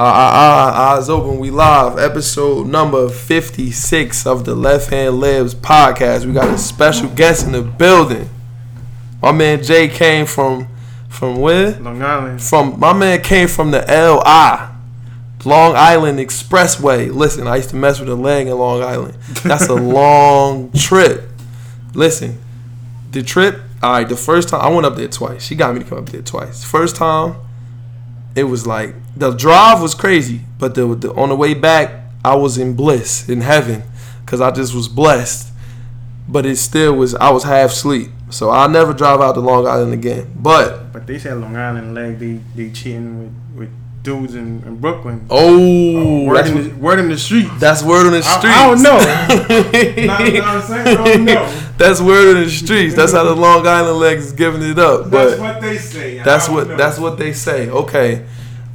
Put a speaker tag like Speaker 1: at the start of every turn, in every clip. Speaker 1: Ah, ah, ah, eyes open. We live, episode number 56 of the Left Hand Lives podcast. We got a special guest in the building. My man Jay came from, from where?
Speaker 2: Long Island.
Speaker 1: From, my man came from the LI, Long Island Expressway. Listen, I used to mess with a leg in Long Island. That's a long trip. Listen, the trip, all right, the first time, I went up there twice. She got me to come up there twice. First time, it was like the drive was crazy, but the, the on the way back, I was in bliss in heaven because I just was blessed. But it still was I was half asleep, so I'll never drive out to Long Island again. But
Speaker 2: But they said Long Island leg they they cheating with, with dudes in, in Brooklyn.
Speaker 1: oh,
Speaker 2: word,
Speaker 1: that's,
Speaker 2: in the, word in the streets.
Speaker 1: that's word on the
Speaker 2: I-
Speaker 1: streets.
Speaker 2: I don't
Speaker 1: know.
Speaker 2: Nah, nah, I'm saying, I don't know.
Speaker 1: that's word on the streets. That's how the Long Island legs is giving it up. But
Speaker 2: That's what they say. I
Speaker 1: That's
Speaker 2: don't
Speaker 1: what
Speaker 2: know.
Speaker 1: that's what they say. Okay.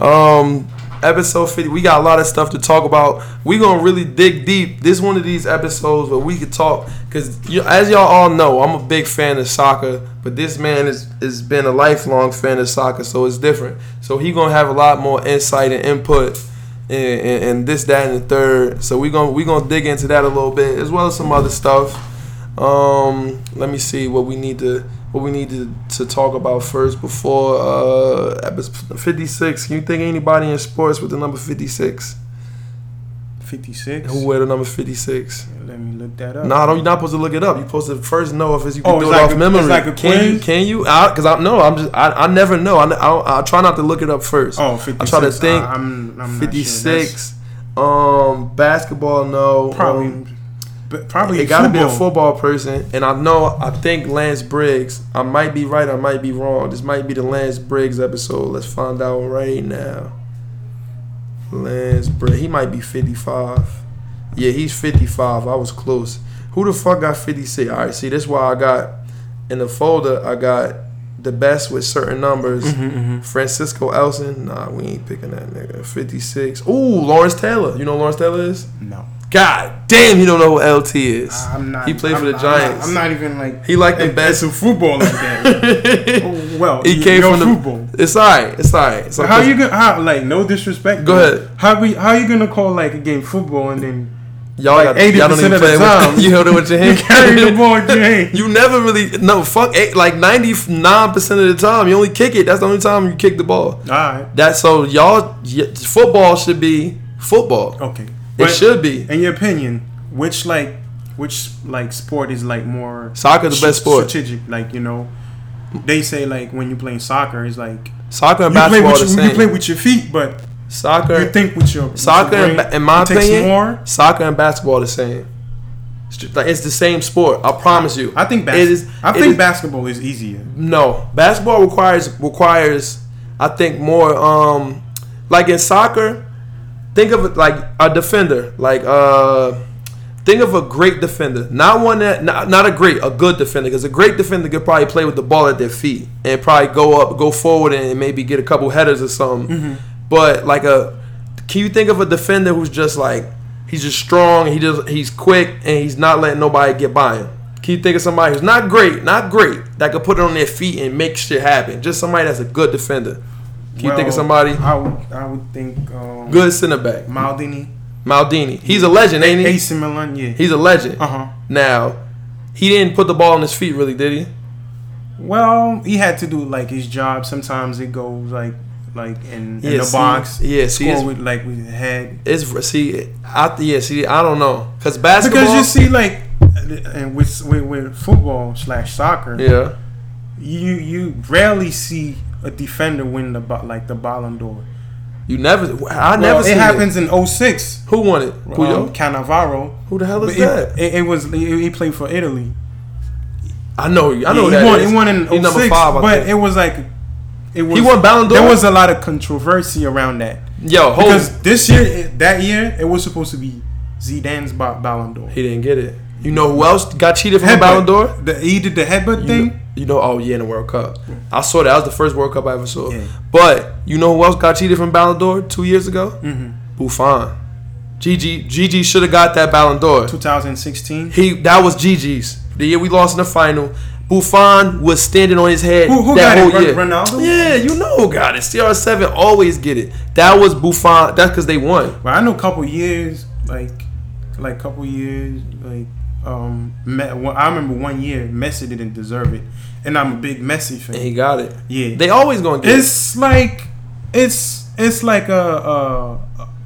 Speaker 1: Um episode 50 we got a lot of stuff to talk about we gonna really dig deep this one of these episodes where we could talk because as y'all all know i'm a big fan of soccer but this man is has been a lifelong fan of soccer so it's different so he gonna have a lot more insight and input and, and, and this that and the third so we gonna we gonna dig into that a little bit as well as some other stuff um let me see what we need to what we need to, to talk about first before uh episode 56 can you think of anybody in sports with the number 56
Speaker 2: Fifty six.
Speaker 1: who wear the number 56
Speaker 2: Let me look that up.
Speaker 1: no nah, don't- you're not supposed to look it up you're supposed to first know if it's you can
Speaker 2: Oh,
Speaker 1: do
Speaker 2: it's
Speaker 1: it
Speaker 2: like
Speaker 1: off
Speaker 2: a-
Speaker 1: memory
Speaker 2: it's like a
Speaker 1: can you
Speaker 2: quiz?
Speaker 1: can you because I, know i'm just I, I never know I, I, I try not to look it up first
Speaker 2: Oh, 56.
Speaker 1: I try to think.
Speaker 2: I, am I'm Not sure.
Speaker 1: 56 um basketball no
Speaker 2: That's probably.
Speaker 1: um,
Speaker 2: but probably
Speaker 1: it got to be a
Speaker 2: football.
Speaker 1: football person, and I know I think Lance Briggs. I might be right, I might be wrong. This might be the Lance Briggs episode. Let's find out right now. Lance Briggs, he might be fifty-five. Yeah, he's fifty-five. I was close. Who the fuck got fifty-six? All right, see, that's why I got in the folder. I got the best with certain numbers.
Speaker 2: Mm-hmm.
Speaker 1: mm-hmm. Francisco Elson. Nah, we ain't picking that nigga. Fifty-six. Ooh, Lawrence Taylor. You know who Lawrence Taylor is?
Speaker 2: No,
Speaker 1: God damn, you don't know who LT is.
Speaker 2: I'm not.
Speaker 1: He played
Speaker 2: I'm
Speaker 1: for the
Speaker 2: not-
Speaker 1: Giants.
Speaker 2: I'm not, I'm not even like.
Speaker 1: He like the
Speaker 2: it-
Speaker 1: best-
Speaker 2: It's a football like that. Oh, well,
Speaker 1: he
Speaker 2: you-
Speaker 1: came
Speaker 2: your
Speaker 1: from the.
Speaker 2: football.
Speaker 1: It's alright. It's alright. It's
Speaker 2: So
Speaker 1: like
Speaker 2: how you gonna how, like no disrespect?
Speaker 1: Go
Speaker 2: but
Speaker 1: ahead.
Speaker 2: How we how you gonna call like a game football and then
Speaker 1: y'all
Speaker 2: like
Speaker 1: got
Speaker 2: 80%
Speaker 1: y'all don't even
Speaker 2: of the
Speaker 1: play
Speaker 2: time,
Speaker 1: with, you held it with your hand.
Speaker 2: carry the ball in your hand?
Speaker 1: You never really no fuck eight, like ninety nine percent of the time you only kick it. That's the only time you kick the ball.
Speaker 2: All right,
Speaker 1: That so y'all y- football should be football.
Speaker 2: okay.
Speaker 1: it should be
Speaker 2: In your opinion, which like which like sport is like more
Speaker 1: Soccer the
Speaker 2: sh-
Speaker 1: best sport.
Speaker 2: Strategic, like you know, they say like when you playing soccer, it's like
Speaker 1: soccer and
Speaker 2: you play
Speaker 1: basketball
Speaker 2: with
Speaker 1: the
Speaker 2: your, you
Speaker 1: same.
Speaker 2: play with your feet, but
Speaker 1: soccer
Speaker 2: you think with your with
Speaker 1: Soccer,
Speaker 2: your
Speaker 1: in,
Speaker 2: brain.
Speaker 1: ba- in my
Speaker 2: It takes
Speaker 1: opinion,
Speaker 2: more.
Speaker 1: soccer and basketball the same. Stri- Like it's the same sport. I promise you.
Speaker 2: I think
Speaker 1: it
Speaker 2: basketball.
Speaker 1: is.
Speaker 2: I
Speaker 1: it
Speaker 2: think
Speaker 1: is-
Speaker 2: basketball is easier.
Speaker 1: no, basketball requires requires. I think more. Um, like in soccer, think of it like a defender. Like uh, think of a great defender, not one that not, not a great, a good defender. Because a great defender could probably play with the ball at their feet and probably go up, go forward, and maybe get a couple headers or something. But like a, can you think of a defender who's just like he's just strong, and he just he's quick, and he's not letting nobody get by him. Can you think of somebody who's not great, not great, that could put it on their feet and make shit happen? Just somebody that's a good defender. Can you think of
Speaker 2: Well,
Speaker 1: somebody?
Speaker 2: I would I would think um,
Speaker 1: Good center back.
Speaker 2: Maldini,
Speaker 1: Maldini. He's a legend, ain't he?
Speaker 2: AC Milan, yeah.
Speaker 1: He's a legend.
Speaker 2: Uh huh.
Speaker 1: Now, he didn't put the ball on his feet, really, did he?
Speaker 2: Well, he had to do like his job. Sometimes it goes like like in, in
Speaker 1: Yeah,
Speaker 2: the
Speaker 1: see-
Speaker 2: box.
Speaker 1: yeah, see,
Speaker 2: score
Speaker 1: it's-
Speaker 2: with like with the head.
Speaker 1: It's see, I yeah, see, I don't know, cause basketball.
Speaker 2: Because you see, like, and with with, with football slash soccer,
Speaker 1: yeah,
Speaker 2: you you rarely see a defender win the bo- like the Ballon d'Or.
Speaker 1: you never. I
Speaker 2: Well,
Speaker 1: never.
Speaker 2: it
Speaker 1: seen
Speaker 2: happens in 06.
Speaker 1: Who won it?
Speaker 2: Um,
Speaker 1: Puyol?
Speaker 2: Cannavaro.
Speaker 1: Who the hell
Speaker 2: But
Speaker 1: is
Speaker 2: it,
Speaker 1: that?
Speaker 2: It, it was he he played for Italy.
Speaker 1: I know. I know
Speaker 2: he
Speaker 1: that.
Speaker 2: won,
Speaker 1: is.
Speaker 2: He won in
Speaker 1: He
Speaker 2: 06,
Speaker 1: number five. I
Speaker 2: but
Speaker 1: think.
Speaker 2: it was like it was.
Speaker 1: he won Ballon d'Or.
Speaker 2: There was a lot of controversy around that
Speaker 1: yo. Hold.
Speaker 2: because this year, it- that year, it was supposed to be Zidane's ba- Ballon d'Or.
Speaker 1: he didn't get it. You know who else got cheated from the
Speaker 2: Headbutt.
Speaker 1: Ballon d'Or?
Speaker 2: The, he did the headbutt
Speaker 1: You know,
Speaker 2: thing.
Speaker 1: you know. Oh yeah, in the World Cup. I saw that. That was the first World Cup I ever saw.
Speaker 2: Yeah.
Speaker 1: But you know who else got cheated from Ballon d'Or two years ago?
Speaker 2: Mhm.
Speaker 1: Buffon. Gigi. Gigi should have got that Ballon d'Or.
Speaker 2: 2016.
Speaker 1: He that was Gigi's. The year we lost in the final. Buffon was standing on his head
Speaker 2: Who- who
Speaker 1: that
Speaker 2: got it?
Speaker 1: whole year.
Speaker 2: Ron- Ronaldo?
Speaker 1: Yeah, you know who got it. CR7 always get it. That was Buffon. That's because they won.
Speaker 2: But I know a couple years, like, like couple years, like, um, Me- well, I remember one year Messi didn't deserve it, and I'm a big Messi fan.
Speaker 1: And he got it.
Speaker 2: yeah,
Speaker 1: They always gonna get it.
Speaker 2: it's like, it's it's like a,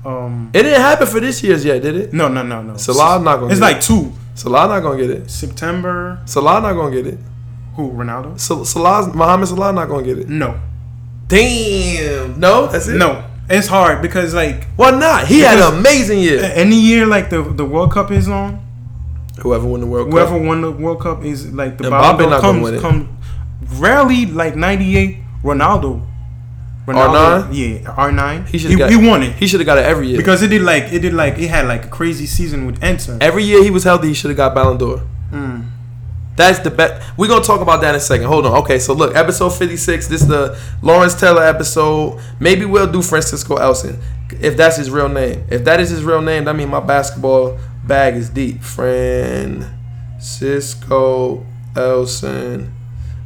Speaker 2: a um,
Speaker 1: It didn't happen for this year's yet, did it?
Speaker 2: no no no no.
Speaker 1: Salah not gonna.
Speaker 2: It's
Speaker 1: get
Speaker 2: like two
Speaker 1: it. Salah not gonna get it.
Speaker 2: September.
Speaker 1: Salah not gonna get it.
Speaker 2: Who Ronaldo?
Speaker 1: Sal- Salah's Mohamed Salah not gonna get it.
Speaker 2: No,
Speaker 1: Damn. No, that's it.
Speaker 2: no. It's hard because like
Speaker 1: Why not? He had
Speaker 2: Because-
Speaker 1: an amazing year.
Speaker 2: any year like the the World Cup is on,
Speaker 1: Whoever won the World
Speaker 2: whoever
Speaker 1: Cup.
Speaker 2: won the World Cup is like the
Speaker 1: Mbappe
Speaker 2: Ballon d'Or
Speaker 1: not gonna win
Speaker 2: comes
Speaker 1: it.
Speaker 2: come rarely like '98 Ronaldo.
Speaker 1: R9?
Speaker 2: yeah, R nine.
Speaker 1: He
Speaker 2: He he,
Speaker 1: should've got-
Speaker 2: won it
Speaker 1: He should have got it every year.
Speaker 2: because it did like it did like it had like a crazy season with Enter.
Speaker 1: every year he was healthy, he should have got Ballon d'Or.
Speaker 2: Mm.
Speaker 1: That's the best. We're gonna talk about that in a second. Hold on. Okay, so look, episode fifty six. This is the Lawrence Taylor episode. Maybe we'll do Francisco Elson if that's his real name. If that is his real name, that means my basketball bag is deep. Francisco Elson.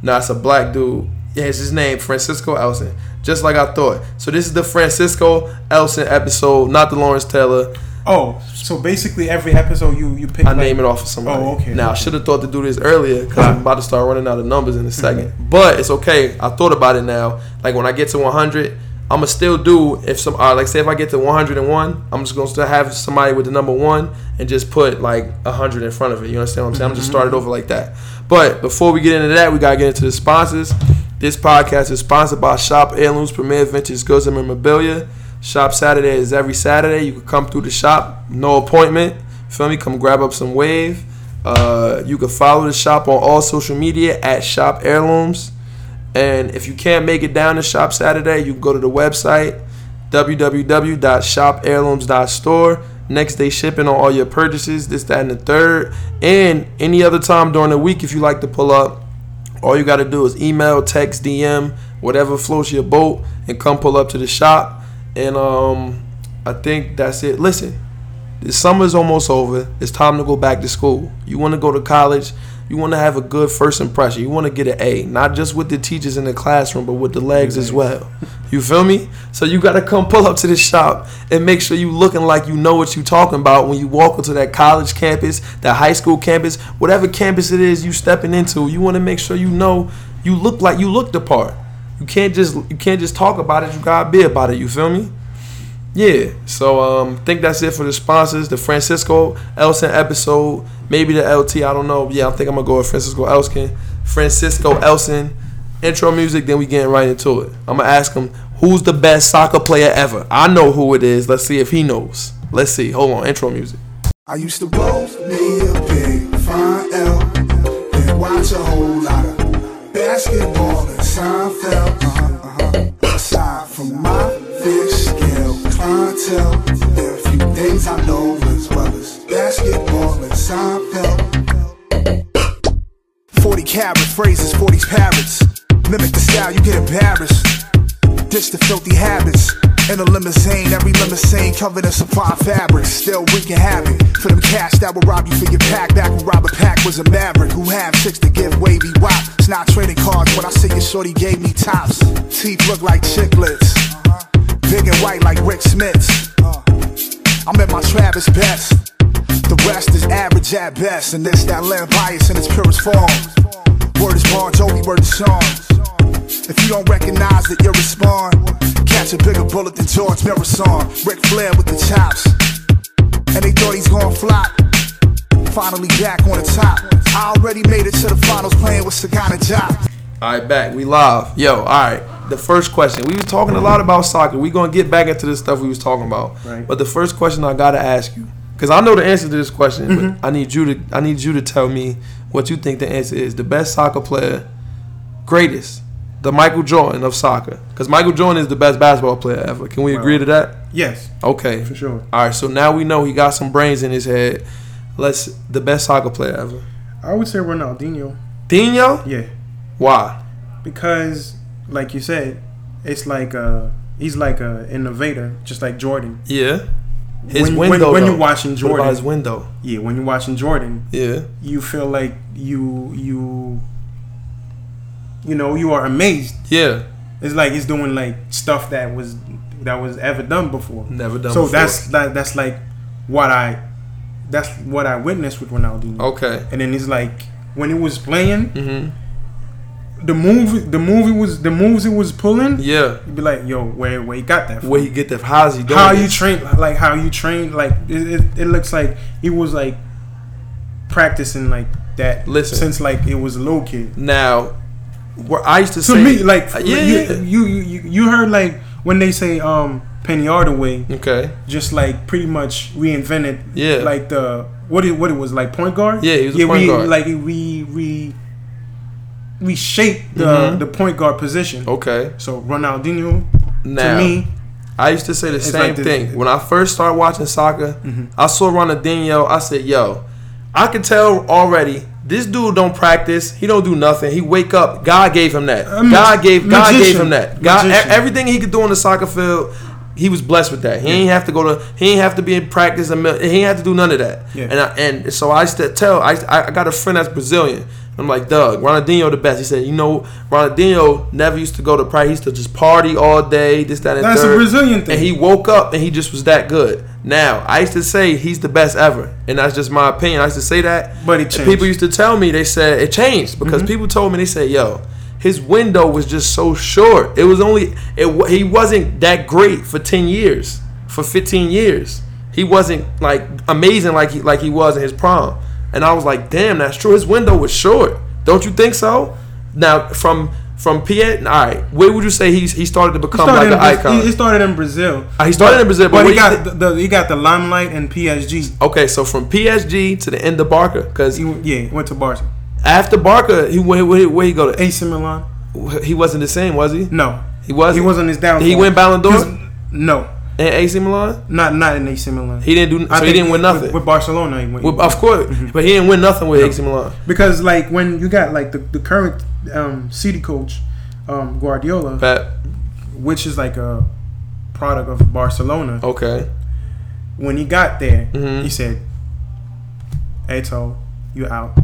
Speaker 1: Nah, it's a black dude. Yeah, it's his name, Francisco Elson. Just like I thought. So this is the Francisco Elson episode, not the Lawrence Taylor.
Speaker 2: Oh, so basically every episode you you pick.
Speaker 1: I
Speaker 2: like,
Speaker 1: name it off for somebody.
Speaker 2: Oh, okay,
Speaker 1: Now I
Speaker 2: okay.
Speaker 1: should have thought to do this earlier because I'm about to start running out of numbers in a 2nd
Speaker 2: Mm-hmm.
Speaker 1: But it's okay. I thought about it now. Like when I get to 100, I'ma still do if some. Uh, like say if I get to 101, I'm just gonna still have somebody with the number one and just put like 100 in front of it. You understand what I'm saying? I'm just started over like that. But before we get into that, we gotta get into the sponsors. This podcast is sponsored by Shop Heirlooms Premier Ventures Goods and Memorabilia. Shop Saturday is every Saturday. You can come through the shop, no appointment. Feel me? Come grab up some wave. Uh, you can follow the shop on all social media at Shop Heirlooms. And if you can't make it down to Shop Saturday, you can go to the website www.shopheirlooms.store. Next day shipping on all your purchases, this, that, and the third. And any other time during the week, if you like to pull up, all you got to do is email, text, DM, whatever floats your boat, and come pull up to the shop. And um, I think that's it. Listen, the summer's almost over. It's time to go back to school. You want to go to college. You want to have a good first impression. You want to get an A, not just with the teachers in the classroom, but with the legs as well. You feel me? So you got to come pull up to the shop and make sure you looking like you know what you talking about when you walk onto that college campus, that high school campus, whatever campus it is you stepping into. You want to make sure you know you look like you look the part. You can't just you can't just talk about it. You gotta be about it. You feel me? Yeah, so um, think that's it for the sponsors. The Francisco Elson episode, maybe the LT, I don't know. Yeah, I think I'm gonna go with Francisco Elson. Francisco Elson intro music. Then we getting right into it. I'm gonna ask him who's the best soccer player ever. I know who it is. Let's see if he knows. Let's see. Hold on, intro music.
Speaker 3: I used to roll me a big fine L and watch a whole lot of basketball and Seinfeld. Uh-huh, uh-huh. Aside from my fish scale clientele, there are a few things I know as well as basketball and Seinfeld.
Speaker 4: 40 carat phrases, 40 parrots. Mimic the style, you get embarrassed. Ditch the filthy habits. In a limousine, every limousine covered in supply fabrics. Still wreaking havoc. For them cash that will rob you for your pack. Back when Robert Pack was a maverick who had six to give wavy wop. It's not trading cards when I see your shorty gave me tops. Teeth look like chiclets. Big and white like Rick Smith's. I'm at my Travis best. The rest is average at best, and this that land bias in its purest form. Word is born, Jovi, word is song. If you don't recognize that you respond, catch a bigger bullet than George Marison. Ric Flair with the chops, and they thought he's gonna flop finally back on the top. I already made it to the finals playing with Sagana Jock.
Speaker 1: All right, back. We live. Yo, all right. The first question. We were talking a lot about soccer. We're going to get back into the stuff we was talking about.
Speaker 2: Right.
Speaker 1: But the first question I got to ask you cuz I know the answer to this question,
Speaker 2: Mm-hmm.
Speaker 1: but I need you to I need you to tell me what you think the answer is. The best soccer player greatest the Michael Jordan of soccer. Cuz Michael Jordan is the best basketball player ever. Can we agree to that?
Speaker 2: Yes,
Speaker 1: Okay.
Speaker 2: for sure.
Speaker 1: All right, so now we know he got some brains in his head. Let's the best soccer player ever.
Speaker 2: I would say Ronaldinho.
Speaker 1: Dino?
Speaker 2: Yeah,
Speaker 1: Why?
Speaker 2: because like you said, it's like uh he's like a innovator, just like Jordan.
Speaker 1: Yeah. His
Speaker 2: When- when-
Speaker 1: window.
Speaker 2: when you're
Speaker 1: though.
Speaker 2: watching
Speaker 1: What about
Speaker 2: Jordan.
Speaker 1: his window.
Speaker 2: Yeah, when you're watching Jordan,
Speaker 1: Yeah.
Speaker 2: you feel like you you you know, you are amazed.
Speaker 1: Yeah.
Speaker 2: It's like it's doing like stuff that was that was ever done before.
Speaker 1: Never done
Speaker 2: So
Speaker 1: before.
Speaker 2: that's that, that's like what I that's what I witnessed with Ronaldinho.
Speaker 1: Okay.
Speaker 2: And then it's like when it was playing,
Speaker 1: Mhm.
Speaker 2: the move the movie was the moves it was pulling.
Speaker 1: Yeah.
Speaker 2: You'd be like, yo, where where you got that? From?
Speaker 1: Where he get the how's he doing?
Speaker 2: how you
Speaker 1: it?
Speaker 2: train like how you train like it, it, it looks like he was like practicing like that
Speaker 1: Listen.
Speaker 2: since like it was a little kid
Speaker 1: now? Where I used to,
Speaker 2: to
Speaker 1: say,
Speaker 2: me like
Speaker 1: Uh,
Speaker 2: you,
Speaker 1: yeah, yeah.
Speaker 2: You, you you you heard like when they say um penny hardaway
Speaker 1: okay,
Speaker 2: just like pretty much reinvented
Speaker 1: Yeah.
Speaker 2: like the what it what it was like point guard
Speaker 1: Yeah, he was a point
Speaker 2: we,
Speaker 1: guard.
Speaker 2: like we we reshaped the
Speaker 1: Mhm.
Speaker 2: the point guard position
Speaker 1: okay.
Speaker 2: so ronaldinho
Speaker 1: Now,
Speaker 2: to me
Speaker 1: I used to say the
Speaker 2: It's
Speaker 1: same
Speaker 2: like Mm-hmm. this-
Speaker 1: thing. When I first started watching soccer, I saw Ronaldinho. I said, "Yo, I can tell already. This dude don't practice. He don't do nothing. He wake up. God gave him that.
Speaker 2: Um,
Speaker 1: God gave. God
Speaker 2: magician.
Speaker 1: gave him that. God. e-
Speaker 2: Magician.
Speaker 1: Everything he could do on the soccer field." He was blessed with that. He ain't have to go to. He ain't have to be in practice. a mil- He ain't have to do none of that.
Speaker 2: Yeah.
Speaker 1: And I, and so I used to tell. I I got a friend that's Brazilian. I'm like Doug Ronaldinho the best. He said, you know, Ronaldinho never used to go to practice. He used to just party all day. This that and
Speaker 2: That's a
Speaker 1: third.
Speaker 2: Brazilian thing.
Speaker 1: And he woke up and he just was that good. Now I used to say he's the best ever, and that's just my opinion. I used to say that,
Speaker 2: But
Speaker 1: And
Speaker 2: it changed. Mm-hmm.
Speaker 1: People used to tell me they said it changed because people told me they said, "Yo, his window was just so short. It was only it. wa- He wasn't that great for ten years, for fifteen years. He wasn't like amazing like he like he was in his prime." And I was like, "Damn, that's true. His window was short. Don't you think so?" Now from from Piet, all right, where would you say he he started to become
Speaker 2: started
Speaker 1: like
Speaker 2: in
Speaker 1: an
Speaker 2: Bra-
Speaker 1: icon?
Speaker 2: He, he started in Brazil.
Speaker 1: Uh, he started in Brazil, but
Speaker 2: but Ah, he
Speaker 1: what
Speaker 2: got the, the he got the limelight and PSG.
Speaker 1: Okay, so from PSG to the end of Barca, because
Speaker 2: He, went- yeah, he went to Barca.
Speaker 1: after Barca, he where, where, where he go to?
Speaker 2: AC Milan.
Speaker 1: He wasn't the same, was he?
Speaker 2: No,
Speaker 1: He was.
Speaker 2: he wasn't his downfall.
Speaker 1: He went Ballon d'Or
Speaker 2: He was- No,
Speaker 1: in AC Milan.
Speaker 2: not not in AC Milan.
Speaker 1: He didn't do. So he
Speaker 2: think
Speaker 1: didn't win
Speaker 2: with-
Speaker 1: nothing.
Speaker 2: with Barcelona. He went. Mm-hmm.
Speaker 1: Well, of course, but he didn't win nothing with AC Milan.
Speaker 2: because like when you got like the, the current um, city coach um, Guardiola,
Speaker 1: But
Speaker 2: which is like a product of Barcelona.
Speaker 1: okay,
Speaker 2: When he got there,
Speaker 1: Mhm.
Speaker 2: he said, "Eto, you out."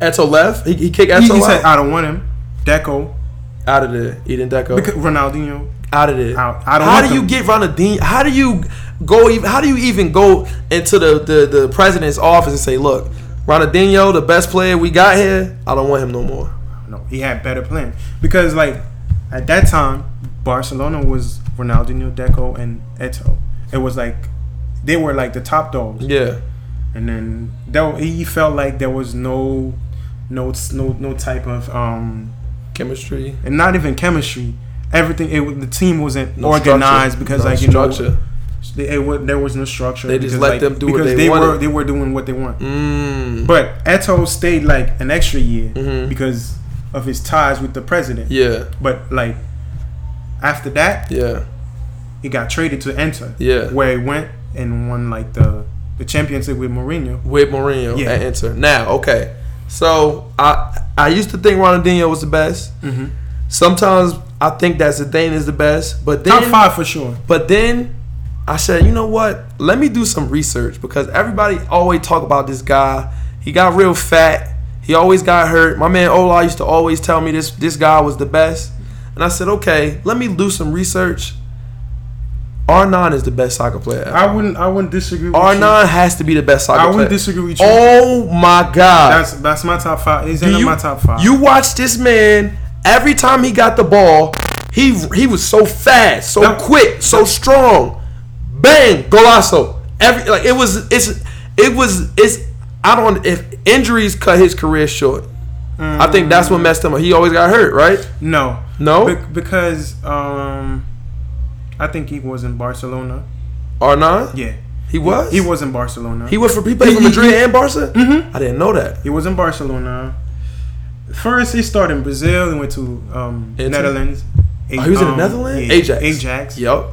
Speaker 1: Eto left. He, he kicked
Speaker 2: He,
Speaker 1: Eto
Speaker 2: he
Speaker 1: out.
Speaker 2: said, "I don't want him." Deco,
Speaker 1: out of there. Eden Deco
Speaker 2: because Ronaldinho,
Speaker 1: out of there.
Speaker 2: Out. I don't
Speaker 1: how
Speaker 2: want
Speaker 1: do you
Speaker 2: them.
Speaker 1: get Ronaldinho? How do you go? Even, how do you even go into the, the the president's office and say, "Look, Ronaldinho, the best player we got here. I don't want him no more."
Speaker 2: No, he had better plan because like at that time, Barcelona was Ronaldinho, Deco, and Eto. It was like they were like the top dogs,
Speaker 1: Yeah.
Speaker 2: and then that he felt like there was no, no, no, no type of um,
Speaker 1: chemistry,
Speaker 2: and not even chemistry. Everything it was- the team wasn't
Speaker 1: no
Speaker 2: organized
Speaker 1: structure,
Speaker 2: because
Speaker 1: no
Speaker 2: like you
Speaker 1: structure.
Speaker 2: know they, it, wa- there was no structure.
Speaker 1: They just
Speaker 2: because,
Speaker 1: let them do what
Speaker 2: because
Speaker 1: they
Speaker 2: were
Speaker 1: wanted.
Speaker 2: they were doing what they want.
Speaker 1: Mm,
Speaker 2: But Eto stayed like an extra year
Speaker 1: Mhm.
Speaker 2: because of his ties with the president.
Speaker 1: yeah,
Speaker 2: But like after that,
Speaker 1: yeah,
Speaker 2: he got traded to Enter,
Speaker 1: yeah.
Speaker 2: where he went and won like the the championship with Mourinho.
Speaker 1: With Mourinho
Speaker 2: Yeah.
Speaker 1: at Inter. Now, okay. So I I used to think Ronaldinho was the best.
Speaker 2: Mm-hmm.
Speaker 1: Sometimes I think that Zidane is the best, but then
Speaker 2: Top five for sure.
Speaker 1: But then I said, you know what? Let me do some research because everybody always talk about this guy. He got real fat. He always got hurt. My man Ola used to always tell me this this guy was the best. And I said, okay, let me do some research. R9 is the best soccer player. Ever.
Speaker 2: I wouldn't I wouldn't disagree. with
Speaker 1: R9
Speaker 2: you.
Speaker 1: has to be the best soccer
Speaker 2: I
Speaker 1: player.
Speaker 2: wouldn't disagree with you.
Speaker 1: Oh my God.
Speaker 2: that's that's my top five. He's
Speaker 1: Do
Speaker 2: in my top five.
Speaker 1: You watch this man every time he got the ball, he he was so fast, so
Speaker 2: That-
Speaker 1: quick, so strong. Bang, golazo. Every like it was it's it was it's I don't if injuries cut his career short. I think that's what messed him up. He always got hurt, right?
Speaker 2: no
Speaker 1: No?
Speaker 2: Be- because um I think he was in Barcelona.
Speaker 1: R9?
Speaker 2: Yeah,
Speaker 1: He was?
Speaker 2: He was in Barcelona.
Speaker 1: He was for he played for
Speaker 2: He- he-
Speaker 1: Madrid
Speaker 2: he-
Speaker 1: and Barca? Mm-hmm. I didn't know that.
Speaker 2: He was in Barcelona. First, he started in Brazil and went to um,
Speaker 1: Italy?
Speaker 2: Netherlands.
Speaker 1: Oh, he was in the
Speaker 2: Um,
Speaker 1: Netherlands?
Speaker 2: yeah,
Speaker 1: Ajax.
Speaker 2: Ajax.
Speaker 1: Yup.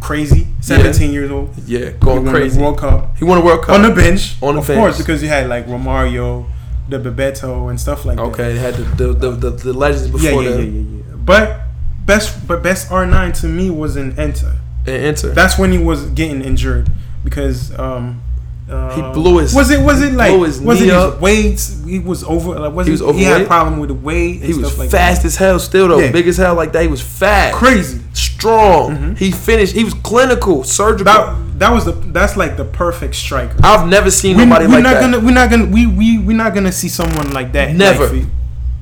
Speaker 2: Crazy. 17 years old.
Speaker 1: Yeah,
Speaker 2: He
Speaker 1: going
Speaker 2: won
Speaker 1: crazy.
Speaker 2: The World Cup.
Speaker 1: he won a World Cup.
Speaker 2: On the bench.
Speaker 1: On the
Speaker 2: of
Speaker 1: bench.
Speaker 2: course, because you had like Romario, the Bebeto, and stuff like that.
Speaker 1: Okay, they had the the, the, the, the legends
Speaker 2: Yeah,
Speaker 1: before
Speaker 2: yeah, yeah,
Speaker 1: them.
Speaker 2: yeah, yeah. But best, but best R9 to me was in Enter.
Speaker 1: And enter.
Speaker 2: That's when he was getting injured because um, Uh,
Speaker 1: He blew his-
Speaker 2: Was it? Was
Speaker 1: he
Speaker 2: it like?
Speaker 1: blew his
Speaker 2: was
Speaker 1: knee
Speaker 2: it his
Speaker 1: up.
Speaker 2: weights? He was over. Like, was
Speaker 1: He
Speaker 2: he,
Speaker 1: was
Speaker 2: he had a
Speaker 1: overweight.
Speaker 2: problem with the weight. And
Speaker 1: He was
Speaker 2: stuff like
Speaker 1: fast as hell, still though.
Speaker 2: Yeah.
Speaker 1: Big as hell like that. He was fat,
Speaker 2: That. Crazy. Mm-hmm.
Speaker 1: strong. He finished. He was clinical, surgical.
Speaker 2: That that was the that's like the perfect striker.
Speaker 1: I've never seen
Speaker 2: We, are
Speaker 1: nobody like
Speaker 2: not
Speaker 1: that.
Speaker 2: gonna we're not gonna we we we're not gonna see someone like that. in
Speaker 1: Never.
Speaker 2: life.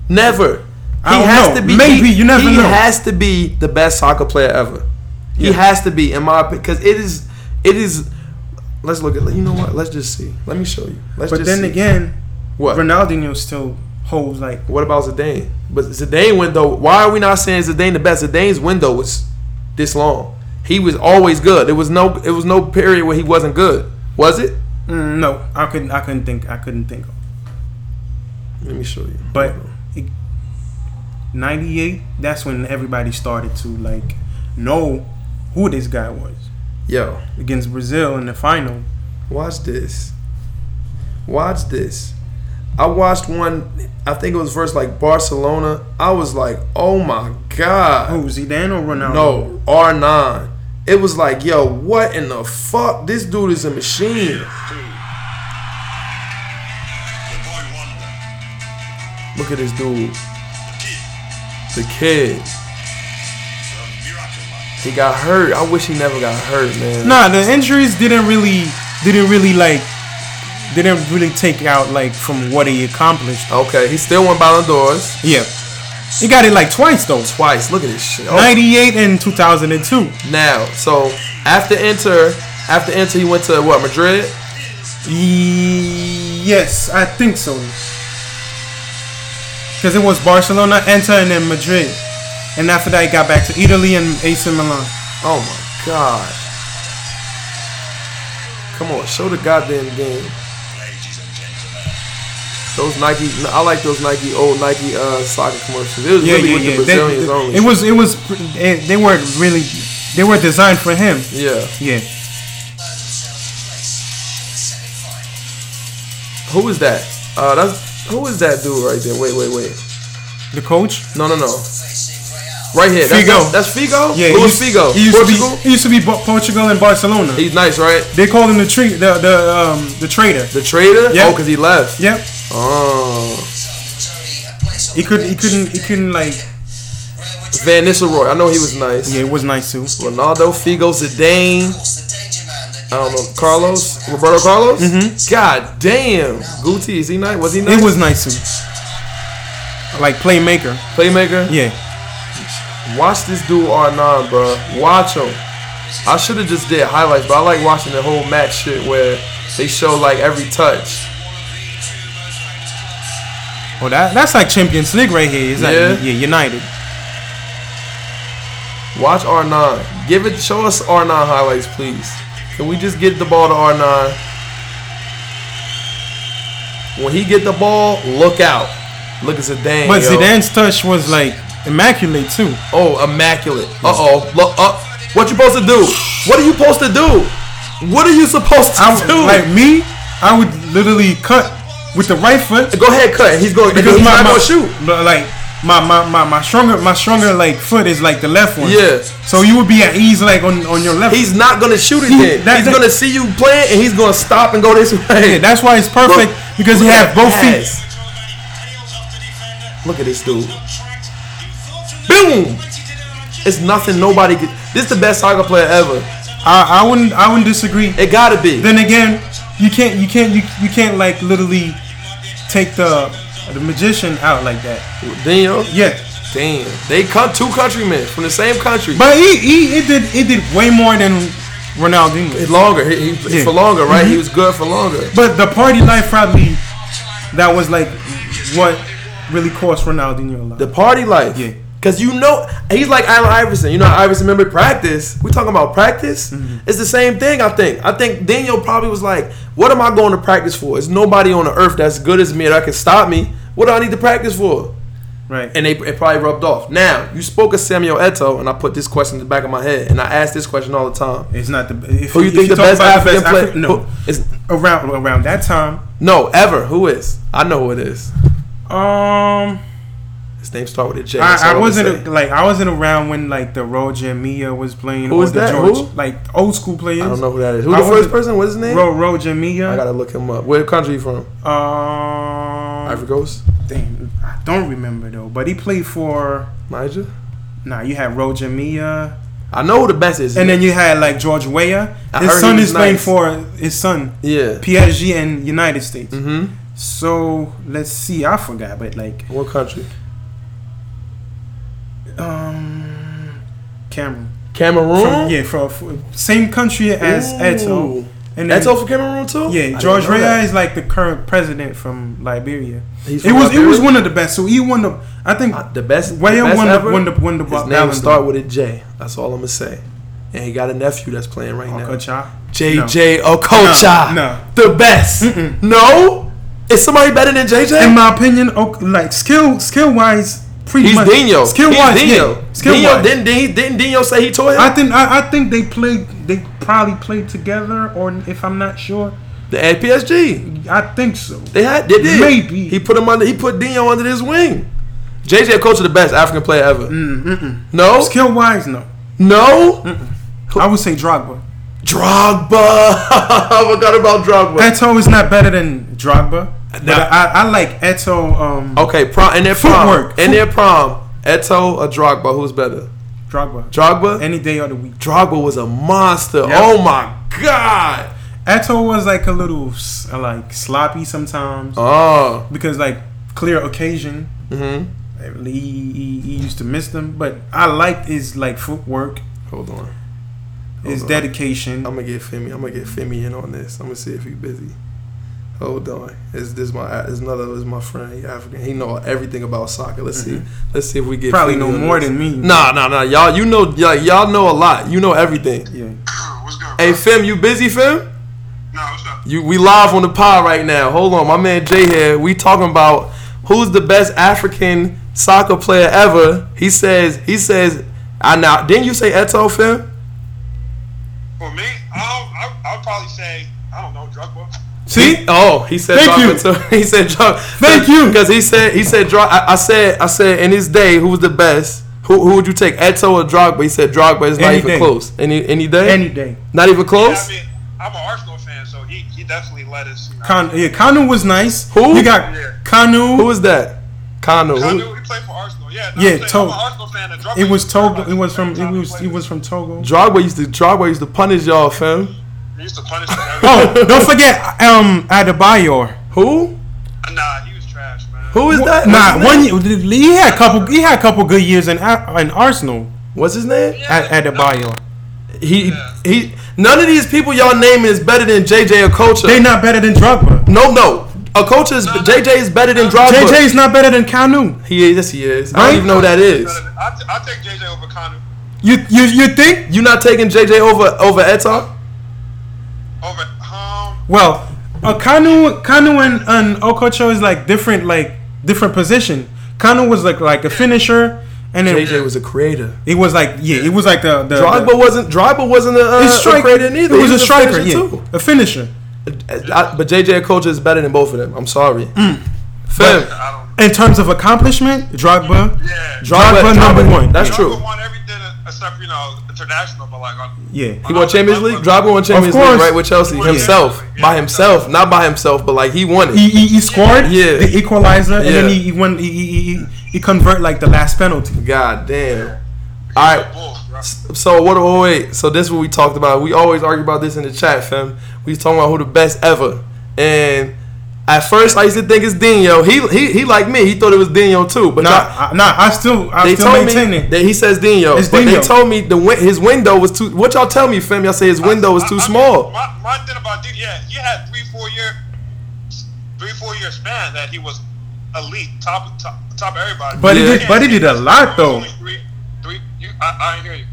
Speaker 1: Never.
Speaker 2: I
Speaker 1: he
Speaker 2: don't
Speaker 1: has
Speaker 2: know.
Speaker 1: to be.
Speaker 2: Maybe.
Speaker 1: he-
Speaker 2: You never
Speaker 1: He
Speaker 2: know.
Speaker 1: has to be the best soccer player ever. He
Speaker 2: Yeah.
Speaker 1: has to be, in my opinion, because it is. It is. Let's look at. You know what? Let's just see. Let me show you. Let's
Speaker 2: But
Speaker 1: just
Speaker 2: then
Speaker 1: see.
Speaker 2: again,
Speaker 1: what?
Speaker 2: Ronaldinho still holds like
Speaker 1: What about Zidane? But Zidane window. Why are we not saying Zidane the best? Zidane's window was this long. He was always good. There was no. It was no period where he wasn't good. Was it?
Speaker 2: mm, no. I couldn't I couldn't think I couldn't think. of
Speaker 1: Let me show you.
Speaker 2: But it, 98, that's when everybody started to like know who this guy was
Speaker 1: yo,
Speaker 2: against Brazil in the final.
Speaker 1: Watch this. Watch this. I watched one. I think it was versus like Barcelona. I was like, oh my god,
Speaker 2: Who Zidane or Ronaldo?
Speaker 1: no R nine. It was like, yo, what in the fuck? This dude is a machine. Look at this dude, the kid. He got hurt. I wish he never got hurt, man.
Speaker 2: Nah, the injuries didn't really didn't really like didn't really take out like from what he accomplished.
Speaker 1: Okay, he still won Ballon d'Ors
Speaker 2: Yeah. He got it like twice though.
Speaker 1: twice. Look at this shit. Oh
Speaker 2: 98 and 2002.
Speaker 1: now. So after Inter, after Inter, he went to what Madrid?
Speaker 2: Ye- Yes, I think so. Because it was Barcelona, Inter, and then Madrid. And after that, he got back to Italy and AC Milan.
Speaker 1: Oh my god! Come on, show the goddamn game. Those Nike, I like those Nike old Nike uh, soccer commercials. It was really with the
Speaker 2: They-
Speaker 1: Brazilians
Speaker 2: they-
Speaker 1: only.
Speaker 2: it was, it was, they, they were really, they were designed for him.
Speaker 1: yeah.
Speaker 2: Yeah.
Speaker 1: Who is that? Uh, that's who is that dude right there? Wait, wait, wait.
Speaker 2: The coach?
Speaker 1: No, no, no. Right here. That's,
Speaker 2: Figo.
Speaker 1: That's, that's Figo.
Speaker 2: Yeah.
Speaker 1: Luis
Speaker 2: he used,
Speaker 1: Figo.
Speaker 2: He used
Speaker 1: Portugal.
Speaker 2: to be, he used to be Bo- Portugal and Barcelona.
Speaker 1: He's nice, right?
Speaker 2: they called him the tree, the, the, um, the traitor.
Speaker 1: The trader.
Speaker 2: Yeah.
Speaker 1: Oh, cause he left.
Speaker 2: Yep.
Speaker 1: Oh.
Speaker 5: He could. He couldn't. He couldn't like.
Speaker 1: Van Nistelrooy. I know he was nice.
Speaker 2: Yeah, it was nice too.
Speaker 1: Ronaldo, Figo, Zidane. I
Speaker 5: I
Speaker 1: don't know. Carlos, Roberto Carlos. Mm-hmm. God damn. Guti, is he nice? Was he nice?
Speaker 2: It was nice too. Like playmaker.
Speaker 1: playmaker.
Speaker 2: Yeah.
Speaker 1: Watch this dude R9, bro. Watch him. I should have just did highlights, but I like watching the whole match shit where they show like every touch.
Speaker 2: Oh, that that's like Champions League right here. Is that
Speaker 1: Yeah.
Speaker 2: yeah. United?
Speaker 1: Watch R9. Give it. Show us R9 highlights, please. Can we just get the ball to R9? When he get the ball, look out. Look at Zidane.
Speaker 2: But
Speaker 1: yo.
Speaker 2: Zidane's touch was like immaculate too.
Speaker 1: Oh, immaculate. Uh oh. Look up. What you supposed to do? What are you supposed to do? What are you supposed to
Speaker 2: I would,
Speaker 1: do?
Speaker 2: like me, I would literally cut with the right foot
Speaker 1: go ahead, cut. He's going. Because he's not gonna shoot.
Speaker 2: but, like my, my my my stronger my stronger like foot is like the left one.
Speaker 1: Yeah.
Speaker 2: So you would be at ease like on on your left.
Speaker 1: He's not gonna shoot it.
Speaker 2: He-
Speaker 1: Then
Speaker 2: that-
Speaker 1: he's
Speaker 2: that-
Speaker 1: gonna see you playing, and he's gonna stop and go this way.
Speaker 2: yeah, that's why it's perfect because he
Speaker 1: Look
Speaker 2: had
Speaker 1: at
Speaker 2: both
Speaker 1: that
Speaker 2: feet.
Speaker 1: pass. Look at this dude.
Speaker 5: Boom!
Speaker 1: It's nothing. Nobody. Could, this is the best soccer player ever.
Speaker 2: I, I wouldn't I wouldn't disagree.
Speaker 1: It gotta be.
Speaker 2: then again, you can't you can't you, you can't like literally take the the magician out like that.
Speaker 1: Damn.
Speaker 2: Yeah.
Speaker 1: Damn. They cut two countrymen from the same country.
Speaker 2: But he, he it did it did way more than Ronaldinho.
Speaker 1: It's longer. He, he,
Speaker 2: Yeah. Mm-hmm.
Speaker 1: For longer, right? He was good for longer.
Speaker 2: But the party life probably that was like what really cost Ronaldinho a lot.
Speaker 1: The party life.
Speaker 2: Yeah.
Speaker 1: Cause you know he's like Allen Iverson. You know how Iverson remember practice. We talking about practice.
Speaker 2: Mm-hmm.
Speaker 1: It's the same thing. I think. I think Daniel probably was like, "What am I going to practice for? There's nobody on the earth that's good as me that can stop me. What do I need to practice for?"
Speaker 2: right.
Speaker 1: And they it probably rubbed off. Now you spoke of Samuel Eto, and I put this question in the back of my head, and I ask this question all the time.
Speaker 2: it's not the if,
Speaker 1: Who you
Speaker 2: if
Speaker 1: think the
Speaker 2: talk
Speaker 1: best
Speaker 2: about the
Speaker 1: African player?
Speaker 2: Afri- no.
Speaker 1: who- is
Speaker 2: Around around that time,
Speaker 1: no ever? Who is? I know who it is.
Speaker 2: um,
Speaker 1: His name start with a J. that's all
Speaker 2: I, I
Speaker 1: I'm
Speaker 2: wasn't
Speaker 1: gonna say.
Speaker 2: a, like I wasn't around when like the Ro Jamia was playing
Speaker 1: Who
Speaker 2: or
Speaker 1: is
Speaker 2: the
Speaker 1: that?
Speaker 2: George
Speaker 1: Who?
Speaker 2: like old school players.
Speaker 1: I don't know who that is. Who
Speaker 2: I
Speaker 1: the first
Speaker 2: wasn't-
Speaker 1: person? What's his name?
Speaker 2: Ro Ro
Speaker 1: I
Speaker 2: Jamia.
Speaker 1: gotta look him up. Where country you
Speaker 2: Mm.
Speaker 1: from?
Speaker 2: Um,
Speaker 1: Ivory Coast,
Speaker 2: Damn, I don't remember though. But he played for.
Speaker 1: Niger.
Speaker 2: Nah, you had Ro Jamia,
Speaker 1: I know who the best is.
Speaker 2: and then you had like George Weah.
Speaker 1: I heard
Speaker 2: His
Speaker 1: he
Speaker 2: son
Speaker 1: was
Speaker 2: is playing
Speaker 1: nice.
Speaker 2: for his son
Speaker 1: yeah.
Speaker 2: PSG and United States.
Speaker 1: Mm-hmm.
Speaker 2: So let's see. I forgot, but like
Speaker 1: What country?
Speaker 2: um, Cameron.
Speaker 1: Cameroon.
Speaker 2: From, yeah, from, from same country as Eto.
Speaker 1: Oh. Ooh.
Speaker 2: And then-
Speaker 1: Eto from Cameroon too. I
Speaker 2: Yeah,
Speaker 1: didn't
Speaker 2: George
Speaker 1: know
Speaker 2: Weah
Speaker 1: that.
Speaker 2: is like the current president from Liberia.
Speaker 1: He's
Speaker 2: it
Speaker 1: from
Speaker 2: was it was
Speaker 1: Liberia?
Speaker 2: one of the best. So he won the. I think
Speaker 1: Uh, the best.
Speaker 2: Weah
Speaker 1: the best
Speaker 2: won,
Speaker 1: ever.
Speaker 2: the, won the won the
Speaker 1: His
Speaker 2: Ballon
Speaker 1: name
Speaker 2: d'Or.
Speaker 1: start with a J. That's all I'm gonna say. And he got a nephew that's playing right now.
Speaker 2: Okocha.
Speaker 1: JJ Okocha.
Speaker 2: Oh, No,
Speaker 1: The best. No? Is somebody better than JJ?
Speaker 2: In my opinion, ok- like skill skill wise, pretty
Speaker 1: He's
Speaker 2: much
Speaker 1: Dino.
Speaker 2: Skill
Speaker 1: He's
Speaker 2: wise,
Speaker 1: Dino.
Speaker 2: yeah. Skill
Speaker 1: Dino
Speaker 2: wise,
Speaker 1: didn't, didn't, didn't Dino say he tore him?
Speaker 2: I think I, I think they played. They probably played together, or if I'm not sure,
Speaker 1: the at PSG.
Speaker 2: I think so.
Speaker 1: They had they did.
Speaker 2: Maybe.
Speaker 1: He put him under he put Dino under his wing. JJ Okocha the best African player ever.
Speaker 2: Mm,
Speaker 1: No?
Speaker 2: Skill wise, no.
Speaker 1: no?
Speaker 2: I would say Drogba.
Speaker 1: Drogba. I forgot about Drogba.
Speaker 2: Eto is not better than Drogba. But
Speaker 1: Nah. Oh.
Speaker 2: I, I like Eto. Um,
Speaker 1: Okay, prom in their prom.
Speaker 2: Footwork.
Speaker 1: In their prom. Eto or Drogba, who's better?
Speaker 2: Drogba.
Speaker 1: Drogba?
Speaker 2: Any day of the week.
Speaker 1: Drogba was a monster.
Speaker 2: Yeah.
Speaker 1: Oh my god.
Speaker 2: Eto was like a little s- like sloppy sometimes
Speaker 1: Oh.
Speaker 2: because like clear occasion.
Speaker 1: hmm
Speaker 2: He, he, he used to miss them, but I liked his like footwork,
Speaker 1: Hold on.
Speaker 2: his
Speaker 1: on.
Speaker 2: dedication.
Speaker 1: I'm gonna get Femi. I'm gonna get Femi in on this. I'm gonna see if he's busy. Hold on. Is this my? Is another? Is my friend? He African. He know everything about soccer. Let's see. Let's see if we get
Speaker 2: Mm-hmm. Probably
Speaker 1: Femi
Speaker 2: know
Speaker 1: on
Speaker 2: more
Speaker 1: this.
Speaker 2: than me.
Speaker 1: Nah, nah, nah. Y'all, you know, like y'all know a lot. You know everything.
Speaker 2: Yeah.
Speaker 6: What's good?
Speaker 1: Hey, Fem, you busy, Fem?
Speaker 6: No, what's up?
Speaker 1: You we live on the pod right now. Hold on, my man Jay here. We talking about who's the best African soccer player ever. He says. He says. I now. Didn't you say Eto, Fem?
Speaker 6: For me, I'll, I'll, I'll probably say, I don't know, Drogba.
Speaker 1: See? Oh, he said.
Speaker 2: Thank
Speaker 1: Drogba
Speaker 2: you.
Speaker 1: too. He said. Drogba.
Speaker 2: Thank you.
Speaker 1: Because he said. He said. Drog- I, I said. I said. In his day, who was the best? Who, who would you take, Eto or Drogba? He said Drogba is not
Speaker 2: Any
Speaker 1: even
Speaker 2: day.
Speaker 1: close. Any any day?
Speaker 2: Any day.
Speaker 1: Not even close.
Speaker 6: I mean, I'm an Arsenal fan, so he, he definitely let us. You know,
Speaker 2: Con- yeah, Kanu was nice.
Speaker 1: Who?
Speaker 2: You got
Speaker 6: Yeah.
Speaker 2: Kanu.
Speaker 1: who is that? Kanu.
Speaker 6: I
Speaker 1: Who-
Speaker 6: knew he played for Arsenal. Yeah, no,
Speaker 2: Yeah,
Speaker 6: I'm, saying, I'm
Speaker 2: Togo.
Speaker 6: an Arsenal fan. And Drogba
Speaker 2: It was
Speaker 6: used to
Speaker 2: Togo.
Speaker 6: play for
Speaker 2: It was
Speaker 6: us
Speaker 2: from.
Speaker 6: every
Speaker 2: It
Speaker 6: time he
Speaker 2: was.
Speaker 6: played
Speaker 2: It
Speaker 6: for
Speaker 2: was
Speaker 6: us.
Speaker 2: from Togo.
Speaker 1: Drogba used to. Drogba used to punish y'all, fam.
Speaker 6: He used to punish us every time.
Speaker 2: Oh, don't forget um Adebayor.
Speaker 1: Who?
Speaker 6: Nah, he was trash, man.
Speaker 1: Who is that?
Speaker 2: Nah,
Speaker 1: What's
Speaker 2: one
Speaker 1: his name?
Speaker 2: year, he had a couple. He had a couple good years in Ar- in Arsenal.
Speaker 1: What's his name?
Speaker 2: At Adebayor.
Speaker 1: He he. None of these people y'all naming is better than JJ Okocha.
Speaker 2: They not better than Drogba.
Speaker 1: no, no. Okocha is JJ is better than Drogba.
Speaker 2: JJ is not better than Kanu.
Speaker 1: He is. Yes, he is. I
Speaker 2: Right?
Speaker 1: don't even know who that is.
Speaker 6: I'll, t- I'll take JJ over Connor.
Speaker 2: You you you think?
Speaker 1: You not taking JJ over over Eto?
Speaker 6: Over, um,
Speaker 2: Well, uh, Kanu Kanu and, and Okocho is like different like different position. Kanu was like like a finisher, and then
Speaker 1: JJ was a creator.
Speaker 2: it was like yeah, it was like the the.
Speaker 1: Drogba
Speaker 2: the,
Speaker 1: wasn't. Drogba wasn't a, uh,
Speaker 2: His
Speaker 1: a
Speaker 2: striker,
Speaker 1: creator neither.
Speaker 2: It was
Speaker 1: He
Speaker 2: a striker,
Speaker 1: finisher,
Speaker 2: yeah, a finisher.
Speaker 1: I- but JJ Okocha is better than both of them. I'm sorry.
Speaker 2: Mm.
Speaker 1: Fam,
Speaker 6: I don't.
Speaker 2: In terms of accomplishment, Drogba,
Speaker 6: Yeah.
Speaker 2: Drogba number one.
Speaker 1: That's
Speaker 6: Drogba
Speaker 1: true.
Speaker 6: won everything except you know international, but like on,
Speaker 2: yeah,
Speaker 1: He won Champions League. Drogba won Champions
Speaker 2: course.
Speaker 1: League right with Chelsea
Speaker 6: Yeah.
Speaker 1: himself,
Speaker 6: Yeah.
Speaker 1: by himself, not by himself, but like he won it.
Speaker 2: he, he, he scored
Speaker 1: Yeah.
Speaker 2: the equalizer, and then
Speaker 1: Yeah.
Speaker 2: he, he won. He, he, he, he convert like the last penalty.
Speaker 1: God damn. All right.
Speaker 6: Bull, bro.
Speaker 1: So what? Oh wait. So this is what we talked about. We always argue about this in the chat, fam. We was talking about who the best ever. And at first, I used to think it's Dino. He he he like me. He thought it was Dino too. But
Speaker 2: Nah,
Speaker 1: not,
Speaker 2: I, nah, I still I
Speaker 1: they
Speaker 2: still
Speaker 1: told me
Speaker 2: maintain it.
Speaker 1: that he says Dino.
Speaker 2: It's
Speaker 1: but they
Speaker 2: Dino.
Speaker 1: told me the win- his window was too. What y'all tell me, fam? Y'all say his window was
Speaker 6: I-
Speaker 1: too
Speaker 6: I mean,
Speaker 1: small.
Speaker 6: My, my thing about dude, yeah, he had three, four year, three, four year span that he was elite, top, top, top everybody.
Speaker 2: But
Speaker 1: he
Speaker 6: You
Speaker 1: did-
Speaker 6: can't
Speaker 2: but he
Speaker 6: say
Speaker 2: did a
Speaker 6: he's
Speaker 2: lot,
Speaker 6: only
Speaker 2: though.
Speaker 6: Three, three, you, I, I didn't hear you.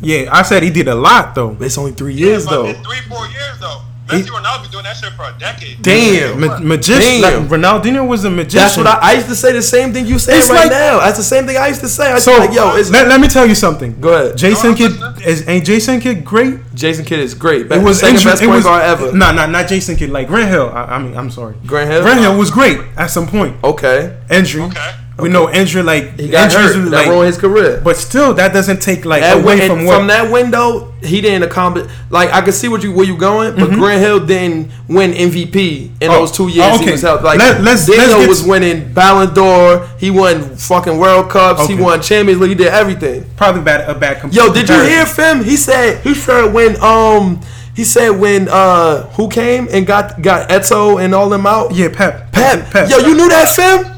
Speaker 2: Yeah, I said he did a lot though.
Speaker 1: It's only three years
Speaker 6: But
Speaker 1: though.
Speaker 6: in three, four years though,
Speaker 2: He-
Speaker 6: Messi Ronaldo been doing that shit for a decade.
Speaker 1: Damn.
Speaker 2: Ma- magician.
Speaker 1: Damn.
Speaker 2: Like Ronaldinho was a magician.
Speaker 1: That's what I, I used to say. The same thing you saying
Speaker 2: It's
Speaker 1: right
Speaker 2: like-
Speaker 1: now. That's the same thing I used to say. I was
Speaker 2: So
Speaker 1: like, yo, it's
Speaker 2: let, let me tell you something.
Speaker 1: Go ahead.
Speaker 2: Jason Kidd
Speaker 6: No, I'm listening.
Speaker 2: is ain't Jason Kidd great?
Speaker 1: Jason Kidd is great.
Speaker 2: It
Speaker 1: Back, was second
Speaker 2: injury-
Speaker 1: best point guard ever.
Speaker 2: Nah, nah, not Jason Kidd. Like Grant Hill. I, I mean, I'm sorry.
Speaker 1: Grant Hill?
Speaker 2: Grant Hill was great at some point.
Speaker 1: Okay.
Speaker 2: Injury.
Speaker 6: Okay.
Speaker 2: We know injury like
Speaker 1: He got
Speaker 2: injuries
Speaker 1: hurt.
Speaker 2: was,
Speaker 1: that
Speaker 2: like-
Speaker 1: ruined his career.
Speaker 2: but still that doesn't take like
Speaker 1: that
Speaker 2: away
Speaker 1: win-
Speaker 2: from what
Speaker 1: that window, he didn't accomplish. Like I could see what you where you going, but Grant Hill didn't win MVP in
Speaker 2: Mm-hmm. Oh,
Speaker 1: those two years
Speaker 2: okay.
Speaker 1: he was out. Like
Speaker 2: Let- let's-
Speaker 1: Daniel
Speaker 2: let's get-
Speaker 1: was winning Ballon d'Or, he won fucking World Cups, he
Speaker 2: Okay.
Speaker 1: won Champions League, he did everything.
Speaker 2: probably bad a bad
Speaker 1: Yo,
Speaker 2: comparison.
Speaker 1: did you hear from him? He said he said when um he said when uh who came and got got Eto and all them out.
Speaker 2: Yeah, Pep.
Speaker 1: Pep. Yo, you knew that, fam?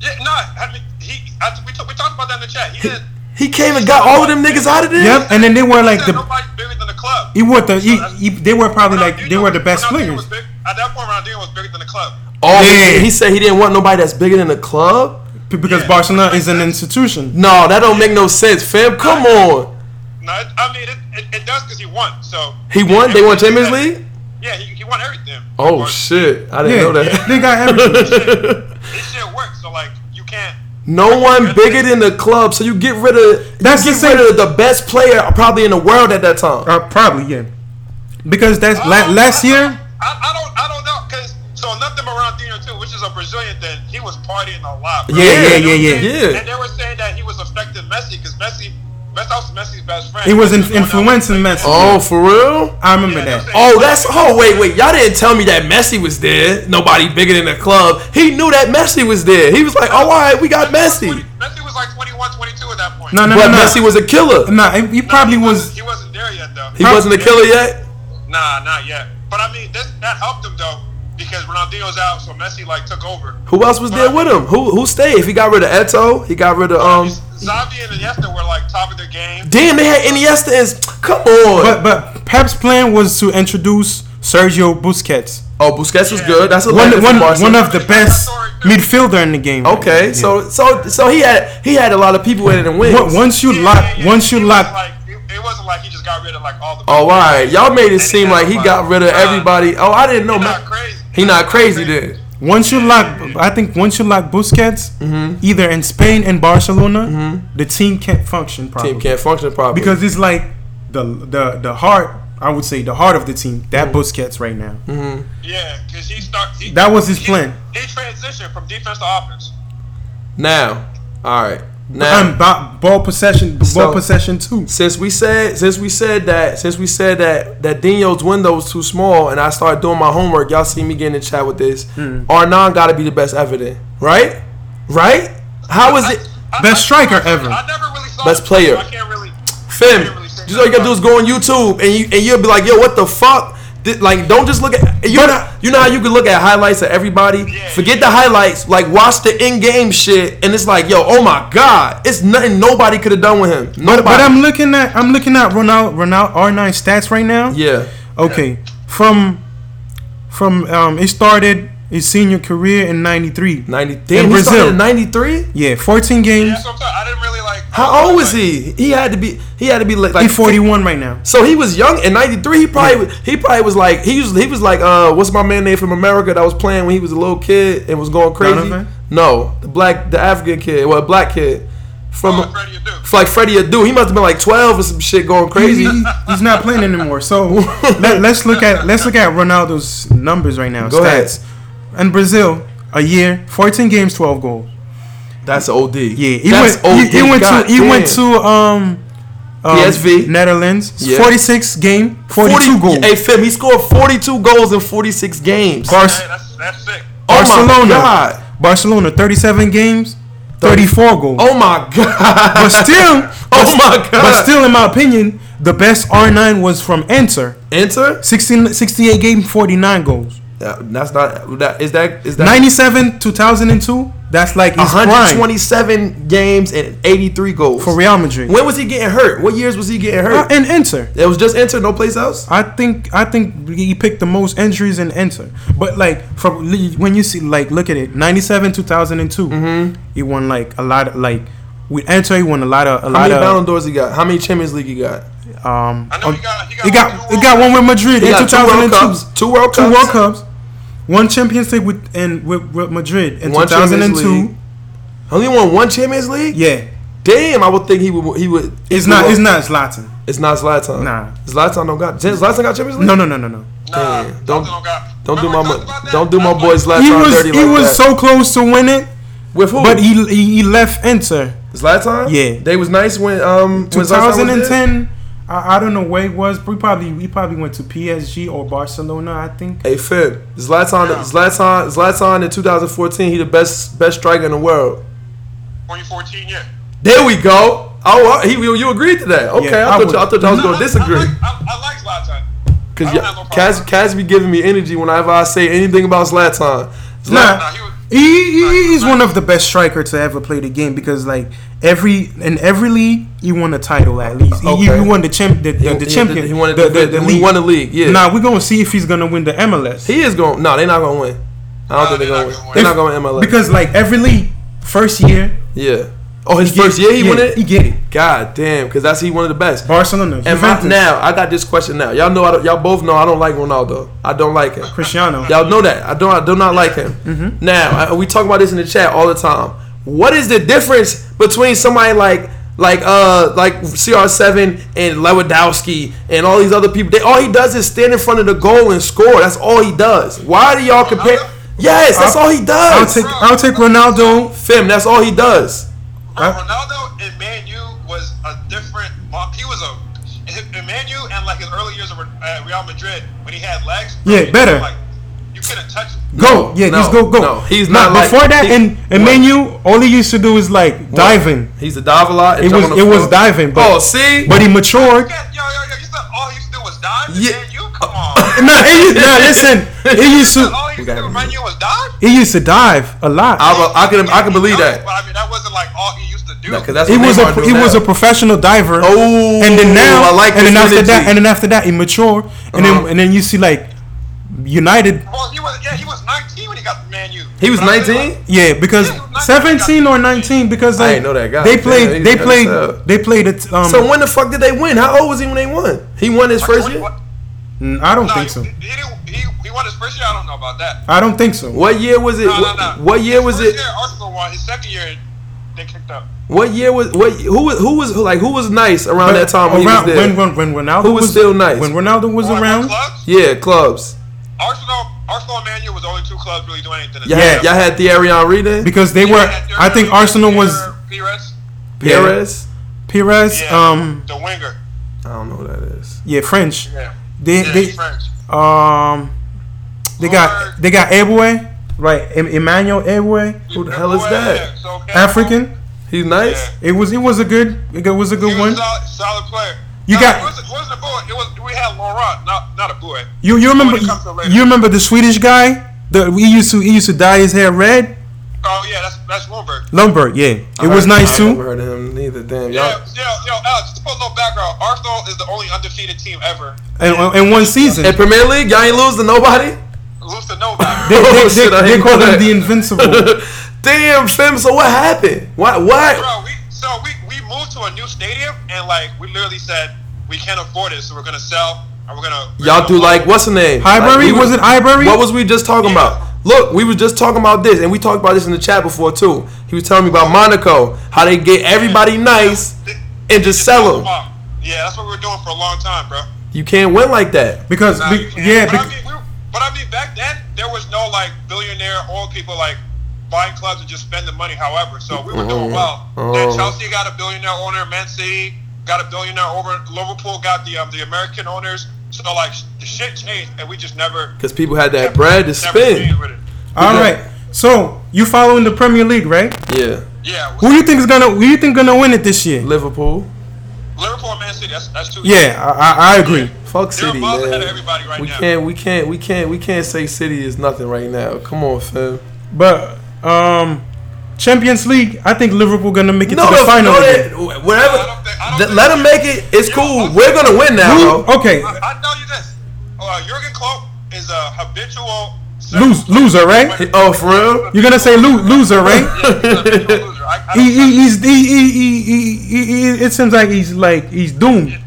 Speaker 6: Yeah, no, I mean, he. I, we, talk, we talked about that in the chat. He didn't.
Speaker 1: He came and got all of them niggas out of there.
Speaker 2: Yep, and then they were like
Speaker 6: Like
Speaker 2: the
Speaker 6: nobody's bigger than the club.
Speaker 2: he were the he, he, they were probably like
Speaker 6: Ronaldinho-
Speaker 2: they were the best
Speaker 6: Ronaldinho
Speaker 2: players. Oh.
Speaker 6: was big- At that point, Ronaldinho was bigger than the club.
Speaker 1: All of them.
Speaker 2: Yeah.
Speaker 1: Oh, He said he didn't want nobody that's bigger than the club.
Speaker 2: P- because
Speaker 6: Yeah.
Speaker 2: Barcelona is an institution.
Speaker 1: No, that don't make no sense, fam. Come on.
Speaker 6: No, it, I mean it. It, it does because he won. So
Speaker 1: He won? They won Champions League?
Speaker 6: Yeah, he, he won everything.
Speaker 1: Oh
Speaker 6: Or-
Speaker 1: shit. I didn't
Speaker 2: Yeah,
Speaker 1: know that.
Speaker 2: they got everything.
Speaker 6: This shit works. So like, you can't.
Speaker 1: No one bigger than the club, so you get rid of
Speaker 2: That's
Speaker 1: you
Speaker 2: the
Speaker 1: get
Speaker 2: same-
Speaker 1: rid of the best player probably in the world at that time.
Speaker 2: uh, probably yeah, because that's la-
Speaker 6: Oh,
Speaker 2: last year.
Speaker 6: I, I don't. I don't know because so nothing but Ronaldinho too, which is a Brazilian thing. He was partying a lot. Bro.
Speaker 2: Yeah, yeah,
Speaker 6: You
Speaker 2: yeah,
Speaker 6: know what I'm
Speaker 2: yeah.
Speaker 6: saying?
Speaker 1: Yeah.
Speaker 6: And they were saying that he was affecting Messi because Messi, Messi that was Messi's best friend.
Speaker 2: He was in-
Speaker 6: going out with
Speaker 2: influencing
Speaker 6: Messi.
Speaker 2: Messi.
Speaker 1: Oh, for real?
Speaker 2: I remember
Speaker 6: Yeah,
Speaker 2: that.
Speaker 6: that's
Speaker 1: Oh, that's oh wait wait y'all didn't tell me that Messi was there. Nobody bigger than the club. He knew that Messi was there. He was like, oh, all right, we got Messi.
Speaker 6: 20 Messi was like 21, 22 at that point.
Speaker 2: No, no,
Speaker 1: But
Speaker 2: no, no.
Speaker 1: Messi was a killer.
Speaker 2: nah, he, he probably was.
Speaker 6: He wasn't there yet though.
Speaker 1: He wasn't a killer yet.
Speaker 6: Nah, not yet. But I mean, this, that helped him though because Ronaldinho's out, so Messi like took over.
Speaker 1: Who else was there with him? Who who stayed? If he got rid of Eto, he got rid of um.
Speaker 6: Xavi and Iniesta were like top of their game.
Speaker 1: Damn, they had Iniesta. Is come on.
Speaker 2: But but Pep's plan was to introduce Sergio Busquets,
Speaker 1: Oh, Busquets was good. That's a
Speaker 2: one
Speaker 1: legend
Speaker 2: one
Speaker 1: from Barca.
Speaker 2: one of the best midfielder in the game.
Speaker 1: Okay,
Speaker 2: Yeah.
Speaker 1: so so so he had he had a lot of people in it and wins.
Speaker 2: Wa- once you
Speaker 6: Yeah,
Speaker 2: lock,
Speaker 6: yeah, yeah.
Speaker 2: once you
Speaker 6: He
Speaker 2: lock,
Speaker 6: wasn't like- it, it wasn't like he just got rid of like all the.
Speaker 1: Oh, all right, y'all made it seem like he got rid of
Speaker 6: Nah,
Speaker 1: everybody. Oh, I didn't know.
Speaker 6: He
Speaker 1: man.
Speaker 6: not crazy.
Speaker 1: He not crazy then.
Speaker 2: Once you lock, I think once you lock Busquets,
Speaker 1: Mm-hmm.
Speaker 2: either in Spain and Barcelona, the team can't function properly.
Speaker 1: Team can't function properly
Speaker 2: because it's like the the the heart. I would say the heart of the team. That
Speaker 1: Mm.
Speaker 2: Busquets right now.
Speaker 1: Mm-hmm.
Speaker 6: Yeah, because he start. He,
Speaker 2: That was his
Speaker 6: he-
Speaker 2: plan.
Speaker 6: He transitioned from defense to offense.
Speaker 1: now. All right, now
Speaker 2: And ba- ball possession, ball
Speaker 1: So-
Speaker 2: possession too.
Speaker 1: since we said since we said that since we said that that Dino's window was too small, and I started doing my homework. Y'all see me getting in chat with this.
Speaker 2: Hmm.
Speaker 1: Arnon got to be the best ever then, right? Right? How is it?
Speaker 6: I-
Speaker 2: Best
Speaker 6: I-
Speaker 2: striker ever.
Speaker 6: I never really saw.
Speaker 1: Best
Speaker 6: him,
Speaker 1: player.
Speaker 6: so I can't really.
Speaker 1: Fam, just all you gotta do is go on YouTube and you and you'll be like, yo, what the fuck? Thi- like, don't just look at you. Know, you know how you can look at highlights of everybody. Forget the highlights. Like, watch the in-game shit, and it's like, yo, oh my god, it's nothing nobody could have done with him. Nobody.
Speaker 2: But I'm looking at I'm looking at Ronaldo Ronaldo R9 stats right now.
Speaker 1: yeah,
Speaker 2: Okay. From from um, it started his senior career in '93.
Speaker 1: ninety. Damn, he
Speaker 2: Brazil.
Speaker 1: started in ninety-three.
Speaker 2: Yeah, 14 games.
Speaker 6: Yeah, so I'm sorry, I didn't really like.
Speaker 1: How old was he? He had to be. He had to be like, like
Speaker 2: He's 41 right now.
Speaker 1: So he was young in '93. He probably he probably was like he was he was like uh what's my man name from America that was playing when he was a little kid and was going crazy.
Speaker 2: Donovan?
Speaker 1: No, the black the African kid, well black kid from
Speaker 6: Oh, Freddie Adu.
Speaker 1: like Freddie Adu. He must have been like 12 or some shit going crazy.
Speaker 2: He- he- he's not playing anymore. So let, us look at let's look at Ronaldo's numbers right now.
Speaker 1: Go ahead.
Speaker 2: stats. In Brazil, a year, 14 games, 12 goals.
Speaker 1: That's OD.
Speaker 2: Yeah, he
Speaker 1: That's
Speaker 2: went. He, he went
Speaker 1: God
Speaker 2: to. He
Speaker 1: damn.
Speaker 2: went to um, um,
Speaker 1: PSV.
Speaker 2: Netherlands.
Speaker 1: Yeah.
Speaker 2: 46 game, 42
Speaker 1: 40
Speaker 2: goals.
Speaker 1: Hey, Fim, he scored 42 goals in 46 games.
Speaker 2: Bar-
Speaker 6: Hey, that's that's sick.
Speaker 1: Oh my
Speaker 2: Barcelona.
Speaker 1: God.
Speaker 2: Barcelona, 37 games, 34 goals.
Speaker 1: oh my god.
Speaker 2: But still,
Speaker 1: oh my god.
Speaker 2: but still, in my opinion, the best R9 was from Enter.
Speaker 1: enter.
Speaker 2: 16, 68 game, 49 goals.
Speaker 1: Uh, That's not that is that is that
Speaker 2: 97 2002 that's like his prime
Speaker 1: 127 games and 83 goals
Speaker 2: for Real Madrid
Speaker 1: When was he getting hurt? What years was he getting
Speaker 2: Uh,
Speaker 1: hurt?
Speaker 2: and enter
Speaker 1: it was just enter, no place else.
Speaker 2: I think I think he picked the most injuries in enter but like from when you see like look at it 97 2002
Speaker 1: Mm-hmm.
Speaker 2: he won like a lot of like with enter he won a lot of a
Speaker 1: How
Speaker 2: lot
Speaker 1: many Ballon
Speaker 2: of
Speaker 1: d'Ors he got? How many Champions League he got?
Speaker 2: um
Speaker 6: I know he got. He got.
Speaker 2: he got he got one with Madrid
Speaker 1: He
Speaker 2: in
Speaker 1: got two World
Speaker 2: 2002
Speaker 1: Cups, two World
Speaker 2: two
Speaker 1: Cups,
Speaker 2: World Cups one Champions League with and with, with Madrid in
Speaker 1: One Champions
Speaker 2: 2002
Speaker 1: League. Only won one Champions League.
Speaker 2: yeah
Speaker 1: Damn, I would think he would. He would. he
Speaker 2: it's
Speaker 1: would
Speaker 2: not
Speaker 1: want-
Speaker 2: it's not Zlatan
Speaker 1: It's not Zlatan.
Speaker 2: Nah.
Speaker 1: Zlatan don't got. Zlatan got Champions League.
Speaker 2: no no no no no
Speaker 6: Nah,
Speaker 1: Damn,
Speaker 6: Zlatan
Speaker 1: don't-
Speaker 6: don't got-
Speaker 1: Don't do
Speaker 6: Remember
Speaker 1: my
Speaker 6: we
Speaker 1: mo-
Speaker 6: talked about that?
Speaker 1: don't do my
Speaker 6: That's
Speaker 1: boy Zlatan
Speaker 6: like-
Speaker 2: he was
Speaker 1: dirty
Speaker 2: he
Speaker 1: like
Speaker 2: was
Speaker 1: that.
Speaker 2: so close to win it,
Speaker 1: With who?
Speaker 2: But he he, he left Enter.
Speaker 1: This last time?
Speaker 2: Yeah.
Speaker 1: They was nice when um when Zlatan was there?
Speaker 2: 2010. I, I don't know where it was. We probably we probably went to PSG or Barcelona. I think.
Speaker 1: Hey Fib, Zlatan, Zlatan, Zlatan in 2014, he the best best striker in the world.
Speaker 6: 2014, yeah.
Speaker 1: There we go. Oh, he, you you agreed to that? Okay, I,
Speaker 2: Yeah, I
Speaker 1: thought
Speaker 2: would-
Speaker 1: you, I thought y'all was
Speaker 6: No,
Speaker 1: gonna disagree.
Speaker 6: I, I, like- I, I like Zlatan.
Speaker 1: Cause
Speaker 6: I don't have no
Speaker 1: y'all-
Speaker 6: problem.
Speaker 1: Kaz, Kaz be giving me energy whenever I say anything about Zlatan. Zlatan
Speaker 2: Nah,
Speaker 6: he was-
Speaker 2: he, he he's one of the best strikers to ever play the game because like every in every league he won a title at least. He, he-
Speaker 1: Okay.
Speaker 2: he won the champ the, the, the
Speaker 1: he-
Speaker 2: champion.
Speaker 1: he won it- he won the league, yeah.
Speaker 2: Now we're gonna see if he's gonna win the MLS.
Speaker 1: he is going. No, they're not gonna win. I don't
Speaker 6: No,
Speaker 1: think they're gonna win.
Speaker 6: win.
Speaker 1: They're
Speaker 2: If-
Speaker 1: not gonna win MLS.
Speaker 2: because like every league, first year
Speaker 1: yeah. Oh, his
Speaker 2: get-
Speaker 1: first year he
Speaker 2: yeah,
Speaker 1: won it.
Speaker 2: he get it.
Speaker 1: God damn, because that's he one of the best.
Speaker 2: Barcelona,
Speaker 1: And my,
Speaker 2: Juventus,
Speaker 1: now I got this question. Now y'all know I don't, y'all both know I don't like Ronaldo. I don't like him.
Speaker 2: Cristiano.
Speaker 1: Y'all know that. I don't. I do not like him. Now I, we talk about this in the chat all the time. What is the difference between somebody like like uh like CR7 and Lewandowski and all these other people? They all he does is stand in front of the goal and score. That's all he does. Why do y'all compare? Yes, that's all he
Speaker 2: I'll
Speaker 1: does.
Speaker 2: take I'll take Ronaldo.
Speaker 1: Fim, that's all he does.
Speaker 6: Bro,
Speaker 2: Huh?
Speaker 6: Ronaldo in Man U was a different. mo- He was a in Man U and like his early years of Re- at Real Madrid when he had legs. bro,
Speaker 2: Yeah,
Speaker 6: you
Speaker 2: better.
Speaker 6: couldn't, you couldn't touch him.
Speaker 1: No,
Speaker 2: Go yeah,
Speaker 1: no,
Speaker 2: just go go.
Speaker 1: no, he's
Speaker 2: Nah,
Speaker 1: not like-
Speaker 2: before that
Speaker 1: he-
Speaker 2: in in menu. All he used to do is like diving.
Speaker 1: He's a dive a lot. and
Speaker 2: It
Speaker 1: jump
Speaker 2: was
Speaker 1: on
Speaker 2: it
Speaker 1: the
Speaker 2: was
Speaker 1: floor.
Speaker 2: diving, but
Speaker 1: oh, see,
Speaker 2: but he matured.
Speaker 6: Yeah, yo, yo, yo, you said all he used to do was dive.
Speaker 1: Yeah. Uh,
Speaker 6: Yeah, Man U, come on.
Speaker 2: Nah, it used, nah, listen. It used
Speaker 6: That's all
Speaker 2: to
Speaker 6: he used to do in Man U was dive.
Speaker 2: it used to dive a lot.
Speaker 1: I, I can I can believe that.
Speaker 6: Yeah, he does, But I mean, that wasn't like all he used to do.
Speaker 1: No, 'cause that's
Speaker 2: He
Speaker 1: what
Speaker 2: was a
Speaker 1: Neymar do
Speaker 2: he was
Speaker 1: now.
Speaker 2: a professional diver.
Speaker 1: Oh,
Speaker 2: and then now
Speaker 1: I like
Speaker 2: and then
Speaker 1: this
Speaker 2: after
Speaker 1: energy.
Speaker 2: that and then after that he matured and
Speaker 1: Uh-huh.
Speaker 2: then and then you see like United.
Speaker 6: well, he was. Yeah, he was 19 when he got to Man U.
Speaker 1: he was
Speaker 6: But I feel
Speaker 1: 19.
Speaker 6: like-
Speaker 2: Yeah, because
Speaker 6: Yeah, he was
Speaker 2: seventeen or
Speaker 6: 19.
Speaker 2: nineteen, because
Speaker 1: I
Speaker 2: like,
Speaker 1: ain't know that guy.
Speaker 2: They
Speaker 1: Yeah,
Speaker 2: played,
Speaker 1: he's
Speaker 2: they
Speaker 1: young
Speaker 2: played,
Speaker 1: as hell.
Speaker 2: they played it. Um,
Speaker 1: So when the fuck did they win? How old was he when they won? He won his first year.
Speaker 6: What-
Speaker 2: I don't
Speaker 6: No,
Speaker 2: think
Speaker 6: he,
Speaker 2: so.
Speaker 6: he, didn't- he, he won his first year. I don't know about that.
Speaker 2: I don't think so.
Speaker 1: What year was it?
Speaker 6: No, no, no.
Speaker 1: What year
Speaker 6: His
Speaker 1: was
Speaker 6: first
Speaker 1: it?
Speaker 6: Year, Arsenal won. His second year, they kicked out.
Speaker 1: What year was what? Who was who was like who was nice around that time when
Speaker 2: Around-
Speaker 1: he was there?
Speaker 2: when, when, when Ronaldo
Speaker 1: Who was still nice?
Speaker 2: When Ronaldo was
Speaker 6: Only
Speaker 2: around,
Speaker 6: clubs?
Speaker 1: yeah, clubs.
Speaker 6: Arsenal, Arsenal, and Man U was the only two clubs really doing anything.
Speaker 1: Y'all had, y'all had Thierry Henry then,
Speaker 2: because they were. I think Arsenal was
Speaker 6: Pires,
Speaker 2: yeah.
Speaker 1: Perez.
Speaker 2: Perez.
Speaker 6: yeah,
Speaker 2: Um,
Speaker 6: the winger.
Speaker 1: I don't know who that is.
Speaker 2: yeah, French.
Speaker 6: Yeah,
Speaker 2: They,
Speaker 6: yeah,
Speaker 2: they,
Speaker 6: he's French.
Speaker 2: um, they got, they got Eboué, right? Em- Emmanuel Eboué,
Speaker 1: Who the hell is
Speaker 6: Yeah,
Speaker 1: that?
Speaker 6: so, yeah,
Speaker 2: African.
Speaker 1: He's nice.
Speaker 6: Yeah.
Speaker 2: It was, it was a good, it was a
Speaker 6: He
Speaker 2: good
Speaker 6: was uh, a
Speaker 2: one.
Speaker 6: solid, solid player.
Speaker 2: You
Speaker 6: no,
Speaker 2: got-
Speaker 6: It wasn't, it wasn't a boy. It was we had Laurent, not not a boy.
Speaker 2: You, you remember,
Speaker 6: When it comes to later.
Speaker 2: you remember the Swedish guy? The he used to, he used to dye his hair red.
Speaker 6: Oh yeah, that's that's Lundberg.
Speaker 2: Lumberg, yeah, it
Speaker 1: I
Speaker 2: was
Speaker 1: heard-
Speaker 2: nice
Speaker 1: I
Speaker 2: too.
Speaker 1: never heard of him neither. Damn,
Speaker 6: Yeah,
Speaker 1: y'all.
Speaker 6: yeah, yo, Alex. Just to put a little background. Arsenal is the only undefeated team ever.
Speaker 2: And in one season,
Speaker 1: In Premier League, y'all ain't lose to nobody.
Speaker 6: Lose to nobody.
Speaker 2: They,
Speaker 1: Oh,
Speaker 2: they,
Speaker 1: shit, I
Speaker 2: they,
Speaker 1: didn't
Speaker 2: they call
Speaker 1: know that.
Speaker 2: him the Invincible.
Speaker 1: Damn, fam. So what happened? Why? Why?
Speaker 6: Bro, we so we, we moved to a new stadium and like we literally said we can't afford it, so we're gonna sell and we're gonna we're
Speaker 1: Y'all
Speaker 6: gonna
Speaker 1: do
Speaker 6: hold
Speaker 1: like
Speaker 6: it.
Speaker 1: what's the name? Like,
Speaker 2: Highbury
Speaker 1: we
Speaker 2: was it Highbury?
Speaker 1: What was we just talking
Speaker 6: Yeah.
Speaker 1: about? Look, we was just talking about this, and we talked about this in the chat before too. He was telling me about Monaco, how they get everybody nice and just sell them.
Speaker 6: Wow. Yeah, that's what we were doing for a long time, bro.
Speaker 1: You can't win like that.
Speaker 2: because
Speaker 6: Nah,
Speaker 2: be-
Speaker 6: you can't.
Speaker 2: yeah,
Speaker 6: but, I
Speaker 2: bec-
Speaker 6: mean, we, were- but I mean, back then there was no like billionaire old people like buying clubs and just spend the money. However, so we were doing well.
Speaker 1: Oh.
Speaker 6: Then Chelsea got a billionaire owner, Man City got a billionaire over, Liverpool got the um, the American owners. So like sh- the shit changed, and we just never
Speaker 1: Because people had that bread to
Speaker 6: never
Speaker 1: spend.
Speaker 6: stayed with it.
Speaker 2: all right. So you following the Premier League, right?
Speaker 1: Yeah,
Speaker 6: Yeah,
Speaker 2: Who you think is gonna who you think gonna win it this year?
Speaker 1: Liverpool.
Speaker 6: Liverpool, and Man City. That's that's two.
Speaker 2: Yeah, I, I, I agree.
Speaker 1: Fuck
Speaker 6: They're
Speaker 1: City,
Speaker 6: above ahead of
Speaker 1: man.
Speaker 6: everybody right
Speaker 1: We
Speaker 6: now.
Speaker 1: can't, we can't, we can't, we can't say City is nothing right now. Come on, fam.
Speaker 2: But um, Champions League, I think Liverpool gonna make it
Speaker 1: No,
Speaker 2: to the
Speaker 1: no,
Speaker 2: final.
Speaker 1: no,
Speaker 2: again.
Speaker 1: that, whatever.
Speaker 6: I don't think- I don't
Speaker 1: th-
Speaker 6: think-
Speaker 1: let them make it. It's
Speaker 6: Yeah,
Speaker 1: cool.
Speaker 6: okay.
Speaker 1: We're gonna win now,
Speaker 2: Who-
Speaker 1: bro.
Speaker 2: okay,
Speaker 6: I, I tell you this: uh, Jurgen Klopp is a habitual
Speaker 2: lose loser, right?
Speaker 1: Oh, for real?
Speaker 2: You're gonna say lo- loser, right?
Speaker 6: Yeah, he's a habitual loser. I, I
Speaker 2: He,
Speaker 6: don't-
Speaker 2: he, he's, he, he, he, he, he, he, it seems like he's like he's doomed.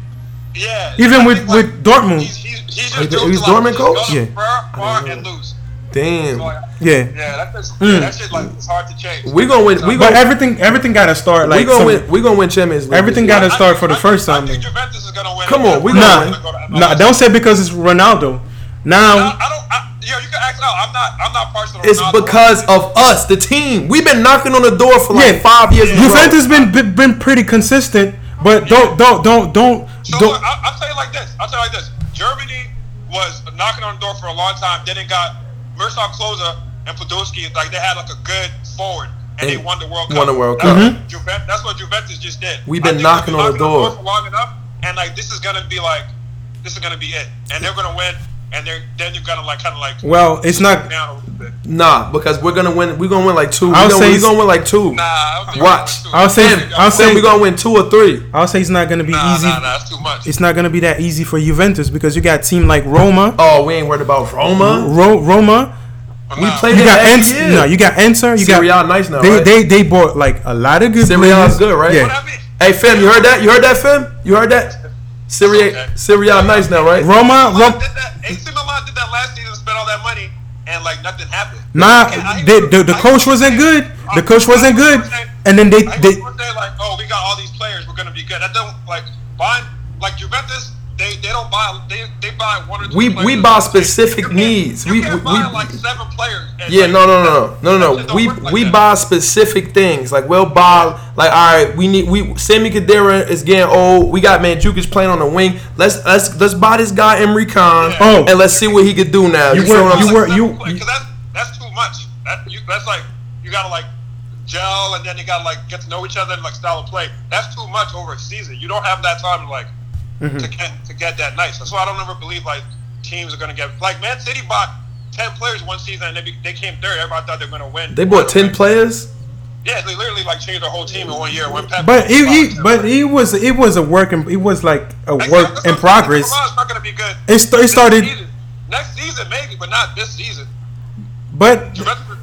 Speaker 6: yeah,
Speaker 2: Even
Speaker 6: I
Speaker 2: with,
Speaker 6: think, like,
Speaker 2: with Dortmund,
Speaker 6: he's, he's, he's
Speaker 1: He-
Speaker 6: just doomed
Speaker 1: he's
Speaker 6: to, like,
Speaker 1: Dortmund
Speaker 6: just go
Speaker 1: coach?
Speaker 6: to
Speaker 2: Yeah.
Speaker 6: Far, far and lose.
Speaker 1: Damn.
Speaker 6: Like,
Speaker 2: yeah. Hmm.
Speaker 6: yeah, that just, yeah, that shit like it's hard to change.
Speaker 1: We gonna win. We
Speaker 2: But
Speaker 1: gonna,
Speaker 2: everything everything gotta start like
Speaker 1: we gonna
Speaker 2: some-
Speaker 1: win. We gonna win Champions League.
Speaker 2: Everything
Speaker 1: this year.
Speaker 2: got to
Speaker 6: I
Speaker 2: start
Speaker 6: think-
Speaker 2: for the
Speaker 6: I
Speaker 2: first
Speaker 6: think-
Speaker 2: time.
Speaker 6: I think
Speaker 2: then.
Speaker 6: Juventus is gonna win.
Speaker 1: Come on, we
Speaker 6: Liverpool
Speaker 1: gonna
Speaker 6: is
Speaker 2: Nah,
Speaker 1: win.
Speaker 6: gonna go to MLS.
Speaker 2: nah, don't say because it's Ronaldo.
Speaker 6: I,
Speaker 2: Now,
Speaker 6: I don't. I, yo, you can ask out. I'm not. I'm not partial. to
Speaker 1: It's
Speaker 6: Ronaldo.
Speaker 1: because of us, the team. We've been knocking on the door for like five years. in a row.
Speaker 2: Juventus been been- been pretty consistent, but don't don't don't don't
Speaker 6: So
Speaker 2: don't.
Speaker 6: look, I, I'll tell you like this. I'll tell you like this. Germany was knocking on the door for a long time. Then it got Miroslav Klose and Podolski. Like they had like a good forward, and they,
Speaker 1: They
Speaker 6: won the World Cup.
Speaker 1: won the World
Speaker 6: That's,
Speaker 1: Cup. Mm-hmm.
Speaker 6: what Juven- that's what Juventus just did.
Speaker 1: We've
Speaker 6: I
Speaker 1: been
Speaker 6: think
Speaker 1: knocking on the door.
Speaker 6: for long enough, and like this is gonna be like, this is gonna be it, and they're gonna win, and they're then you're gonna like kind of like
Speaker 2: Well, it's not.
Speaker 6: down a little bit.
Speaker 1: Nah, because we're gonna win. We're gonna win like two.
Speaker 2: I'll
Speaker 1: We're gonna,
Speaker 2: say-
Speaker 1: we're gonna win like two.
Speaker 6: Nah, I don't think
Speaker 1: Watch.
Speaker 6: we're gonna do it.
Speaker 2: I'll say
Speaker 1: Sam,
Speaker 2: I'll
Speaker 1: Sam,
Speaker 2: say
Speaker 1: we're gonna win two or three.
Speaker 2: I'll say it's not gonna be
Speaker 6: Nah,
Speaker 2: easy.
Speaker 6: nah, nah, that's too much.
Speaker 2: It's not gonna be that easy for Juventus because you got a team like Roma,
Speaker 1: Oh, we ain't worried about Roma.
Speaker 2: Ro- Roma.
Speaker 1: We
Speaker 6: Nah.
Speaker 1: played
Speaker 2: You
Speaker 1: them
Speaker 2: got
Speaker 1: last
Speaker 2: Enter.
Speaker 1: year.
Speaker 2: No, you got Enter. You
Speaker 1: Serie A
Speaker 2: got
Speaker 1: nice now,
Speaker 2: they,
Speaker 1: right?
Speaker 2: they they bought like a lot of good.
Speaker 1: Serie A is
Speaker 2: players.
Speaker 1: good, right?
Speaker 2: Yeah.
Speaker 6: What I mean?
Speaker 1: Hey, fam, you heard that? You heard that, fam? You heard that? Serie
Speaker 6: Okay.
Speaker 1: Serie A nice now, right?
Speaker 2: Roma,
Speaker 6: Milan
Speaker 2: Roma.
Speaker 6: did that. AC Milan did that last season, spent all that money, and like nothing happened.
Speaker 2: Nah,
Speaker 6: Okay, I-
Speaker 2: the, the, the
Speaker 6: I-
Speaker 2: coach wasn't good. The coach wasn't good, and then they
Speaker 6: I
Speaker 2: they
Speaker 6: they say like, oh, we got all these players, we're gonna be good. That don't like buying like Juventus. They they don't buy they they buy one or two.
Speaker 1: We-
Speaker 6: players.
Speaker 1: we buy
Speaker 6: You
Speaker 1: specific
Speaker 6: can't-
Speaker 1: needs.
Speaker 6: You
Speaker 1: We-
Speaker 6: can't
Speaker 1: we-
Speaker 6: buy
Speaker 1: we-
Speaker 6: like seven players. and,
Speaker 1: Yeah,
Speaker 6: like,
Speaker 1: no, no, no,
Speaker 6: that-
Speaker 1: no, no,
Speaker 6: that
Speaker 1: no.
Speaker 6: shit don't
Speaker 1: We
Speaker 6: work like
Speaker 1: we
Speaker 6: that.
Speaker 1: buy specific things. Like we'll buy like all right, we need we Sammy Kadira is getting old. We got Manjukic playing on the wing. Let's let's let's buy this guy Emery Khan
Speaker 2: Oh.
Speaker 1: and let's see what he could do now. You,
Speaker 2: You
Speaker 1: feel
Speaker 2: were-
Speaker 1: what I'm
Speaker 2: you
Speaker 1: saying?
Speaker 2: were-
Speaker 6: Like,
Speaker 2: you-
Speaker 6: seven players, 'cause that's that's too much. That you that's like you gotta like gel and then you gotta like get to know each other and like style of play. That's too much over a season. You don't have that time to like
Speaker 2: Mm-hmm.
Speaker 6: to get to get that nice. That's why I don't ever believe like teams are gonna get like Man City bought ten players one season and they be, they came third. Everybody thought they were gonna win.
Speaker 1: They bought ten players.
Speaker 6: Yeah, they literally like changed the whole team in one year. When Pep
Speaker 2: But it,
Speaker 6: bought
Speaker 2: it
Speaker 6: 10
Speaker 2: but
Speaker 6: players.
Speaker 2: it was it was a work in, it was like a work
Speaker 6: Next year, that's
Speaker 2: in
Speaker 6: what I'm saying.
Speaker 2: progress.
Speaker 6: Tomorrow's not gonna be good.
Speaker 2: It sta- it
Speaker 6: This
Speaker 2: started-
Speaker 6: season. next season maybe, but not this season.
Speaker 2: But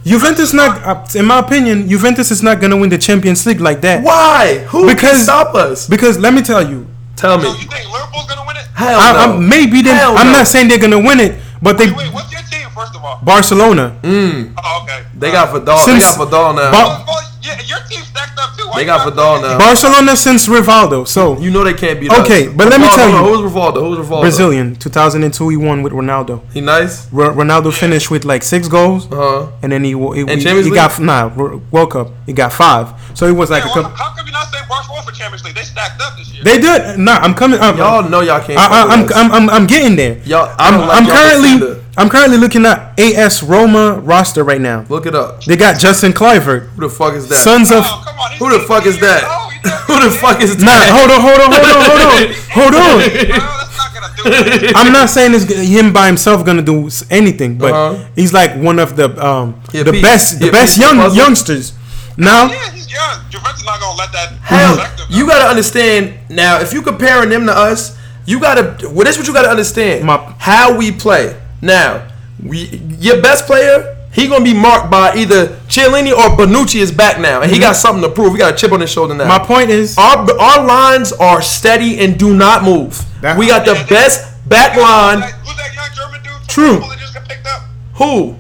Speaker 2: Juventus not uh, in my opinion Juventus is not gonna win the Champions League like that
Speaker 1: Why? Who can
Speaker 2: Because-
Speaker 1: stop us?
Speaker 2: because let me tell you
Speaker 1: Tell me.
Speaker 6: So you think Liverpool's gonna win it?
Speaker 1: Hell
Speaker 2: I,
Speaker 1: no.
Speaker 2: I'm, maybe they
Speaker 1: Hell no.
Speaker 2: I'm not saying they're gonna win it but they
Speaker 6: Wait, wait, what's your team first of all?
Speaker 2: Barcelona
Speaker 1: Mm.
Speaker 6: Oh, okay.
Speaker 1: They got Vidal. They
Speaker 2: Since-
Speaker 1: got Vidal now.
Speaker 2: Ba-
Speaker 6: Well, well, yeah, your team's stacked up too. Why
Speaker 1: They
Speaker 6: you
Speaker 1: got
Speaker 6: not-
Speaker 1: Vidal now.
Speaker 2: Barcelona since Rivaldo so
Speaker 1: you know they can't beat
Speaker 2: Okay,
Speaker 1: us.
Speaker 2: but let me
Speaker 1: Rivaldo,
Speaker 2: tell
Speaker 1: hold on.
Speaker 2: you.
Speaker 1: who's Rivaldo? Who's Rivaldo?
Speaker 2: Brazilian 2002 he won with Ronaldo
Speaker 1: He nice.
Speaker 2: R- Ronaldo finished with like six goals
Speaker 1: Uh huh.
Speaker 2: and then he wa- he, he,
Speaker 1: Champions
Speaker 2: he
Speaker 1: League?
Speaker 2: got nah R- World Cup he got five so it was like
Speaker 6: Hey,
Speaker 2: a
Speaker 6: well,
Speaker 2: couple
Speaker 6: how come you not saying Barcelona for Champions League? They stacked up this year.
Speaker 2: they did nah I'm coming I'm,
Speaker 1: Y'all know y'all can't.
Speaker 2: I,
Speaker 1: fuck
Speaker 2: I, I'm,
Speaker 1: with us.
Speaker 2: I'm, I'm, I'm getting there.
Speaker 1: Y'all- I
Speaker 2: I'm,
Speaker 1: don't like
Speaker 2: I'm
Speaker 1: y'all
Speaker 2: currently
Speaker 1: defender.
Speaker 2: I'm currently looking at AS Roma roster right now.
Speaker 1: Look it up.
Speaker 2: They got Justin Clivert,
Speaker 1: Who the fuck is that?
Speaker 2: sons of.
Speaker 6: Oh, come on, he's
Speaker 1: Who the
Speaker 6: 18
Speaker 1: fuck is
Speaker 6: years
Speaker 1: that?
Speaker 6: old. He's not
Speaker 1: Who the
Speaker 6: gonna
Speaker 1: fuck
Speaker 6: win.
Speaker 1: is
Speaker 2: Nah,
Speaker 1: that?
Speaker 2: hold on, hold on, hold on, hold on, hold on.
Speaker 6: Well, that's not gonna do it.
Speaker 2: I'm not saying it's g- him by himself gonna do s- anything, but
Speaker 1: Uh-huh.
Speaker 2: he's like one of the um
Speaker 1: Yeah,
Speaker 2: the
Speaker 1: Pete.
Speaker 2: best the
Speaker 1: Yeah,
Speaker 2: best
Speaker 1: Pete,
Speaker 2: young
Speaker 1: puzzle.
Speaker 2: youngsters. Now
Speaker 6: Yeah, he's young. Juventus not gonna let that
Speaker 1: Hell,
Speaker 6: affect him.
Speaker 1: you gotta understand now. If you comparing them to us, you gotta. Well, that's what you gotta understand.
Speaker 2: My-
Speaker 1: how we play now. We your best player. He gonna be marked by either Chiellini or Bonucci is back now, and he got something to prove. He got a chip on his shoulder now.
Speaker 2: Mm-hmm. my point is
Speaker 1: Our our lines are steady and do not move.
Speaker 2: That-
Speaker 1: we got the best back line.
Speaker 6: Who's that young German dude? from
Speaker 2: True.
Speaker 6: Liverpool that just got picked up?
Speaker 1: Who?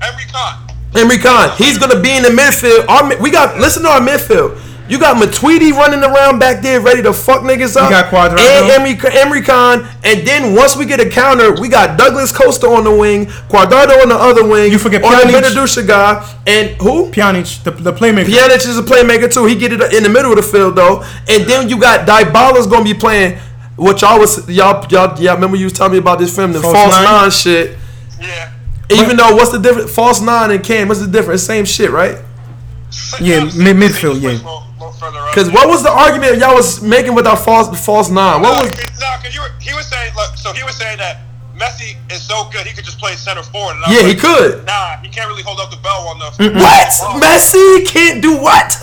Speaker 6: Henry Kahn.
Speaker 1: Henry Khan. He's gonna be in the midfield. Our mi- we got listen to our midfield. You got Matuidi running around back there, ready to fuck niggas up.
Speaker 2: got Cuadrado.
Speaker 1: and Emery, Emery Khan. And then once we get a counter, we got Douglas Costa on the wing, Cuadrado on the other wing.
Speaker 2: You forget
Speaker 1: on the
Speaker 2: Pjanic.
Speaker 1: Benedusha guy, and who?
Speaker 2: Pjanic, the, the playmaker.
Speaker 1: Pjanic is a playmaker too. He get it in the middle of the field though. And then you got Dybala's gonna be playing. What y'all was y'all y'all y'all remember you was telling me about this film, the
Speaker 2: False
Speaker 1: false,
Speaker 2: nine?
Speaker 1: nine. shit.
Speaker 6: Yeah.
Speaker 1: Even though what's the difference? False nine and Cam, what's the difference? Same shit, right?
Speaker 2: Yeah,
Speaker 6: They just
Speaker 2: mid- midfield, yeah.
Speaker 6: went a little- little further up.
Speaker 1: Because what was the argument y'all was making with our false false nine?
Speaker 6: No,
Speaker 1: What was
Speaker 6: cause, no, 'cause you were, he was saying, look, so he was saying that Messi is so good he could just play center forward. And I was
Speaker 1: Yeah, he
Speaker 6: like,
Speaker 1: could.
Speaker 6: Nah, he can't really hold up the bell well enough.
Speaker 1: what
Speaker 6: Well,
Speaker 1: Messi can't do what?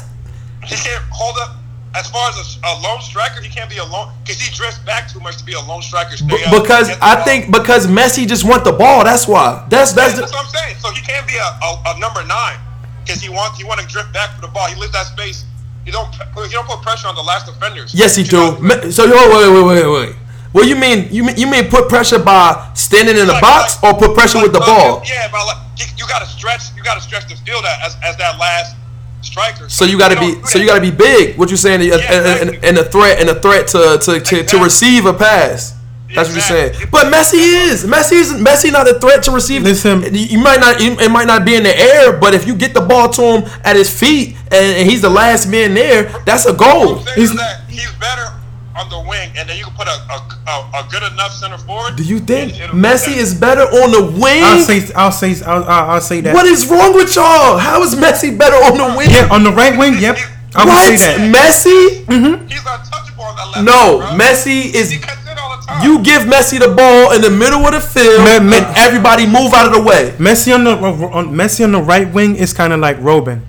Speaker 6: He can't hold up. As far as a, a lone striker, he can't be a lone because he drifts back too much to be a lone striker. Stay
Speaker 1: B-
Speaker 6: up,
Speaker 1: because
Speaker 6: get the
Speaker 1: I
Speaker 6: ball.
Speaker 1: think because Messi just want the ball. That's why. That's
Speaker 6: Yeah,
Speaker 1: that's.
Speaker 6: that's, what I'm saying. So he can't be a, a, a number nine because he wants he want to drift back for the ball. He leaves that space. You don't you don't put pressure on the last defenders.
Speaker 1: yes, he
Speaker 6: You
Speaker 1: do.
Speaker 6: know,
Speaker 1: Me- So yo, wait, wait, wait, wait, wait. What you mean? You mean you mean put pressure by standing in the
Speaker 6: like-
Speaker 1: box
Speaker 6: like-
Speaker 1: or put pressure with the
Speaker 6: like,
Speaker 1: ball?
Speaker 6: Yeah, but like, you, you gotta stretch. You gotta stretch the field out as, as that last striker.
Speaker 1: So you gotta be so you gotta be big. What you saying? And, and, and,
Speaker 6: exactly.
Speaker 1: and a threat and a threat to to to, to
Speaker 6: Exactly.
Speaker 1: receive a pass. That's what you're saying.
Speaker 6: Exactly.
Speaker 1: But Messi is Messi is Messi not a threat to receive.
Speaker 2: Listen.
Speaker 1: you you might not it, it might not be in the air, but if you get the ball to him at his feet and, and he's the last man there, that's a
Speaker 6: What
Speaker 1: goal.
Speaker 6: I'm saying
Speaker 2: He's-
Speaker 6: is that he's better on the wing, and then you can put a a, a, a good enough center forward.
Speaker 1: Do you think
Speaker 6: and it'll be
Speaker 1: Messi
Speaker 6: better.
Speaker 1: is better on the wing?
Speaker 2: I'll say I'll say I'll, I'll, I'll say that.
Speaker 1: what is wrong with y'all? How is Messi better on the wing?
Speaker 2: Yeah, on the right wing. Yep, I would
Speaker 1: what?
Speaker 2: say that.
Speaker 1: Messi?
Speaker 2: Mm-hmm.
Speaker 6: He's untouchable on that left.
Speaker 1: No,
Speaker 6: wing, bruh.
Speaker 1: Messi is
Speaker 6: He cuts in all the time.
Speaker 1: You give Messi the ball in the middle of the field,
Speaker 2: Me- me-
Speaker 1: and everybody move out of the way.
Speaker 2: Messi on the uh, on Messi on the right wing is kind of like Robin.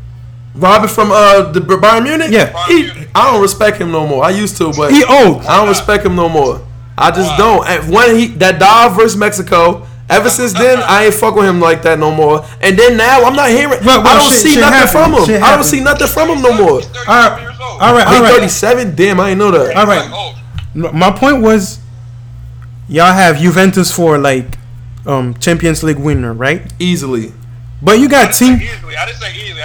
Speaker 1: Robin from uh the B- Bayern Munich.
Speaker 2: Yeah.
Speaker 1: he, I don't respect him no more. I used to, but
Speaker 2: He old.
Speaker 1: I don't respect him no more. I just don't. And when he that dive versus Mexico. Ever since then, I ain't fuck with him like that no more. And then now, I'm not hearing.
Speaker 2: Well, well,
Speaker 1: I don't
Speaker 2: shit-
Speaker 1: see
Speaker 2: shit
Speaker 1: nothing
Speaker 2: happened.
Speaker 1: from him.
Speaker 2: Shit
Speaker 1: I don't
Speaker 2: happened.
Speaker 1: see nothing from him no more.
Speaker 6: He's 37
Speaker 2: All right,
Speaker 6: years old.
Speaker 2: all right,
Speaker 1: He
Speaker 2: all right.
Speaker 1: 37. Damn, I ain't know that.
Speaker 2: All
Speaker 6: Like,
Speaker 2: right.
Speaker 6: oh,
Speaker 2: M- My point was, y'all have Juventus for like um Champions League winner, right?
Speaker 1: Easily,
Speaker 2: But you
Speaker 6: I
Speaker 2: got
Speaker 6: didn't say
Speaker 2: team.
Speaker 6: easily. I didn't say easily. I said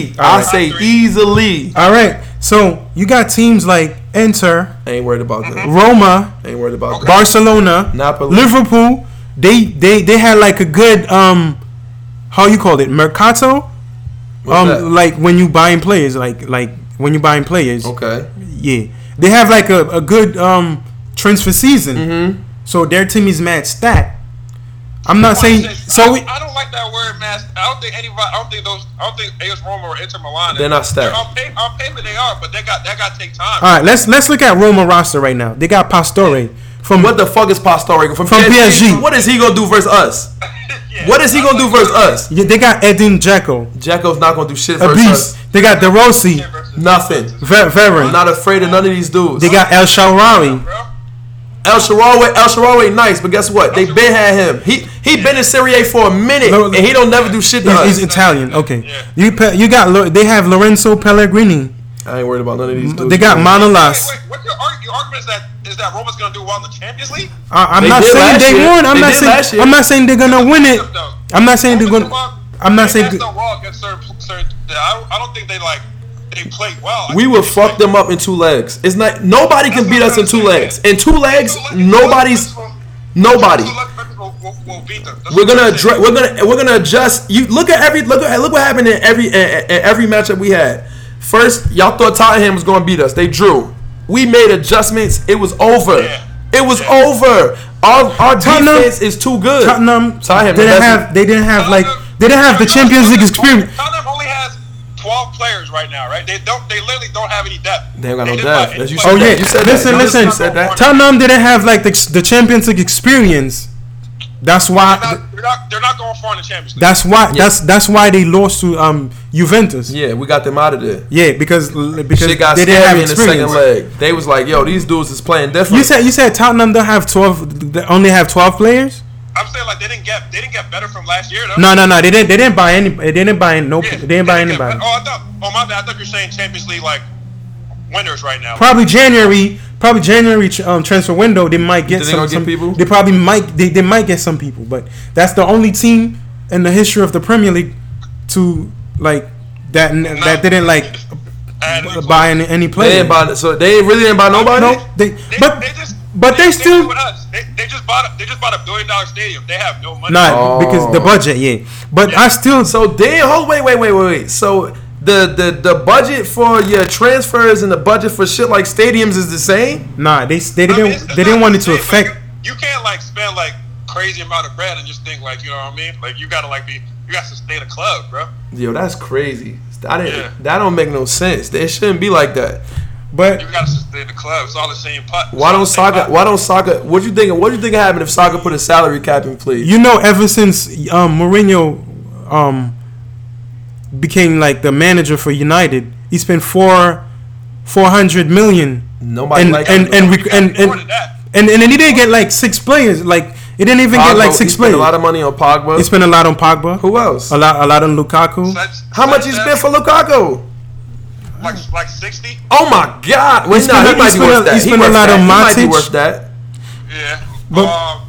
Speaker 1: easily.
Speaker 6: top
Speaker 1: I
Speaker 6: three.
Speaker 1: say
Speaker 6: Top three.
Speaker 1: easily.
Speaker 2: All right, so you got teams like Inter,
Speaker 1: I ain't worried about that.
Speaker 2: Roma,
Speaker 1: I ain't worried about that.
Speaker 2: Barcelona,
Speaker 1: Napoli.
Speaker 2: Liverpool. They they they had like a good um, how you call it mercato.
Speaker 1: What's
Speaker 2: um,
Speaker 1: that?
Speaker 2: like when you buying players, like like when you buying players.
Speaker 1: Okay.
Speaker 2: Yeah, they have like a, a good um transfer season.
Speaker 1: Mm-hmm.
Speaker 2: So their team is mad stat. I'm not saying so. We,
Speaker 6: I, I don't like that word, man. I don't think anybody. I don't think those. I don't think AS Roma or Inter Milan.
Speaker 1: They're not stacked.
Speaker 6: On, pa- on paper, they are, but they got that got to take time.
Speaker 2: all right, let's let's look at Roma roster right now. They got Pastore from
Speaker 1: What the fuck is Pastore from,
Speaker 2: From PSG.
Speaker 1: What is he gonna do versus us?
Speaker 6: Yeah.
Speaker 1: What is he gonna do versus us?
Speaker 2: yeah, they got Edin Dzeko,
Speaker 1: Jacko's not gonna do shit
Speaker 2: a
Speaker 1: versus
Speaker 2: beast.
Speaker 1: us.
Speaker 2: They got DeRossi,
Speaker 1: Nothing.
Speaker 2: Ver-
Speaker 1: I'm
Speaker 2: Veron.
Speaker 1: not afraid of none of these dudes.
Speaker 2: They got El Shaarawy.
Speaker 6: bro?
Speaker 1: El Shaarawy. El Shaarawy, nice, but guess what? They been had him. He he been in Serie A for a minute,
Speaker 2: No,
Speaker 1: and he don't never do shit to
Speaker 2: He's, he's
Speaker 1: us.
Speaker 2: Italian. Okay,
Speaker 6: Yeah.
Speaker 2: you pe- you got Lo- they have Lorenzo Pellegrini.
Speaker 1: I ain't worried about none of these dudes.
Speaker 2: They got
Speaker 6: Wait,
Speaker 2: Manolas.
Speaker 6: wait, what's your, arg- your argument? Is that is that Roma's gonna do well in the Champions League?
Speaker 2: I, I'm
Speaker 1: They
Speaker 2: not
Speaker 1: did
Speaker 2: saying
Speaker 1: last
Speaker 2: they
Speaker 1: year.
Speaker 2: won. I'm
Speaker 1: They
Speaker 2: not
Speaker 1: did last
Speaker 2: saying
Speaker 1: year.
Speaker 2: I'm not saying they're gonna win it.
Speaker 6: Though.
Speaker 2: I'm not saying they're
Speaker 6: Roma's
Speaker 2: gonna.
Speaker 6: well-
Speaker 2: I'm
Speaker 6: and
Speaker 2: not saying.
Speaker 6: that's
Speaker 2: they're-
Speaker 6: the wall against certain, certain- I, don't, I don't think they like they played well. I
Speaker 1: We
Speaker 6: think
Speaker 1: will
Speaker 6: they
Speaker 1: fuck
Speaker 6: played-
Speaker 1: them up in two legs. It's not nobody can beat us in two legs. In two legs, nobody's nobody.
Speaker 6: Will, will, will beat them. That's
Speaker 1: We're
Speaker 6: what
Speaker 1: gonna
Speaker 6: I'm saying.
Speaker 1: address. We're gonna we're gonna adjust. You look at every look at look what happened in every in, in every matchup we had. First, y'all thought Tottenham was gonna beat us. They drew. We made adjustments. It was over.
Speaker 6: Yeah.
Speaker 1: It was over. Our our
Speaker 2: Tottenham-
Speaker 1: defense is too good.
Speaker 2: Tottenham
Speaker 1: Tottenham the
Speaker 2: didn't
Speaker 1: best-
Speaker 2: have. They didn't have like.
Speaker 6: Tottenham-
Speaker 2: They didn't have the
Speaker 6: Tottenham-
Speaker 2: Champions League
Speaker 6: Tottenham-
Speaker 2: experience.
Speaker 6: Tottenham only has 12 players right now, right? They don't. They literally don't have any depth.
Speaker 1: They don't got no
Speaker 6: just
Speaker 1: depth.
Speaker 6: like-
Speaker 1: That's you
Speaker 6: like-
Speaker 1: said
Speaker 2: Oh
Speaker 1: that.
Speaker 2: yeah,
Speaker 1: You said that.
Speaker 2: listen,
Speaker 1: You
Speaker 2: listen.
Speaker 1: said that.
Speaker 2: Tottenham didn't have like the, the Champions League experience. That's
Speaker 6: They're
Speaker 2: why.
Speaker 6: not, they're not. They're not going far in the Champions League.
Speaker 2: That's why. That's that's why they lost to um Juventus. Yeah,
Speaker 1: Yeah, we got them out of there.
Speaker 2: because because
Speaker 1: Shit got
Speaker 2: they didn't have
Speaker 1: scary in the second
Speaker 2: experience.
Speaker 1: leg. They was like, "Yo, these dudes is playing different."
Speaker 2: You said you said Tottenham don't have twelve. They only have twelve players.
Speaker 6: I'm saying like they didn't get. They didn't get better from last year. Though.
Speaker 2: No, no, no. They didn't. They didn't buy any. They didn't buy no.
Speaker 6: Yeah,
Speaker 2: They didn't buy
Speaker 6: get
Speaker 2: anybody.
Speaker 6: better. Oh, I thought. Oh my bad. I thought you were saying Champions League like winners right now.
Speaker 2: Probably January. Probably January um, transfer window. They might get
Speaker 1: think they
Speaker 2: some,
Speaker 1: gonna get
Speaker 2: some-
Speaker 1: people?
Speaker 2: They probably might. They, they might get some people. But that's the only team in the history of the Premier League to like that that didn't like
Speaker 6: And they-
Speaker 2: buy any, any
Speaker 1: they
Speaker 2: player.
Speaker 1: ain't buy, so they ain't really didn't buy nobody.
Speaker 2: no, they,
Speaker 6: they,
Speaker 2: but
Speaker 6: they just.
Speaker 2: but they,
Speaker 6: do
Speaker 2: still
Speaker 6: with us. They, they just bought. A, they just bought a billion dollar stadium. They have no money.
Speaker 2: not
Speaker 1: Oh.
Speaker 2: because the budget. Yeah, but I still.
Speaker 1: So damn, hold wait, wait, wait, wait, wait. So the the the budget for your transfers and the budget for shit like stadiums is the same.
Speaker 2: Nah, they they
Speaker 6: I mean,
Speaker 2: didn't
Speaker 6: it's- it's
Speaker 2: they didn't
Speaker 6: not
Speaker 2: want
Speaker 6: the
Speaker 2: it to
Speaker 6: same, like,
Speaker 2: affect.
Speaker 6: You, you can't like spend like crazy amount of bread and just think like you know what I mean. Like you gotta like be you gotta sustain a club, bro.
Speaker 1: Yo, that's crazy. I didn't,
Speaker 6: Yeah.
Speaker 1: That don't make no sense. It shouldn't be like that.
Speaker 2: But
Speaker 6: You gotta sustain the club. It's all the same pot. It's
Speaker 1: Why
Speaker 6: all
Speaker 1: don't
Speaker 6: the same
Speaker 1: Saga?
Speaker 6: pot.
Speaker 1: Why don't Saga? What you think? What you think happened if Saga put a salary cap in place?
Speaker 2: You know, ever since um, Mourinho um, became like the manager for United, he spent four four hundred million.
Speaker 1: Nobody
Speaker 2: and
Speaker 1: like
Speaker 2: and
Speaker 1: him.
Speaker 2: and, we- and, and,
Speaker 6: More than that.
Speaker 2: and and and he didn't get like six players. Like it didn't even get like
Speaker 1: Pogba,
Speaker 2: six
Speaker 1: he spent
Speaker 2: players.
Speaker 1: a lot of money on Pogba.
Speaker 2: he spent a lot on Pogba.
Speaker 1: Who else?
Speaker 2: A lot, a lot on Lukaku.
Speaker 6: That's-
Speaker 1: How much
Speaker 6: that's
Speaker 1: he spent
Speaker 6: that-
Speaker 1: for Lukaku?
Speaker 6: Like like sixty.
Speaker 1: Oh my God! Wait,
Speaker 2: spent
Speaker 1: nah,
Speaker 2: a-
Speaker 1: he
Speaker 2: he
Speaker 1: might be
Speaker 2: spent a-
Speaker 1: worth that.
Speaker 2: he spent a
Speaker 1: worth
Speaker 2: lot
Speaker 1: that.
Speaker 2: on
Speaker 1: He might
Speaker 2: Matic.
Speaker 1: be worth that.
Speaker 6: Yeah.
Speaker 2: But-
Speaker 6: um,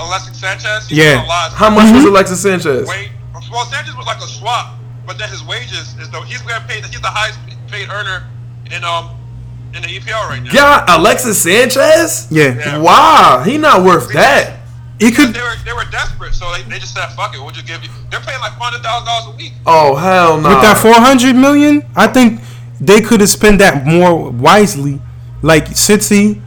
Speaker 6: Alexis Sanchez. He
Speaker 2: Yeah.
Speaker 6: spent a lot.
Speaker 1: How much
Speaker 2: Mm-hmm.
Speaker 1: was Alexis Sanchez?
Speaker 6: Wait. Well, Sanchez was like a swap, but then his wages is though he's gonna pay. He's the highest paid earner in um in the EPL right now.
Speaker 1: Yeah, Alexis Sanchez.
Speaker 2: Yeah.
Speaker 6: Yeah.
Speaker 1: Wow, he not worth that.
Speaker 2: He could.
Speaker 6: They were they were desperate, so they, they just said, "Fuck it, we'll just give you." They're paying like one hundred thousand dollars a week.
Speaker 1: Oh hell no.
Speaker 2: With that 400 million, I think they could have spent that more wisely, like City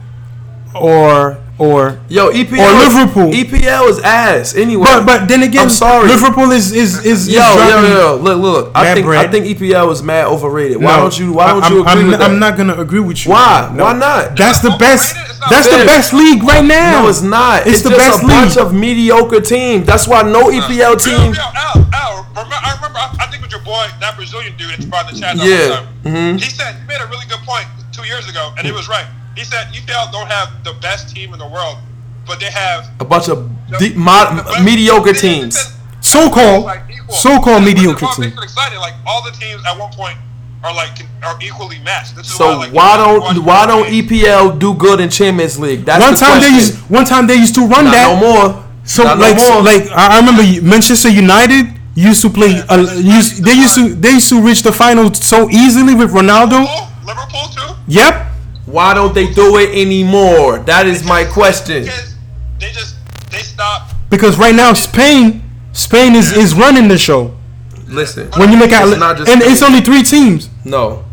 Speaker 2: or or.
Speaker 1: Yo, EPL
Speaker 2: Or
Speaker 1: is-
Speaker 2: Liverpool.
Speaker 1: EPL is ass anyway.
Speaker 2: But but then again,
Speaker 1: I'm sorry.
Speaker 2: Liverpool is is is, is
Speaker 1: Yo, yo,
Speaker 2: dropping-
Speaker 1: yo, yo, look, look. I
Speaker 2: Mad
Speaker 1: think I
Speaker 2: bread.
Speaker 1: think EPL is mad overrated. Why
Speaker 2: No,
Speaker 1: don't you Why don't
Speaker 2: I-
Speaker 1: you
Speaker 2: I'm,
Speaker 1: agree
Speaker 2: I'm
Speaker 1: with
Speaker 2: not,
Speaker 1: that?
Speaker 2: I'm not gonna agree with you.
Speaker 1: Why?
Speaker 2: No.
Speaker 1: Why not?
Speaker 2: That's the best.
Speaker 6: Overrated? It's not
Speaker 2: That's the
Speaker 1: fair.
Speaker 2: best league right now.
Speaker 1: no, it's not.
Speaker 2: It's, the
Speaker 1: just
Speaker 2: best
Speaker 1: a bunch
Speaker 2: league.
Speaker 1: of mediocre teams. That's why no EPL
Speaker 6: Real,
Speaker 1: team.
Speaker 6: real, Al, Al, remember, I remember, I, I think with your boy, that Brazilian dude that's probably in the chat. that
Speaker 1: Yeah. mm-hmm.
Speaker 6: one time, He said, he made a really good point two years ago, and he was right. He said, EPL don't have the best team in the world, but they have.
Speaker 1: A bunch of
Speaker 6: the-
Speaker 1: deep, mod,
Speaker 6: the best-
Speaker 1: mediocre
Speaker 6: they- they
Speaker 1: teams.
Speaker 6: said,
Speaker 2: so called,
Speaker 6: like, equal.
Speaker 2: so called
Speaker 6: This is
Speaker 2: Oh, mediocre
Speaker 6: what makes
Speaker 2: team.
Speaker 6: it exciting. Like, all the teams at one point are like can- are equally matched. This is
Speaker 1: So
Speaker 6: like,
Speaker 1: why
Speaker 6: you
Speaker 1: don't
Speaker 6: watch
Speaker 1: why don't E
Speaker 6: games.
Speaker 1: EPL do good in Champions League? That's
Speaker 2: One
Speaker 1: the
Speaker 2: time they
Speaker 1: question.
Speaker 2: used, one time they used to run
Speaker 1: Not
Speaker 2: that.
Speaker 1: no more.
Speaker 2: So
Speaker 1: Not
Speaker 2: like,
Speaker 1: no more.
Speaker 2: like I I remember you- Manchester United used to play. Uh, used, they used to they used to reach the final so easily with Ronaldo.
Speaker 6: Liverpool, Oh, Liverpool too?
Speaker 2: Yep.
Speaker 1: why don't they do it anymore? That is my question.
Speaker 6: Because they just they stop.
Speaker 2: Because right now Spain, Spain is, is running the show.
Speaker 1: Listen,
Speaker 2: When you look at
Speaker 1: It's not just
Speaker 2: and
Speaker 1: Spain.
Speaker 2: it's only three teams.
Speaker 1: no.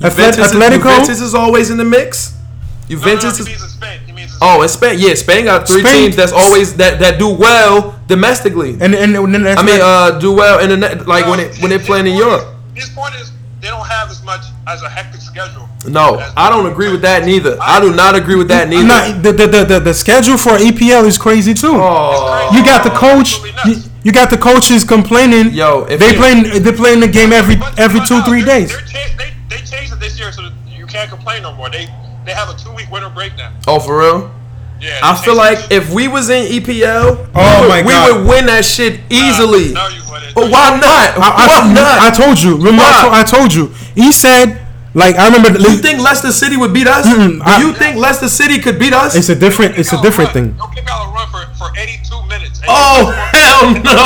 Speaker 2: Atlet-
Speaker 1: Juventus, Juventus
Speaker 2: Atletico.
Speaker 1: is always in the mix.
Speaker 6: No, no, no,
Speaker 1: Juventus
Speaker 6: he
Speaker 1: is
Speaker 6: means in Spain. He means in
Speaker 1: Oh, and Spain, yeah, Spain got three
Speaker 2: Spain-
Speaker 1: teams that's always that that do well domestically.
Speaker 2: And and, and then
Speaker 1: I mean, uh, do well in the ne- like when it when they're playing in
Speaker 6: His point
Speaker 1: Europe.
Speaker 6: is- His point is they don't have as much as a hectic schedule.
Speaker 1: No,
Speaker 6: As-
Speaker 1: I don't agree with that neither. I do not agree with that
Speaker 2: I'm
Speaker 1: uh, neither.
Speaker 2: not, the, the, the, the, the schedule for EPL is crazy too.
Speaker 1: Oh,
Speaker 2: You got the coach.
Speaker 6: Absolutely
Speaker 2: You,
Speaker 6: nuts.
Speaker 2: you got the coaches complaining.
Speaker 1: Yo, if
Speaker 2: they
Speaker 1: you-
Speaker 2: playing they playing the game every
Speaker 6: But-
Speaker 2: every
Speaker 6: but
Speaker 2: two
Speaker 6: no,
Speaker 2: three
Speaker 6: they're-
Speaker 2: days.
Speaker 6: They're cha- they they changed it this year, so that you can't complain no more. They they have a two week winter break now.
Speaker 1: oh, for real.
Speaker 6: Yeah,
Speaker 1: I
Speaker 6: they
Speaker 1: feel
Speaker 6: changed
Speaker 1: like
Speaker 6: it.
Speaker 1: if we was in EPL,
Speaker 2: Oh
Speaker 1: we,
Speaker 2: my
Speaker 1: would, we
Speaker 2: God.
Speaker 1: would win that shit easily.
Speaker 6: No, you wouldn't.
Speaker 1: But Oh, why not?
Speaker 2: I,
Speaker 1: why
Speaker 2: I,
Speaker 1: not?
Speaker 2: I told you. Remember,
Speaker 1: Why?
Speaker 2: I, to- I told you. He said, like I remember.
Speaker 1: you think Leicester City would beat us? Do
Speaker 2: Mm-mm, Hmm, I-
Speaker 1: you think Leicester City could beat us?
Speaker 2: it's a different. It's a different thing.
Speaker 6: Don't give y'all a run for, for 82 minutes. And
Speaker 1: oh
Speaker 6: y'all-
Speaker 1: hell no!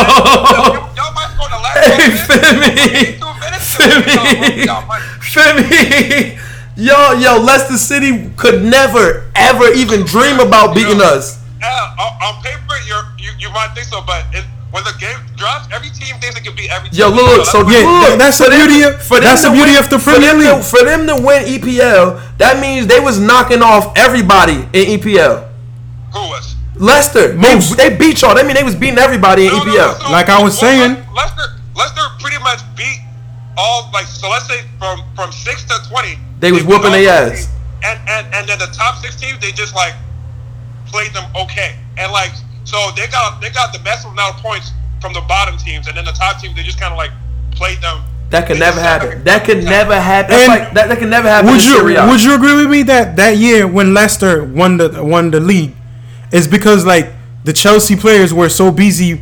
Speaker 6: Y'all, y'all might score the last
Speaker 1: Hey,
Speaker 6: 12
Speaker 1: Femi,
Speaker 6: minutes, 82 minutes,
Speaker 1: Femi,
Speaker 6: y'all might-
Speaker 1: Femi, yo, yo, Leicester City could never, ever even dream about beating us.
Speaker 6: Yeah, on, on paper, you're, you you might think so, but it, when the game drops, every team thinks it can be every team.
Speaker 1: Yo, look, look, so
Speaker 6: that's-
Speaker 2: Yeah,
Speaker 1: look,
Speaker 2: th- that's the
Speaker 1: for them-
Speaker 2: beauty of-
Speaker 1: for them
Speaker 2: that's
Speaker 1: to
Speaker 2: the beauty
Speaker 1: win-
Speaker 2: of the
Speaker 1: for
Speaker 2: Premier
Speaker 1: them to-
Speaker 2: League.
Speaker 1: For them to win EPL, that means they was knocking off everybody in E EPL.
Speaker 6: who was?
Speaker 1: Leicester, they,
Speaker 2: Most.
Speaker 1: they beat y'all. That mean they was beating everybody in
Speaker 6: No,
Speaker 2: E
Speaker 6: no,
Speaker 1: EPL.
Speaker 6: so-
Speaker 2: Like I was
Speaker 6: Le-
Speaker 2: saying-
Speaker 6: Leicester, Leicester pretty much beat all like so. Let's say from from six to twenty,
Speaker 1: They was
Speaker 6: beat
Speaker 1: whooping
Speaker 6: all
Speaker 1: they ass.
Speaker 6: those teams. And and and then the top six teams, they just like played them okay, and like so they got they got the best amount of points from the bottom teams, and then the top teams they just kind of like played them.
Speaker 1: That could
Speaker 6: They
Speaker 1: never
Speaker 6: just-
Speaker 1: happen. That could never happen. That's
Speaker 2: And
Speaker 1: like, that, that could never happen.
Speaker 2: Would
Speaker 1: in
Speaker 2: you
Speaker 1: Serie A.
Speaker 2: Would you agree with me that that year when Leicester won the won the league, it's because like the Chelsea players were so busy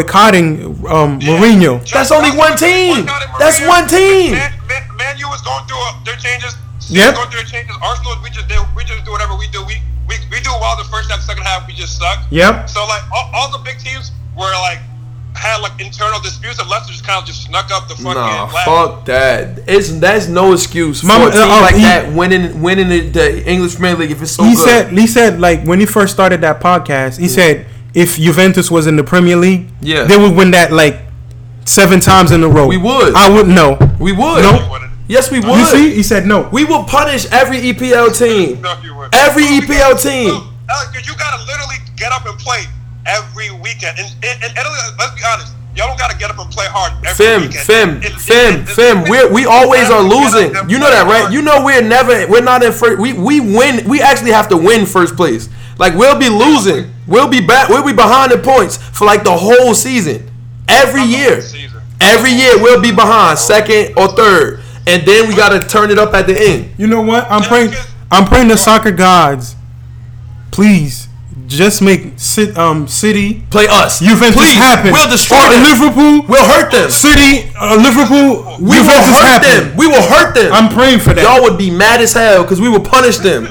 Speaker 2: boycotting um, Mourinho.
Speaker 1: That's only one team. That's one team.
Speaker 6: Man, man, man U was going through uh, their changes.
Speaker 2: Yep.
Speaker 6: Yep. Going through their changes. Arsenal, we just did, we just do whatever we do. We we, we do well the first half, second half, we just suck.
Speaker 2: Yep.
Speaker 6: So like all, all the big teams were like had like internal disputes, and Leicester just kind of just snuck up the fucking.
Speaker 1: Nah,
Speaker 6: last-
Speaker 1: fuck that. It's that's no excuse for
Speaker 2: Mama-
Speaker 1: a team
Speaker 2: uh, uh,
Speaker 1: like
Speaker 2: he-
Speaker 1: that winning winning the, the English Premier League if it's so
Speaker 2: he
Speaker 1: good.
Speaker 2: said he said like when he first started that podcast, he said if Juventus was in the Premier League,
Speaker 1: Yeah.
Speaker 2: they would win that like seven times in a row.
Speaker 1: We would.
Speaker 2: I wouldn't know.
Speaker 1: we would.
Speaker 2: No.
Speaker 6: You wouldn't.
Speaker 1: Yes, we would.
Speaker 2: You see, he said no.
Speaker 1: We will punish every EPL team.
Speaker 6: No, you wouldn't.
Speaker 1: Every
Speaker 6: No, you
Speaker 1: EPL
Speaker 6: gotta-
Speaker 1: team.
Speaker 6: no, Alex, 'cause you gotta literally get up and play every weekend. In, in, in Italy, let's be honest, y'all don't gotta get up and play hard every
Speaker 1: Fem,
Speaker 6: weekend.
Speaker 1: fem,
Speaker 6: It- it-
Speaker 1: fem,
Speaker 6: it- it-
Speaker 1: fem. We we always
Speaker 6: gotta
Speaker 1: are
Speaker 6: get up
Speaker 1: losing.
Speaker 6: and
Speaker 1: You know that,
Speaker 6: play
Speaker 1: right?
Speaker 6: hard.
Speaker 1: You know we're never we're not in first. We we win. We actually have to win first place. Like we'll be losing. We'll be back. We'll be behind in points for like the whole season. Every year,
Speaker 6: season.
Speaker 1: every year we'll be behind second or third, and then we gotta turn it up at the end.
Speaker 2: You know what? I'm
Speaker 6: Yeah,
Speaker 2: praying.
Speaker 6: because-
Speaker 2: I'm praying the soccer gods, please just make sit um city
Speaker 1: Play us,
Speaker 2: Juventus
Speaker 1: Please,
Speaker 2: happen.
Speaker 1: We'll destroy
Speaker 2: Or
Speaker 1: them.
Speaker 2: Liverpool.
Speaker 1: We'll hurt them.
Speaker 2: City uh, Liverpool.
Speaker 1: We will
Speaker 2: Juventus
Speaker 1: hurt
Speaker 2: happen.
Speaker 1: them. We will hurt them.
Speaker 2: I'm praying for that.
Speaker 1: Y'all would be mad as hell because we will punish them.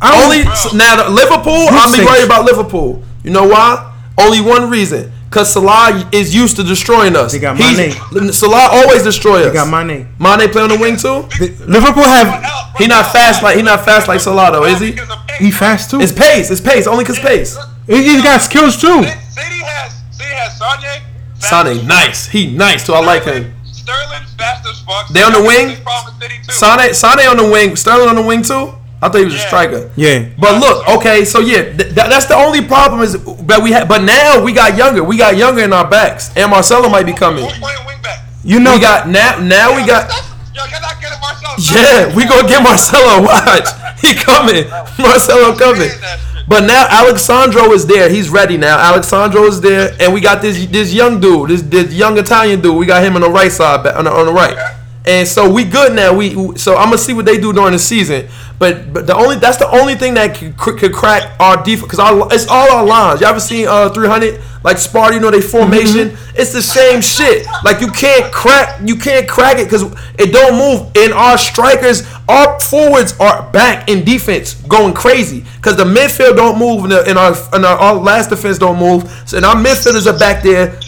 Speaker 2: I don't-
Speaker 1: Only now the- Liverpool.
Speaker 2: Group
Speaker 1: I'm be
Speaker 2: stage.
Speaker 1: worried about Liverpool. You know why? Only one reason. Cause Salah is used to destroying us.
Speaker 2: They got
Speaker 1: He's- Salah always destroy us.
Speaker 2: They got Mane.
Speaker 1: Mane play on the wing too.
Speaker 2: Liverpool have
Speaker 1: He not fast like he not fast like Salah though, is he?
Speaker 2: he fast too.
Speaker 1: It's pace. It's pace. Only cause pace.
Speaker 2: He- He's got skills too.
Speaker 6: City has City has Sanye.
Speaker 1: Sane nice. He nice too. I like him.
Speaker 6: Sterling fast as fuck.
Speaker 1: They on the wing?
Speaker 6: That's his problem with City, too.
Speaker 1: Sane Sane on the wing. Sterling on the wing too. I thought he was a
Speaker 6: Yeah.
Speaker 1: striker.
Speaker 2: Yeah.
Speaker 1: But look, okay, so yeah, th- th- that's the only problem is that we have. But now we got younger. We got younger in our backs, and Marcelo might be coming.
Speaker 6: Who's playing wing back?
Speaker 2: You know
Speaker 1: We got now. Now Oh, we got.
Speaker 6: Yo, you're not getting Marcelo.
Speaker 1: Yeah, we gonna get Marcelo. Watch, he coming. Marcelo coming. But now Alexandro is there. He's ready now. Alexandro is there, and we got this this young dude, this this young Italian dude. We got him on the right side, ba- on the, on the right. And so we good now. We so I'm gonna see what they do during the season. But but the only that's the only thing that could, cr- could crack our defense because it's all our lines. You ever seen uh 300 like Sparta? You know they formation. It's the same shit. Like you can't crack you can't crack it because it don't move. And our strikers, our forwards are back in defense going crazy because the midfield don't move and, the, and our and our, our last defense don't move. So and our midfielders are back there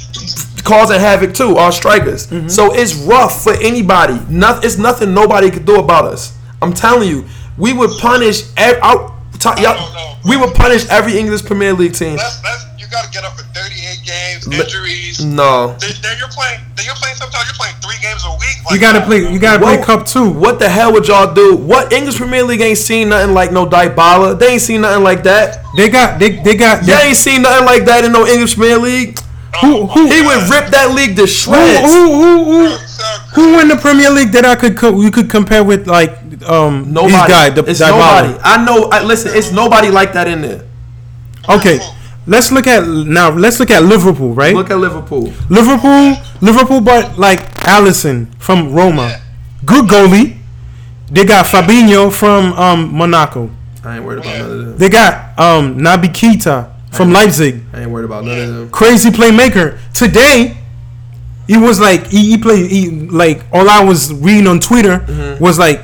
Speaker 1: causing havoc too. Our strikers.
Speaker 2: Mm-hmm.
Speaker 1: So it's rough for anybody. Nothing. It's nothing nobody could do about us. I'm telling you, we would punish. Ev- I, t- y'all, we would punish every English Premier League team.
Speaker 6: That's, that's, you got to get up for 38 games, injuries.
Speaker 1: No.
Speaker 6: Then, then you're playing. Then you're playing. Sometimes you're playing three games a week. Like,
Speaker 2: you gotta play. You gotta play
Speaker 1: What-
Speaker 2: cup too.
Speaker 1: What the hell would y'all do? What English Premier League ain't seen nothing like no Dybala. They ain't seen nothing like that.
Speaker 2: They got they they got
Speaker 1: They ain't seen nothing like that in no English Premier League.
Speaker 2: who
Speaker 6: Oh,
Speaker 2: who
Speaker 1: He would rip that league to
Speaker 2: who,
Speaker 1: shreds.
Speaker 2: who, who, who,
Speaker 6: Exactly.
Speaker 2: who in the Premier League that I could co- you could compare with like um
Speaker 1: Nobody.
Speaker 2: this guy the
Speaker 1: it's
Speaker 2: Dybala?
Speaker 1: nobody. I know. I, listen, it's nobody like that in there.
Speaker 2: Okay, let's look at now. Let's look at Liverpool, right?
Speaker 1: Look at Liverpool.
Speaker 2: Liverpool, Liverpool, but like Allison from Roma, good goalie. They got Fabinho from um, Monaco.
Speaker 1: I ain't worried about none of them.
Speaker 2: They got um, Nabi Keita from Leipzig.
Speaker 1: I ain't worried about none of them.
Speaker 2: Crazy playmaker. Today, he was like he, he played. He, like all I was reading on Twitter
Speaker 1: Mm-hmm.
Speaker 2: was like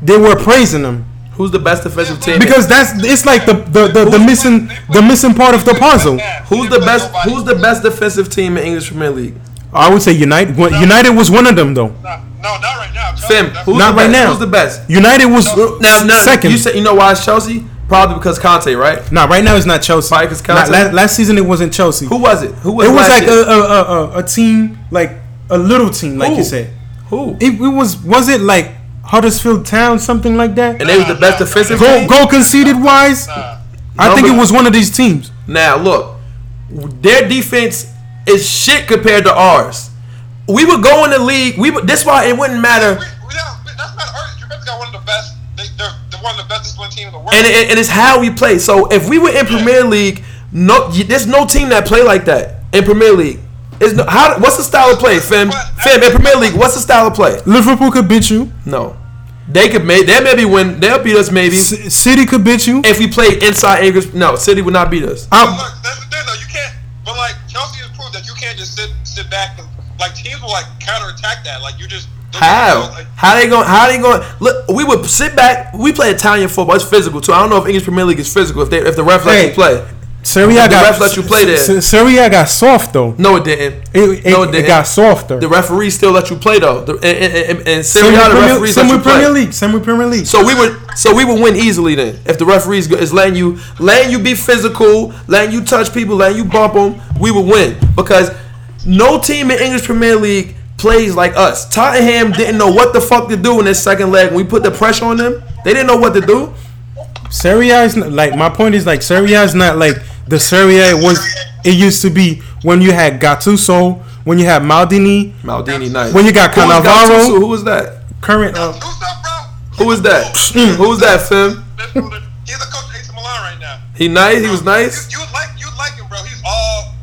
Speaker 2: they were praising him
Speaker 1: Who's the best defensive team?
Speaker 2: because that's it's like the the, the, the missing the missing part of the puzzle.
Speaker 1: who's the best? Who's the best defensive team in English Premier League?
Speaker 2: I would say United. United was one of them though.
Speaker 6: No, no, not right now. I'm telling
Speaker 1: Fim.
Speaker 6: you, that's-
Speaker 1: Who's
Speaker 2: Not
Speaker 1: the best?
Speaker 2: right now.
Speaker 1: Who's the best?
Speaker 2: United was uh,
Speaker 6: No.
Speaker 1: Now, now
Speaker 2: second.
Speaker 1: you said you know why it's Chelsea? Probably because Conte, right?
Speaker 2: Nah, right now it's not Chelsea.
Speaker 1: Why? 'Cause
Speaker 2: Nah, la-
Speaker 1: Conte-
Speaker 2: last, season it wasn't Chelsea.
Speaker 1: Who was it? Who was
Speaker 2: it was
Speaker 1: last
Speaker 2: like a,
Speaker 1: year?
Speaker 2: a, a, a, a team, like a little team, like
Speaker 1: Who?
Speaker 2: you said.
Speaker 1: who?
Speaker 2: It, it was was it like Huddersfield Town, something like that.
Speaker 1: And they was the best defensive
Speaker 2: goal
Speaker 1: team.
Speaker 2: goal conceded wise, I think it
Speaker 1: Number-
Speaker 2: was one of these teams.
Speaker 1: Now look, their defense is shit compared to ours. We would go in the league. We would, this why it wouldn't matter.
Speaker 6: We, we don't, that's not urgent. You guys got one of the best. They, they're, they're one of the best disciplined teams in the world.
Speaker 1: and, and, and it's how we play. So if we were in Premier League, no, y- there's no team that play like that in Premier League. It's no, how, what's the style of play, fam? Fam in Premier League, what's the style of play?
Speaker 2: Liverpool could beat you.
Speaker 1: No, they could may they maybe win. They'll beat us maybe
Speaker 2: C- City could beat you.
Speaker 1: if we played inside English. No, City would not beat us.
Speaker 6: But
Speaker 2: I,
Speaker 6: look, that's the thing though. You can't. But like Chelsea has proved that you can't just sit sit back. And, like teams will like counterattack that. Like you just
Speaker 1: How?
Speaker 6: Like,
Speaker 1: How they going? How they going? Look, we would sit back. We play Italian football. It's physical too. I don't know if English Premier League is physical. If they if the ref lets
Speaker 2: Hey.
Speaker 1: you play,
Speaker 2: Serie
Speaker 1: The
Speaker 2: A got
Speaker 1: refs let you play there.
Speaker 2: S- S- Serie A got soft though.
Speaker 1: no, it didn't.
Speaker 2: It, it,
Speaker 1: no,
Speaker 2: it got softer.
Speaker 1: The referee still let you play though. The, and, and, and, and Serie A,
Speaker 2: Same with
Speaker 1: the
Speaker 2: Premier-
Speaker 1: referees
Speaker 2: same
Speaker 1: let you
Speaker 2: with Premier
Speaker 1: play.
Speaker 2: League. Same with Premier League.
Speaker 1: So we would, so we would win easily then if the referees go- is letting you, letting you be physical, letting you touch people, letting you bump them. We would win because no team in English Premier League plays like us. Tottenham didn't know what the fuck to do in their second leg. When we put the pressure on them, they didn't know what to do.
Speaker 2: Serie A is not, like my point is like Serie A is not like the Serie A was it used to be when you had Gattuso, when you had Maldini,
Speaker 1: Maldini night.
Speaker 2: When you got
Speaker 1: Who was
Speaker 2: Cannavaro-
Speaker 1: Gattuso? who was that?
Speaker 2: current uh,
Speaker 6: Who's that, bro?
Speaker 1: Who was that? who was that, Fim?
Speaker 6: This dude, He's a coach at AC Milan right now.
Speaker 1: He nice. He was nice.
Speaker 6: You, you would like you would like him, bro. He's all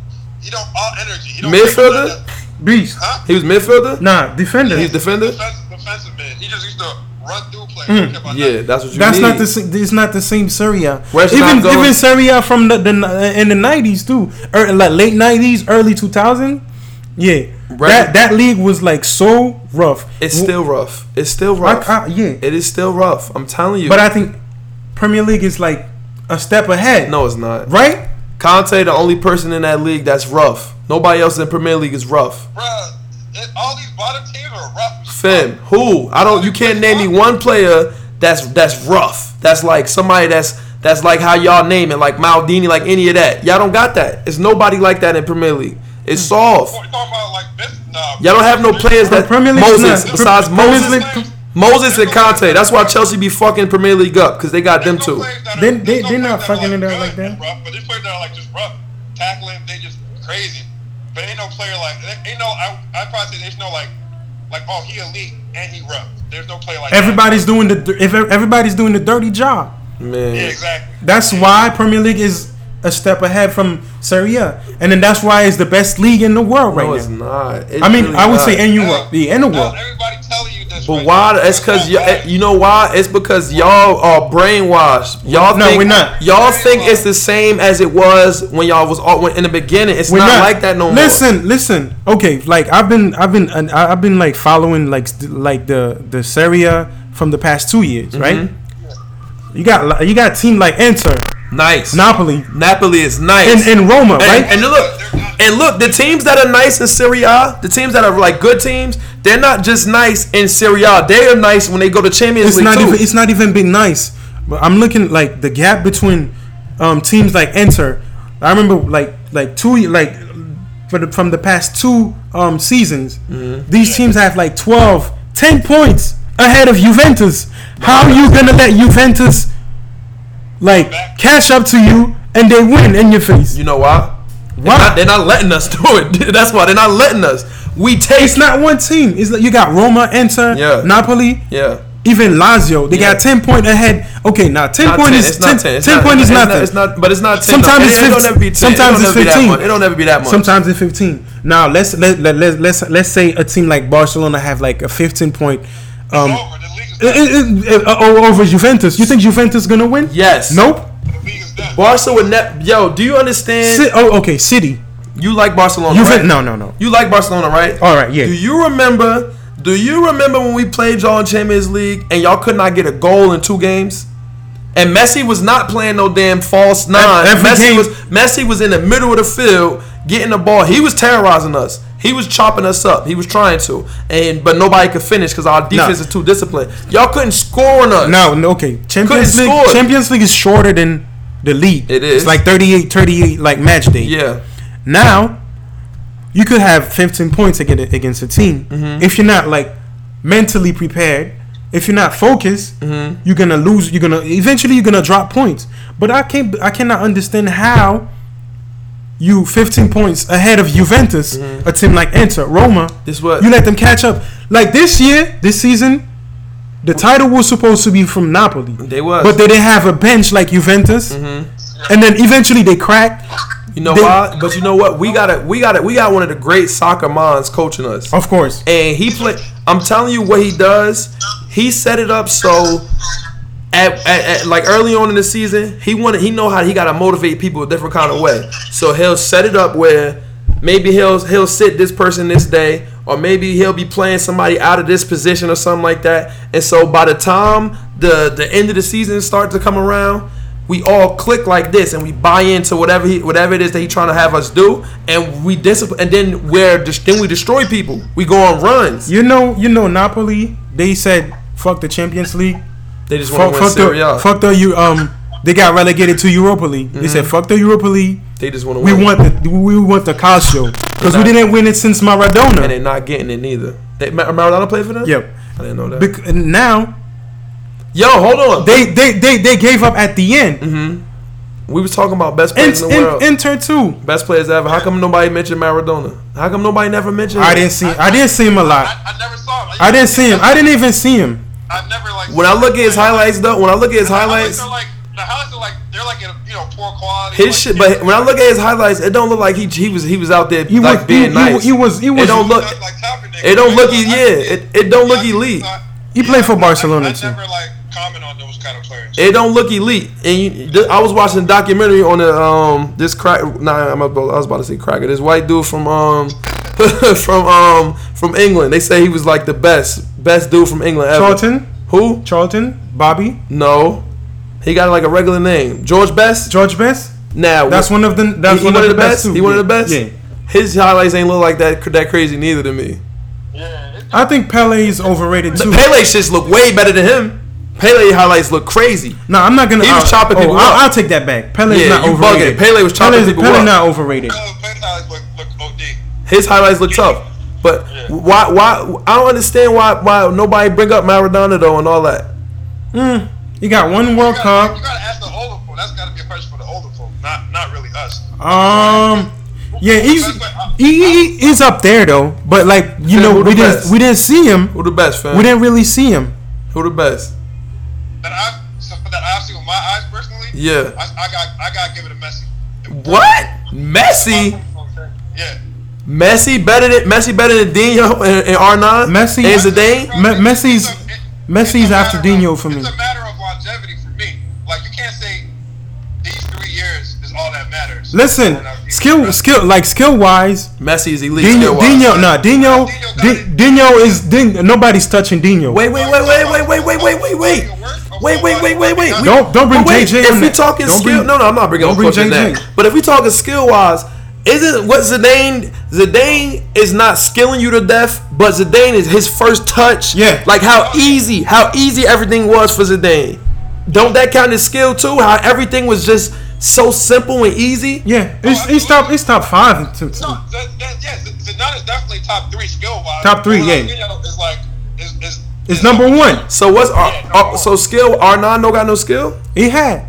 Speaker 6: he don't all energy. He don't
Speaker 1: Midfielder.
Speaker 2: beast.
Speaker 1: He was midfielder.
Speaker 2: Nah, defender.
Speaker 1: He's defender. Hmm.
Speaker 6: Defensive, defensive man. He just used to run through players. Don't care about
Speaker 1: Yeah,
Speaker 6: nothing.
Speaker 1: that's what you.
Speaker 2: That's
Speaker 1: need.
Speaker 2: not the same. It's not the same Serie A.
Speaker 1: Where's
Speaker 2: Even
Speaker 1: Not going?
Speaker 2: even Serie A from the, the in the nineties too, or like late nineties, early two thousand. Yeah,
Speaker 1: Right.
Speaker 2: that that league was like so rough.
Speaker 1: It's
Speaker 2: W-
Speaker 1: still rough. It's still
Speaker 2: I-
Speaker 1: rough.
Speaker 2: I- yeah,
Speaker 1: It is still rough. I'm telling you.
Speaker 2: but I think Premier League is like a step ahead.
Speaker 1: no, it's not.
Speaker 2: right?
Speaker 1: Conte, the only person in that league that's rough. Nobody else in Premier League is rough.
Speaker 6: Bruh, it, all these bottom teams are rough. as
Speaker 1: Fam,
Speaker 6: fuck.
Speaker 1: who? I don't. You can't name me one player that's that's rough. That's like somebody that's that's like how y'all name it, like Maldini, like any of that. Y'all don't got that. It's nobody like that in Premier League. It's soft.
Speaker 6: What you talking about? Like this? Nah.
Speaker 1: Y'all don't have no players that
Speaker 2: Premier League is
Speaker 1: Moses
Speaker 2: not-
Speaker 1: besides
Speaker 2: Premier
Speaker 1: Moses,
Speaker 6: League-
Speaker 1: Moses and Conte. That's why Chelsea be fucking Premier League up because they got them
Speaker 6: There's no
Speaker 1: two.
Speaker 6: players that are-
Speaker 2: They-
Speaker 6: there's
Speaker 2: they- they're
Speaker 6: no players
Speaker 2: not
Speaker 6: that are,
Speaker 2: fucking
Speaker 6: like,
Speaker 2: in there
Speaker 6: good
Speaker 2: like that.
Speaker 6: and Rough, but these players that are like just rough, tackling, they just crazy. But ain't no player like, there ain't no. I I probably say there's no like, like oh he elite and he rough. There's no player like that.
Speaker 2: Everybody's doing the if e, everybody's doing the dirty job.
Speaker 6: Yeah,
Speaker 1: Man,
Speaker 6: exactly.
Speaker 2: That's why Premier League is a step ahead from Serie A, and then that's why it's the best league in the world right
Speaker 1: no, it's
Speaker 2: now.
Speaker 1: not. It's
Speaker 2: I mean,
Speaker 1: really
Speaker 2: I would
Speaker 1: not.
Speaker 2: say in
Speaker 6: No,
Speaker 2: Europe, yeah, in the
Speaker 6: no,
Speaker 2: world.
Speaker 6: Everybody telling you this.
Speaker 1: But
Speaker 6: right
Speaker 1: why?
Speaker 6: now.
Speaker 1: It's because
Speaker 6: That's
Speaker 1: you,
Speaker 6: why.
Speaker 1: you know why? It's because y'all are brainwashed. Y'all
Speaker 2: No,
Speaker 1: think,
Speaker 2: we're not.
Speaker 1: Y'all think it's the same as it was when y'all was all, when, in the beginning. It's
Speaker 2: We're
Speaker 1: not, like that no more.
Speaker 2: Listen, listen. Okay, like I've been, I've been, and I- I've been like following like st- like the the Serie A from the past two years,
Speaker 1: Mm-hmm.
Speaker 2: right? You got li- you got team like Inter,
Speaker 1: Nice.
Speaker 2: Napoli,
Speaker 1: Napoli is nice.
Speaker 2: and, and Roma,
Speaker 1: And-
Speaker 2: right?
Speaker 1: And, look, and look, the teams that are nice in Syria, the teams that are like good teams, they're not just nice in Syria. They are nice when they go to Champions
Speaker 2: it's
Speaker 1: League
Speaker 2: not
Speaker 1: too.
Speaker 2: even it's not even been nice. But I'm looking like the gap between um, teams like Enter. I remember like like two ye- like for the, from the past two um, seasons,
Speaker 1: Mm-hmm.
Speaker 2: these teams have like 12, 10 points ahead of Juventus. How are you gonna let Juventus like catch up to you and they win in your face?
Speaker 1: you know why? They're
Speaker 2: Why?
Speaker 1: not, they're not letting us do it. That's why they're not letting us. We take
Speaker 2: It's not one team. It's like you got Roma, Enter,
Speaker 1: Yeah.
Speaker 2: Napoli,
Speaker 1: Yeah.
Speaker 2: even Lazio. They
Speaker 1: Yeah.
Speaker 2: got ten point ahead. Okay, now ten
Speaker 1: Not
Speaker 2: point
Speaker 1: 10,
Speaker 2: is
Speaker 1: it's
Speaker 2: ten,
Speaker 1: not 10. It's
Speaker 2: 10
Speaker 1: not-
Speaker 2: point is
Speaker 1: it's
Speaker 2: nothing.
Speaker 1: Not, it's not, but it's not 10.
Speaker 2: Sometimes
Speaker 1: though.
Speaker 2: it's
Speaker 1: it, it don't
Speaker 2: 15.
Speaker 1: ever be 10.
Speaker 2: Sometimes
Speaker 1: it don't
Speaker 2: it's
Speaker 1: ever be that
Speaker 2: 15.
Speaker 1: much. It don't ever be that much.
Speaker 2: Sometimes it's 15. Now let's let let let let's let's say a team like Barcelona have like a 15 point. Um,
Speaker 6: It's over. The league is
Speaker 2: it, it, it, uh, o- over Juventus. You think Juventus gonna win?
Speaker 1: Yes.
Speaker 2: Nope.
Speaker 6: The league is done.
Speaker 1: Barca would ne- Yo, do you understand?
Speaker 2: Si- oh, okay. City.
Speaker 1: You like Barcelona,
Speaker 2: Juventus.
Speaker 1: right?
Speaker 2: No, no, no.
Speaker 1: You like Barcelona, right?
Speaker 2: All right, yeah.
Speaker 1: Do you remember? Do you remember when we played y'all in Champions League and y'all could not get a goal in two games? And Messi was not playing no damn false nine.
Speaker 2: every
Speaker 1: Messi
Speaker 2: game-
Speaker 1: was Messi was in the middle of the field getting the ball. He was terrorizing us. He was chopping us up. He was trying to, and but nobody could finish because our defense is too disciplined. Y'all couldn't score on us.
Speaker 2: No, no. Okay. Champions League.
Speaker 1: score.
Speaker 2: Champions League is shorter than the league.
Speaker 1: It is.
Speaker 2: It's like 38, 38, like match day.
Speaker 1: Yeah.
Speaker 2: Now, you could have 15 points against against a team
Speaker 1: Mm-hmm.
Speaker 2: if you're not like mentally prepared. If you're not focused,
Speaker 1: Mm-hmm.
Speaker 2: you're gonna lose. You're gonna eventually you're gonna drop points. But I can't. I cannot understand how you 15 points ahead of Juventus, a team like Inter, Roma.
Speaker 1: Mm-hmm. This what-
Speaker 2: you let them catch up. Like this year, this season, the title was supposed to be from Napoli.
Speaker 1: They was. Mm-hmm.
Speaker 2: but they didn't have a bench like Juventus. And then eventually they cracked.
Speaker 1: You know
Speaker 2: They-
Speaker 1: why? But you know what? We got it. We got it. We got one of the great soccer minds coaching us.
Speaker 2: Of course.
Speaker 1: and he play. I'm telling you what he does. He set it up so at, at, at- like early on in the season, he wanted he know how he got to motivate people a different kind of way. So he'll set it up where maybe he'll he'll sit this person this day, or maybe he'll be playing somebody out of this position or something like that. And so by the time the the end of the season starts to come around. We all click like this, and we buy into whatever he, whatever it is that he's trying to have us do, and we discipline, and then we're just, then we destroy people. We go on runs.
Speaker 2: You know, you know, Napoli. They said fuck the Champions League.
Speaker 1: They just
Speaker 2: Fuck,
Speaker 1: want to win
Speaker 2: fuck
Speaker 1: Serie
Speaker 2: the
Speaker 1: A. Mm-hmm.
Speaker 2: fuck the you um. They got relegated to Europa League. They said fuck the Europa League.
Speaker 1: They just want to
Speaker 2: We
Speaker 1: win.
Speaker 2: want the we want the Calcio because we didn't win it since
Speaker 1: and they're
Speaker 2: Maradona.
Speaker 1: not getting it neither. They, Ma- Maradona played for them.
Speaker 2: Yep.
Speaker 1: I didn't know that.
Speaker 2: Bec- and now
Speaker 1: Yo, hold on.
Speaker 2: they they they, they gave up at the end.
Speaker 1: we was talking about best
Speaker 2: In,
Speaker 1: players Mm-hmm. in the world,
Speaker 2: in, enter two.
Speaker 1: best players ever. How come nobody mentioned Maradona? How come nobody never mentioned?
Speaker 2: I
Speaker 1: him?
Speaker 2: didn't see. I didn't see him a lot.
Speaker 6: I, I never saw him.
Speaker 2: I didn't see him. I didn't even see him.
Speaker 6: I've never like.
Speaker 1: When I look at his highlights, though, when I look at his
Speaker 6: The
Speaker 1: highlights,
Speaker 6: Are like, the highlights are like they're like in a, you know poor quality.
Speaker 1: his shit.
Speaker 6: like,
Speaker 1: But when I look at his highlights, it don't look like he he was he was out there
Speaker 2: He
Speaker 1: like
Speaker 2: was-
Speaker 1: being
Speaker 2: he- he-
Speaker 1: nice.
Speaker 2: he was- he
Speaker 1: It
Speaker 2: was-
Speaker 1: don't look.
Speaker 6: like Kaepernick.
Speaker 1: It don't look.
Speaker 6: I-
Speaker 1: e-
Speaker 6: I-
Speaker 1: Yeah. It, it don't look
Speaker 6: I-
Speaker 1: elite.
Speaker 6: I-
Speaker 2: He played for
Speaker 6: I-
Speaker 2: Barcelona,
Speaker 6: I, I
Speaker 2: too.
Speaker 6: never like comment on those kind of players.
Speaker 1: It don't look elite. And you, th- I was watching a documentary on the um this crack. Nah, I'm about, I was about to say cracker. This white dude from um from um from England. They say he was like the best best dude from England ever.
Speaker 2: Charlton,
Speaker 1: Who?
Speaker 2: Charlton, Bobby,
Speaker 1: No, he got like a regular name. George Best.
Speaker 2: George Best.
Speaker 1: Now
Speaker 2: That's one of the. That's
Speaker 1: he,
Speaker 2: one,
Speaker 1: one,
Speaker 2: of the
Speaker 1: best.
Speaker 2: too.
Speaker 1: He one of the
Speaker 2: Yeah.
Speaker 1: best.
Speaker 2: Yeah.
Speaker 1: His highlights ain't look like that that crazy neither to me.
Speaker 6: Yeah, it-
Speaker 2: I think Pele's overrated too.
Speaker 1: Pele shits look way better than him. Pele highlights look crazy.
Speaker 2: No, I'm not gonna.
Speaker 1: He was
Speaker 2: I'll-
Speaker 1: chopping
Speaker 2: oh,
Speaker 1: people
Speaker 2: I'll,
Speaker 1: up.
Speaker 2: I'll take that back. Pele's
Speaker 1: Yeah,
Speaker 2: not
Speaker 1: you bugging.
Speaker 2: overrated.
Speaker 1: Pele was chopping people
Speaker 2: Pele
Speaker 1: up.
Speaker 2: not overrated.
Speaker 6: Pele- Pele highlights look look OD.
Speaker 1: His highlights look tough. But why why I don't understand why why nobody bring up Maradona though and all that.
Speaker 2: You got one World
Speaker 6: You gotta,
Speaker 2: Cup.
Speaker 6: you gotta ask the older folk. That's gotta be a question for the older folk, not not really us.
Speaker 2: Um, yeah, he's he, he- he's up there though. But like you
Speaker 1: Then
Speaker 2: know,
Speaker 1: who the
Speaker 2: we didn't
Speaker 1: best?
Speaker 2: we didn't see him.
Speaker 1: Who the best, fam?
Speaker 2: We didn't really see him.
Speaker 1: Who the best?
Speaker 6: That I that I've seen with my eyes personally.
Speaker 1: Yeah.
Speaker 6: I, I got I gotta give it to Messi.
Speaker 1: What? Messi?
Speaker 6: Yeah.
Speaker 1: Messi better than Messi better than Dino and, and R9?
Speaker 2: Messi-
Speaker 1: and Zidane?
Speaker 2: Me- Messi's-
Speaker 6: It's a- it-
Speaker 2: Messi's
Speaker 6: it's a
Speaker 2: after
Speaker 6: matter
Speaker 2: Dinho
Speaker 6: of-
Speaker 2: for me.
Speaker 6: It's a matter of longevity for me. Like you can't say these three years is all that matters.
Speaker 2: Listen, skill skill like skill wise,
Speaker 1: Messi is elite.
Speaker 2: Dino,
Speaker 1: skill-wise.
Speaker 2: Dino, nah, Dino,
Speaker 6: Dinho got
Speaker 2: Di-
Speaker 6: it.
Speaker 2: Dino is Dino. Nobody's touching Dino.
Speaker 1: Wait, wait, wait, wait, wait, wait, wait, wait, wait, wait, wait, wait, wait, wait, wait.
Speaker 2: Don't- don't bring
Speaker 1: But wait,
Speaker 2: JJ
Speaker 1: If
Speaker 2: on
Speaker 1: we
Speaker 2: that.
Speaker 1: talking
Speaker 2: Don't
Speaker 1: skill,
Speaker 2: bring-
Speaker 1: no, no, I'm not bringing.
Speaker 2: don't
Speaker 1: up
Speaker 2: bring
Speaker 1: coaching
Speaker 2: JJ.
Speaker 1: that. But if we talking skill wise, isn't what Zidane? Zidane is not skilling you to death, but Zidane is his first touch.
Speaker 2: Yeah.
Speaker 1: like how easy, how easy everything was for Zidane. Don't that count as skill too? How everything was just so simple and easy.
Speaker 2: Yeah, it's, it's top. It's top five. to- to-
Speaker 6: No, that, that, yes, Zidane is definitely top three skill wise.
Speaker 2: Top three, yeah.
Speaker 6: Is like is, is,
Speaker 2: It's number one.
Speaker 1: So what's our,
Speaker 6: Yeah,
Speaker 1: uh, so skill? Arnon no got no skill.
Speaker 2: He had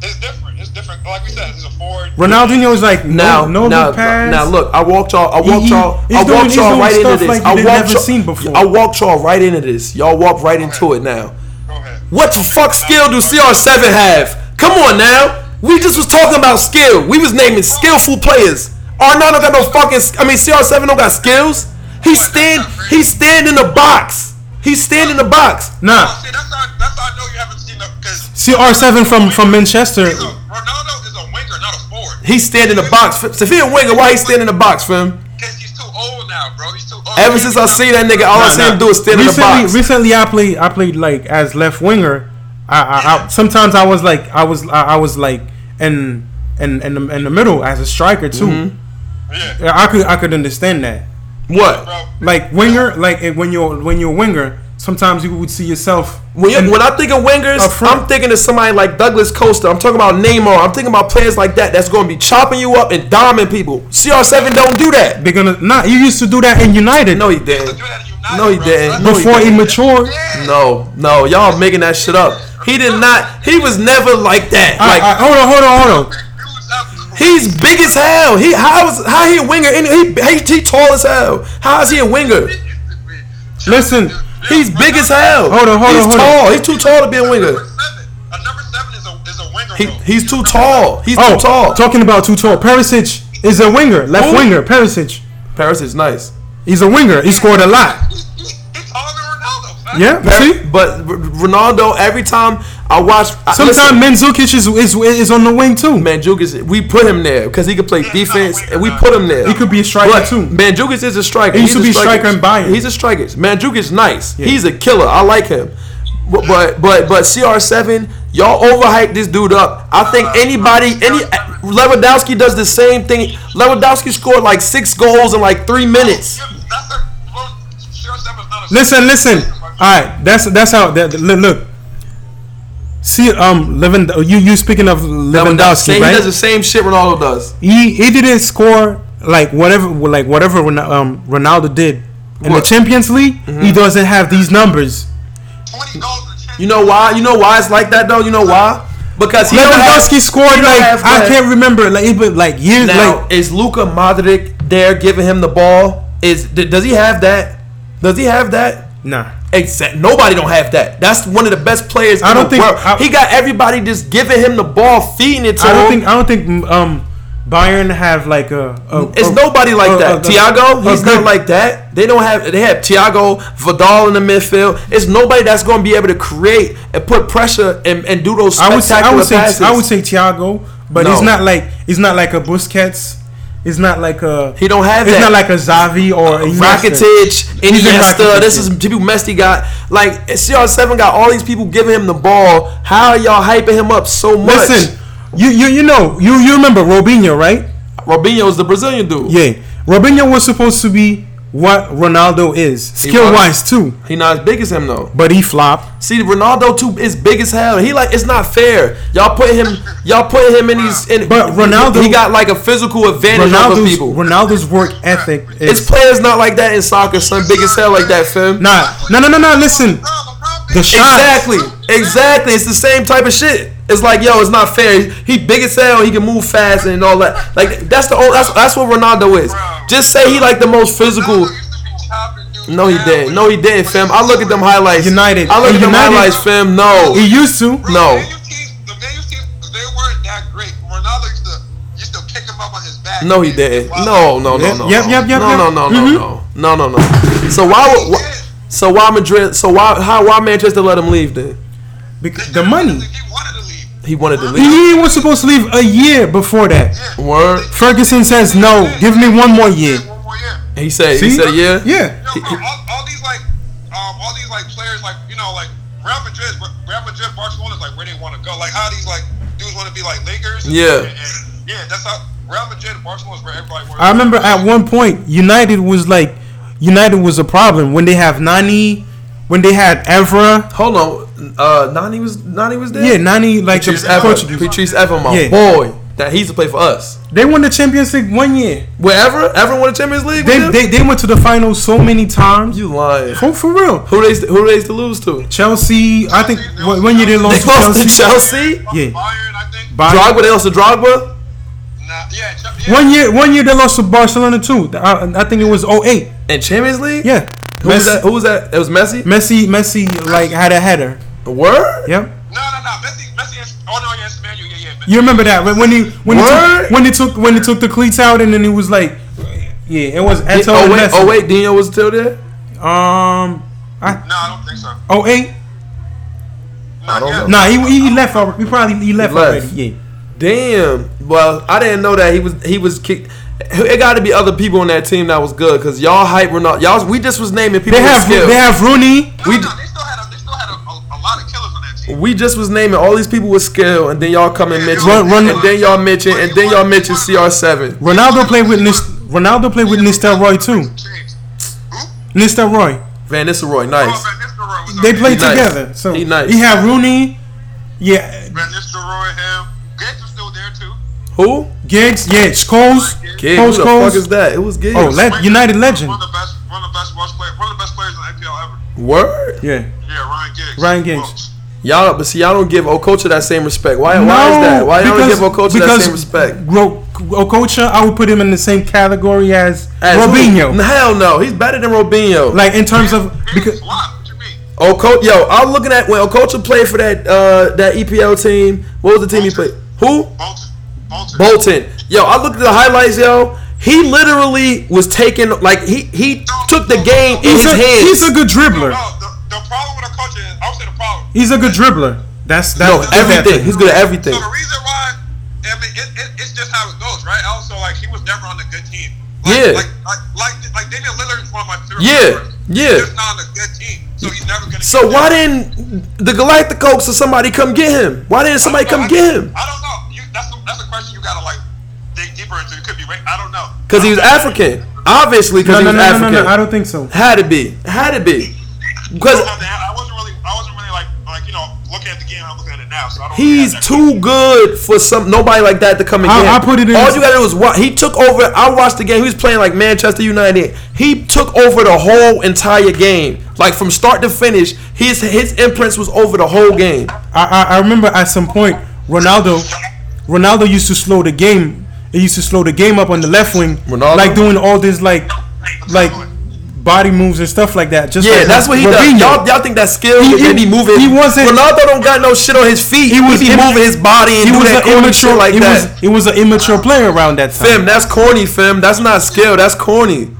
Speaker 6: It's different. It's different. Like we said, it's a forward.
Speaker 2: Ronaldinho is like
Speaker 1: Now,
Speaker 2: no, no
Speaker 1: now,
Speaker 2: loop pass.
Speaker 1: now, look, I walked y'all. I walked
Speaker 2: he-
Speaker 1: y'all.
Speaker 2: he's
Speaker 1: I
Speaker 2: doing-
Speaker 1: walked
Speaker 2: he's
Speaker 1: y'all
Speaker 2: doing
Speaker 1: right into
Speaker 2: stuff
Speaker 1: this.
Speaker 2: like you
Speaker 1: I
Speaker 2: didn't
Speaker 1: walked
Speaker 2: never
Speaker 1: y'all,
Speaker 2: seen before.
Speaker 1: I walked y'all right into this. Y'all walked right into it now.
Speaker 6: Go ahead.
Speaker 1: What the fuck skill do CR7 have? Come on now. We just was talking about skill. We was naming skillful players. Arnon don't got no fucking. s- I mean, CR7 don't got skills. He stand. He stand in the box. He stand in the box.
Speaker 2: Nah,
Speaker 6: Oh, See, that's how, that's how I know you haven't seen the because
Speaker 2: CR7 from from Manchester.
Speaker 6: Ronaldo is a winger, not a forward.
Speaker 1: He stand in the box. So if he a winger, why he stand in the box, fam?
Speaker 6: Because he's too old now, bro. He's too old.
Speaker 1: Ever since I seen that nigga, all I
Speaker 2: Nah,
Speaker 1: seen him
Speaker 2: nah.
Speaker 1: do is stand in the
Speaker 2: recently,
Speaker 1: box.
Speaker 2: Recently, I played. I played like as left winger. I, I, I sometimes I was like I was I, I was like in in in the, in the middle as a striker too.
Speaker 6: yeah,
Speaker 1: Mm-hmm.
Speaker 2: Yeah, I could I could understand that.
Speaker 1: What?
Speaker 6: bro.
Speaker 2: Like winger, like eh, when you're when you're a winger, sometimes you would see yourself.
Speaker 1: When, you- when I think of wingers,
Speaker 2: Up front.
Speaker 1: I'm thinking of somebody like Douglas Costa. I'm talking about Neymar. I'm thinking about players like that that's going to be chopping you up and doming people. CR7 don't do that.
Speaker 2: They're gonna not. You used to do that in United
Speaker 1: No, he
Speaker 6: Do
Speaker 1: didn't.
Speaker 6: that at United,
Speaker 1: No, he
Speaker 6: bro.
Speaker 1: didn't.
Speaker 6: That's-
Speaker 1: No,
Speaker 2: before he matured.
Speaker 6: Yeah.
Speaker 1: No, no, y'all making that shit up. He did not. He was never like that.
Speaker 2: I- I-
Speaker 1: Like
Speaker 2: hold on, hold on, hold on.
Speaker 6: Dude's up.
Speaker 1: he's big as hell. He how is how he a winger? And he, he he tall as hell. How is he a winger?
Speaker 2: Listen,
Speaker 1: He's big as hell.
Speaker 2: Hold on, hold on,
Speaker 1: He's
Speaker 2: hold on.
Speaker 1: tall. He's too tall to be a winger.
Speaker 6: A number seven is a is a winger.
Speaker 1: He,
Speaker 6: bro.
Speaker 1: he's too tall. He's
Speaker 2: Oh,
Speaker 1: too tall.
Speaker 2: talking about too tall. Perisic is a winger, left
Speaker 1: Who?
Speaker 2: winger. Perisic,
Speaker 1: Paris is nice.
Speaker 2: he's a winger. He scored a lot.
Speaker 6: He's, he's, he's taller than Ronaldo. man.
Speaker 2: Yeah, see.
Speaker 1: But R- Ronaldo, every time I watch,
Speaker 2: Sometimes Menzukic is, is is on the wing too.
Speaker 1: Manjukic, we put him there because he could play
Speaker 6: That's
Speaker 1: defense,
Speaker 6: not a
Speaker 1: and we
Speaker 6: winger,
Speaker 1: put
Speaker 6: man.
Speaker 1: him there.
Speaker 2: He could be a striker,
Speaker 1: But
Speaker 2: too.
Speaker 1: Manjukic is a striker.
Speaker 2: He used
Speaker 1: He's
Speaker 2: to be a striker in Bayern.
Speaker 1: He's a striker. Manjukic, nice. He's a killer. I like him. But but but, but CR7, y'all overhyped this dude up. I think anybody, any Lewandowski does the same thing. Lewandowski scored like six goals in like three minutes.
Speaker 6: Yeah, that's a- bro, sure, seven's not a-
Speaker 2: Listen, listen. All right, that's that's how that look. look. See, um, Levin, you you speaking of
Speaker 1: Lewandowski,
Speaker 2: Lewandowski,
Speaker 1: he does the
Speaker 2: right?
Speaker 1: same shit Ronaldo does.
Speaker 2: He he didn't score like whatever like whatever Ron- um Ronaldo did in
Speaker 1: What? Mm-hmm.
Speaker 2: the Champions League. He doesn't have these numbers.
Speaker 6: 20 goals in the Champions
Speaker 1: You know why? You know why it's like that though. You know why? Because he don't have-
Speaker 2: Lewandowski scored
Speaker 1: he don't
Speaker 2: like
Speaker 1: have
Speaker 2: I
Speaker 1: that.
Speaker 2: can't remember like it was like years
Speaker 1: Now
Speaker 2: like
Speaker 1: is Luka Modric there giving him the ball? Is d- does he have that? Does he have that?
Speaker 2: nah.
Speaker 1: Exact. Nobody don't have that. That's one of the best players.
Speaker 2: I
Speaker 1: in
Speaker 2: don't
Speaker 1: the
Speaker 2: think-
Speaker 1: world.
Speaker 2: I-
Speaker 1: he got everybody just giving him the ball, feeding it to
Speaker 2: I don't
Speaker 1: him.
Speaker 2: think I don't think mm, um Bayern have like a, a
Speaker 1: it's
Speaker 2: a-
Speaker 1: nobody like
Speaker 2: a-
Speaker 1: that.
Speaker 2: a- a-
Speaker 1: Thiago,
Speaker 2: a
Speaker 1: he's
Speaker 2: good-
Speaker 1: not like that. They don't have. They have Thiago, Vidal in the midfield. It's nobody that's going to be able to create and put pressure and, and do those
Speaker 2: I would say,
Speaker 1: spectacular
Speaker 2: I would say
Speaker 1: passes.
Speaker 2: I would say Thiago, but it's
Speaker 1: No.
Speaker 2: not like it's not like a Busquets. It's not like a
Speaker 1: He don't have
Speaker 2: It's
Speaker 1: that.
Speaker 2: not like a Xavi or a Iniesta.
Speaker 1: Rakitic,
Speaker 2: He's in
Speaker 1: Iniesta.
Speaker 2: Rakitic,
Speaker 1: This is
Speaker 2: yeah.
Speaker 1: people Messi got. Like CR7 got all these people giving him the ball. How are y'all hyping him up so much?
Speaker 2: Listen, You you you know you you remember Robinho right?
Speaker 1: Robinho is the Brazilian dude.
Speaker 2: Yeah, Robinho was supposed to be what Ronaldo is,
Speaker 1: He
Speaker 2: skill
Speaker 1: was.
Speaker 2: wise too,
Speaker 1: He not as big as him though.
Speaker 2: but he flopped.
Speaker 1: See, Ronaldo too is big as hell. He like it's not fair. Y'all put him, y'all put him in these. In,
Speaker 2: But Ronaldo-
Speaker 1: he got like a physical advantage over
Speaker 2: Ronaldo's
Speaker 1: people.
Speaker 2: Ronaldo's work ethic
Speaker 1: it's
Speaker 2: is
Speaker 1: players not like that in soccer. Son, big as hell like that, fam.
Speaker 2: nah no no no no. Listen, the shot
Speaker 1: Exactly, exactly. It's the same type of shit. It's like, yo, it's not fair. He big as hell. He can move fast and all that. Like that's the old, that's that's what Ronaldo is. Just say he like the most physical. No, he didn't. No, he didn't, fam. I look at them highlights.
Speaker 2: United.
Speaker 1: I look at them
Speaker 2: United- E
Speaker 1: highlights, fam. No.
Speaker 2: he used to.
Speaker 6: Bro,
Speaker 1: No.
Speaker 6: the Venus teams- The Venus teams, they weren't that great. Ronaldo used to, used to pick him up on his back.
Speaker 1: No, he didn't.
Speaker 6: Wow.
Speaker 1: No, no, no, no.
Speaker 2: Yep,
Speaker 1: no.
Speaker 2: yep, yep,
Speaker 1: No,
Speaker 2: yep. Mm-hmm.
Speaker 1: no, no, no, no, no, no, no. So why, would, why? So why Madrid? So why? How? Why Manchester let him leave then?
Speaker 2: Because the money.
Speaker 6: He wanted to leave.
Speaker 1: He wanted to leave.
Speaker 2: He was supposed to leave a year before that.
Speaker 1: Word.
Speaker 2: Ferguson says no. Give me one more year.
Speaker 6: One more year.
Speaker 1: He said. He
Speaker 2: See?
Speaker 1: said, yeah.
Speaker 2: Yeah.
Speaker 6: Yo, bro, all, all these like, um, all these like players like you know like Real Madrid, Real Madrid, Barcelona is like where they want to go. Like how these like dudes want to be like Lakers. and-
Speaker 1: Yeah.
Speaker 6: and- and- yeah, that's how Real Madrid, Barcelona is where everybody wants.
Speaker 2: I remember at one point United was like United was a problem when they have Nani, when they had Evra.
Speaker 1: Hold on. Uh, Nani was Nani was there.
Speaker 2: Yeah, Nani like the
Speaker 1: Patrice Evra.
Speaker 2: Portuguese.
Speaker 1: Patrice Evra, my
Speaker 2: Yeah.
Speaker 1: boy. That he used to play for us.
Speaker 2: They won the Champions League one year.
Speaker 1: Wherever, ever won the Champions League.
Speaker 2: They,
Speaker 1: with him?
Speaker 2: they they went to the finals so many times.
Speaker 1: you lying?
Speaker 2: Oh, for real.
Speaker 1: Who they who they used to lose to?
Speaker 2: Chelsea, I think one one year they
Speaker 1: They
Speaker 2: lost to
Speaker 1: lost to
Speaker 2: Chelsea.
Speaker 1: Chelsea.
Speaker 2: Yeah.
Speaker 6: Bayern, I think.
Speaker 2: Bayern.
Speaker 1: Drogba. They lost to Drogba.
Speaker 6: Nah, yeah, Ch- yeah.
Speaker 2: One year, one year they lost to Barcelona too. I, I think it was 08.
Speaker 1: In Champions League.
Speaker 2: Yeah,
Speaker 1: Who was that?
Speaker 2: Messi,
Speaker 1: Who was that? It was Messi.
Speaker 2: Messi, Messi like had a header.
Speaker 1: Word.
Speaker 2: Yep.
Speaker 6: No, no, no. Messi, Messi. Is, oh no, yes, man, you, yeah, yeah. Messi.
Speaker 2: You remember that when- when he when he
Speaker 1: Word.
Speaker 2: took, when he took when he took the cleats out and then he was like, yeah, it was Eto
Speaker 1: oh
Speaker 2: and
Speaker 1: wait,
Speaker 2: Messi.
Speaker 1: oh wait, Dino was still there.
Speaker 2: Um, I,
Speaker 6: No, I don't think so. No,
Speaker 2: oh eight.
Speaker 6: I
Speaker 1: don't know.
Speaker 2: Nah, he, he left already. He probably he left,
Speaker 1: He left.
Speaker 2: already. Yeah.
Speaker 1: Damn. Well, I didn't know that he was he was kicked. It got to be other people on that team that was good because y'all hype were not y'all. We just was naming people.
Speaker 2: They
Speaker 1: with
Speaker 2: have
Speaker 1: skill.
Speaker 2: they have Rooney.
Speaker 6: No,
Speaker 1: we
Speaker 6: no,
Speaker 1: d-
Speaker 6: they still had a, they still had a, a, a lot of killers on that team.
Speaker 1: we just was naming all these people with skill, and then y'all come and mention,
Speaker 2: Run- run-
Speaker 1: and then y'all mention, and then y'all mention CR7.
Speaker 2: Ronaldo played with Nis, Ronaldo played with Nistelrooy too.
Speaker 6: Who?
Speaker 2: Nistelrooy.
Speaker 1: Van Nistelrooy,
Speaker 6: Oh,
Speaker 1: nice.
Speaker 6: Van Nistelrooy was on
Speaker 2: They
Speaker 6: that
Speaker 2: played
Speaker 1: nice.
Speaker 2: together. So
Speaker 1: He nice.
Speaker 2: He had Rooney. Yeah,
Speaker 6: team. Van Nistelrooy, him. Gates was still there too.
Speaker 1: Who?
Speaker 2: Giggs. Yeah, Scholes.
Speaker 1: Gig. Who
Speaker 2: Coles,
Speaker 1: the fuck
Speaker 2: Coles.
Speaker 1: is that? It was Gig.
Speaker 2: Oh, let- United legend.
Speaker 6: One of the best, one of the best Welsh players, one of the best players in the NPL ever.
Speaker 1: word.
Speaker 2: Yeah.
Speaker 6: Yeah, Ryan Giggs.
Speaker 2: Ryan Giggs.
Speaker 6: Welsh.
Speaker 1: Y'all, but see, y'all don't give Okocha that same respect. Why? why is that? Why y'all don't give Okocha that same respect?
Speaker 2: Ro- Okocha, I would put him in the same category as,
Speaker 1: As who?
Speaker 2: Robinho.
Speaker 1: Hell no, he's better than Robinho.
Speaker 2: Like in terms of
Speaker 6: Because
Speaker 2: because
Speaker 6: swap. What you mean?
Speaker 1: Oco- yo, I'm looking at when Okocha played for that uh that EPL team. What was the team he played? Who?
Speaker 6: Bolton. Bolton.
Speaker 1: Bolton. Yo, I looked at the highlights, yo. He literally was taking like he he took the game in
Speaker 2: he's
Speaker 1: his
Speaker 2: a, he's
Speaker 1: hands.
Speaker 2: a good
Speaker 6: No,
Speaker 2: dribbler.
Speaker 6: the, the problem with a coach is, I would say the problem.
Speaker 2: He's a good dribbler. That's that.
Speaker 1: No,
Speaker 2: that's that
Speaker 1: everything.
Speaker 2: thing.
Speaker 1: He's good at everything.
Speaker 6: So the reason why, I mean, it, it, it's just how it goes, right? Also, like he was never on a good team. Like,
Speaker 1: Yeah.
Speaker 6: Like, like, like, like Damian Lillard is one of my favorite.
Speaker 1: Yeah,
Speaker 6: players.
Speaker 1: yeah.
Speaker 6: He's not on a good team, so he's never gonna.
Speaker 1: So
Speaker 6: get
Speaker 1: why
Speaker 6: there.
Speaker 1: didn't the Galacticos or somebody come get him? Why didn't somebody come
Speaker 6: I-
Speaker 1: get him?
Speaker 6: I don't know. You, that's a, that's a question you gotta like dig deeper into. It could be right. I don't know.
Speaker 1: Because he was African, obviously.
Speaker 2: No,
Speaker 1: Because he
Speaker 2: no,
Speaker 1: was
Speaker 2: no, no, no, no. I
Speaker 1: African.
Speaker 2: don't think so.
Speaker 1: Had to be. Had to be. Because
Speaker 6: I wasn't really, I wasn't really like, like you know, looking at the game. I'm looking at it now, so I don't. really have
Speaker 1: He's
Speaker 6: that
Speaker 1: too good for some nobody like that to come and
Speaker 2: I-
Speaker 1: get him.
Speaker 2: I put it in-
Speaker 1: All you gotta do is watch. He took over. I watched the game. He was playing like Manchester United. He took over the whole entire game, like from start to finish. His his imprints was over the whole game.
Speaker 2: I, I I remember at some point Ronaldo Ronaldo used to slow the game. He used to slow the game up on the left wing,
Speaker 1: Ronaldo?
Speaker 2: like doing all this like like body moves and stuff like that. Just
Speaker 1: Yeah,
Speaker 2: like
Speaker 1: that's what he does.
Speaker 2: Robinho.
Speaker 1: Y'all, y'all think that's skill? He,
Speaker 2: He-
Speaker 1: he,
Speaker 2: he-
Speaker 1: moving.
Speaker 2: he wasn't-
Speaker 1: Ronaldo don't got no shit on his feet. He was
Speaker 2: was
Speaker 1: he
Speaker 2: im-
Speaker 1: moving his body and
Speaker 2: he
Speaker 1: do
Speaker 2: was
Speaker 1: that
Speaker 2: an
Speaker 1: corny
Speaker 2: immature
Speaker 1: shit like
Speaker 2: he
Speaker 1: that.
Speaker 2: was he was an immature player around that time.
Speaker 1: Fam, that's corny, fam. That's not skill. That's corny.
Speaker 6: He be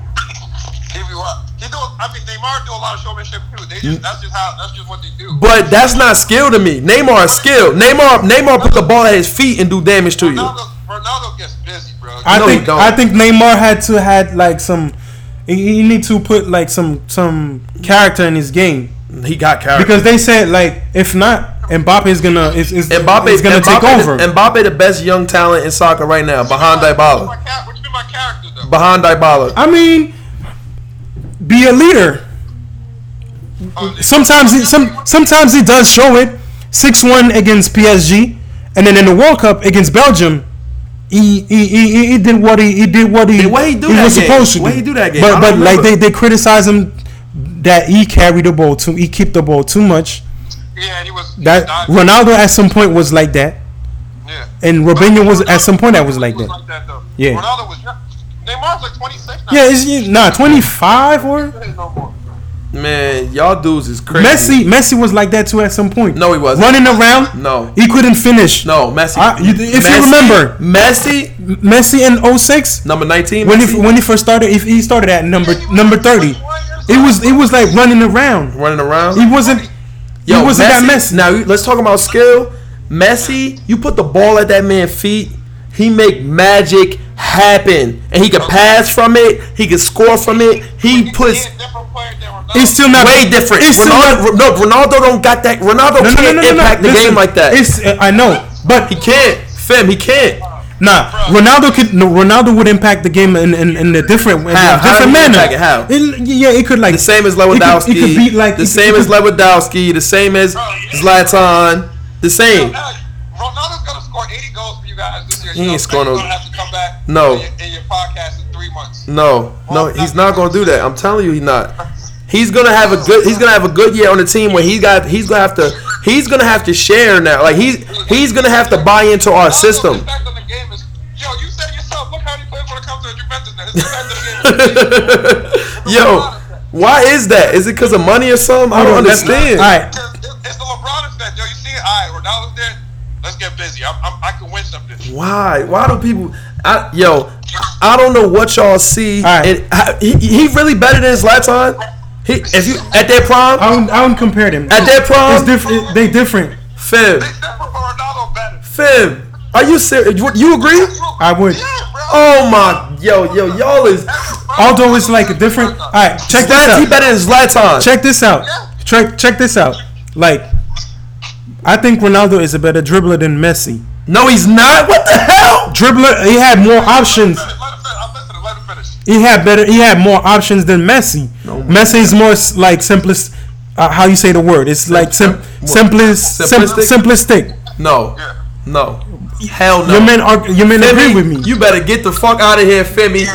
Speaker 6: what? He do. I mean, Neymar do a lot of showmanship too. They just, that's just how. That's just what they
Speaker 1: Mm.
Speaker 6: do.
Speaker 1: But that's not skill to me. Neymar is skill. Neymar Neymar put the ball at his feet and do damage to you.
Speaker 6: Ronaldo, Ronaldo gets busy, bro.
Speaker 2: I
Speaker 1: No, he
Speaker 2: think
Speaker 1: don't.
Speaker 2: I think Neymar had to had like some. He he need to put like some some character in his game
Speaker 1: He got character.
Speaker 2: because they said like if not Mbappe is gonna is, is,
Speaker 1: Mbappe
Speaker 2: is gonna take over.
Speaker 1: The, Mbappe, the best young talent in soccer right now, behind Dybala.
Speaker 6: Which be my character though.
Speaker 1: Behind Dybala.
Speaker 2: I mean, be a leader.
Speaker 6: Oh,
Speaker 2: Sometimes he, some sometimes he does show it. Six one against PSG, and then in the World Cup against Belgium, he he, he, he- he did what he, he did what he,
Speaker 1: Why he do that
Speaker 2: was
Speaker 1: game?
Speaker 2: supposed to.
Speaker 1: Why he do that game? I
Speaker 2: But but
Speaker 1: don't
Speaker 2: like they,
Speaker 1: remember.
Speaker 2: they criticize him that he carried the ball too. He kept the ball too much.
Speaker 6: yeah, he was
Speaker 2: That
Speaker 6: dodging.
Speaker 2: Ronaldo at some point was like that,
Speaker 6: Yeah.
Speaker 2: and Robinho was at some point that was like
Speaker 6: was
Speaker 2: that.
Speaker 6: though.
Speaker 2: Yeah.
Speaker 6: Ronaldo was young. Neymar's like 26 now.
Speaker 2: Yeah, it's, nah, twenty five or
Speaker 6: He ain't no more.
Speaker 1: Man, y'all dudes is crazy.
Speaker 2: Messi. Messi was like that too at some point.
Speaker 1: No, he wasn't.
Speaker 2: running around.
Speaker 1: No.
Speaker 2: he couldn't finish.
Speaker 1: No, Messi.
Speaker 2: I- you- if you
Speaker 1: Messi-
Speaker 2: remember-
Speaker 1: Messi,
Speaker 2: Messi in 06
Speaker 1: number nineteen.
Speaker 2: when
Speaker 1: Messi,
Speaker 2: he when he first started, if he started at number
Speaker 6: Yeah, he was
Speaker 2: number
Speaker 6: like
Speaker 2: thirty,
Speaker 6: 21 years
Speaker 2: it was
Speaker 6: old.
Speaker 2: it was like running around.
Speaker 1: running around,
Speaker 2: He wasn't.
Speaker 1: Yo,
Speaker 2: he wasn't
Speaker 1: Messi,
Speaker 2: that Messi.
Speaker 1: Now you- let's talk about skill. Messi, you put the ball at that man's feet, he make magic happen, and he can pass from it. He can score from it. He puts.
Speaker 6: He a different player than Ronaldo.
Speaker 2: It's still not
Speaker 1: Way different.
Speaker 2: It's still not.
Speaker 1: Ronaldo, no, Ronaldo don't got that. Ronaldo
Speaker 2: No, no, no,
Speaker 1: can't
Speaker 2: no, no,
Speaker 1: impact
Speaker 2: no.
Speaker 1: the
Speaker 2: Listen,
Speaker 1: game like that.
Speaker 2: It's I know, but
Speaker 1: he can't, fam. He can't.
Speaker 2: Nah, Ronaldo could. No, Ronaldo would impact the game in in, in a different in
Speaker 1: How?
Speaker 2: a
Speaker 1: How
Speaker 2: different
Speaker 1: do you
Speaker 2: manner.
Speaker 1: impact it? How?
Speaker 2: It- yeah, it could like
Speaker 1: The same as
Speaker 2: It
Speaker 1: Lewandowski.
Speaker 2: could, it could beat like
Speaker 1: the
Speaker 2: it-
Speaker 1: same
Speaker 2: it
Speaker 1: as
Speaker 2: could-
Speaker 1: Lewandowski. The same
Speaker 2: Oh,
Speaker 1: as Zlatan. The
Speaker 6: Yo,
Speaker 1: same.
Speaker 6: now, Ronaldo's gonna score 80 goals for you guys this year.
Speaker 1: He ain't
Speaker 6: You're
Speaker 1: scoring no-
Speaker 6: gonna have to come back.
Speaker 1: No.
Speaker 6: In your, in your podcast in three months.
Speaker 1: No, no, he's not gonna do that. I'm telling you, he's not. He's gonna have a good. He's gonna have a good year on the team where he got. He's gonna have to. He's gonna have to share now. Like he's he's gonna have to buy into our
Speaker 6: Ronaldo's
Speaker 1: system.
Speaker 6: impact on the game is- Yo, you said it yourself. Look how he plays when it comes to Juventus. Now. His impact on the game. is-
Speaker 1: Yo, why is that? Is it because of money or something? I
Speaker 2: Hold
Speaker 1: don't
Speaker 2: on, let's-
Speaker 1: understand.
Speaker 2: All right,
Speaker 6: Because it- It's the LeBron effect. Yo, you see it? All right, Ronaldo's there. Let's get busy. I'm, I'm, I can win something.
Speaker 1: Why? Why do people? I yo, I don't know what y'all see.
Speaker 2: Alright.
Speaker 1: And I, he, he really better than Zlatan. He if you at their prime,
Speaker 2: I would I would compare them.
Speaker 1: at their prime,
Speaker 2: It's different. They different.
Speaker 1: fam,
Speaker 6: Except for Ronaldo better.
Speaker 1: fam. Are you serious? You, you agree?
Speaker 2: I would.
Speaker 6: Yeah, bro.
Speaker 1: Oh my, yo, yo, y'all is.
Speaker 2: Although it's like a different. All right, check this
Speaker 1: Zlatan, he
Speaker 2: out.
Speaker 1: better than Zlatan.
Speaker 2: Check this out. Check check this out. Like, I think Ronaldo is a better dribbler than Messi.
Speaker 1: No, he's not. What the hell?
Speaker 2: Dribbler, he had more options.
Speaker 6: Let him finish. I'm listening. Let him finish.
Speaker 2: he had better he had more options than Messi. Messi is more s- like simplest uh, how you say the word. It's like sim- simplest sim-
Speaker 1: Simplistic?
Speaker 2: simplistic.
Speaker 1: No, no, hell no.
Speaker 2: Your men are your men
Speaker 1: Femi,
Speaker 2: agree with me.
Speaker 1: You better get the fuck out of here, Femi.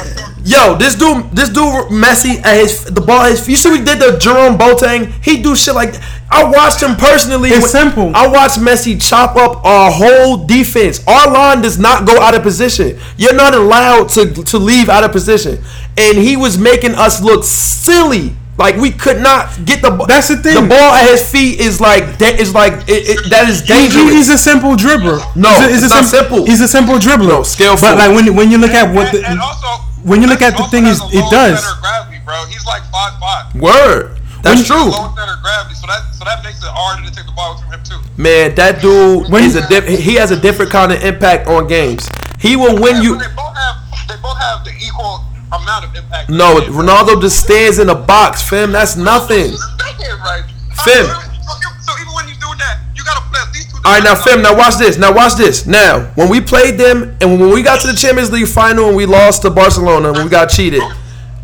Speaker 1: Yo, this dude, this dude Messi at his the ball. at His, you see, we did the Jerome Boateng. He do shit like that. I watched him personally.
Speaker 2: It's
Speaker 1: when-
Speaker 2: simple.
Speaker 1: I watched Messi chop up our whole defense. Our line does not go out of position. You're not allowed to to leave out of position, and he was making us look silly. Like we could not get the ball.
Speaker 2: That's the thing.
Speaker 1: The ball at his feet is like that is like it, it, that is
Speaker 2: He-
Speaker 1: dangerous.
Speaker 2: he's a simple dribbler.
Speaker 1: No,
Speaker 2: he's a,
Speaker 1: it's
Speaker 2: a
Speaker 1: not simple.
Speaker 2: He's a simple dribbler.
Speaker 1: No, skillful.
Speaker 2: But like when when you look at what
Speaker 6: And, and
Speaker 2: the,
Speaker 6: also,
Speaker 2: when you look at the
Speaker 6: also
Speaker 2: thing
Speaker 6: has
Speaker 2: is,
Speaker 6: a
Speaker 2: it
Speaker 6: low
Speaker 2: does.
Speaker 6: center of Gravity, bro. He's like five five.
Speaker 1: Word. That's true.
Speaker 6: Low center of gravity, so that so that makes it harder to take the ball from him too.
Speaker 1: Man, that dude
Speaker 2: When-
Speaker 1: is a diff- he has a different kind of impact on games. He will win you.
Speaker 6: they both have they both have the equal amount of impact.
Speaker 1: No,
Speaker 6: Damn
Speaker 1: Ronaldo just stands in a box, fam. That's nothing.
Speaker 6: right.
Speaker 1: Fem.
Speaker 6: So, so even when you're doing that, you gotta play at least two.
Speaker 1: All right, now, fam. Now watch this. Now watch this. Now, when we played them, and when we got to the Champions League final, and we lost to Barcelona, when we got cheated,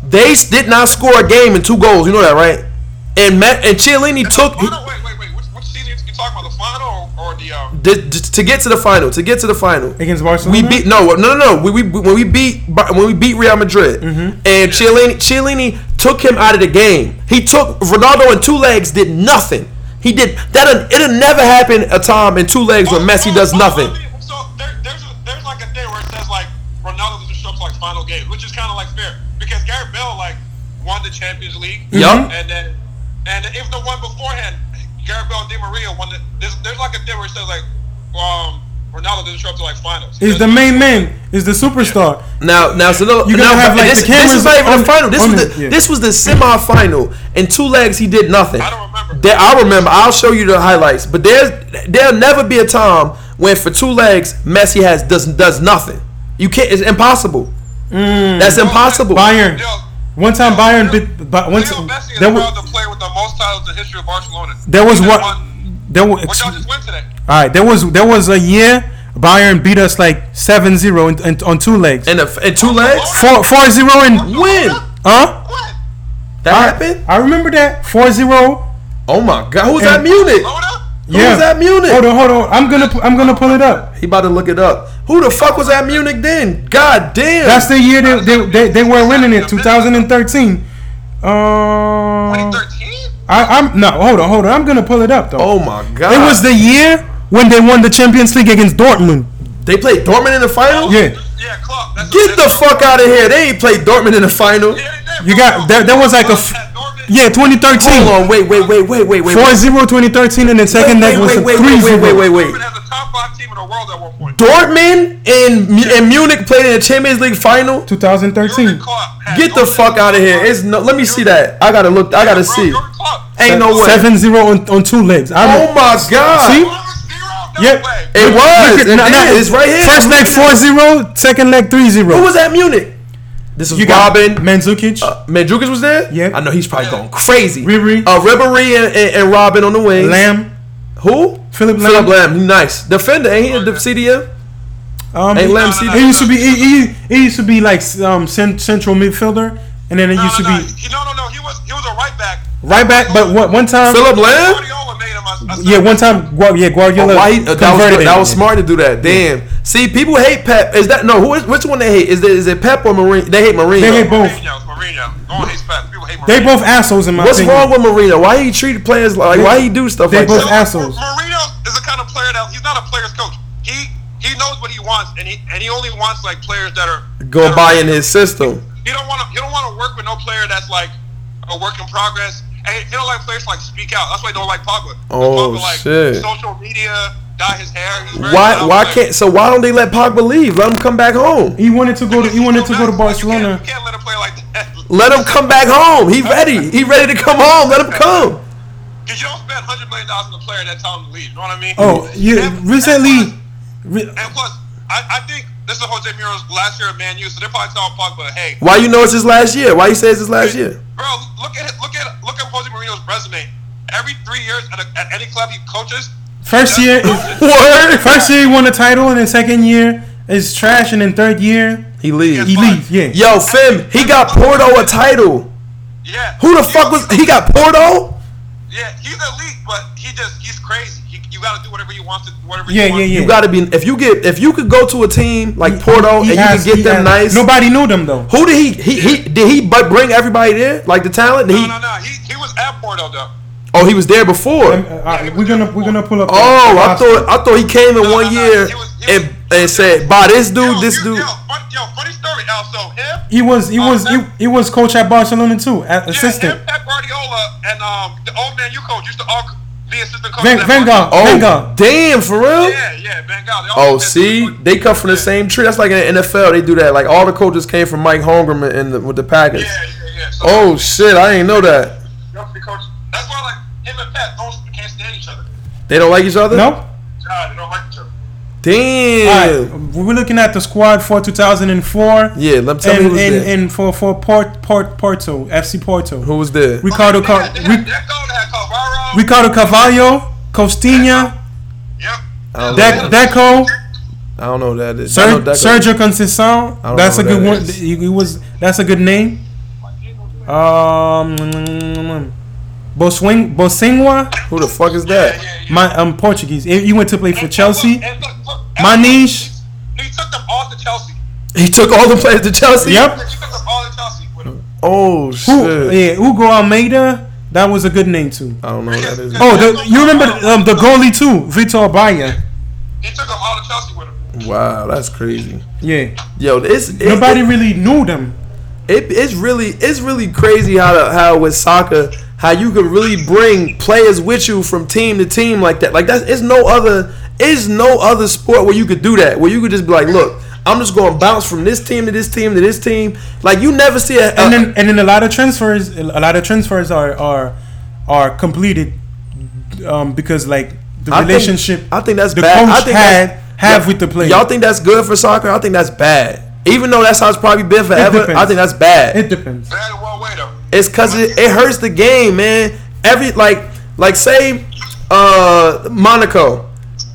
Speaker 1: they s- did not score a game and two goals. You know that, right? And Matt and Chiellini took.
Speaker 6: Final, wait, wait, wait. Which, which season you talking about? The final or, or the um?
Speaker 1: Did, to get to the final, to get to the final
Speaker 2: Against Barcelona?
Speaker 1: we beat no, no, no, no. We, we when we beat Bar- when we beat Real Madrid, and Chiellini, Chiellini took him out of the game. He took Ronaldo in two legs, did nothing. He did that. It'll never happen a time in two legs when Messi does
Speaker 6: Oh, oh,
Speaker 1: nothing.
Speaker 6: I mean, So there, there's a, there's like a thing where it says like Ronaldo doesn't show up to like final games, which is kind of like fair because Garrett Bell like won the Champions League.
Speaker 1: Yup.
Speaker 6: And then and even the one beforehand, Garrett Bell and Di Maria won the. There's, there's like a thing where it says like um Ronaldo doesn't show up to like finals.
Speaker 2: is the main man is the superstar.
Speaker 1: Now, now, so no,
Speaker 2: You
Speaker 1: now,
Speaker 2: gotta have,
Speaker 1: but
Speaker 2: like,
Speaker 1: this,
Speaker 2: the
Speaker 1: this is
Speaker 2: cameras
Speaker 1: not even
Speaker 2: on
Speaker 1: the
Speaker 2: the-
Speaker 1: final. This
Speaker 2: on
Speaker 1: was
Speaker 2: it,
Speaker 1: the
Speaker 2: yeah.
Speaker 1: this was the semifinal. In two legs, he did nothing.
Speaker 6: I don't remember.
Speaker 1: There- I remember. I'll show you the highlights. But there's there'll never be a time when for two legs Messi has does does nothing. You can't. It's impossible.
Speaker 2: Mm.
Speaker 1: That's impossible.
Speaker 2: Bayern. One time Bayern bit but
Speaker 6: Leo
Speaker 2: one
Speaker 6: Messi
Speaker 2: time,
Speaker 6: is
Speaker 2: there
Speaker 6: probably
Speaker 2: was
Speaker 6: the player with the most titles in the history of Barcelona.
Speaker 2: there was
Speaker 6: He
Speaker 2: what
Speaker 6: won-
Speaker 2: there were
Speaker 6: What y'all just win today?
Speaker 2: all right. There was there was a year Bayern beat us like 7-0 in, in, on two legs.
Speaker 1: And, a, and two legs?
Speaker 2: Four, 4-0 and
Speaker 1: When?
Speaker 2: huh?
Speaker 6: What?
Speaker 1: That
Speaker 2: I,
Speaker 1: happened?
Speaker 2: I remember that 4-0.
Speaker 1: Oh my God. Who's that
Speaker 2: And-
Speaker 1: Munich?
Speaker 6: Load up?
Speaker 1: Who was at Munich?
Speaker 2: Hold on, hold on. I'm gonna pu- I'm gonna pull it up.
Speaker 1: He about to look it up. Who the fuck was at Munich then? God damn.
Speaker 2: That's the year they they, they, they were winning it, 2013. Um, I,
Speaker 6: 2013?
Speaker 2: I'm no, hold on, hold on. I'm gonna pull it up though.
Speaker 1: Oh my God.
Speaker 2: It was the year when they won the Champions League against Dortmund.
Speaker 1: They played Dortmund in the final?
Speaker 2: Yeah,
Speaker 6: Yeah, Klopp. That's
Speaker 1: Get the fuck out of here. They ain't played Dortmund in the final.
Speaker 6: Yeah, they did,
Speaker 2: you
Speaker 6: bro.
Speaker 2: got there. There was like a f-
Speaker 6: At Dortmund?
Speaker 2: yeah, 2013.
Speaker 1: Hold on. Wait, wait, wait, wait, wait, wait.
Speaker 2: 4-0 2013 and the second
Speaker 1: wait,
Speaker 2: leg was
Speaker 1: wait,
Speaker 2: a
Speaker 1: wait,
Speaker 2: 3
Speaker 1: wait, wait, wait, wait, wait.
Speaker 6: Dortmund has the top five team in the world at one point.
Speaker 1: Dortmund and, Mu- and Munich played in the Champions League final?
Speaker 2: 2013.
Speaker 6: Jurgen Klopp had
Speaker 1: Get the
Speaker 6: Dortmund
Speaker 1: fuck out of here. It's no, let me see that. I gotta look. I gotta
Speaker 6: Bro,
Speaker 1: see.
Speaker 6: Jurgen Klopp.
Speaker 1: Ain't no way.
Speaker 2: 7-0 on, on two legs. I
Speaker 1: Oh my God.
Speaker 2: See?
Speaker 6: Well, it was zero?
Speaker 2: Yeah.
Speaker 6: No way.
Speaker 1: It was.
Speaker 2: Look at-
Speaker 1: and
Speaker 2: nah,
Speaker 1: it
Speaker 2: nah.
Speaker 1: is right here.
Speaker 2: First leg 4-0, second leg 3-0.
Speaker 1: Who was at Munich? This is
Speaker 2: you got
Speaker 1: Robin. Uh,
Speaker 2: Mandzukic.
Speaker 1: Mandzukic was there.
Speaker 2: Yeah.
Speaker 1: I know he's probably going crazy.
Speaker 2: Ribery.
Speaker 1: uh, Ribery and, and, and Robin on the wings.
Speaker 2: Lamb.
Speaker 1: who?
Speaker 2: Philip Lam.
Speaker 1: Philip Lamb. He nice defender. Ain't he a def- CDM?
Speaker 2: Um,
Speaker 1: Hey,
Speaker 2: he-
Speaker 1: Lamb
Speaker 2: He
Speaker 1: CDM.
Speaker 2: used to be he, he, he used to be like um cent- central midfielder, and then it
Speaker 6: No,
Speaker 2: used to
Speaker 6: no,
Speaker 2: be
Speaker 6: he- no, no, no. He was he was a right back.
Speaker 2: right back. But what one time?
Speaker 1: Philip Lamb.
Speaker 6: Guardiola made him a, a
Speaker 2: Yeah, one time. Gua- Yeah, Guardiola
Speaker 1: Oh, why he- uh, that was
Speaker 2: converted
Speaker 1: good.
Speaker 2: it.
Speaker 1: that was smart to do that. Damn. See, people hate Pep. Is that no? Who is which one they hate? Is it is it Pep or Marino? They hate Marino.
Speaker 2: They hate both.
Speaker 6: Mourinho, Mourinho. Going his path. People hate Mourinho.
Speaker 2: They both assholes in my
Speaker 1: What's
Speaker 2: opinion.
Speaker 1: wrong with Marino? Why he treat players like? Why he do stuff
Speaker 2: They
Speaker 1: like
Speaker 2: both
Speaker 1: that?
Speaker 2: ass- assholes.
Speaker 6: Marino is the kind of player that he's not a player's coach. He he knows what he wants, and he and he only wants like players that are
Speaker 1: Go
Speaker 6: that
Speaker 1: by
Speaker 6: are-
Speaker 1: in his system.
Speaker 6: He don't want to. He don't want to work with no player that's like a work in progress. And he don't like players to, like speak out. That's why he don't like Pogba. 'Cause
Speaker 1: Oh,
Speaker 6: Pogba, like,
Speaker 1: shit.
Speaker 6: Social media, dye his hair. He's very
Speaker 1: Why
Speaker 6: loud,
Speaker 1: why
Speaker 6: like-
Speaker 1: can't? So why don't they let Pogba leave? Let him come back home.
Speaker 2: He wanted to go to
Speaker 6: He's
Speaker 2: he wanted
Speaker 6: so
Speaker 2: to go to
Speaker 6: nice. Like, you can't-
Speaker 2: Barcelona.
Speaker 6: You can't let him play like that.
Speaker 1: Let him come back home. He ready. He ready to come home. Let him come.
Speaker 6: 'Cause you don't spend hundred million dollars on a player that time to leave. You know what I mean?
Speaker 2: Oh, yeah.
Speaker 6: And- and
Speaker 2: Recently,
Speaker 6: plus-
Speaker 2: re-
Speaker 6: And plus, I, I think this is Jose Mourinho's last year at Man U, so they're probably telling Pogba, "Hey,
Speaker 1: Why you know it's his last year? Why you say it's his last year?
Speaker 6: bro, look at look at look at Jose Mourinho's resume. Every three years at, a, at any club he coaches,
Speaker 2: first year,
Speaker 1: What?
Speaker 2: first year he won the title, and then second year is trash, and then third year
Speaker 1: He leaves.
Speaker 2: he leaves. Yeah.
Speaker 1: Yo, Fim, he got Porto a title.
Speaker 6: yeah.
Speaker 1: Who the
Speaker 6: he-
Speaker 1: fuck was he got Porto?
Speaker 6: Yeah, he's elite, but he just he's crazy. He, you got to do whatever you want to, whatever.
Speaker 2: Yeah,
Speaker 6: you want
Speaker 2: yeah,
Speaker 6: to
Speaker 2: yeah.
Speaker 6: do.
Speaker 1: You gotta be if you get if you could go to a team like Porto and
Speaker 2: He
Speaker 1: you
Speaker 2: has-
Speaker 1: can get
Speaker 2: he
Speaker 1: them
Speaker 2: has-
Speaker 1: nice.
Speaker 2: Nobody knew them though.
Speaker 1: Who did he he he did he but bring everybody there like the talent? He,
Speaker 6: No, no, no. He, he was at Porto though.
Speaker 1: Oh, he was there before.
Speaker 2: Um, uh, alright, we're gonna we're gonna pull up.
Speaker 1: oh, I
Speaker 2: roster.
Speaker 1: thought I thought he came in
Speaker 6: No,
Speaker 1: one
Speaker 6: no, no,
Speaker 1: year
Speaker 6: he was- he
Speaker 1: and
Speaker 6: was-
Speaker 1: and said, "Buy this dude,
Speaker 6: Yo,
Speaker 1: this
Speaker 6: you-
Speaker 1: dude."
Speaker 6: Yo, fun, yo, funny story. Al. So him,
Speaker 2: He was he
Speaker 6: Uh,
Speaker 2: was he,
Speaker 6: that-
Speaker 2: he was coach at Barcelona too, at
Speaker 6: yeah,
Speaker 2: assistant.
Speaker 6: him, Pep Guardiola, and um, the old man you coach used to all be assistant coaches.
Speaker 2: Van
Speaker 6: at
Speaker 2: Van Gaal,
Speaker 1: Oh,
Speaker 2: Van Gaal.
Speaker 1: damn, for real?
Speaker 6: Yeah, yeah, Van Gaal. They all
Speaker 1: Oh,
Speaker 6: did that.
Speaker 1: see, they cut from the same tree. That's like in the NFL. They do that. Like all the coaches came from Mike Holmgren in the, with the Packers.
Speaker 6: Yeah, yeah, yeah. So
Speaker 1: Oh shit, I didn't know that.
Speaker 6: they all be coaches. That's why like him and Pat don't can't stand each other.
Speaker 1: They don't like each other.
Speaker 2: No.
Speaker 6: God, they don't like each other.
Speaker 2: All
Speaker 1: Damn.
Speaker 2: right, we're looking at the squad for 2004.
Speaker 1: Yeah, let me tell me
Speaker 2: and
Speaker 1: who's
Speaker 2: and,
Speaker 1: there.
Speaker 2: and for for Port, Port Porto FC Porto,
Speaker 1: Who was there?
Speaker 2: Ricardo
Speaker 6: They
Speaker 2: Car-
Speaker 6: had, they had,
Speaker 2: Ric-
Speaker 6: they had Gold, they had Calvaro.
Speaker 2: Ricardo Carvalho, Costinha,
Speaker 6: yep.
Speaker 1: Oh,
Speaker 2: De- Deco,
Speaker 1: I don't know who that is. I know Deco.
Speaker 2: Ser- Sergio Conceição.
Speaker 1: don't
Speaker 2: That's
Speaker 1: know
Speaker 2: a
Speaker 1: who
Speaker 2: good
Speaker 1: that
Speaker 2: one.
Speaker 1: is.
Speaker 2: He, he was that's a good name. Um, Boswing Bosingwa,
Speaker 1: Who the fuck is
Speaker 6: Yeah,
Speaker 1: that?
Speaker 6: yeah, yeah.
Speaker 2: my um Portuguese. He he went to play for
Speaker 6: And
Speaker 2: Chelsea.
Speaker 6: look, and look, look,
Speaker 2: Manish.
Speaker 6: He took them all to Chelsea.
Speaker 1: He took all the players to Chelsea.
Speaker 6: He
Speaker 2: Yep.
Speaker 6: took them all to Chelsea with him.
Speaker 1: Oh
Speaker 2: Who,
Speaker 1: shit.
Speaker 2: yeah, Hugo Almeida. That was a good name too.
Speaker 1: I don't know who that is.
Speaker 2: Oh, the, you remember um, the goalie too, Vitor Baya.
Speaker 6: He took them all to Chelsea with him.
Speaker 1: Wow, that's crazy.
Speaker 2: Yeah.
Speaker 1: Yo, it's it,
Speaker 2: Nobody really knew them.
Speaker 1: it, it's really it's really crazy how to, how with soccer how you can really bring players with you from team to team like that. Like that's it's no other is no other sport where you could do that where you could just be like, look, I'm just going to bounce from this team to this team to this team. Like you never see a,
Speaker 2: And then and then a lot of transfers a lot of transfers are are are completed um, because like the
Speaker 1: I think-
Speaker 2: relationship
Speaker 1: I think that's
Speaker 2: the
Speaker 1: bad.
Speaker 2: coach
Speaker 1: I think
Speaker 2: had
Speaker 1: that's-
Speaker 2: have
Speaker 1: yeah,
Speaker 2: with the player.
Speaker 1: Y'all think that's good for soccer? I think that's bad. Even though that's how it's probably been forever, I
Speaker 2: depends.
Speaker 1: think that's bad.
Speaker 2: it depends.
Speaker 6: Bad in one way, though.
Speaker 1: It's cause it, it hurts the game, man. Every like like say uh, Monaco.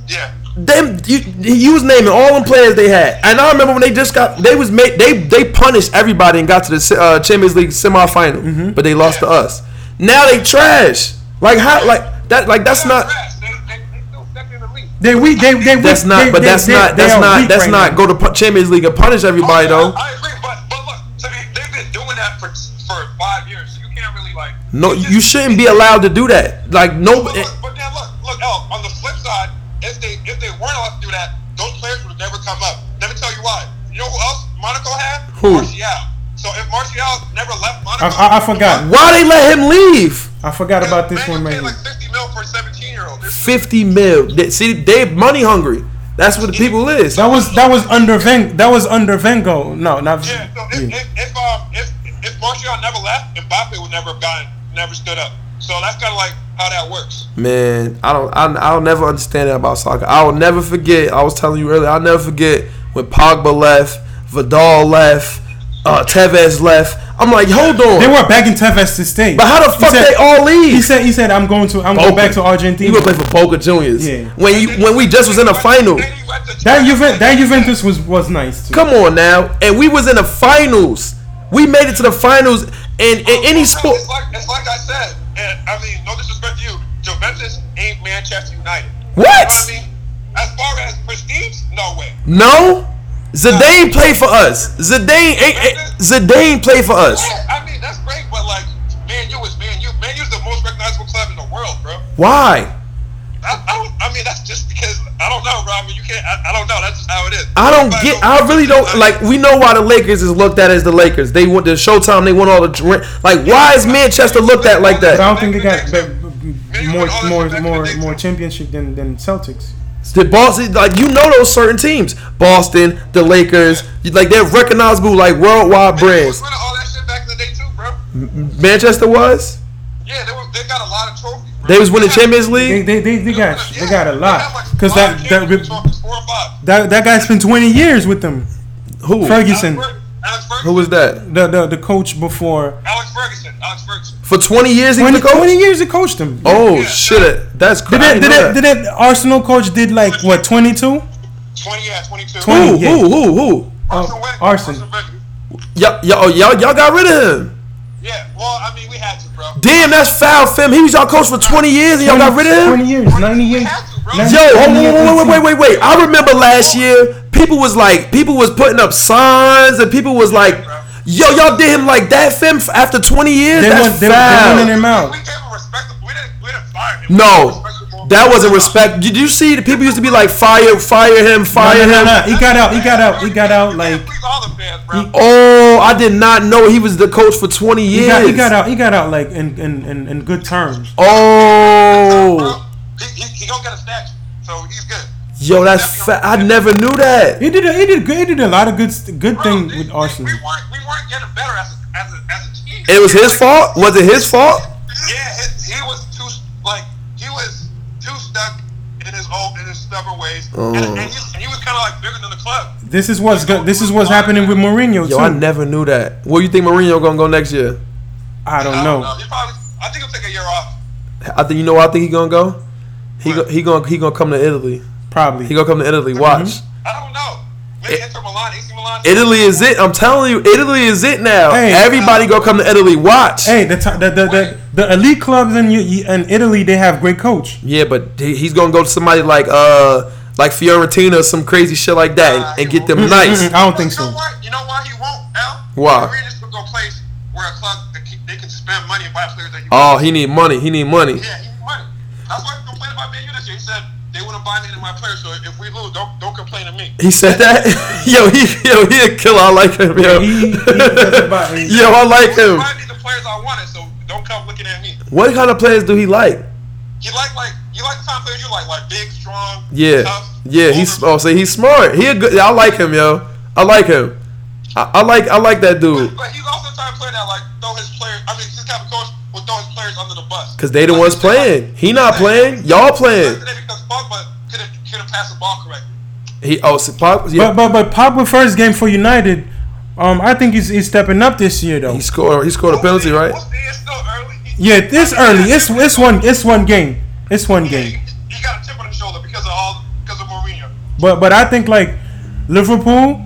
Speaker 6: Yeah.
Speaker 1: Them you, you was naming all them players they had, and I remember when they just got they was made they they punished everybody and got to the se- uh, Champions League semifinal,
Speaker 2: Mm-hmm.
Speaker 1: but they lost to us. Now they trash. Like how like that like that's not
Speaker 6: Trash. They, they, they still second in the league.
Speaker 2: They weak. They they weak.
Speaker 1: that's not
Speaker 2: They-
Speaker 1: but
Speaker 2: they-
Speaker 1: that's
Speaker 2: they-
Speaker 1: not
Speaker 2: they
Speaker 1: that's
Speaker 2: are
Speaker 1: not
Speaker 2: weak
Speaker 1: that's
Speaker 2: right
Speaker 1: not
Speaker 2: now.
Speaker 1: go to pu- Champions League and punish everybody though.
Speaker 6: I agree, but but look, so they, they've been doing that for for five years. So you can't really like.
Speaker 1: No,
Speaker 6: it's
Speaker 1: you
Speaker 6: just-
Speaker 1: shouldn't be allowed eh. to do that. Like no,
Speaker 6: But, look, but then look, look, Al, on the flip side, if they if they weren't allowed to do that, those players would have never come up. Let me tell you why. You know who else Monaco had?
Speaker 1: Who?
Speaker 6: Martial. So if Martial never left Monaco,
Speaker 2: I- I forgot.
Speaker 1: why they let him leave?
Speaker 2: I forgot about this one right
Speaker 6: Man, you paid
Speaker 2: here.
Speaker 6: like fifty mil for a seventeen year old.
Speaker 1: Fifty mil. They- See, they money hungry. That's what the people is.
Speaker 2: That was that was under Ven. That was under Vengo. No, not.
Speaker 6: Yeah. So if,
Speaker 2: yeah.
Speaker 6: if if um if if Martial never left, Mbappe would never have gotten never stood up. So that's kind of like how that works.
Speaker 1: Man, I don't. I, I'll never understand that about soccer. I will never forget. I was telling you earlier. I'll never forget when Pogba left, Vidal left, uh, Tevez left. I'm like, hold
Speaker 2: They
Speaker 1: on.
Speaker 2: were begging Tevez to stay.
Speaker 1: But how the
Speaker 2: He
Speaker 1: fuck
Speaker 2: said-
Speaker 1: they all leave?
Speaker 2: He said he said I'm going to I'm going back to
Speaker 1: You
Speaker 2: Argentina.
Speaker 1: would play for Boca Juniors.
Speaker 2: Yeah.
Speaker 1: When you when we just was in the final.
Speaker 6: Then he went to-
Speaker 2: that Juventus that Juventus was was nice too.
Speaker 1: Come on now. And we was in the finals. We made it to the finals. And in any sport,
Speaker 6: It's like, it's like I said, and I mean, no disrespect to you, Juventus ain't Manchester United.
Speaker 1: What?
Speaker 6: You know what I mean? As far as prestige, no way.
Speaker 1: no. Zidane played for us. Zidane, eh, eh, Zidane played for us.
Speaker 6: Yeah, I mean, that's great, but like, Man U is Man U. Man U is the most recognizable club in the world, bro.
Speaker 1: Why?
Speaker 6: I, I, don't, I mean, that's just because, I don't know, bro. I mean, you can't, I, I don't know. That's just how it is.
Speaker 1: I don't
Speaker 6: Everybody
Speaker 1: get. I really don't like. We know why the Lakers is looked at as the Lakers. They want the Showtime. They want all the dr- like. Why is Manchester looked at like
Speaker 2: I
Speaker 1: that?
Speaker 2: don't think they got be- be- more more more more championship than than Celtics.
Speaker 1: The Boston, like you know, those certain teams, Boston, the Lakers, like they're recognizable like worldwide
Speaker 6: Man U was
Speaker 1: brands.
Speaker 6: winning all that shit back in the day, too, bro.
Speaker 1: Manchester was.
Speaker 6: Yeah, they, were, they got a lot of trophies, bro.
Speaker 1: They was winning Champions
Speaker 2: They
Speaker 1: League.
Speaker 2: they they, they got
Speaker 6: Yeah,
Speaker 2: they got a
Speaker 6: have,
Speaker 2: lot
Speaker 6: like,
Speaker 2: because
Speaker 6: five
Speaker 2: that
Speaker 6: championship
Speaker 2: that
Speaker 6: trophies, four or five.
Speaker 2: that that guy spent 20 years with them.
Speaker 1: Who?
Speaker 2: Ferguson,
Speaker 6: Alex Fer- Alex Ferguson.
Speaker 1: Who was that?
Speaker 2: the the, the coach before
Speaker 6: Alex Ferguson. Alex Ferguson.
Speaker 1: For 20 years he was
Speaker 2: 20,
Speaker 1: the coach.
Speaker 2: 20 years he coached them.
Speaker 1: Oh
Speaker 6: Yeah.
Speaker 1: shit, that's
Speaker 2: Did
Speaker 1: crazy.
Speaker 2: that, did that, did that Arsenal coach did like what 22?
Speaker 6: 20, yeah, 22.
Speaker 1: Who?
Speaker 2: 20. Yeah.
Speaker 1: Who? Who? Who?
Speaker 6: Arson.
Speaker 2: Oh,
Speaker 6: Wenger.
Speaker 2: Arson.
Speaker 6: Arson Wenger.
Speaker 1: Y'all, y'all, y'all, y'all got rid of him.
Speaker 6: Yeah, well, I mean, we had to, bro.
Speaker 1: Damn, that's foul, fam. He was y'all coach for 20 years and y'all got rid of him.
Speaker 2: 20 years, 90 years.
Speaker 6: We had to, bro.
Speaker 2: 90
Speaker 1: Yo,
Speaker 2: years,
Speaker 1: hold on,
Speaker 2: 90
Speaker 1: wait,
Speaker 2: years,
Speaker 1: wait, wait, wait, wait, wait. I remember last year, people was like, people was putting up signs, and people was like, yo, y'all did him like that, fam, f- after 20 years?
Speaker 2: They
Speaker 1: That's
Speaker 2: want- they- they
Speaker 1: foul.
Speaker 2: want in their mouth.
Speaker 6: We gave him respect. We didn't, we didn't fire him.
Speaker 1: no, that wasn't respect. Did you see the people used to be like, fire, fire him,
Speaker 2: No,
Speaker 1: fire
Speaker 2: no, no,
Speaker 1: him?
Speaker 2: no. He got out. He got out. He got out. Like
Speaker 6: Please all the fans, bro.
Speaker 1: Oh, I did not know he was the coach for 20 years.
Speaker 2: he got, he got out. He got out like in in, in, in good terms.
Speaker 1: Oh,
Speaker 6: Bro, he, he, he gonna get a statue, so he's good.
Speaker 1: yo, that's fa- I never knew that.
Speaker 2: He did. A, he did. Good, he did a lot of good st- good
Speaker 6: Bro,
Speaker 2: thing
Speaker 6: Oh, we,
Speaker 2: with
Speaker 6: we-
Speaker 2: Arsenal.
Speaker 6: We, weren't, we weren't getting better as a, as a, as a team.
Speaker 1: It was his fault? Was it his fault?
Speaker 6: Yeah, he, he was too like he was too stuck in his old in his stubborn ways,
Speaker 1: Oh.
Speaker 6: and, and, he, and he was kind of like bigger than the club.
Speaker 2: This is what's good. This is what's happening with Mourinho
Speaker 1: Yo,
Speaker 2: too.
Speaker 1: I never knew that. Where you think Mourinho gonna go next year?
Speaker 2: I don't
Speaker 6: I don't know.
Speaker 2: know.
Speaker 6: He probably. I think he'll take a year off.
Speaker 1: I think you know where I think he gonna go. He go, he gonna he gonna come to Italy.
Speaker 2: Probably.
Speaker 1: He gonna come to Italy.
Speaker 2: Mm-hmm.
Speaker 1: Watch.
Speaker 6: I don't know. Maybe
Speaker 1: It-
Speaker 6: Inter Milan, AC Milan.
Speaker 1: Italy is it. I'm telling you, Italy is it now.
Speaker 2: Hey.
Speaker 1: Everybody go come to Italy. Watch.
Speaker 2: Hey, the, to- the the the the elite clubs in U- E, in Italy they have great coach.
Speaker 1: Yeah, but he- he's gonna go to somebody like uh like Fiorentina or some crazy shit like that and, and get them nice.
Speaker 2: I don't think
Speaker 6: you
Speaker 2: so.
Speaker 6: Know why, you know why he won't, Al?
Speaker 1: Why?
Speaker 6: Mourinho's gonna go place where a club that keep- they can spend money and buy players that you.
Speaker 1: Oh, he need money. He need money.
Speaker 6: Yeah, he need money. That's why he complained about Man U this year. He said they wouldn't buy any of my players, so if we lose, don't don't complain to me.
Speaker 1: He said that. yo, he yo he a killer. I like him. Yo,
Speaker 2: he- he- that's about it.
Speaker 1: yo I like
Speaker 6: He
Speaker 1: him.
Speaker 6: buy me the players I wanted, so don't come looking at me.
Speaker 1: What kind of players do he like?
Speaker 6: He like like you like the kind of players you like, like big, strong,
Speaker 1: Yeah,
Speaker 6: tough.
Speaker 1: yeah. He's oh, say he's smart. He a good. I like him, yo. I like him. I, I like I like that dude.
Speaker 6: But he's also the type of player that like throw his players. I mean, this type of coach will throw his players under the bus.
Speaker 1: Cause they the ones playing. He not playing. Y'all playing.
Speaker 6: Yesterday because Pogba could have could have passed the ball correctly.
Speaker 1: He oh so Pop,
Speaker 2: But
Speaker 1: yeah,
Speaker 2: but but Pogba first game for United. Um, I think he's, he's stepping up this year though.
Speaker 1: he scored he scored a penalty right.
Speaker 6: It's still early.
Speaker 2: Yeah, it's early. It's it's one it's one game. It's one
Speaker 6: Yeah,
Speaker 2: game.
Speaker 6: you, you got a tip on the shoulder because of all because of Mourinho.
Speaker 2: But but I think like Liverpool,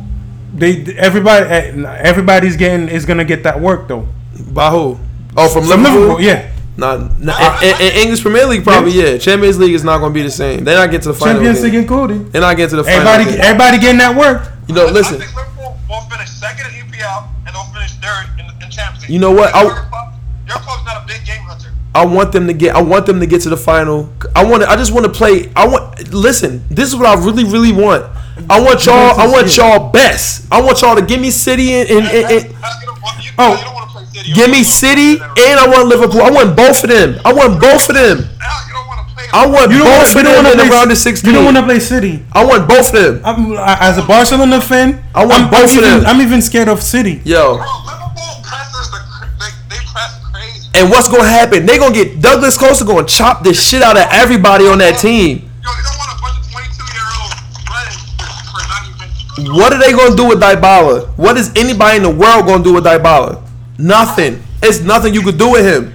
Speaker 2: they everybody eh, everybody's getting is gonna get that work though.
Speaker 1: By who? Oh, from
Speaker 2: From
Speaker 1: Liverpool.
Speaker 2: Liverpool, yeah.
Speaker 1: Not, not in, in- in English Premier League, probably yeah. Champions League is not going to be the same. They're not getting to the final.
Speaker 2: Champions
Speaker 1: again.
Speaker 2: League included.
Speaker 1: They're not getting to the final.
Speaker 2: Everybody
Speaker 1: again.
Speaker 2: everybody getting that work.
Speaker 1: you know, listen.
Speaker 6: I think Liverpool will finish second in EPL and they'll finish third in, in Champions League.
Speaker 1: You know what? I-
Speaker 6: Your, club, your club's not a big game hunter.
Speaker 1: I want them to get. I want them to get to the final. I want. I just want to play. I want. Listen, this is what I really, really want. I want y'all. I want y'all best. I want y'all to give me City and, and, and,
Speaker 6: That's-
Speaker 1: and
Speaker 6: that's gonna- you-
Speaker 1: Oh.
Speaker 6: you don't wanna play City
Speaker 1: give me
Speaker 6: over-
Speaker 1: City, and I want Liverpool. I want both of them. I want both of them.
Speaker 6: Now you don't want to play.
Speaker 1: I want
Speaker 2: You don't
Speaker 1: both
Speaker 2: want
Speaker 1: of them in the round of
Speaker 2: You
Speaker 1: sixteen.
Speaker 2: don't want to play City.
Speaker 1: I want both of them.
Speaker 2: I'm, I- as a Barcelona fan,
Speaker 1: I want
Speaker 2: I'm,
Speaker 1: both
Speaker 2: I'm
Speaker 1: of
Speaker 2: even,
Speaker 1: them.
Speaker 2: I'm even scared of City.
Speaker 1: Yo.
Speaker 6: Bro, Liverpool presses the cr- they, they press crazy.
Speaker 1: And what's gonna happen? They gonna get Douglas Costa gonna chop the shit out of everybody on that team.
Speaker 6: Yo, they don't want a bunch of 22 year olds running for, for not even.
Speaker 1: What are they gonna do with Dybala? What is anybody in the world gonna do with Dybala? Nothing. It's nothing you could do with him.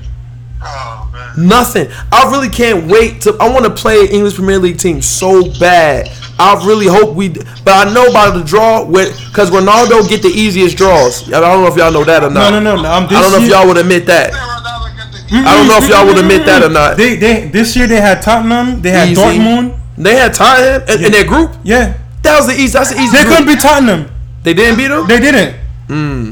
Speaker 6: Oh man.
Speaker 1: Nothing. I really can't wait to. I want to play an English Premier League team so bad. I really hope we. d- But I know by the draw, with because Ronaldo get the easiest draws. I don't know if y'all know that or
Speaker 2: No,
Speaker 1: not.
Speaker 2: no, no, no. I'm,
Speaker 1: I don't know if y'all would admit that. I don't know if y'all would admit that or not.
Speaker 2: They, they, this year they had Tottenham, they had
Speaker 1: Easy.
Speaker 2: Dortmund.
Speaker 1: They had Tottenham in, in their group.
Speaker 2: Yeah,
Speaker 1: That was the easy. That's the easy.
Speaker 2: they couldn't
Speaker 1: Group.
Speaker 2: beat Tottenham.
Speaker 1: They didn't beat them.
Speaker 2: They didn't.
Speaker 6: It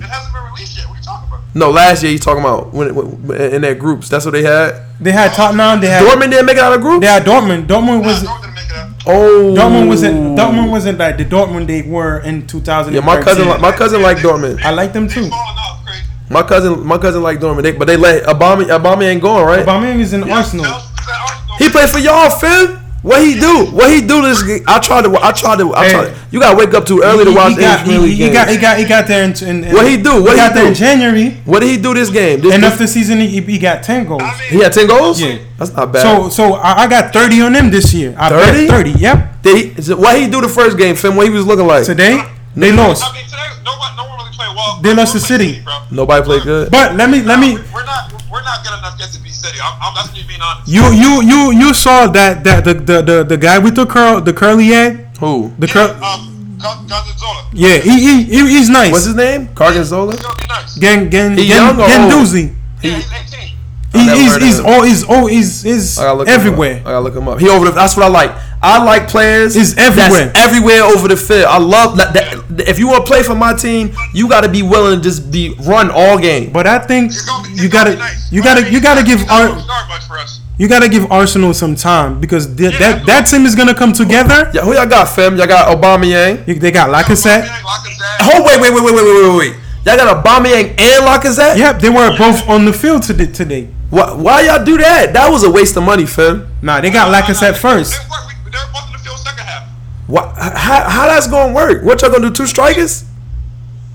Speaker 6: hasn't been released yet. What are you talking about?
Speaker 1: No, last year you talking about when, when in their groups. That's what they had.
Speaker 2: They had Tottenham. They had
Speaker 1: Dortmund didn't make it out of group.
Speaker 2: They had Dortmund. Dortmund
Speaker 6: Nah,
Speaker 2: was
Speaker 6: Jordan make it up.
Speaker 1: Oh,
Speaker 2: Dortmund wasn't Dortmund wasn't like the Dortmund they were in 2000.
Speaker 1: Yeah, my cousin, li- my cousin liked Dortmund.
Speaker 2: I like them
Speaker 6: They
Speaker 2: too.
Speaker 6: falling off crazy.
Speaker 1: My cousin, my cousin liked Dortmund, they, but they let Obama. Obama ain't going right.
Speaker 2: Aubameyang is in Arsenal.
Speaker 6: Chelsea's at Arsenal.
Speaker 1: He played for y'all, Phil. What he do? What he do? This g- I tried to. I tried to. I
Speaker 2: Hey.
Speaker 1: tried. You gotta wake up too early to
Speaker 2: He-
Speaker 1: watch
Speaker 2: he,
Speaker 1: English
Speaker 2: got, he,
Speaker 1: Premier League
Speaker 2: he got he
Speaker 1: games.
Speaker 2: got he got there in, in, in
Speaker 1: What he do? What
Speaker 2: he
Speaker 1: he
Speaker 2: got there in
Speaker 1: do?
Speaker 2: January.
Speaker 1: What did he do this game? This,
Speaker 2: End
Speaker 1: this-
Speaker 2: of the season, he, he got ten goals.
Speaker 6: I mean,
Speaker 1: he had ten goals.
Speaker 2: Yeah.
Speaker 1: that's not bad.
Speaker 2: So so I, I got thirty on him this year. I
Speaker 1: 30?
Speaker 2: bet thirty. Yep.
Speaker 1: did he, is it- what he do the first game, Phil? What he was looking like?
Speaker 2: Today they
Speaker 6: I
Speaker 2: lost,
Speaker 6: mean, today nobody, no one really played well.
Speaker 2: They lost to
Speaker 6: We're
Speaker 2: City.
Speaker 6: playing bro.
Speaker 1: Nobody played good.
Speaker 2: but let me let me.
Speaker 6: We're not, we're not good enough yet to be City. I'm, I'm that's me being honest.
Speaker 2: You you you you saw that that the the the, the guy with the curl the curly head
Speaker 1: Who?
Speaker 2: the
Speaker 6: Yeah,
Speaker 2: curl
Speaker 6: um, Gun- Gonzola.
Speaker 2: yeah he, he, he he's nice.
Speaker 1: What's his name? Cargonzola.
Speaker 6: He's gonna be nice.
Speaker 2: Gen Gen
Speaker 1: He
Speaker 2: Gen,
Speaker 1: young or
Speaker 2: Gen
Speaker 1: old?
Speaker 2: Doozy.
Speaker 6: Yeah, he's 18.
Speaker 2: He,
Speaker 1: never
Speaker 2: he's
Speaker 1: heard of
Speaker 2: he's
Speaker 1: him.
Speaker 2: all he's all he's is
Speaker 1: I gotta look Him
Speaker 2: everywhere.
Speaker 1: up. I gotta look him up. He over the. That's what I like. I like players.
Speaker 2: He's everywhere.
Speaker 1: That's everywhere over the field. I love that. that if you want to play for my team, you got to be willing to just be run all game.
Speaker 2: But I think
Speaker 6: He's gonna be- he's
Speaker 2: you
Speaker 6: gonna be
Speaker 2: gotta
Speaker 6: nice.
Speaker 2: you
Speaker 6: But I
Speaker 2: gotta
Speaker 6: mean,
Speaker 2: you gotta
Speaker 6: he's
Speaker 2: give
Speaker 6: not
Speaker 2: our
Speaker 6: gonna start much for us.
Speaker 2: you gotta give Arsenal some time because th- that that team is gonna come together.
Speaker 1: Yeah, who y'all got, fam? Y'all got Aubameyang.
Speaker 2: You- They got Lacazette.
Speaker 6: Aubameyang, Lacazette.
Speaker 1: Oh wait, wait, wait, wait, wait, wait, wait, wait. Y'all got Aubameyang and Lacazette.
Speaker 2: Yep, they were both on the field today. Today,
Speaker 1: Why, why y'all do that? That was a waste of money, fam.
Speaker 2: nah, they got Lacazette first.
Speaker 6: They were, we, they were both in the field second half.
Speaker 1: Why, h- how, how that's gonna work? What y'all gonna do? Two strikers?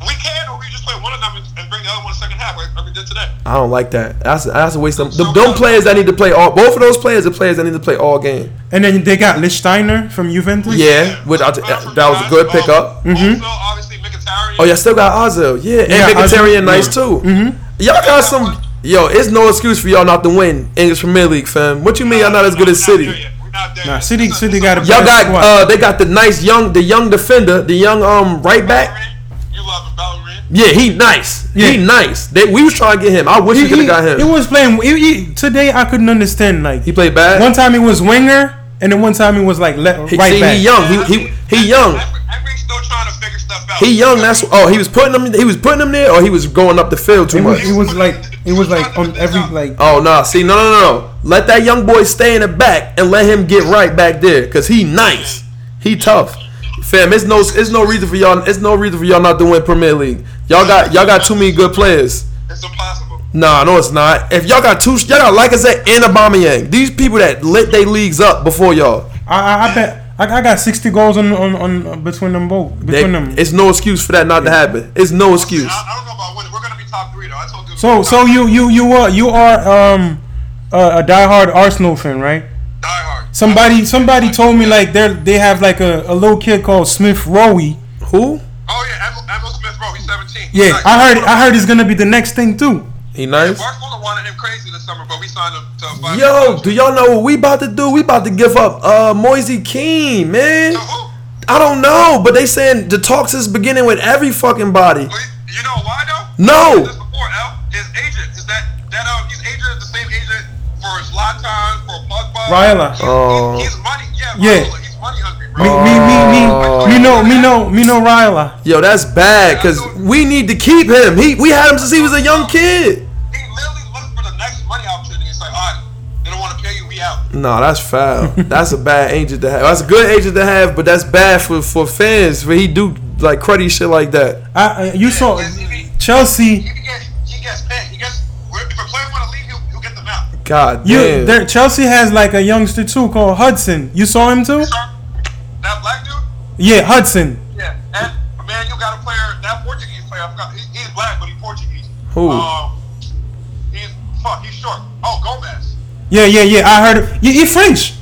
Speaker 6: We can, or we just play one of them and, and bring the other one second half, like, like we did today.
Speaker 1: I don't like that. That's that's a waste of. Them, them players that need to play all. Both of those players are players that need to play all game.
Speaker 2: And then they got Lichtsteiner from Juventus.
Speaker 1: Yeah, which I, that was a good pickup.
Speaker 6: Mm-hmm. Also, obviously, Mkhitaryan.
Speaker 1: Oh, y'all still got Ozil. Yeah,
Speaker 2: Yeah,
Speaker 1: and
Speaker 2: Ozil, yeah.
Speaker 1: Mkhitaryan
Speaker 2: Mm-hmm.
Speaker 1: nice too. Y'all got some. Yo, it's no excuse for y'all not to win English Premier League, fam. What you mean y'all not as good as City?
Speaker 6: We're not there
Speaker 2: Nah,
Speaker 6: yet.
Speaker 2: City-
Speaker 6: It's a-
Speaker 2: City
Speaker 6: it's
Speaker 2: got
Speaker 6: a-
Speaker 2: a-
Speaker 1: Y'all got
Speaker 2: Squad.
Speaker 1: uh, they got the nice young, the young defender, the young um right back.
Speaker 6: Bellerin. You love him, Bellerin.
Speaker 1: Yeah, he nice. He
Speaker 2: Yeah.
Speaker 1: nice. They, we was trying to get him. I wish
Speaker 2: he,
Speaker 1: we could
Speaker 2: he,
Speaker 1: have got him.
Speaker 2: he
Speaker 1: He,
Speaker 2: was playing. he- he- today I couldn't understand like
Speaker 1: played bad.
Speaker 2: One time he was winger, and then one time he was like le-
Speaker 1: he,
Speaker 2: right
Speaker 1: see,
Speaker 2: back.
Speaker 1: he young. He he he young.
Speaker 6: Henry's still trying to figure stuff out.
Speaker 1: He young. That's oh, he was putting him. He was putting him there, or he was going up the field too
Speaker 2: It
Speaker 1: much.
Speaker 2: was, it was like it was like on every like.
Speaker 1: Oh no! see, no, no, no, no. Let that young boy stay in the back and let him get right back there, cause he nice, he tough, fam. It's no, it's no reason for y'all. It's no reason for y'all not to win Premier League. Y'all got, y'all got too many good players.
Speaker 6: It's impossible.
Speaker 1: Nah, no, it's not. If y'all got two, y'all got Lacazette and Aubameyang. These people that lit their leagues up before y'all.
Speaker 2: I I, I bet I, I got sixty goals on, on on between them both
Speaker 1: They-
Speaker 2: between them.
Speaker 1: it's no excuse for that not to happen. It's no excuse.
Speaker 6: I, I don't know about winning. We're gonna be top three though. I told you.
Speaker 2: So so you you you are you are um a, a diehard Arsenal fan, right?
Speaker 6: Die hard.
Speaker 2: Somebody somebody told me like they they have like a, a little kid called Smith Rowe.
Speaker 1: Who?
Speaker 6: Oh yeah, Emil, Emil Smith, bro. He's 17.
Speaker 2: Yeah, I heard I heard he's gonna be the next thing too.
Speaker 1: He nice.
Speaker 6: Barcelona wanted signing him crazy this summer, but we signed him to a five.
Speaker 1: Yo, do y'all know what we about to do? We about to give up uh Moisey Keane, man.
Speaker 6: To who?
Speaker 1: I don't know, but they saying the talks is beginning with every fucking body.
Speaker 6: Well, You know why though?
Speaker 1: No.
Speaker 6: This before L, his agent is that that um his agent is the same agent for Zlatan for Pogba.
Speaker 2: Raiola.
Speaker 6: He's,
Speaker 1: Oh.
Speaker 6: he's, he's money. Yeah.
Speaker 2: Yeah.
Speaker 6: Raiola, He's money hungry,
Speaker 2: Me,
Speaker 6: bro.
Speaker 2: me,
Speaker 1: Oh.
Speaker 2: me, me, me, no, me, no, me, no, Ryla.
Speaker 1: Yo, that's bad because we need to keep him. He we had him since he was a young kid.
Speaker 6: He literally looks for the next money opportunity. It's like, all right, they don't want to pay you. We out.
Speaker 1: No, that's foul. that's a bad agent to have. That's a good agent to have, but that's bad for for fans. For he do like cruddy shit like that.
Speaker 2: I, I- you saw
Speaker 6: Yes, he-
Speaker 2: Chelsea.
Speaker 6: He gets he gets paid. He gets if a player want to leave, he'll, he'll get them out.
Speaker 1: God
Speaker 2: You,
Speaker 1: damn.
Speaker 2: there, Chelsea has like a youngster too called Hudson. You saw him too?
Speaker 6: So, that black dude.
Speaker 2: Yeah, Hudson.
Speaker 6: Yeah, and man, you got a player that Portuguese player. I forgot. He, he's black, but he's Portuguese.
Speaker 1: Who?
Speaker 6: Um, he's fuck. He's short. Oh, Gomez.
Speaker 2: Yeah, yeah, yeah. I heard. Yeah, he French.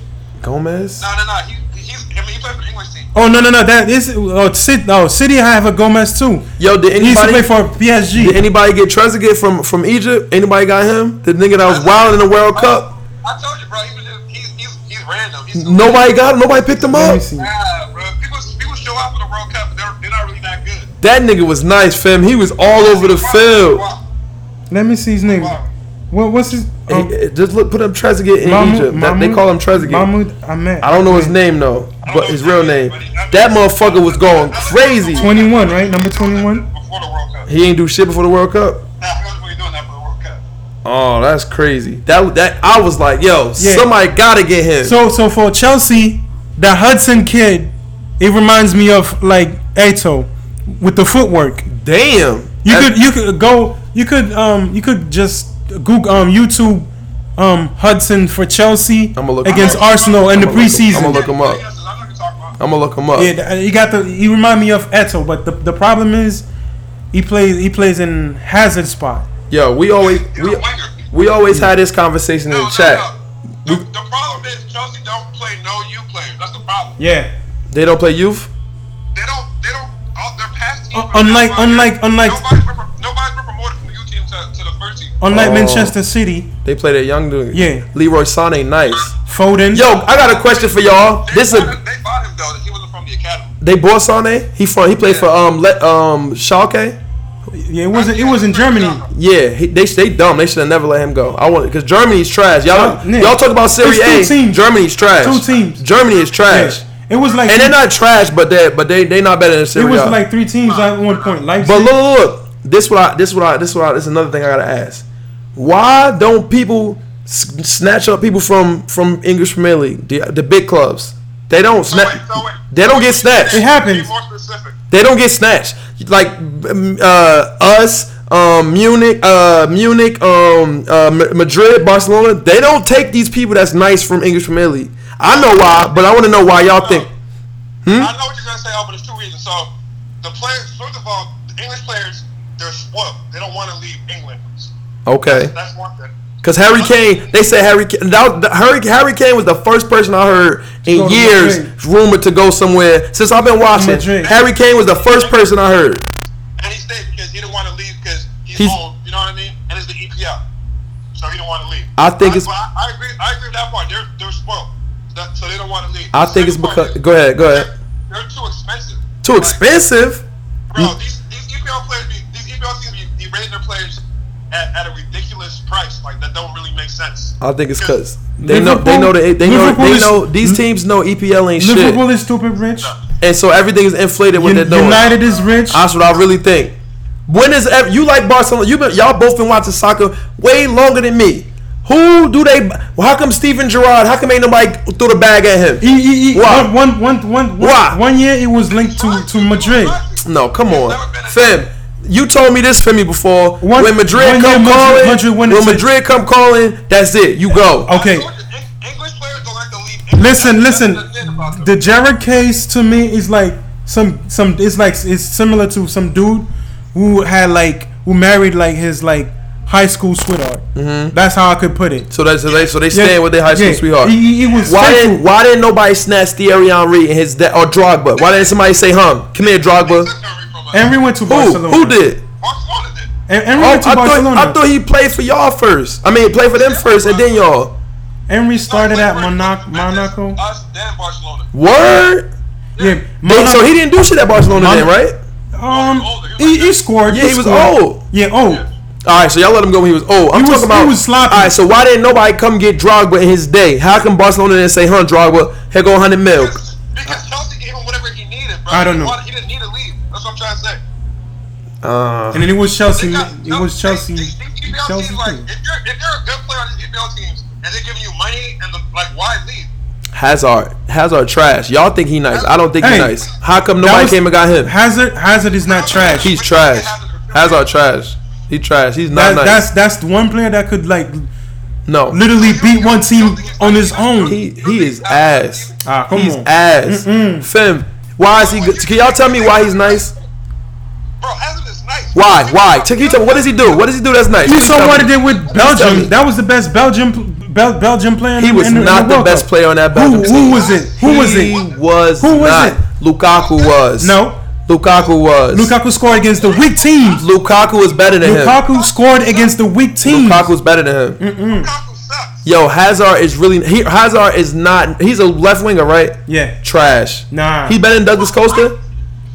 Speaker 1: Gomez.
Speaker 6: No, no, no. He, he's. I mean, he played for the English team.
Speaker 2: Oh no, no, no. That is oh, City. Oh, City. I have a Gomez too.
Speaker 1: Yo, did
Speaker 2: He used to play
Speaker 1: anybody
Speaker 2: for PSG.
Speaker 1: did anybody get Trezeguet from from Egypt? Anybody got him? The nigga that was wild in the World Cup.
Speaker 6: I told you, bro. He was just, he's, he's, he's random. He's
Speaker 1: Nobody got him. Nobody picked him
Speaker 2: Let me
Speaker 1: up.
Speaker 2: see.
Speaker 6: Nah, bro. People, people show up for the World Cup, but they're, they're not really that good.
Speaker 1: That nigga was nice, fam. He was all over the
Speaker 6: Wow,
Speaker 1: field.
Speaker 6: wow,
Speaker 2: Let me see his name.
Speaker 6: wow.
Speaker 2: What, what's his? Um,
Speaker 1: He- just look, put up Trezeguet in
Speaker 2: Mahmoud-
Speaker 1: Egypt. That- they
Speaker 2: Mahmoud-
Speaker 1: call him Trezeguet.
Speaker 2: Mahmoud Ahmed.
Speaker 1: I don't know his name though, but his real name. That motherfucker was going crazy.
Speaker 2: 21, right? Number 21?
Speaker 6: Before the World Cup.
Speaker 1: He ain't do shit before the World Cup.
Speaker 6: Nah, he wasn't really doing that for the World Cup.
Speaker 1: Oh, that's crazy. That that I was like, yo, somebody gotta get him.
Speaker 2: So so for Chelsea, the Hudson kid, it reminds me of like Ato with the footwork.
Speaker 1: Damn.
Speaker 2: You
Speaker 1: That-
Speaker 2: could you could go you could um you could just Google um YouTube um Hudson for Chelsea
Speaker 1: I'ma look-
Speaker 2: against
Speaker 1: I'ma-
Speaker 2: Arsenal in the
Speaker 1: I'ma look-
Speaker 2: preseason.
Speaker 1: I'ma look him up.
Speaker 6: Yes, I'm not gonna talk about.
Speaker 1: I'm gonna look him up.
Speaker 2: yeah, th- you got the he remind me of Eto, but the the problem is he plays he plays in Hazard spot.
Speaker 1: Yo, we always we, we always had this conversation in the
Speaker 6: No, no,
Speaker 1: chat.
Speaker 6: no. The, the problem is Chelsea don't play no U players. That's the problem.
Speaker 2: Yeah.
Speaker 1: They don't play youth.
Speaker 6: They don't. They don't. All their past team.
Speaker 2: Un- unlike- unlike- unlike-
Speaker 6: Nobody's been, pro- nobody's been promoted from the U team to, to the first team.
Speaker 2: Unlike
Speaker 1: Oh.
Speaker 2: Manchester City,
Speaker 1: They play their young dude.
Speaker 2: Yeah.
Speaker 1: Leroy Sané, nice.
Speaker 2: Foden.
Speaker 1: Yo, I got a question for y'all.
Speaker 6: They
Speaker 1: This
Speaker 6: bought
Speaker 1: is
Speaker 6: him- they bought him though. He wasn't from the academy.
Speaker 1: they bought Sané. He from he played for um let um Schalke.
Speaker 2: yeah, it wasn't it was in Germany.
Speaker 1: Yeah, he, they they dumb. They should have never let him go. I want because Germany's trash. Y'all
Speaker 2: Oh, Nick.
Speaker 1: y'all talk about Serie A.
Speaker 2: It's two teams.
Speaker 1: Germany's trash.
Speaker 2: Two teams.
Speaker 1: Germany is trash.
Speaker 2: Yeah. It was like
Speaker 1: And they're not trash, but they but they they not better than Serie
Speaker 2: It
Speaker 1: A.
Speaker 2: was like three teams at one point. Leipzig.
Speaker 1: But look, look, look. This what I this what I this what I, this is another thing I gotta ask. Why don't people s- snatch up people from from English Premier League, the, the big clubs? They don't
Speaker 6: So wait,
Speaker 1: snatch.
Speaker 6: so wait.
Speaker 1: They don't get snatched.
Speaker 2: It happens.
Speaker 6: Be more specific.
Speaker 1: They don't get snatched. Like um, uh, us, um, Munich, uh, Munich, um, uh, Ma- Madrid, Barcelona. They don't take these people that's nice from English Premier League. I know why, but I want to know why y'all think.
Speaker 6: I know what you're gonna say, oh, but there's two reasons. So the players, first of all, the English players, they're spoiled. They don't want to leave England.
Speaker 1: Okay.
Speaker 6: That's one thing.
Speaker 1: Cause Harry Kane, they said Harry Kane. That, that- Harry, Harry Kane was the first person I heard in
Speaker 2: Go to
Speaker 1: years
Speaker 2: Madrid.
Speaker 1: rumored to go somewhere. Since I've been watching,
Speaker 2: Madrid.
Speaker 1: Harry Kane was the first person I heard.
Speaker 6: And he stayed because he didn't want to leave because he's,
Speaker 1: He's-
Speaker 6: old. You know what I mean? And it's the EPL, so he didn't want to leave.
Speaker 1: I think
Speaker 6: But-
Speaker 1: it's-
Speaker 6: but I, I agree. I agree with that part. They're they're spoiled, That- so they don't want to leave.
Speaker 1: I think it's
Speaker 6: Second part
Speaker 1: because.
Speaker 6: is
Speaker 1: Go ahead, go
Speaker 6: They're,
Speaker 1: ahead.
Speaker 6: they're too expensive.
Speaker 1: Too
Speaker 6: Like,
Speaker 1: expensive.
Speaker 6: bro. These these EPL players, be, these E EPL teams be, be rating their players at, at a ridiculous price. Like that don't really make sense.
Speaker 1: I think it's because they know they know
Speaker 2: Liverpool-
Speaker 1: they, they know
Speaker 2: Liverpool
Speaker 1: they
Speaker 2: is- Hmm?
Speaker 1: know these teams know EPL ain't
Speaker 2: Liverpool
Speaker 1: shit,
Speaker 2: is stupid rich.
Speaker 1: and so everything is inflated when
Speaker 2: Un-
Speaker 1: they're doing.
Speaker 2: United is rich.
Speaker 1: That's what I really think. When is ev- you like Barcelona? You been y'all both been watching soccer way longer than me. Who do they? Well, how come Steven Gerrard? How come ain't nobody threw the bag at him?
Speaker 2: E- e- e-
Speaker 1: Why?
Speaker 2: one- one- one- one-
Speaker 1: Why?
Speaker 2: one- one year it was linked to, to Madrid.
Speaker 1: No, come
Speaker 6: It's
Speaker 1: on,
Speaker 6: never been a-
Speaker 1: fam. You told me this, Femi, before.
Speaker 2: One-
Speaker 1: when Madrid
Speaker 2: one
Speaker 1: come
Speaker 2: year Madrid-
Speaker 1: calling,
Speaker 2: Madrid win
Speaker 1: when
Speaker 2: it, too.
Speaker 1: Madrid come calling, that's it. You go.
Speaker 2: Okay,
Speaker 6: I told you, Eng- English players don't like to leave. England.
Speaker 2: listen,
Speaker 6: That's
Speaker 2: listen.
Speaker 6: the thing about them.
Speaker 2: The Jared case to me is like some some. It's like it's similar to some dude who had like who married like his like high school sweetheart. That's how I could put it.
Speaker 1: So that's so they so they Mm-hmm. staying with their high school
Speaker 2: yeah.
Speaker 1: sweetheart.
Speaker 2: He- he- he was
Speaker 1: why
Speaker 2: faithful.
Speaker 1: didn't Why didn't nobody snatch Thierry Henry and his dad or Drogba? Why didn't somebody say, "Hum, come here, Drogba"?
Speaker 6: Took Henry from us.
Speaker 2: Henry went to
Speaker 1: Who
Speaker 2: Barcelona.
Speaker 1: who did?
Speaker 6: Barcelona did.
Speaker 2: En- Henry
Speaker 1: Oh, I
Speaker 2: went to
Speaker 1: thought,
Speaker 2: Barcelona.
Speaker 1: I thought he played for y'all first. I mean, he played for them first and then y'all.
Speaker 2: Henry started
Speaker 6: No,
Speaker 2: at
Speaker 6: wait, wait,
Speaker 2: Monaco.
Speaker 6: wait, wait, this is
Speaker 2: Monaco.
Speaker 6: Us, then Barcelona.
Speaker 1: Word.
Speaker 2: Yeah,
Speaker 1: They-
Speaker 2: Monaco.
Speaker 1: so he didn't do shit at Barcelona then,
Speaker 2: Mon-
Speaker 1: right?
Speaker 2: um,
Speaker 6: older. He was
Speaker 2: he,
Speaker 6: like-
Speaker 2: he scored.
Speaker 1: Yeah, he was
Speaker 2: scored.
Speaker 1: old.
Speaker 2: Yeah, oh. old.
Speaker 1: All right, so y'all let him go when he was old. I'm
Speaker 2: He was-
Speaker 1: talking about
Speaker 2: he was sloppy.
Speaker 1: All right, so why didn't nobody come get Drogba in his day? How come Barcelona didn't say, "Huh, Drogba, here go 100 mil"?
Speaker 6: Because, because Chelsea gave him whatever he needed, bro.
Speaker 2: I don't
Speaker 6: He
Speaker 2: know.
Speaker 6: wanted- He didn't need to leave. That's what I'm trying to say.
Speaker 1: Uh,
Speaker 2: And then it was Chelsea.
Speaker 6: They got-
Speaker 2: It was
Speaker 6: they-
Speaker 2: Chelsea.
Speaker 6: These, these EPL
Speaker 2: Chelsea.
Speaker 6: teams, like,
Speaker 2: too.
Speaker 6: if you're if you're a good player on these EPL teams and they're giving you money and the, like why leave?
Speaker 1: Hazard, Hazard, trash. Y'all think he nice? I don't think
Speaker 2: Hey,
Speaker 1: he nice. How come
Speaker 2: that
Speaker 1: nobody
Speaker 2: was-
Speaker 1: came and got him?
Speaker 2: Hazard. Hazard is not trash.
Speaker 1: He's trash. Hazard, trash. He trash. He's not
Speaker 2: That,
Speaker 1: nice.
Speaker 2: That's that's the one player that could like
Speaker 1: no,
Speaker 2: literally beat one team on his own.
Speaker 1: he he is ass.
Speaker 2: ah, come
Speaker 1: He's
Speaker 2: on.
Speaker 1: ass. Fem, why is he good? Can y'all tell me why he's nice?
Speaker 6: Bro, Hazard is nice.
Speaker 1: Why? Why? Take you tell me. What does he do? What does he do that's nice?
Speaker 2: He's
Speaker 1: Tell me.
Speaker 2: somebody that with
Speaker 1: tell me.
Speaker 2: Belgium. That was the best Belgium Bel- Belgium player. in
Speaker 1: He
Speaker 2: the-
Speaker 1: was
Speaker 2: in in
Speaker 1: not the,
Speaker 2: World
Speaker 1: best
Speaker 2: Cup.
Speaker 1: player on that
Speaker 2: Who,
Speaker 1: Belgium team.
Speaker 2: who was it? Who was
Speaker 1: He
Speaker 2: it?
Speaker 1: was
Speaker 2: Who was
Speaker 1: not.
Speaker 2: it?
Speaker 1: Lukaku was.
Speaker 2: No.
Speaker 1: Lukaku was.
Speaker 2: Lukaku scored against the weak teams.
Speaker 1: Lukaku is better than him.
Speaker 2: Lukaku scored against the weak teams.
Speaker 1: Lukaku is better than him.
Speaker 2: Mm.
Speaker 6: Lukaku sucks.
Speaker 1: Yo, Hazard is really he, Hazard is not. He's a left winger, right?
Speaker 2: Yeah,
Speaker 1: Trash.
Speaker 2: Nah.
Speaker 1: He better than Douglas Costa.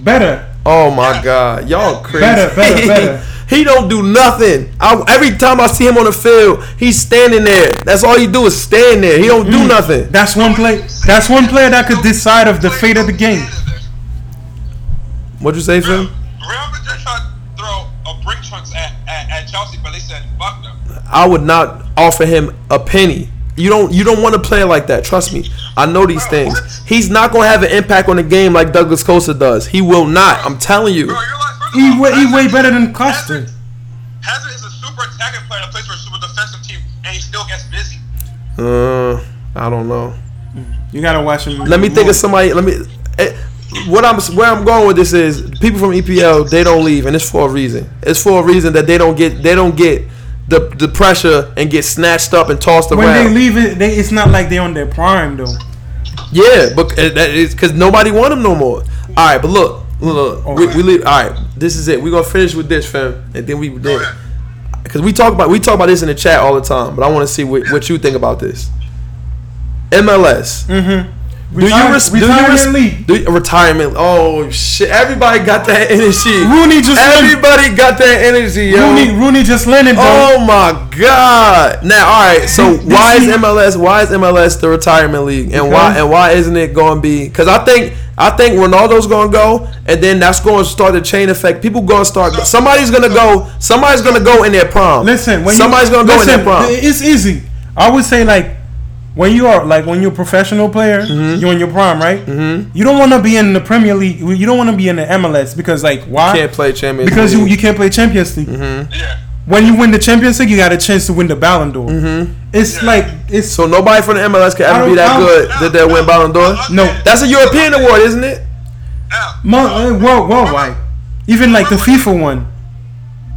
Speaker 2: better.
Speaker 1: Oh my God, y'all crazy.
Speaker 2: Better, better, better.
Speaker 1: he don't do nothing. I, every time I see him on the field, he's standing there. That's all he do is stand there. He don't do
Speaker 2: Mm.
Speaker 1: nothing.
Speaker 2: That's one play. That's one player that could decide of the
Speaker 6: Play
Speaker 2: fate of the
Speaker 6: Chelsea
Speaker 2: game.
Speaker 6: standard there.
Speaker 1: What'd you say,
Speaker 6: Real
Speaker 1: Phil?
Speaker 6: Real Madrid tried to throw a brick chunks at, at, at Chelsea, but they said fuck them.
Speaker 1: I would not offer him a penny. You don't you don't want to play like that. Trust me. I know these things. He's not gonna have an impact on the game like Douglas Costa does. He will not. I'm telling you.
Speaker 6: Bro, you're like, first of
Speaker 2: He
Speaker 6: all,
Speaker 2: way, he way
Speaker 6: Hazard-
Speaker 2: better than Costa.
Speaker 6: Hazard is a super attacking player that plays for a super defensive team, and he still gets busy.
Speaker 1: Uh, I don't know.
Speaker 2: You gotta watch him.
Speaker 1: Let me think of somebody. Let me. eh, What I'm where I'm going with this is people from EPL they don't leave and it's for a reason. It's for a reason that they don't get they don't get the the pressure and get snatched up and tossed
Speaker 2: When
Speaker 1: around.
Speaker 2: they leave it, they, it's not like they on their prime though.
Speaker 1: Yeah, but eh, that is because nobody want him no more. All right, but look, look, look, we, we leave. All right, this is it. We're gonna finish with this, fam, and then we then because we talk about we talk about this in the chat all the time. But I want to see what, what you think about this. MLS. Do you,
Speaker 2: Mm-hmm. Retire-
Speaker 1: res- do you
Speaker 2: retire
Speaker 1: res-
Speaker 2: in league.
Speaker 1: do you- retirement? Oh shit! Everybody got that energy.
Speaker 2: Rooney just landed.
Speaker 1: Everybody got that energy, yo.
Speaker 2: Rooney, Rooney just landed though.
Speaker 1: Oh my god! Now, all right. So
Speaker 2: Did- did
Speaker 1: why is
Speaker 2: he-
Speaker 1: MLS? Why is MLS the retirement league? And why
Speaker 2: Because-
Speaker 1: and why isn't it going to be? Because I think I think Ronaldo's going to go, and then that's going to start the chain effect. People going to start. Somebody's going to go. Somebody's going to go in their prom.
Speaker 2: Listen, when
Speaker 1: somebody's
Speaker 2: you,
Speaker 1: going to go in
Speaker 2: listen,
Speaker 1: their prom.
Speaker 2: It's easy. I would say like when you are like when you're a professional player, you're in your prime, right? Mm-hmm. You don't want to be in the Premier League. You don't want to be in the MLS because like why?
Speaker 1: Can't play Mm-hmm. Champions
Speaker 2: because you,
Speaker 1: League.
Speaker 2: you can't play Champions League.
Speaker 6: Yeah.
Speaker 2: When you win the Champions League, you got a chance to win the Ballon d'Or.
Speaker 1: Mm-hmm.
Speaker 2: It's like it's
Speaker 1: so nobody from the MLS can
Speaker 2: I
Speaker 1: ever
Speaker 2: don't-
Speaker 1: be
Speaker 2: I
Speaker 1: that
Speaker 2: don't-
Speaker 1: good that they win Ballon d'Or.
Speaker 6: I- I-
Speaker 2: No.
Speaker 1: That's a European award, isn't it?
Speaker 6: Now,
Speaker 2: Mo- uh, world worldwide, even like the FIFA one.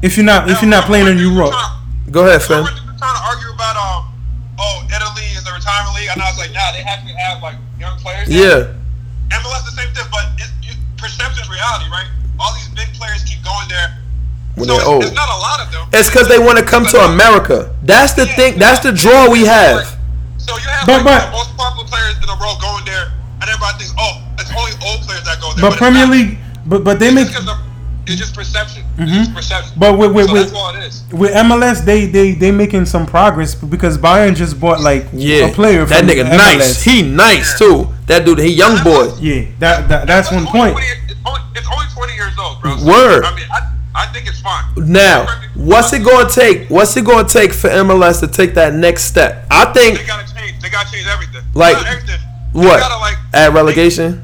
Speaker 2: If you're not if you're not playing in Europe,
Speaker 1: Go ahead, fam.
Speaker 6: So we're just trying to argue about um, oh, Italy is a retirement league, and I was like, nah, they have to have like young players.
Speaker 1: Yeah.
Speaker 6: MLS the same thing, but it's, you, perception is reality, right? All these big players keep going there.
Speaker 1: When
Speaker 6: so
Speaker 1: they're
Speaker 6: it's,
Speaker 1: old.
Speaker 6: it's not a lot of them.
Speaker 1: It's because they want to come to America. That's the thing. That's the draw we have.
Speaker 6: So you have
Speaker 2: But-
Speaker 6: like,
Speaker 2: but-
Speaker 6: the most popular players in the world going there, and everybody thinks, oh, it's only old players that go there.
Speaker 2: but
Speaker 6: it's
Speaker 2: Premier
Speaker 6: not.
Speaker 2: League, but but they make
Speaker 6: It's, 'cause of- it's just perception. It's just perception.
Speaker 2: But with- with-
Speaker 6: so
Speaker 2: with-
Speaker 6: that's all it is.
Speaker 2: with MLS they they they making some progress because Bayern just bought like
Speaker 1: Yeah,
Speaker 2: a player
Speaker 1: that
Speaker 2: from
Speaker 1: nigga
Speaker 2: MLS.
Speaker 1: nice. He nice too. That dude, he young boy.
Speaker 2: yeah, that, that that's one
Speaker 6: It's only
Speaker 2: point.
Speaker 6: 20 It's only, it's only 20 years old, bro. So,
Speaker 1: Word.
Speaker 6: I mean, I, I think it's fine.
Speaker 1: Now, what's it gonna take? What's it gonna take for MLS to take that next step? I think
Speaker 6: They gotta change. They gotta change everything.
Speaker 1: Like,
Speaker 6: Not everything. They
Speaker 1: what
Speaker 6: Gotta, like,
Speaker 1: at relegation.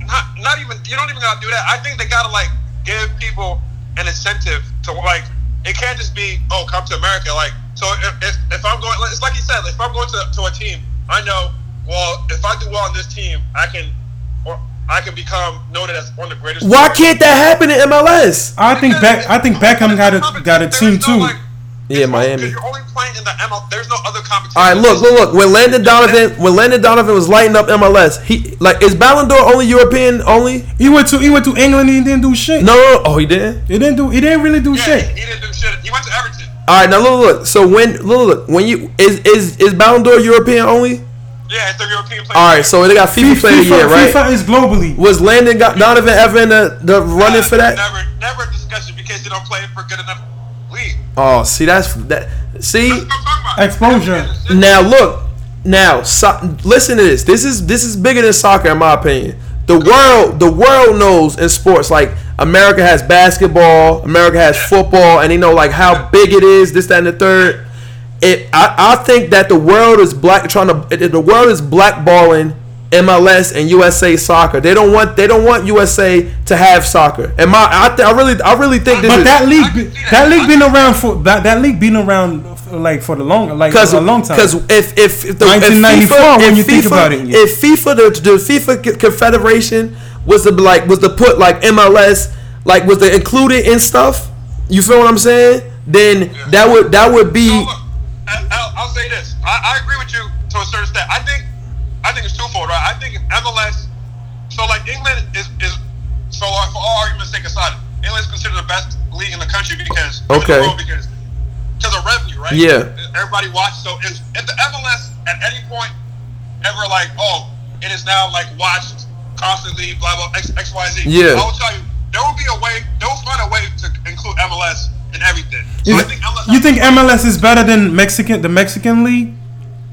Speaker 6: Not, not even. You don't even gotta do that. I think they gotta like give people an incentive to like. It can't just be oh come to America. Like so if if, if I'm going, it's like you said. If I'm going to, to a team, I know. Well, if I do well on this team, I can or I can become noted as one of the greatest.
Speaker 1: Why
Speaker 6: players.
Speaker 1: can't that happen in MLS?
Speaker 2: I think
Speaker 6: Because
Speaker 2: back I think Beckham got a got a
Speaker 6: there's
Speaker 2: team
Speaker 6: no,
Speaker 2: too.
Speaker 6: like,
Speaker 1: Yeah,
Speaker 6: it's-
Speaker 1: Miami.
Speaker 6: You're only playing in in the ML. There's no other competition.
Speaker 1: All right, look, look, look. When Landon Donovan, when Landon Donovan was lighting up MLS, he like is Ballon d'Or only European only?
Speaker 2: He went to he went to England. and He didn't do shit.
Speaker 1: No, no, no. oh, he did.
Speaker 2: He didn't do. He didn't really do
Speaker 6: Yeah,
Speaker 2: shit.
Speaker 6: He, he didn't do shit. He went to Everton.
Speaker 1: All right, now look, look, look. So when look, look, look, when you is is is Ballon d'Or European only?
Speaker 6: Yeah, it's a European player.
Speaker 1: All right, so they got FIFA, Player of the Year, right?
Speaker 2: FIFA is globally.
Speaker 1: Was Landon got Donovan ever in the, the running for that?
Speaker 6: Never, never a discussion because you don't play for good enough league.
Speaker 1: Oh, see, that's that. See,
Speaker 6: That's what I'm talking about.
Speaker 2: Exposure.
Speaker 6: That's what I'm saying.
Speaker 1: now look, now so, listen to this. This is this is bigger than soccer, in my opinion. The world, the world knows in sports. Like America has basketball, America has football, and they know like how big it is. This, that, and the third. It, I, I think that the world is black trying to it- the world is blackballing MLS and USA soccer. They don't want they don't want USA to have soccer. And my I, th- I really I really think this
Speaker 2: But
Speaker 1: is
Speaker 2: that league, be-
Speaker 6: can see
Speaker 2: that
Speaker 6: that.
Speaker 2: league been around for that, that league been around for, like for the long, like
Speaker 1: Because
Speaker 2: for a long time.
Speaker 1: Because if if if the if
Speaker 2: 1994
Speaker 1: FIFA,
Speaker 2: when
Speaker 1: if
Speaker 2: you
Speaker 1: FIFA,
Speaker 2: think about it, yeah.
Speaker 1: if FIFA the, the FIFA co- Confederation was the like was to put like MLS like was the included in stuff. You feel what I'm saying? Then that would that would be.
Speaker 6: Look, I- I'll, I'll say this. I, I agree with you to a certain extent. I think, I think it's twofold, right? I think if MLS. So like England is is so uh, for all arguments' sake aside, England is considered the best league in the country because in the
Speaker 1: Okay.
Speaker 6: world because because of revenue, right?
Speaker 1: Yeah.
Speaker 6: Everybody watched. So if if the MLS at any point ever like oh it is now like watched constantly blah blah x x y z.
Speaker 1: Yeah.
Speaker 6: I will tell you there will be a way. They will find a way to include MLS in everything. So
Speaker 2: you,
Speaker 6: I think MLS.
Speaker 2: you think MLS is better than Mexican, the Mexican league?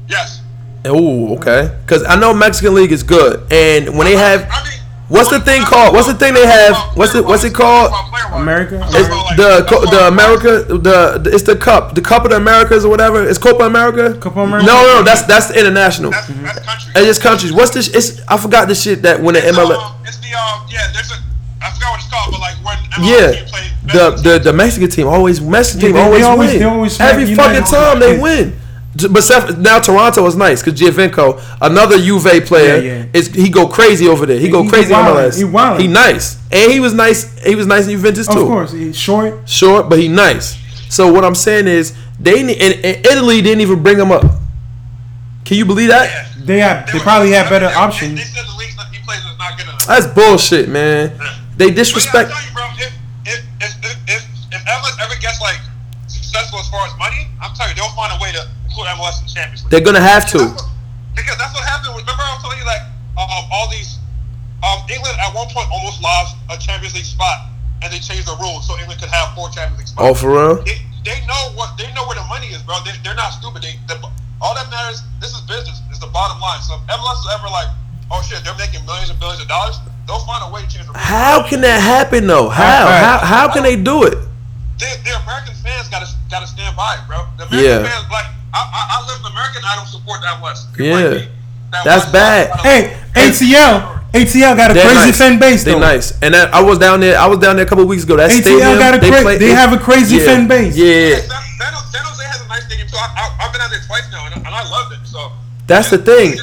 Speaker 6: Yes.
Speaker 1: Ooh, okay. Because I know Mexican league is good, and when they have
Speaker 6: I mean,
Speaker 1: what's the thing called? What's the thing they have? What's it what's it called?
Speaker 2: America?
Speaker 1: It's the co- the America the, the it's the cup the cup of the Americas or whatever it's Copa America.
Speaker 2: Copa America.
Speaker 1: No, no, that's that's the international.
Speaker 6: That's, that's country.
Speaker 1: It's just countries. What's this? It's I forgot the shit that when the
Speaker 6: It's,
Speaker 1: MLS.
Speaker 6: um, it's the um yeah. There's a I forgot what it's called, but like when MLS
Speaker 1: Yeah,
Speaker 6: team play
Speaker 1: the the the Mexican team always Mexican
Speaker 2: Yeah,
Speaker 1: team
Speaker 2: they-
Speaker 1: always,
Speaker 2: they always-
Speaker 1: win.
Speaker 2: they always smack
Speaker 1: Every
Speaker 2: United.
Speaker 1: fucking time they
Speaker 2: Yeah.
Speaker 1: win. J- But Seth- now Toronto is nice because Giovinco, another Juve player,
Speaker 2: Yeah, yeah.
Speaker 1: is he go crazy over there. He go
Speaker 2: he
Speaker 1: crazy on
Speaker 2: wildin',
Speaker 1: MLS.
Speaker 2: he wildin'.
Speaker 1: He nice, and he was nice. He was nice in Juventus
Speaker 2: Of
Speaker 1: too.
Speaker 2: course, it's short.
Speaker 1: short, but he nice. So what I'm saying is they ne- and, and Italy didn't even bring him up. Can you believe that?
Speaker 2: They have, they probably have better options.
Speaker 6: They, said the league's not, he plays is not good enough.
Speaker 1: That's bullshit, man. They
Speaker 6: But yeah, I
Speaker 1: disrespect.
Speaker 6: tell you, bro, if if if if, if, if MLS ever gets like successful as far as money, I'm telling you, they'll find a way to include MLS in the Champions League.
Speaker 1: They're gonna have to.
Speaker 6: That's what- Because that's what happened. Remember, I was telling you like um, all these. Um, England at one point almost lost a Champions League spot, and they changed the rules so England could have four Champions League spots.
Speaker 1: Oh, for real?
Speaker 6: They, they know what they know where the money is, bro. They, they're not stupid. They, the, all that matters. This is business. It's the bottom line. So if MLS is ever like, oh shit, they're making millions and billions of dollars, they'll find a way to change the rules.
Speaker 1: How can that happen though? How how
Speaker 2: Alright.
Speaker 1: how can they do it?
Speaker 6: the, the American fans gotta gotta stand by it, bro. The American
Speaker 1: Yeah.
Speaker 6: fans like I, I, I live in America and I don't support that West. People
Speaker 1: Yeah.
Speaker 6: like me, that
Speaker 1: That's
Speaker 6: West-
Speaker 1: bad.
Speaker 2: Hey, ATL, ATL got a
Speaker 1: They're
Speaker 2: crazy
Speaker 1: nice.
Speaker 2: fan base
Speaker 1: They
Speaker 2: though.
Speaker 1: nice. And that, I was down there. I was down there a couple weeks ago. That
Speaker 2: ATL
Speaker 1: stadium.
Speaker 2: got a cra-
Speaker 1: play-
Speaker 2: they have a crazy
Speaker 1: yeah,
Speaker 2: fan base.
Speaker 1: Yeah,
Speaker 6: San, San San Jose has a nice stadium too. I, I, I've been out there twice now and, I- and I loved it. So
Speaker 1: that's the thing.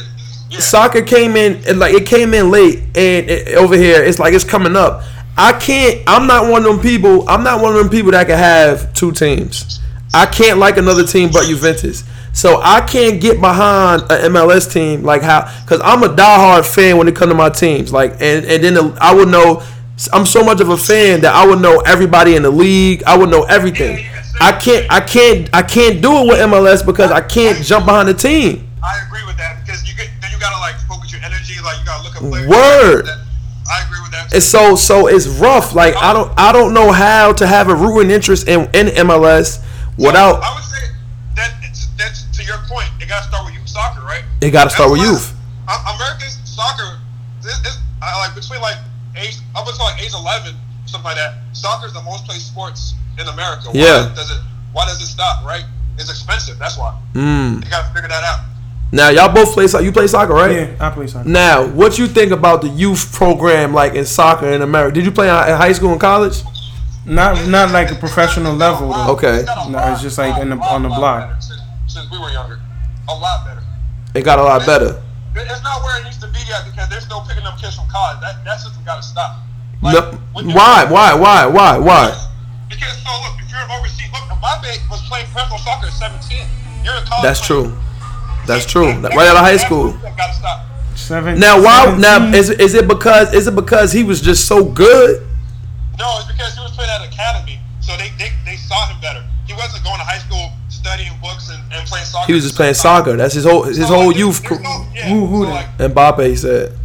Speaker 6: Yeah.
Speaker 1: Soccer came in and, like it came in late, and it, over here it's like it's coming up. I can't. I'm not one of them people. I'm not one of them people that can have two teams. I can't like another team but Juventus. So I can't get behind an MLS team like how because I'm a diehard fan when it comes to my teams. Like and and then the, I would know. I'm so much of a fan that I would know everybody in the league. I would know everything. I can't. I can't. I can't do it with MLS because I can't jump behind the team.
Speaker 6: I agree with that because you get then you gotta like focus your energy, like you gotta look at players.
Speaker 1: Word.
Speaker 6: I agree with that.
Speaker 1: It's so so it's rough. Like I don't I don't know how to have a rooting interest in, in MLS without
Speaker 6: I would say that it's, that's to your point. It got to start with youth soccer, right?
Speaker 1: It gotta start with
Speaker 6: why
Speaker 1: youth.
Speaker 6: A- America's soccer, this, this, I like between like age up until like age eleven, something like that. Soccer is the most played sports in America. Why
Speaker 1: Yeah.
Speaker 6: Does it? Why does it stop? Right? It's expensive. That's why.
Speaker 1: Hmm.
Speaker 6: You got to figure that out.
Speaker 1: now y'all both play so you play soccer, right?
Speaker 2: Yeah, I play soccer.
Speaker 1: Now, what you think about the youth program like in soccer in America? Did you play in hi- in high school and college?
Speaker 2: Not not like a professional level though.
Speaker 1: Okay.
Speaker 2: No, it's just like in the- on the block.
Speaker 6: better Since, since we were younger, a lot better.
Speaker 1: It got a lot better.
Speaker 6: It- It's not where it used to be yet because they're still picking up kids from college. That that system got to stop. Like,
Speaker 1: No,
Speaker 6: when you-
Speaker 1: why, why, why, why, why?
Speaker 6: Because so look, if you're overseas, look, my babe was playing professional soccer at 17. You're in college.
Speaker 1: That's
Speaker 6: like,
Speaker 1: true. That's true. Like, Right out of high school.
Speaker 6: everything Gotta stop.
Speaker 2: Seven.
Speaker 1: Now why? Now
Speaker 2: 17.
Speaker 1: is is it because is it because he was just so good?
Speaker 6: No, it's because he was playing at academy, so they, they they saw him better. He wasn't going to high school studying books and, and playing soccer.
Speaker 1: He was just playing soccer. That's his whole his
Speaker 6: So, like,
Speaker 1: whole
Speaker 6: there's-
Speaker 1: youth.
Speaker 6: there's
Speaker 1: cr-
Speaker 6: no- yeah,
Speaker 2: Who- who
Speaker 6: so,
Speaker 2: that?
Speaker 6: like,
Speaker 1: Mbappe he said.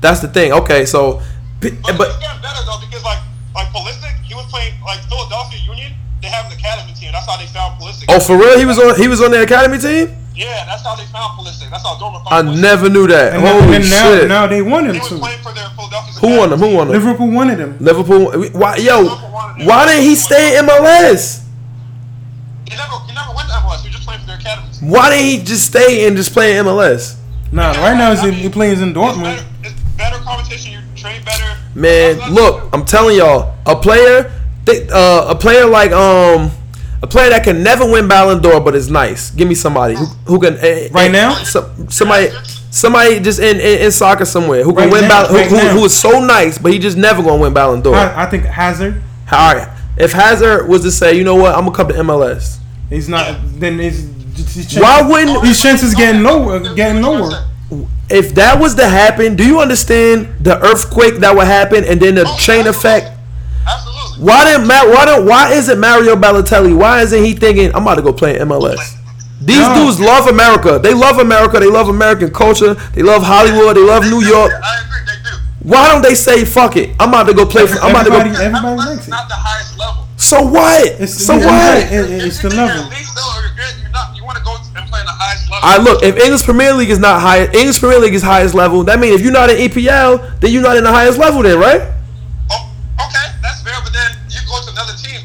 Speaker 1: That's the thing. Okay,
Speaker 6: Oh,
Speaker 1: so p-
Speaker 6: But,
Speaker 1: but
Speaker 6: he's getting better though because like like Pulisic, he was playing like Philadelphia Union. They have an academy team. That's how they found Pulisic.
Speaker 1: oh for real, he was on he was on the academy team.
Speaker 6: Yeah, that's how they found Pulisic. That's how Dortmund
Speaker 1: I
Speaker 6: found Pulisic.
Speaker 1: never knew that.
Speaker 2: And then-
Speaker 1: Holy
Speaker 2: and now,
Speaker 1: shit!
Speaker 2: now they wanted him
Speaker 6: He was
Speaker 2: to.
Speaker 6: playing for their Philadelphia.
Speaker 1: Who won him? Who won him?
Speaker 2: Liverpool wanted him.
Speaker 1: Liverpool. Why yo?
Speaker 6: Liverpool wanted him.
Speaker 1: Why didn't he stay in MLS?
Speaker 6: He never he never went to MLS. He was just playing for their academy team.
Speaker 1: Why didn't he just stay and just play in MLS?
Speaker 2: Nah, right now he's in, he plays in
Speaker 6: It's
Speaker 2: Dortmund.
Speaker 6: better, it's better competition. You train better.
Speaker 1: Man, look, I'm telling y'all, a player, they, uh, a player like um, a player that can never win Ballon d'Or but is nice. Give me somebody who, who can eh,
Speaker 2: Right
Speaker 1: eh,
Speaker 2: now?
Speaker 1: so- somebody, somebody just in, in, in soccer somewhere who can
Speaker 2: Right
Speaker 1: win
Speaker 2: now,
Speaker 1: Ballon, who,
Speaker 2: right
Speaker 1: who,
Speaker 2: now.
Speaker 1: who is so nice but he just never gonna win Ballon d'Or.
Speaker 2: I, I think Hazard.
Speaker 1: All right, if Hazard was to say, you know what, I'm gonna come to MLS.
Speaker 2: He's not. Then it's. it's- it's-
Speaker 1: Why wouldn't
Speaker 2: his chances getting lower? Getting lower.
Speaker 1: if that was to happen? Do you understand the earthquake that would happen and then the chain effect?
Speaker 6: Absolutely.
Speaker 1: Why didn't Matt? Why don't? Why isn't Mario Balotelli? Why isn't he thinking I'm about to go play in MLS? These
Speaker 2: No.
Speaker 1: dudes love America. They love America. They love American culture. They love Hollywood. They love New York.
Speaker 6: I agree. They do.
Speaker 1: Why don't they say fuck it? I'm about to go play. For, I'm about to
Speaker 2: Everybody-
Speaker 1: go.
Speaker 2: Everybody
Speaker 6: MLS
Speaker 2: likes
Speaker 6: is
Speaker 2: it.
Speaker 6: Not the highest level.
Speaker 1: So what?
Speaker 2: It's-
Speaker 1: So
Speaker 2: it's-
Speaker 1: what?
Speaker 2: it- it's
Speaker 6: If
Speaker 2: the
Speaker 6: you think
Speaker 2: level.
Speaker 6: You're elite, though, or you're good, you're not. You want to go and play in the highest level.
Speaker 1: I look. If English Premier League is not high, English Premier League is highest level. That means if you're not in EPL, then you're not in the highest level. Then right?
Speaker 6: Oh, okay, that's fair. But then you go to another team.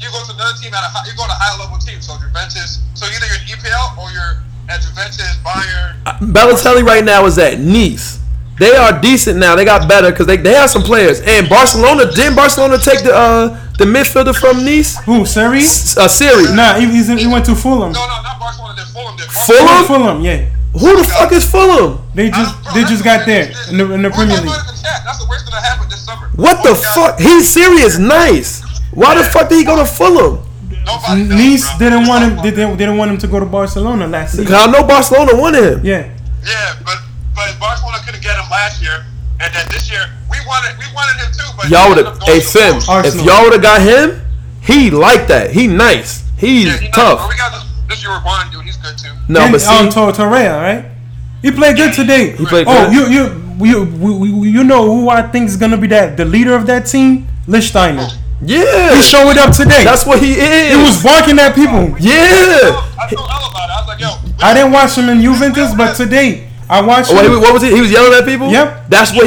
Speaker 6: You go to another team at a high, you go to a high level team. So Juventus. So either you're in EPL or you're at Juventus, Bayern.
Speaker 2: Uh,
Speaker 1: Balotelli right now is at Nice. They are decent now. They got better because they, they have some players. And Barcelona didn't Barcelona take the uh the midfielder from Nice?
Speaker 2: Who? Surrey?
Speaker 1: S- Uh, Siri.
Speaker 2: Nah, he, he's in, he went to Fulham.
Speaker 6: No, no, not Barcelona. They're Fulham. They're
Speaker 1: Fulham?
Speaker 2: Fulham, yeah.
Speaker 1: Who the fuck is Fulham?
Speaker 2: They just they just got there in the, in the Premier League.
Speaker 6: That's the worst thing that happened this summer.
Speaker 1: What the fuck? He's serious nice. Why the fuck did he go to Fulham?
Speaker 6: Nobody knows,
Speaker 2: Nice
Speaker 6: bro.
Speaker 2: didn't want him. They didn't, they didn't want him to go to Barcelona last
Speaker 1: 'Cause
Speaker 2: season.
Speaker 1: I know Barcelona wanted him.
Speaker 2: Yeah,
Speaker 6: Yeah, but but Barcelona couldn't get him last year, and then this year we wanted we wanted him too. But
Speaker 1: Y'all
Speaker 6: he
Speaker 1: would
Speaker 6: ended
Speaker 1: have,
Speaker 6: up
Speaker 1: hey
Speaker 6: going to
Speaker 1: Fim,
Speaker 6: Wolves.
Speaker 1: if
Speaker 2: Arsenal.
Speaker 1: y'all would have got him, he like that. He nice. He's
Speaker 6: Yeah, he knows, But
Speaker 1: tough.
Speaker 6: we got this, this Uruguayan dude. He's good too.
Speaker 1: No,
Speaker 2: and,
Speaker 1: but see,
Speaker 2: um, Tor- Torreira, right? He played good today. He
Speaker 1: played
Speaker 2: oh,
Speaker 1: good.
Speaker 2: you you you we- we- you know who I think is gonna be that the leader of that team, Lichtsteiner.
Speaker 1: yeah,
Speaker 2: He showed up today.
Speaker 1: that's what he is.
Speaker 2: he was barking at people.
Speaker 1: yeah.
Speaker 6: I told Elle about it. I was like, yo, we-
Speaker 2: I didn't watch him in Juventus, but today I watched
Speaker 1: Wait,
Speaker 2: him.
Speaker 1: wait, what was it? He was yelling at people.
Speaker 2: Yep.
Speaker 1: That's what.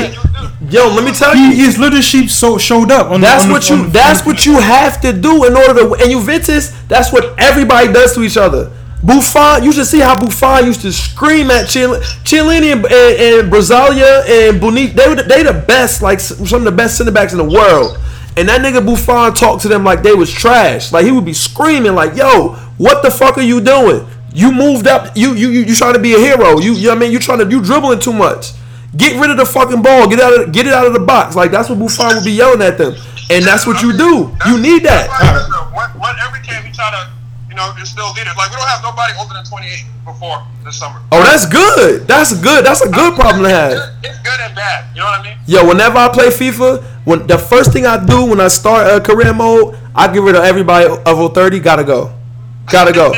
Speaker 1: Yo, let me tell
Speaker 2: He,
Speaker 1: you.
Speaker 2: his leadership so showed up. On
Speaker 1: That's
Speaker 2: the, on
Speaker 1: what
Speaker 2: the, on
Speaker 1: you.
Speaker 2: the-
Speaker 1: That's what you have to do in order to. And Juventus. That's what everybody does to each other. Buffon, you should see how Buffon used to scream at Chiellini, Chiellini and, and, and Brazilia and Bonit. They were the, they the best, like s- some of the best center backs in the world. And that nigga Buffon talked to them like they was trash. Like he would be screaming, like, "Yo, what the fuck are you doing? You moved up. You you you, you trying to be a hero. You, you know what I mean you trying to you dribbling too much." Get rid of the fucking ball. Get out of get it out of the box. Like that's what Buffon would be yelling at them, and that's what you do. You need that.
Speaker 6: That's why, What, what every team we try to, you know, instill leaders. Like we don't have nobody older than 28 before this summer.
Speaker 1: Oh, that's good. That's good. That's a good problem to have.
Speaker 6: It's good and bad. You know what I mean?
Speaker 1: Yo, whenever I play FIFA, when the first thing I do when I start a career mode, I get rid of everybody over thirty. Gotta go. Gotta go.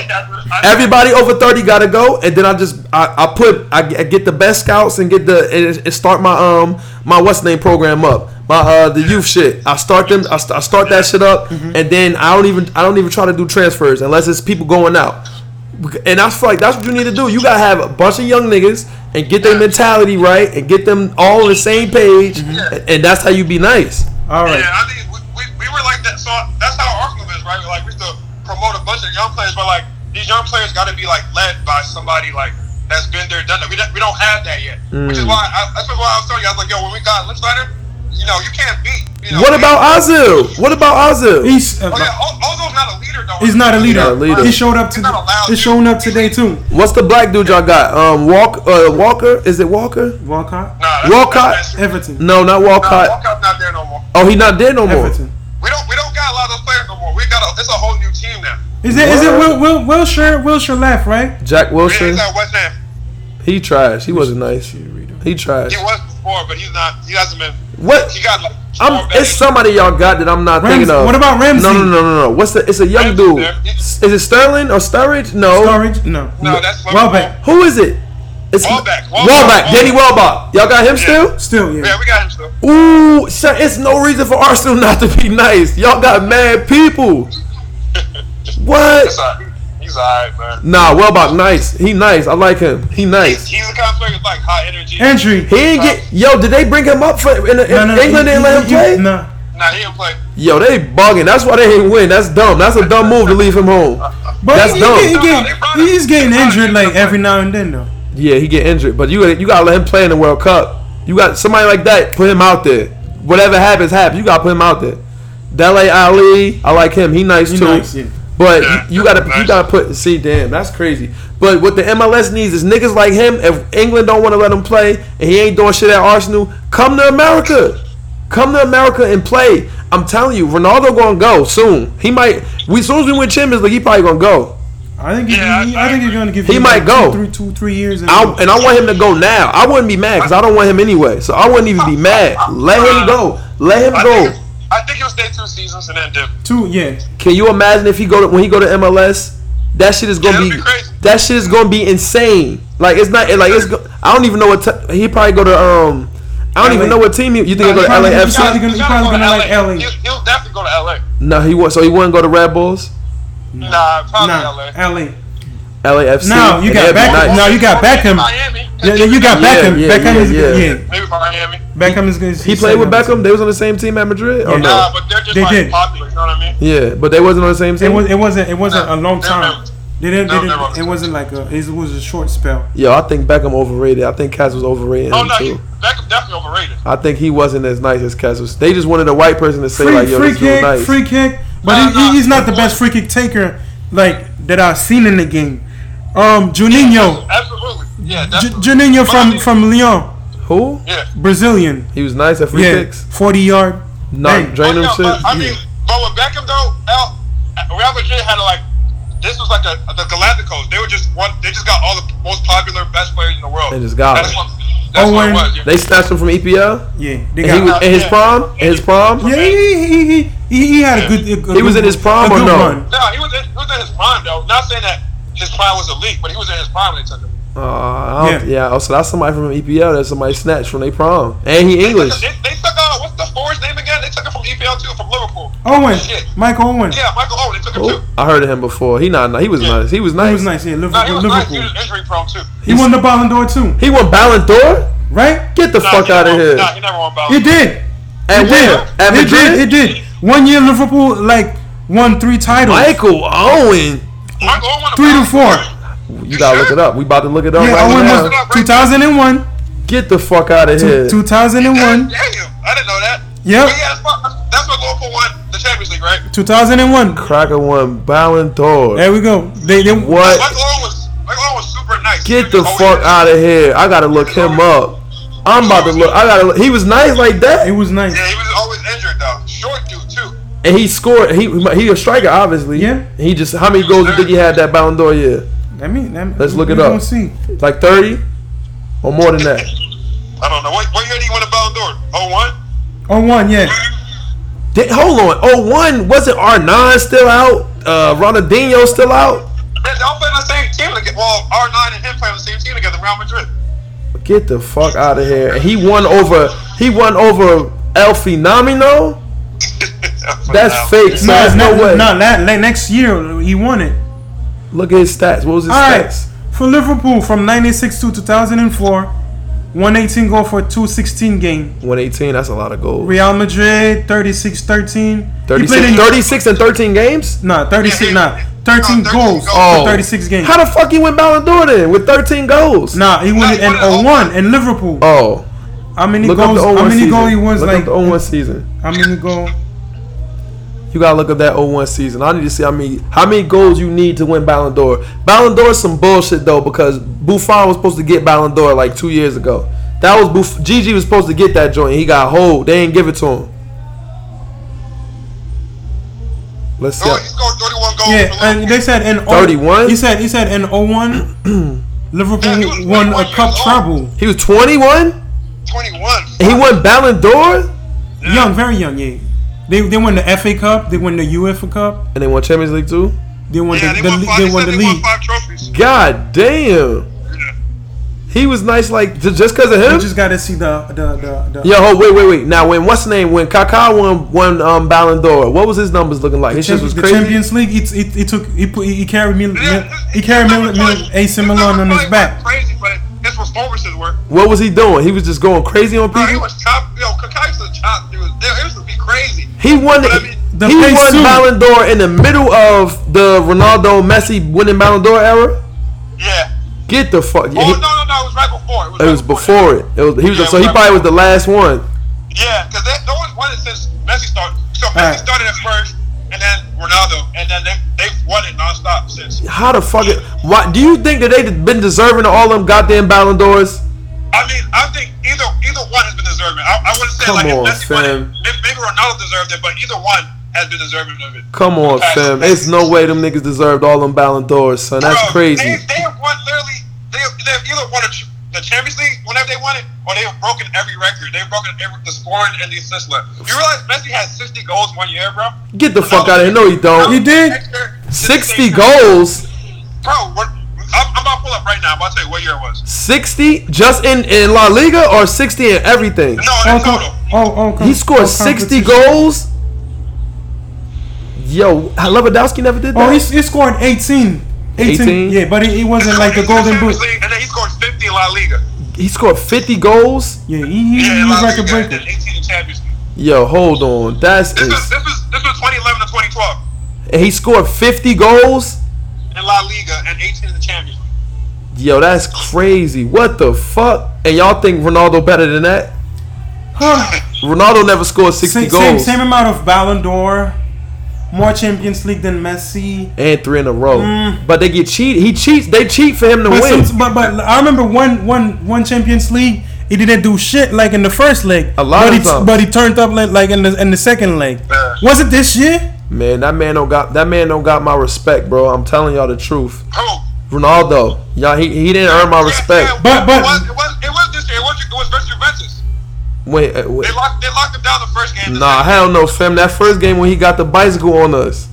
Speaker 1: Everybody over thirty gotta go, and then I just I, I put I, get- I get the best scouts and get the and, and start my um my what's name program up my uh the youth shit. I start them I, st- I start that shit up, and then I don't even I don't even try to do transfers unless it's people going out, and I feel like that's what you need to do. You gotta have a bunch of young niggas and get their mentality right and get them all on the same page, and, and that's how you be nice.
Speaker 2: All right.
Speaker 6: Yeah, I mean, we, we, we were like that. So that's how Arsenal is, right? Like we used to promote a bunch of young players, but like these young players got to be like led by somebody like that's been there, done that. We don't, we don't have that yet, which is
Speaker 1: Mm.
Speaker 6: why I, that's why I was telling you, I was like, yo, when we got Lichtensteiner, you know, you can't beat. You know,
Speaker 1: What about Ozil? What about Ozil?
Speaker 2: He's uh,
Speaker 6: Oh yeah, Oz- Ozil's not a leader though.
Speaker 2: he's not a leader.
Speaker 1: not a leader.
Speaker 2: He showed up
Speaker 6: He's
Speaker 2: today.
Speaker 6: not allowed
Speaker 2: He's
Speaker 6: to.
Speaker 2: showing up today too.
Speaker 1: What's the black dude y'all got? Um, Walk uh, Walker is it Walker?
Speaker 2: Walcott,
Speaker 6: Nah, that's-
Speaker 1: Walcott.
Speaker 6: that's- that's-
Speaker 2: Everton,
Speaker 1: No, not
Speaker 6: Nah,
Speaker 1: Walcott.
Speaker 6: Walcott's not there no more.
Speaker 1: Oh, he not there no more.
Speaker 2: Everton.
Speaker 6: We don't we don't got a lot of those players no more. We got a it's a whole new team now.
Speaker 2: Is it is it Will Will Wilshire Wilshire left right?
Speaker 1: Jack
Speaker 6: Yeah,
Speaker 1: Wilson,
Speaker 6: he's at West Ham.
Speaker 1: he trash. He wasn't nice. He trash.
Speaker 6: He was before, but he's not. He hasn't been.
Speaker 1: What?
Speaker 6: He got like.
Speaker 1: I'm, it's somebody y'all got that I'm not
Speaker 2: Rams-
Speaker 1: thinking of.
Speaker 2: what about Ramsey?
Speaker 1: No, no, no, no, no. What's the? It's a young
Speaker 6: Ramsey's
Speaker 1: dude.
Speaker 6: there.
Speaker 1: S- Is it Sterling or Sturridge? No.
Speaker 2: Storage? No.
Speaker 6: No, that's
Speaker 2: Welbeck.
Speaker 1: Who is it? It's
Speaker 6: Welbeck, Welbeck,
Speaker 1: Welbeck. Danny Welbeck. Y'all got him
Speaker 2: Still yeah.
Speaker 6: Yeah, we got him still.
Speaker 1: still? Ooh, sir, it's no reason for Arsenal not to be nice. Y'all got mad people. What?
Speaker 6: It's all right. He's alright, man.
Speaker 1: Nah, Welbeck nice. He nice. I like him. He nice.
Speaker 6: He's the kind of player with like high energy.
Speaker 2: Entry.
Speaker 1: He ain't get. Yo, did they bring him up for in, in England? They let him play.
Speaker 2: Nah.
Speaker 6: Nah, he didn't play.
Speaker 1: Yo, they bugging. That's why they ain't win. That's dumb. That's a dumb move to leave him home.
Speaker 2: But
Speaker 1: That's
Speaker 2: he,
Speaker 1: dumb.
Speaker 2: He, get- he
Speaker 6: No, they
Speaker 2: get,
Speaker 6: brought him-
Speaker 2: he's getting
Speaker 6: they brought
Speaker 2: injured
Speaker 6: him
Speaker 2: like
Speaker 6: to play.
Speaker 2: every now and then though.
Speaker 1: Yeah, he get injured, but you you gotta let him play in the World Cup. You got somebody like that. Put him out there. Whatever happens, happens. You gotta put him out there. Dele Ali, I like him. He nice too.
Speaker 2: nice, yeah.
Speaker 1: But
Speaker 6: Yeah,
Speaker 1: you, you gotta you
Speaker 6: nice.
Speaker 1: gotta put. See, damn, that's crazy. But what the MLS needs is niggas like him. If England don't want to let him play and he ain't doing shit at Arsenal, come to America. Come to America and play. I'm telling you, Ronaldo gonna go soon. He might. We soon as we win Champions League, he probably gonna go.
Speaker 2: I think
Speaker 6: Yeah,
Speaker 2: he,
Speaker 6: I-
Speaker 2: I,
Speaker 6: I
Speaker 2: think he's
Speaker 6: agree.
Speaker 2: gonna give
Speaker 1: He
Speaker 2: you,
Speaker 1: might
Speaker 2: like,
Speaker 1: go.
Speaker 2: two, three, two, three years. And
Speaker 1: I, and I want him to go now. I wouldn't be mad because I don't want him anyway. So I wouldn't even be mad. Let him go. Let him
Speaker 6: I
Speaker 1: go.
Speaker 6: think, I think he'll stay two seasons and then dip.
Speaker 2: two, yeah.
Speaker 1: Can you imagine if he go to, when he go to MLS? That shit is gonna
Speaker 6: Yeah,
Speaker 1: be,
Speaker 6: that'd be crazy.
Speaker 1: that shit is gonna be insane. Like it's not like it's. Go, I don't even know what t- he probably go to. Um, I don't even
Speaker 2: LA.
Speaker 1: know what team he, you think he
Speaker 2: No,
Speaker 1: go to
Speaker 2: he probably-
Speaker 1: LAFC.
Speaker 2: probably gonna-
Speaker 6: He's
Speaker 2: he probably
Speaker 6: go
Speaker 2: gonna
Speaker 6: to
Speaker 2: like LA.
Speaker 6: He'll, he'll definitely go to LA.
Speaker 1: No, he won't. So he wouldn't go to Red Bulls,
Speaker 6: Nah, probably
Speaker 2: Nah,
Speaker 6: LA.
Speaker 2: LA.
Speaker 1: LAFC.
Speaker 2: No, you
Speaker 1: and that'd be
Speaker 2: got back-
Speaker 1: nice.
Speaker 2: no, you got Beckham.
Speaker 6: Miami.
Speaker 2: Yeah, yeah, you got
Speaker 1: Yeah,
Speaker 2: Beckham.
Speaker 1: yeah,
Speaker 2: Beckham
Speaker 1: yeah,
Speaker 2: is good.
Speaker 1: yeah.
Speaker 2: Yeah.
Speaker 6: Maybe Miami.
Speaker 2: Beckham is good.
Speaker 1: He played with Beckham. They was on the same team at Madrid. Or no?
Speaker 2: Yeah.
Speaker 6: Nah, but they're just
Speaker 2: They
Speaker 6: like
Speaker 2: did.
Speaker 6: popular. You know what I mean?
Speaker 1: yeah, but they wasn't on the same
Speaker 2: It
Speaker 1: team.
Speaker 2: was. It wasn't. It wasn't
Speaker 6: Nah,
Speaker 2: a long
Speaker 6: they're
Speaker 2: time.
Speaker 6: members.
Speaker 2: They didn't. They
Speaker 6: No, they're
Speaker 2: didn't
Speaker 6: members.
Speaker 2: it wasn't like a. It was a short spell.
Speaker 1: Yo, I think Beckham overrated. I think Cas was overrated.
Speaker 6: Oh no,
Speaker 1: too.
Speaker 6: he, Beckham definitely overrated.
Speaker 1: I think he wasn't as nice as Kessels. They just wanted a white person to say
Speaker 2: Free,
Speaker 1: like, "Yo,
Speaker 2: free
Speaker 1: this dude
Speaker 2: kick.
Speaker 1: nice."
Speaker 2: Free kick. But
Speaker 6: Nah,
Speaker 2: he,
Speaker 6: nah,
Speaker 2: he's not the
Speaker 6: he
Speaker 2: best free kick taker like that I've seen in the game. Um, Juninho.
Speaker 6: Absolutely. Yeah,
Speaker 2: Ju-
Speaker 6: definitely.
Speaker 2: Juninho
Speaker 6: But I
Speaker 2: from
Speaker 6: mean,
Speaker 2: from Lyon,
Speaker 1: Who?
Speaker 6: Yeah.
Speaker 2: Brazilian.
Speaker 1: He was nice at free
Speaker 2: Yeah,
Speaker 1: kicks.
Speaker 2: forty yard.
Speaker 1: Not
Speaker 2: Hey,
Speaker 1: draining
Speaker 6: Oh, yeah,
Speaker 1: shit.
Speaker 6: But, I mean, but with Beckham though, L, Real Madrid had like this was like a, the Galacticos. They were just one. They just got all the most popular, best players in the world.
Speaker 1: They just got
Speaker 6: that's
Speaker 1: it.
Speaker 6: What, that's what
Speaker 2: Owen.
Speaker 6: it was. yeah.
Speaker 1: they snatched him from EPL.
Speaker 2: Yeah, they
Speaker 1: And, he
Speaker 2: got.
Speaker 1: was, in his
Speaker 6: Yeah.
Speaker 1: prom. In his prom.
Speaker 2: yeah, he, he, he, he, he had a good. A, good-
Speaker 1: He was in his prime
Speaker 2: a
Speaker 1: or
Speaker 2: good
Speaker 1: no?
Speaker 2: run.
Speaker 6: No, he was, in, he was in his prime though. Not saying that his prime was elite, but he was in his prime when they took him.
Speaker 1: Uh, I don't-
Speaker 2: Yeah.
Speaker 1: yeah. Oh, so that's somebody from EPL that somebody snatched from their prom, and he
Speaker 6: They,
Speaker 1: English.
Speaker 6: they, they took out what's the forward's name again? They took him from EPL too, from Liverpool.
Speaker 2: Owen,
Speaker 6: Shit.
Speaker 2: Michael Owen.
Speaker 6: Yeah, Michael Owen. They took him
Speaker 1: Oh,
Speaker 6: too.
Speaker 1: I heard of him before. He not. He was nice. He was nice.
Speaker 2: He was nice. Yeah,
Speaker 6: No, he
Speaker 2: Liverpool.
Speaker 6: was nice. He
Speaker 2: Liverpool.
Speaker 6: was injury prone too.
Speaker 2: He won the Ballon d'Or too,
Speaker 1: He won Ballon d'Or.
Speaker 2: right?
Speaker 1: Get the
Speaker 6: Nah,
Speaker 1: fuck
Speaker 6: he
Speaker 1: out of
Speaker 6: never-
Speaker 1: here.
Speaker 6: Nah, he never won Ballon.
Speaker 2: He did.
Speaker 1: At
Speaker 2: He
Speaker 1: where?
Speaker 2: did.
Speaker 1: At
Speaker 2: He did. He
Speaker 1: Madrid.
Speaker 2: did. One year, Liverpool like won three titles.
Speaker 1: Michael Owen.
Speaker 6: Michael Owen won a
Speaker 2: Three to
Speaker 6: Ballon
Speaker 2: four.
Speaker 6: d'Or.
Speaker 1: You gotta look it up. We about to look it up
Speaker 2: Yeah,
Speaker 1: right
Speaker 2: Owen
Speaker 1: now.
Speaker 6: Look it up
Speaker 2: was
Speaker 6: right now.
Speaker 2: 2001,
Speaker 1: Get the fuck out of here.
Speaker 2: two thousand and
Speaker 6: Damn,
Speaker 2: one,
Speaker 6: I didn't know that.
Speaker 2: Yep.
Speaker 6: But yeah, that's what, that's what Liverpool won the Champions League, right?
Speaker 2: 2001.
Speaker 1: Cracker won Ballon d'Or.
Speaker 2: There we go. They, they
Speaker 1: What?
Speaker 6: Michael Owen was Michael Owen was super nice.
Speaker 1: Get the fuck out of here. I gotta look him up. I'm about to look. I gotta. Look. He was nice like
Speaker 2: It
Speaker 1: that,
Speaker 2: was nice.
Speaker 6: Yeah, he was always injured though. Short dude too.
Speaker 1: and he scored. He he a striker, obviously.
Speaker 2: Yeah.
Speaker 1: He just how many goals you think he had that Ballon d'Or year?
Speaker 2: Let me. Let me
Speaker 1: Let's look
Speaker 2: we
Speaker 1: it up.
Speaker 2: gonna see.
Speaker 1: Like thirty, or more than that.
Speaker 6: I don't know. What, what year did he win a Ballon d'Or? Oh one.
Speaker 2: Oh one, yeah.
Speaker 1: Did- hold on. Oh one wasn't R nine still out? Uh, Ronaldinho still out?
Speaker 6: They they all played on the same team together. Well, R nine and him played on the same team together. Real Madrid.
Speaker 1: Get the fuck out of here. And he won over. He won over El Fenomeno. That's fake. So
Speaker 2: No,
Speaker 1: there's no way.
Speaker 2: No, la- la- next year he won it.
Speaker 1: Look at his stats. What was his
Speaker 2: All right.
Speaker 1: stats?
Speaker 2: For Liverpool from 96 to 2004, 118 goal for 216 game.
Speaker 1: 118. That's a lot of goals.
Speaker 2: Real Madrid 36 13. He played
Speaker 1: 36,
Speaker 2: in-
Speaker 1: 36 and 13 games?
Speaker 2: Nah, 36
Speaker 6: Yeah,
Speaker 2: nah.
Speaker 6: he-
Speaker 2: 13
Speaker 6: no, 13
Speaker 2: goals
Speaker 6: goals.
Speaker 2: for 36 games.
Speaker 1: Oh. How the fuck he went Ballon d'Or then with 13 goals?
Speaker 2: Nah, he won
Speaker 6: No,
Speaker 2: it
Speaker 6: he
Speaker 2: in
Speaker 6: won it all.
Speaker 2: 01 in Liverpool.
Speaker 1: Oh,
Speaker 2: how many
Speaker 1: look up
Speaker 2: goals?
Speaker 1: the
Speaker 2: How
Speaker 1: 01
Speaker 2: many
Speaker 1: season.
Speaker 2: goal he was
Speaker 1: look
Speaker 2: like?
Speaker 1: up the 01 season.
Speaker 2: How many goal?
Speaker 1: You gotta look up that 01 season. I need to see how many how many goals you need to win Ballon d'Or. Ballon d'Or is some bullshit though because Buffon was supposed to get Ballon d'Or like two years ago. That was Buff- Gigi was supposed to get that joint. He got hold. They didn't give it to him. Let's see.
Speaker 6: So
Speaker 1: how-
Speaker 6: Oh, he scored 31 goals.
Speaker 2: Yeah,
Speaker 6: for
Speaker 2: and they
Speaker 6: Liverpool.
Speaker 2: said in oh-
Speaker 1: 31?
Speaker 2: He said he said in 01,
Speaker 6: Yeah, he was oh
Speaker 2: Liverpool won
Speaker 6: 21
Speaker 2: a cup
Speaker 6: years old.
Speaker 2: treble.
Speaker 1: He was 21.
Speaker 6: 21.
Speaker 1: And he won Ballon d'Or,
Speaker 2: Young, very young, yeah. They they won the FA Cup, they won the UEFA Cup,
Speaker 1: and they won Champions League too.
Speaker 2: they won
Speaker 6: Yeah,
Speaker 2: the,
Speaker 6: they
Speaker 2: the
Speaker 6: won
Speaker 2: le-
Speaker 6: five.
Speaker 2: they
Speaker 6: he
Speaker 2: won
Speaker 6: said
Speaker 2: the
Speaker 6: they
Speaker 2: league.
Speaker 6: won five trophies.
Speaker 1: God damn.
Speaker 6: Yeah.
Speaker 1: He was nice like j- just because of him.
Speaker 2: You just gotta see the the the, the
Speaker 1: Yo, hold, wait, wait, wait. Now, when what's the name? When Kaká won won um, Ballon d'Or, what was his numbers looking like? His shit was
Speaker 2: Champions, the
Speaker 1: crazy.
Speaker 2: Champions League. It, it, it took he put he carried Mil, Mil, he carried Mil, Mil, AC
Speaker 6: His
Speaker 2: Milan on
Speaker 6: numbers
Speaker 2: his
Speaker 6: probably
Speaker 2: back.
Speaker 6: weren't Crazy, but his performances were.
Speaker 1: What was he doing? He was just going crazy on
Speaker 6: Bro, he
Speaker 1: people.
Speaker 6: was top. Yo, Kaká used to chop dudes. It used to be crazy.
Speaker 1: He won.
Speaker 6: But I
Speaker 1: it.
Speaker 6: mean-
Speaker 2: The
Speaker 1: he
Speaker 2: pace
Speaker 1: won
Speaker 2: too.
Speaker 1: Ballon d'Or in the middle of the Ronaldo Messi winning Ballon d'Or era.
Speaker 6: Yeah.
Speaker 1: Get the fuck.
Speaker 6: Oh no, no, no! It was right before.
Speaker 1: he, it
Speaker 6: right
Speaker 1: was before it. It was. He was.
Speaker 6: Yeah,
Speaker 1: so he
Speaker 6: right
Speaker 1: probably was the last one.
Speaker 6: Yeah, because no one's won it since Messi started. So Messi
Speaker 2: Alright.
Speaker 6: started at first, and then Ronaldo, and then they they've won it nonstop since.
Speaker 1: How the fuck? It, why do you think that they've been deserving of all them goddamn Ballon d'Ors?
Speaker 6: I mean, I think either either one has been deserving. I, I wouldn't say
Speaker 1: Come
Speaker 6: like
Speaker 1: on,
Speaker 6: if Messi won it,
Speaker 1: fam.
Speaker 6: may- maybe Ronaldo deserved it, but either one has been deserving of it.
Speaker 1: Come on,
Speaker 6: Past-
Speaker 1: fam. It's no way them niggas deserved all them Ballon d'Ors, son. That's
Speaker 6: Bro, They,
Speaker 1: crazy.
Speaker 6: they have won literally. They they've either won a, ch- the Champions League whenever they won it, or they have broken every record. They've broken every the scoring and the assist list. You realize Messi had sixty goals one year, bro.
Speaker 1: Get the fuck out of here. No, he
Speaker 2: He
Speaker 1: don't.
Speaker 2: did.
Speaker 6: Next year,
Speaker 1: Sixty
Speaker 6: they-
Speaker 1: goals.
Speaker 6: Bro, what, I'm, I'm about to pull up right now. I'm about to tell you what year it was.
Speaker 1: 60 just in, in La Liga or 60 in everything?
Speaker 6: No,
Speaker 2: Oh,
Speaker 6: in total.
Speaker 2: oh, oh,
Speaker 1: He
Speaker 2: com- oh,
Speaker 1: scored 60
Speaker 2: competition.
Speaker 1: goals? Yo, Lewandowski never did that?
Speaker 2: Oh, he, he scored 18. 18.
Speaker 1: 18?
Speaker 2: Yeah, but it, it
Speaker 6: He
Speaker 2: wasn't
Speaker 6: scored
Speaker 2: like the
Speaker 6: 50
Speaker 2: Golden Boot.
Speaker 6: Champions League, And then he scored 50 in La Liga.
Speaker 1: he scored 50 goals?
Speaker 2: Yeah, he, he,
Speaker 6: Yeah,
Speaker 2: he
Speaker 6: in La
Speaker 2: was
Speaker 6: Liga.
Speaker 2: record
Speaker 6: and then
Speaker 2: breaker.
Speaker 6: 18 in Champions League.
Speaker 1: Yo, hold on. That's
Speaker 6: This was,
Speaker 1: ins-
Speaker 6: this, was, this was 2011 to 2012
Speaker 1: and he scored 50 goals?
Speaker 6: in La Liga and 18 in the Champions League.
Speaker 1: Yo, that's crazy. What the fuck? And y'all think Ronaldo better than that? Ronaldo never scored 60
Speaker 2: Same,
Speaker 1: goals
Speaker 2: same, same amount of Ballon d'Or, more Champions League than Messi.
Speaker 1: and three in a row. But they get cheated. He cheats. They cheat for him to
Speaker 2: Mm. But,
Speaker 1: win.
Speaker 2: some, but but I remember one one one Champions League, he didn't do shit like in the first leg.
Speaker 1: A lot of
Speaker 2: but he,
Speaker 1: times.
Speaker 2: But he turned up like, like in the in the second leg.
Speaker 6: Yeah.
Speaker 2: Was it this year?
Speaker 1: man, that man don't got that man don't got my respect, bro. I'm telling y'all the truth.
Speaker 6: Bro.
Speaker 1: Ronaldo. Y'all, he, he didn't earn my respect.
Speaker 6: Yeah,
Speaker 2: But-
Speaker 6: it
Speaker 2: but-
Speaker 6: was, it, was, it was this year. It was, it was versus Juventus.
Speaker 1: Wait, uh, wait.
Speaker 6: They locked, they locked him down the first game.
Speaker 1: Nah, hell no, fam. That first game when he got the bicycle on us.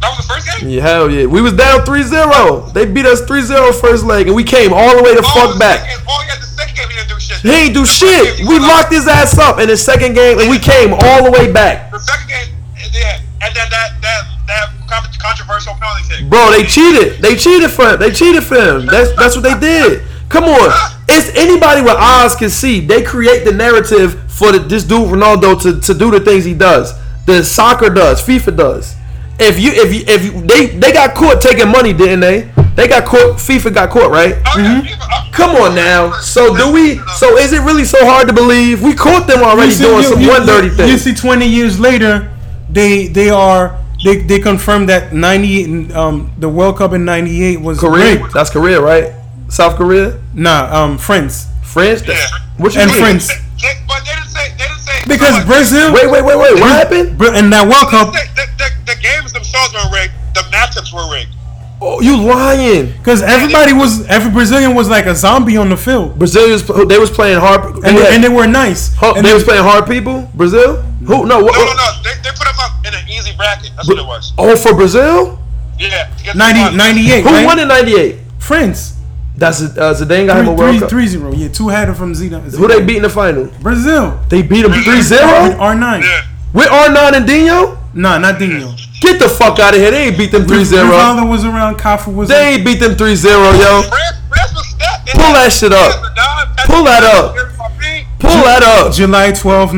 Speaker 6: That was the first game?
Speaker 1: Yeah, hell yeah. We was down 3-0. They beat us 3-0 first leg, and we came all the way the
Speaker 6: Oh,
Speaker 1: fuck
Speaker 6: the
Speaker 1: back.
Speaker 6: second- Oh, yeah, the second game he didn't do shit.
Speaker 1: He ain't do
Speaker 6: The first
Speaker 1: shit.
Speaker 6: game,
Speaker 1: We
Speaker 6: he-
Speaker 1: locked his ass up in the second game, and we came all the way back.
Speaker 6: The second game, yeah, and then that that that con- controversial penalty kick.
Speaker 1: Bro, they cheated. They cheated for him. They cheated for him. That's that's what they did. Come on. It's anybody with eyes can see. They create the narrative for the, this dude Ronaldo to, to do the things he does. The soccer does, FIFA does. If you if you if you, they they got caught taking money, didn't they? They got caught. FIFA got caught, right?
Speaker 6: Oh, yeah,
Speaker 2: Mm-hmm.
Speaker 6: people- oh,
Speaker 1: Come on now. So do we?
Speaker 6: you know,
Speaker 1: So is it really so hard to believe? We caught them already doing some one dirty
Speaker 2: you-
Speaker 1: thing.
Speaker 2: You see, twenty years later, they they are they they confirmed that ninety um the World Cup in ninety eight was
Speaker 1: Korea.
Speaker 2: rigged.
Speaker 1: That's Korea, right? South Korea,
Speaker 2: Nah, um France
Speaker 1: France.
Speaker 6: Yeah.
Speaker 1: What you
Speaker 2: and
Speaker 1: mean?
Speaker 2: France
Speaker 6: they- But they didn't say. They didn't say uh,
Speaker 2: because
Speaker 6: Brazil.
Speaker 2: Brazil
Speaker 1: Wait, wait, wait, wait. What happened?
Speaker 2: Bra- in that World Cup
Speaker 6: The, the, the, the games themselves were rigged. The matchups were rigged.
Speaker 1: Oh, you lying?
Speaker 2: because everybody was every Brazilian was like a zombie on the field
Speaker 1: Brazilians. They was playing hard.
Speaker 2: and
Speaker 1: yeah.
Speaker 2: they, and they were nice
Speaker 1: Huh,
Speaker 2: and
Speaker 1: they was playing hard people. Brazil? Who? No. What,
Speaker 6: No, no, no. They, they put them up in an easy bracket. That's what it was.
Speaker 1: Oh, for Brazil?
Speaker 6: Yeah. to get to the
Speaker 2: 90,
Speaker 6: final.
Speaker 2: 98
Speaker 1: Who
Speaker 2: right?
Speaker 1: won in '98?
Speaker 2: France
Speaker 1: That's uh, Zidane got him a World
Speaker 2: Three-
Speaker 1: Cup.
Speaker 2: three zero yeah two header from Zidane
Speaker 1: Who they beat in the final?
Speaker 2: Brazil
Speaker 1: They beat him 3
Speaker 2: with
Speaker 1: 0?
Speaker 2: R nine
Speaker 6: Yeah.
Speaker 1: With Arnon and Dino?
Speaker 2: nah not Dino
Speaker 1: Get the fuck out of here. They ain't beat them 3 0.
Speaker 2: Ronaldo was around Kafu was
Speaker 1: They ain't beat them 3 0, yo.
Speaker 6: France, France was stacked. They
Speaker 1: Pull that
Speaker 6: had-
Speaker 1: shit up.
Speaker 6: Zidane,
Speaker 1: Pull that up.
Speaker 6: Mbappe,
Speaker 1: Pull that up.
Speaker 2: July 12,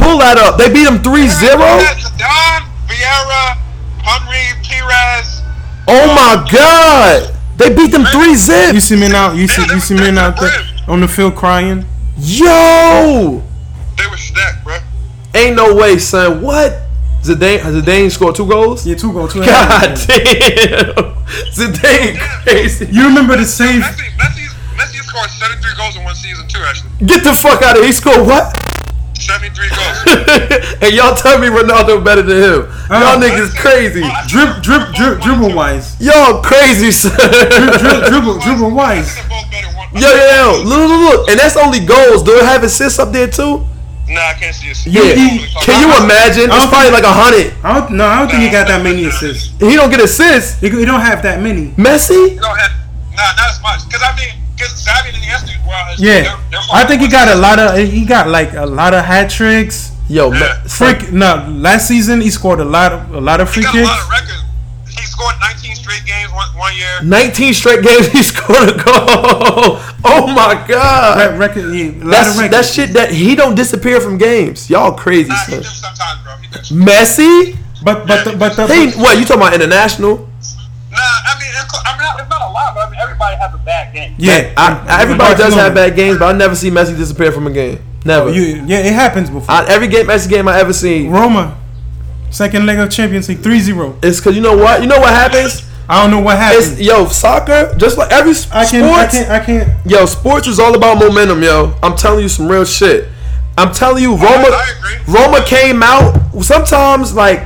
Speaker 2: 1998.
Speaker 1: Pull that up. They beat them 3 0?
Speaker 6: they had Zidane, Vieira, Henry, Perez.
Speaker 1: Oh my god. They beat them 3
Speaker 2: You
Speaker 1: 0.
Speaker 2: see me now. You see you see me out there on the field crying.
Speaker 1: Yo.
Speaker 6: They were stacked, bro.
Speaker 1: Ain't no way, son. What? Zidane, Zidane scored two goals?
Speaker 2: Yeah, two goals. Two
Speaker 1: God
Speaker 2: goals.
Speaker 1: damn. Zidane crazy.
Speaker 2: You remember the save?
Speaker 6: Messi, Messi, Messi scored 73 goals in one season too. Actually,
Speaker 1: Get the fuck out of here. He scored what?
Speaker 6: 73 goals.
Speaker 1: and y'all tell me Ronaldo better than him.
Speaker 2: Uh-huh.
Speaker 1: Y'all niggas crazy.
Speaker 2: Drip, drip, drip, dribble wise.
Speaker 1: Y'all crazy, sir.
Speaker 2: Dribble, dribble, dribble wise.
Speaker 1: Yo, yo, yo, look, look, look, and that's only goals. Do it have assists up there too?
Speaker 6: Nah, I can't see a
Speaker 1: Yeah. Can you imagine? It's probably like a hundred.
Speaker 2: I don't, no, I don't think he got that many assists.
Speaker 1: He don't get assists.
Speaker 2: He, he don't have that many.
Speaker 1: Messi?
Speaker 6: Don't have, nah, not as much. Because I mean, because Xavi and Iniesta, well,
Speaker 2: Yeah, I think he got a lot of. He got like a lot of hat tricks.
Speaker 1: Yo, Me-
Speaker 6: Yeah.
Speaker 2: Freak. No, last season he scored a lot of a lot of
Speaker 6: He
Speaker 2: free
Speaker 6: got a
Speaker 2: kicks.
Speaker 6: lot of records. He scored 19 straight games one, one year.
Speaker 1: 19 straight games he scored a goal. Oh my god.
Speaker 2: Re- record. Yeah, a lot
Speaker 1: That's
Speaker 2: of records.
Speaker 1: that shit that he don't disappear from games. Y'all crazy,
Speaker 6: Nah, he
Speaker 1: sir.
Speaker 6: do sometimes, bro. He do.
Speaker 1: Messi?
Speaker 2: But but the, but the,
Speaker 1: He what? You talking about international?
Speaker 6: Nah, I mean, it's, I mean, not- it's not a lot, but I mean, everybody has a bad game.
Speaker 2: yeah,
Speaker 1: I, I- everybody does have bad games, but I never see Messi disappear from a game. Never.
Speaker 2: You, yeah, it happens before.
Speaker 1: I, every game Messi game I ever seen.
Speaker 2: Roma, second leg of Champions League, 3-0.
Speaker 1: It's cause you know what? You know what happens?
Speaker 2: I don't know what happened.
Speaker 1: It's yo soccer. Just like every s-
Speaker 2: I can't.
Speaker 1: sports,
Speaker 2: I can't. I can't.
Speaker 1: yo sports is all about momentum, yo. I'm telling you some real shit. I'm telling you, Roma,
Speaker 6: I agree.
Speaker 1: Roma came out. Sometimes like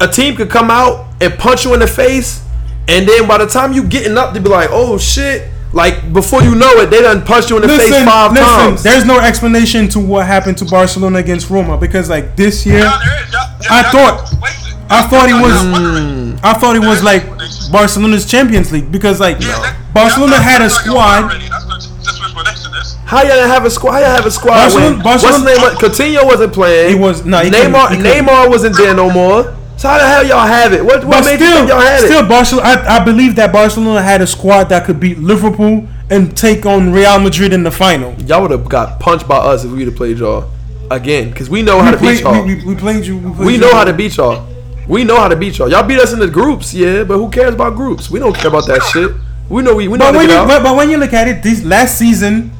Speaker 1: a team could come out and punch you in the face, and then by the time you getting up, they be like, oh shit. Like before you know it, they done punched you in the face
Speaker 2: Listen,
Speaker 1: five
Speaker 2: listen.
Speaker 1: times.
Speaker 2: There's no explanation to what happened to Barcelona against Roma because like this year,
Speaker 6: Nah, there is. Y'all,
Speaker 2: I
Speaker 6: y'all
Speaker 2: thought-
Speaker 6: got complacent.
Speaker 2: I thought he
Speaker 6: Y'all
Speaker 2: was-
Speaker 6: not wondering.
Speaker 2: I thought it was like Barcelona's Champions League because like
Speaker 6: Yeah, that-
Speaker 2: Barcelona
Speaker 6: y'all
Speaker 2: had a
Speaker 6: thought y'all were
Speaker 2: squad.
Speaker 6: already. That's what that's what explanation is.
Speaker 1: How y'all didn't have a squad? How y'all have a squad?
Speaker 2: Barcelona-
Speaker 1: when-
Speaker 2: Barcelona-
Speaker 1: What's the name? Coutinho wasn't playing.
Speaker 2: He was- no, he couldn't-
Speaker 1: Neymar.
Speaker 2: he couldn't.
Speaker 1: Neymar wasn't there no more. So how the hell y'all have it? What,
Speaker 2: But
Speaker 1: what made you
Speaker 2: still,
Speaker 1: think y'all had
Speaker 2: still
Speaker 1: it?
Speaker 2: Barcelona. I, I believe that Barcelona had a squad that could beat Liverpool and take on Real Madrid in the final.
Speaker 1: Y'all would have got punched by us if we would have played y'all again, because we know how to
Speaker 2: We
Speaker 1: beat
Speaker 2: played,
Speaker 1: y'all. We,
Speaker 2: we, we, we played you. We, played you.
Speaker 1: know how to beat y'all. We know how to beat y'all. Y'all beat us in the groups, yeah, but who cares about groups? We don't care about that shit. We know we, we know how
Speaker 2: But
Speaker 1: to
Speaker 2: when
Speaker 1: get
Speaker 2: you
Speaker 1: out.
Speaker 2: but, but when you look at it, this last season,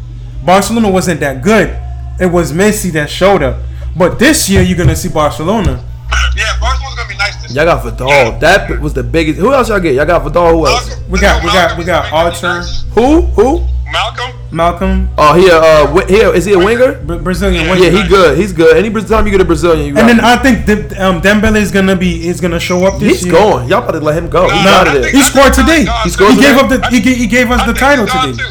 Speaker 2: Barcelona wasn't that good. It was Messi that showed up. But this year, you're gonna see Barcelona.
Speaker 6: Yeah, Barcelona's gonna be nice this
Speaker 1: Y'all got Vidal. That was the biggest. Who else y'all get? Y'all got Vidal. Who else?
Speaker 6: Malcolm-
Speaker 2: We got-
Speaker 6: no,
Speaker 2: we got-
Speaker 6: Malcolm
Speaker 2: we
Speaker 6: is
Speaker 2: got
Speaker 6: gonna be
Speaker 2: Archer.
Speaker 6: nice.
Speaker 1: Who? Who?
Speaker 6: Malcolm.
Speaker 2: Malcolm,
Speaker 1: Oh, here. Uh, wi- here is he a winger?
Speaker 2: Bra- Brazilian.
Speaker 1: Yeah,
Speaker 2: winger.
Speaker 1: he good. He's good. Any Braz- time you get a Brazilian, you got
Speaker 2: And then I think Dem- um, Dembele is gonna be is gonna show up this
Speaker 1: He's
Speaker 2: year.
Speaker 1: gone. Y'all about to let him go. He's
Speaker 6: Nah,
Speaker 1: out of
Speaker 6: I
Speaker 1: there.
Speaker 6: think-
Speaker 2: He scored today.
Speaker 6: He
Speaker 2: He,
Speaker 1: scored today?
Speaker 2: gave up the he, ga- he gave us
Speaker 6: I
Speaker 2: the
Speaker 6: think
Speaker 2: title
Speaker 6: he's gone
Speaker 2: today.
Speaker 6: too.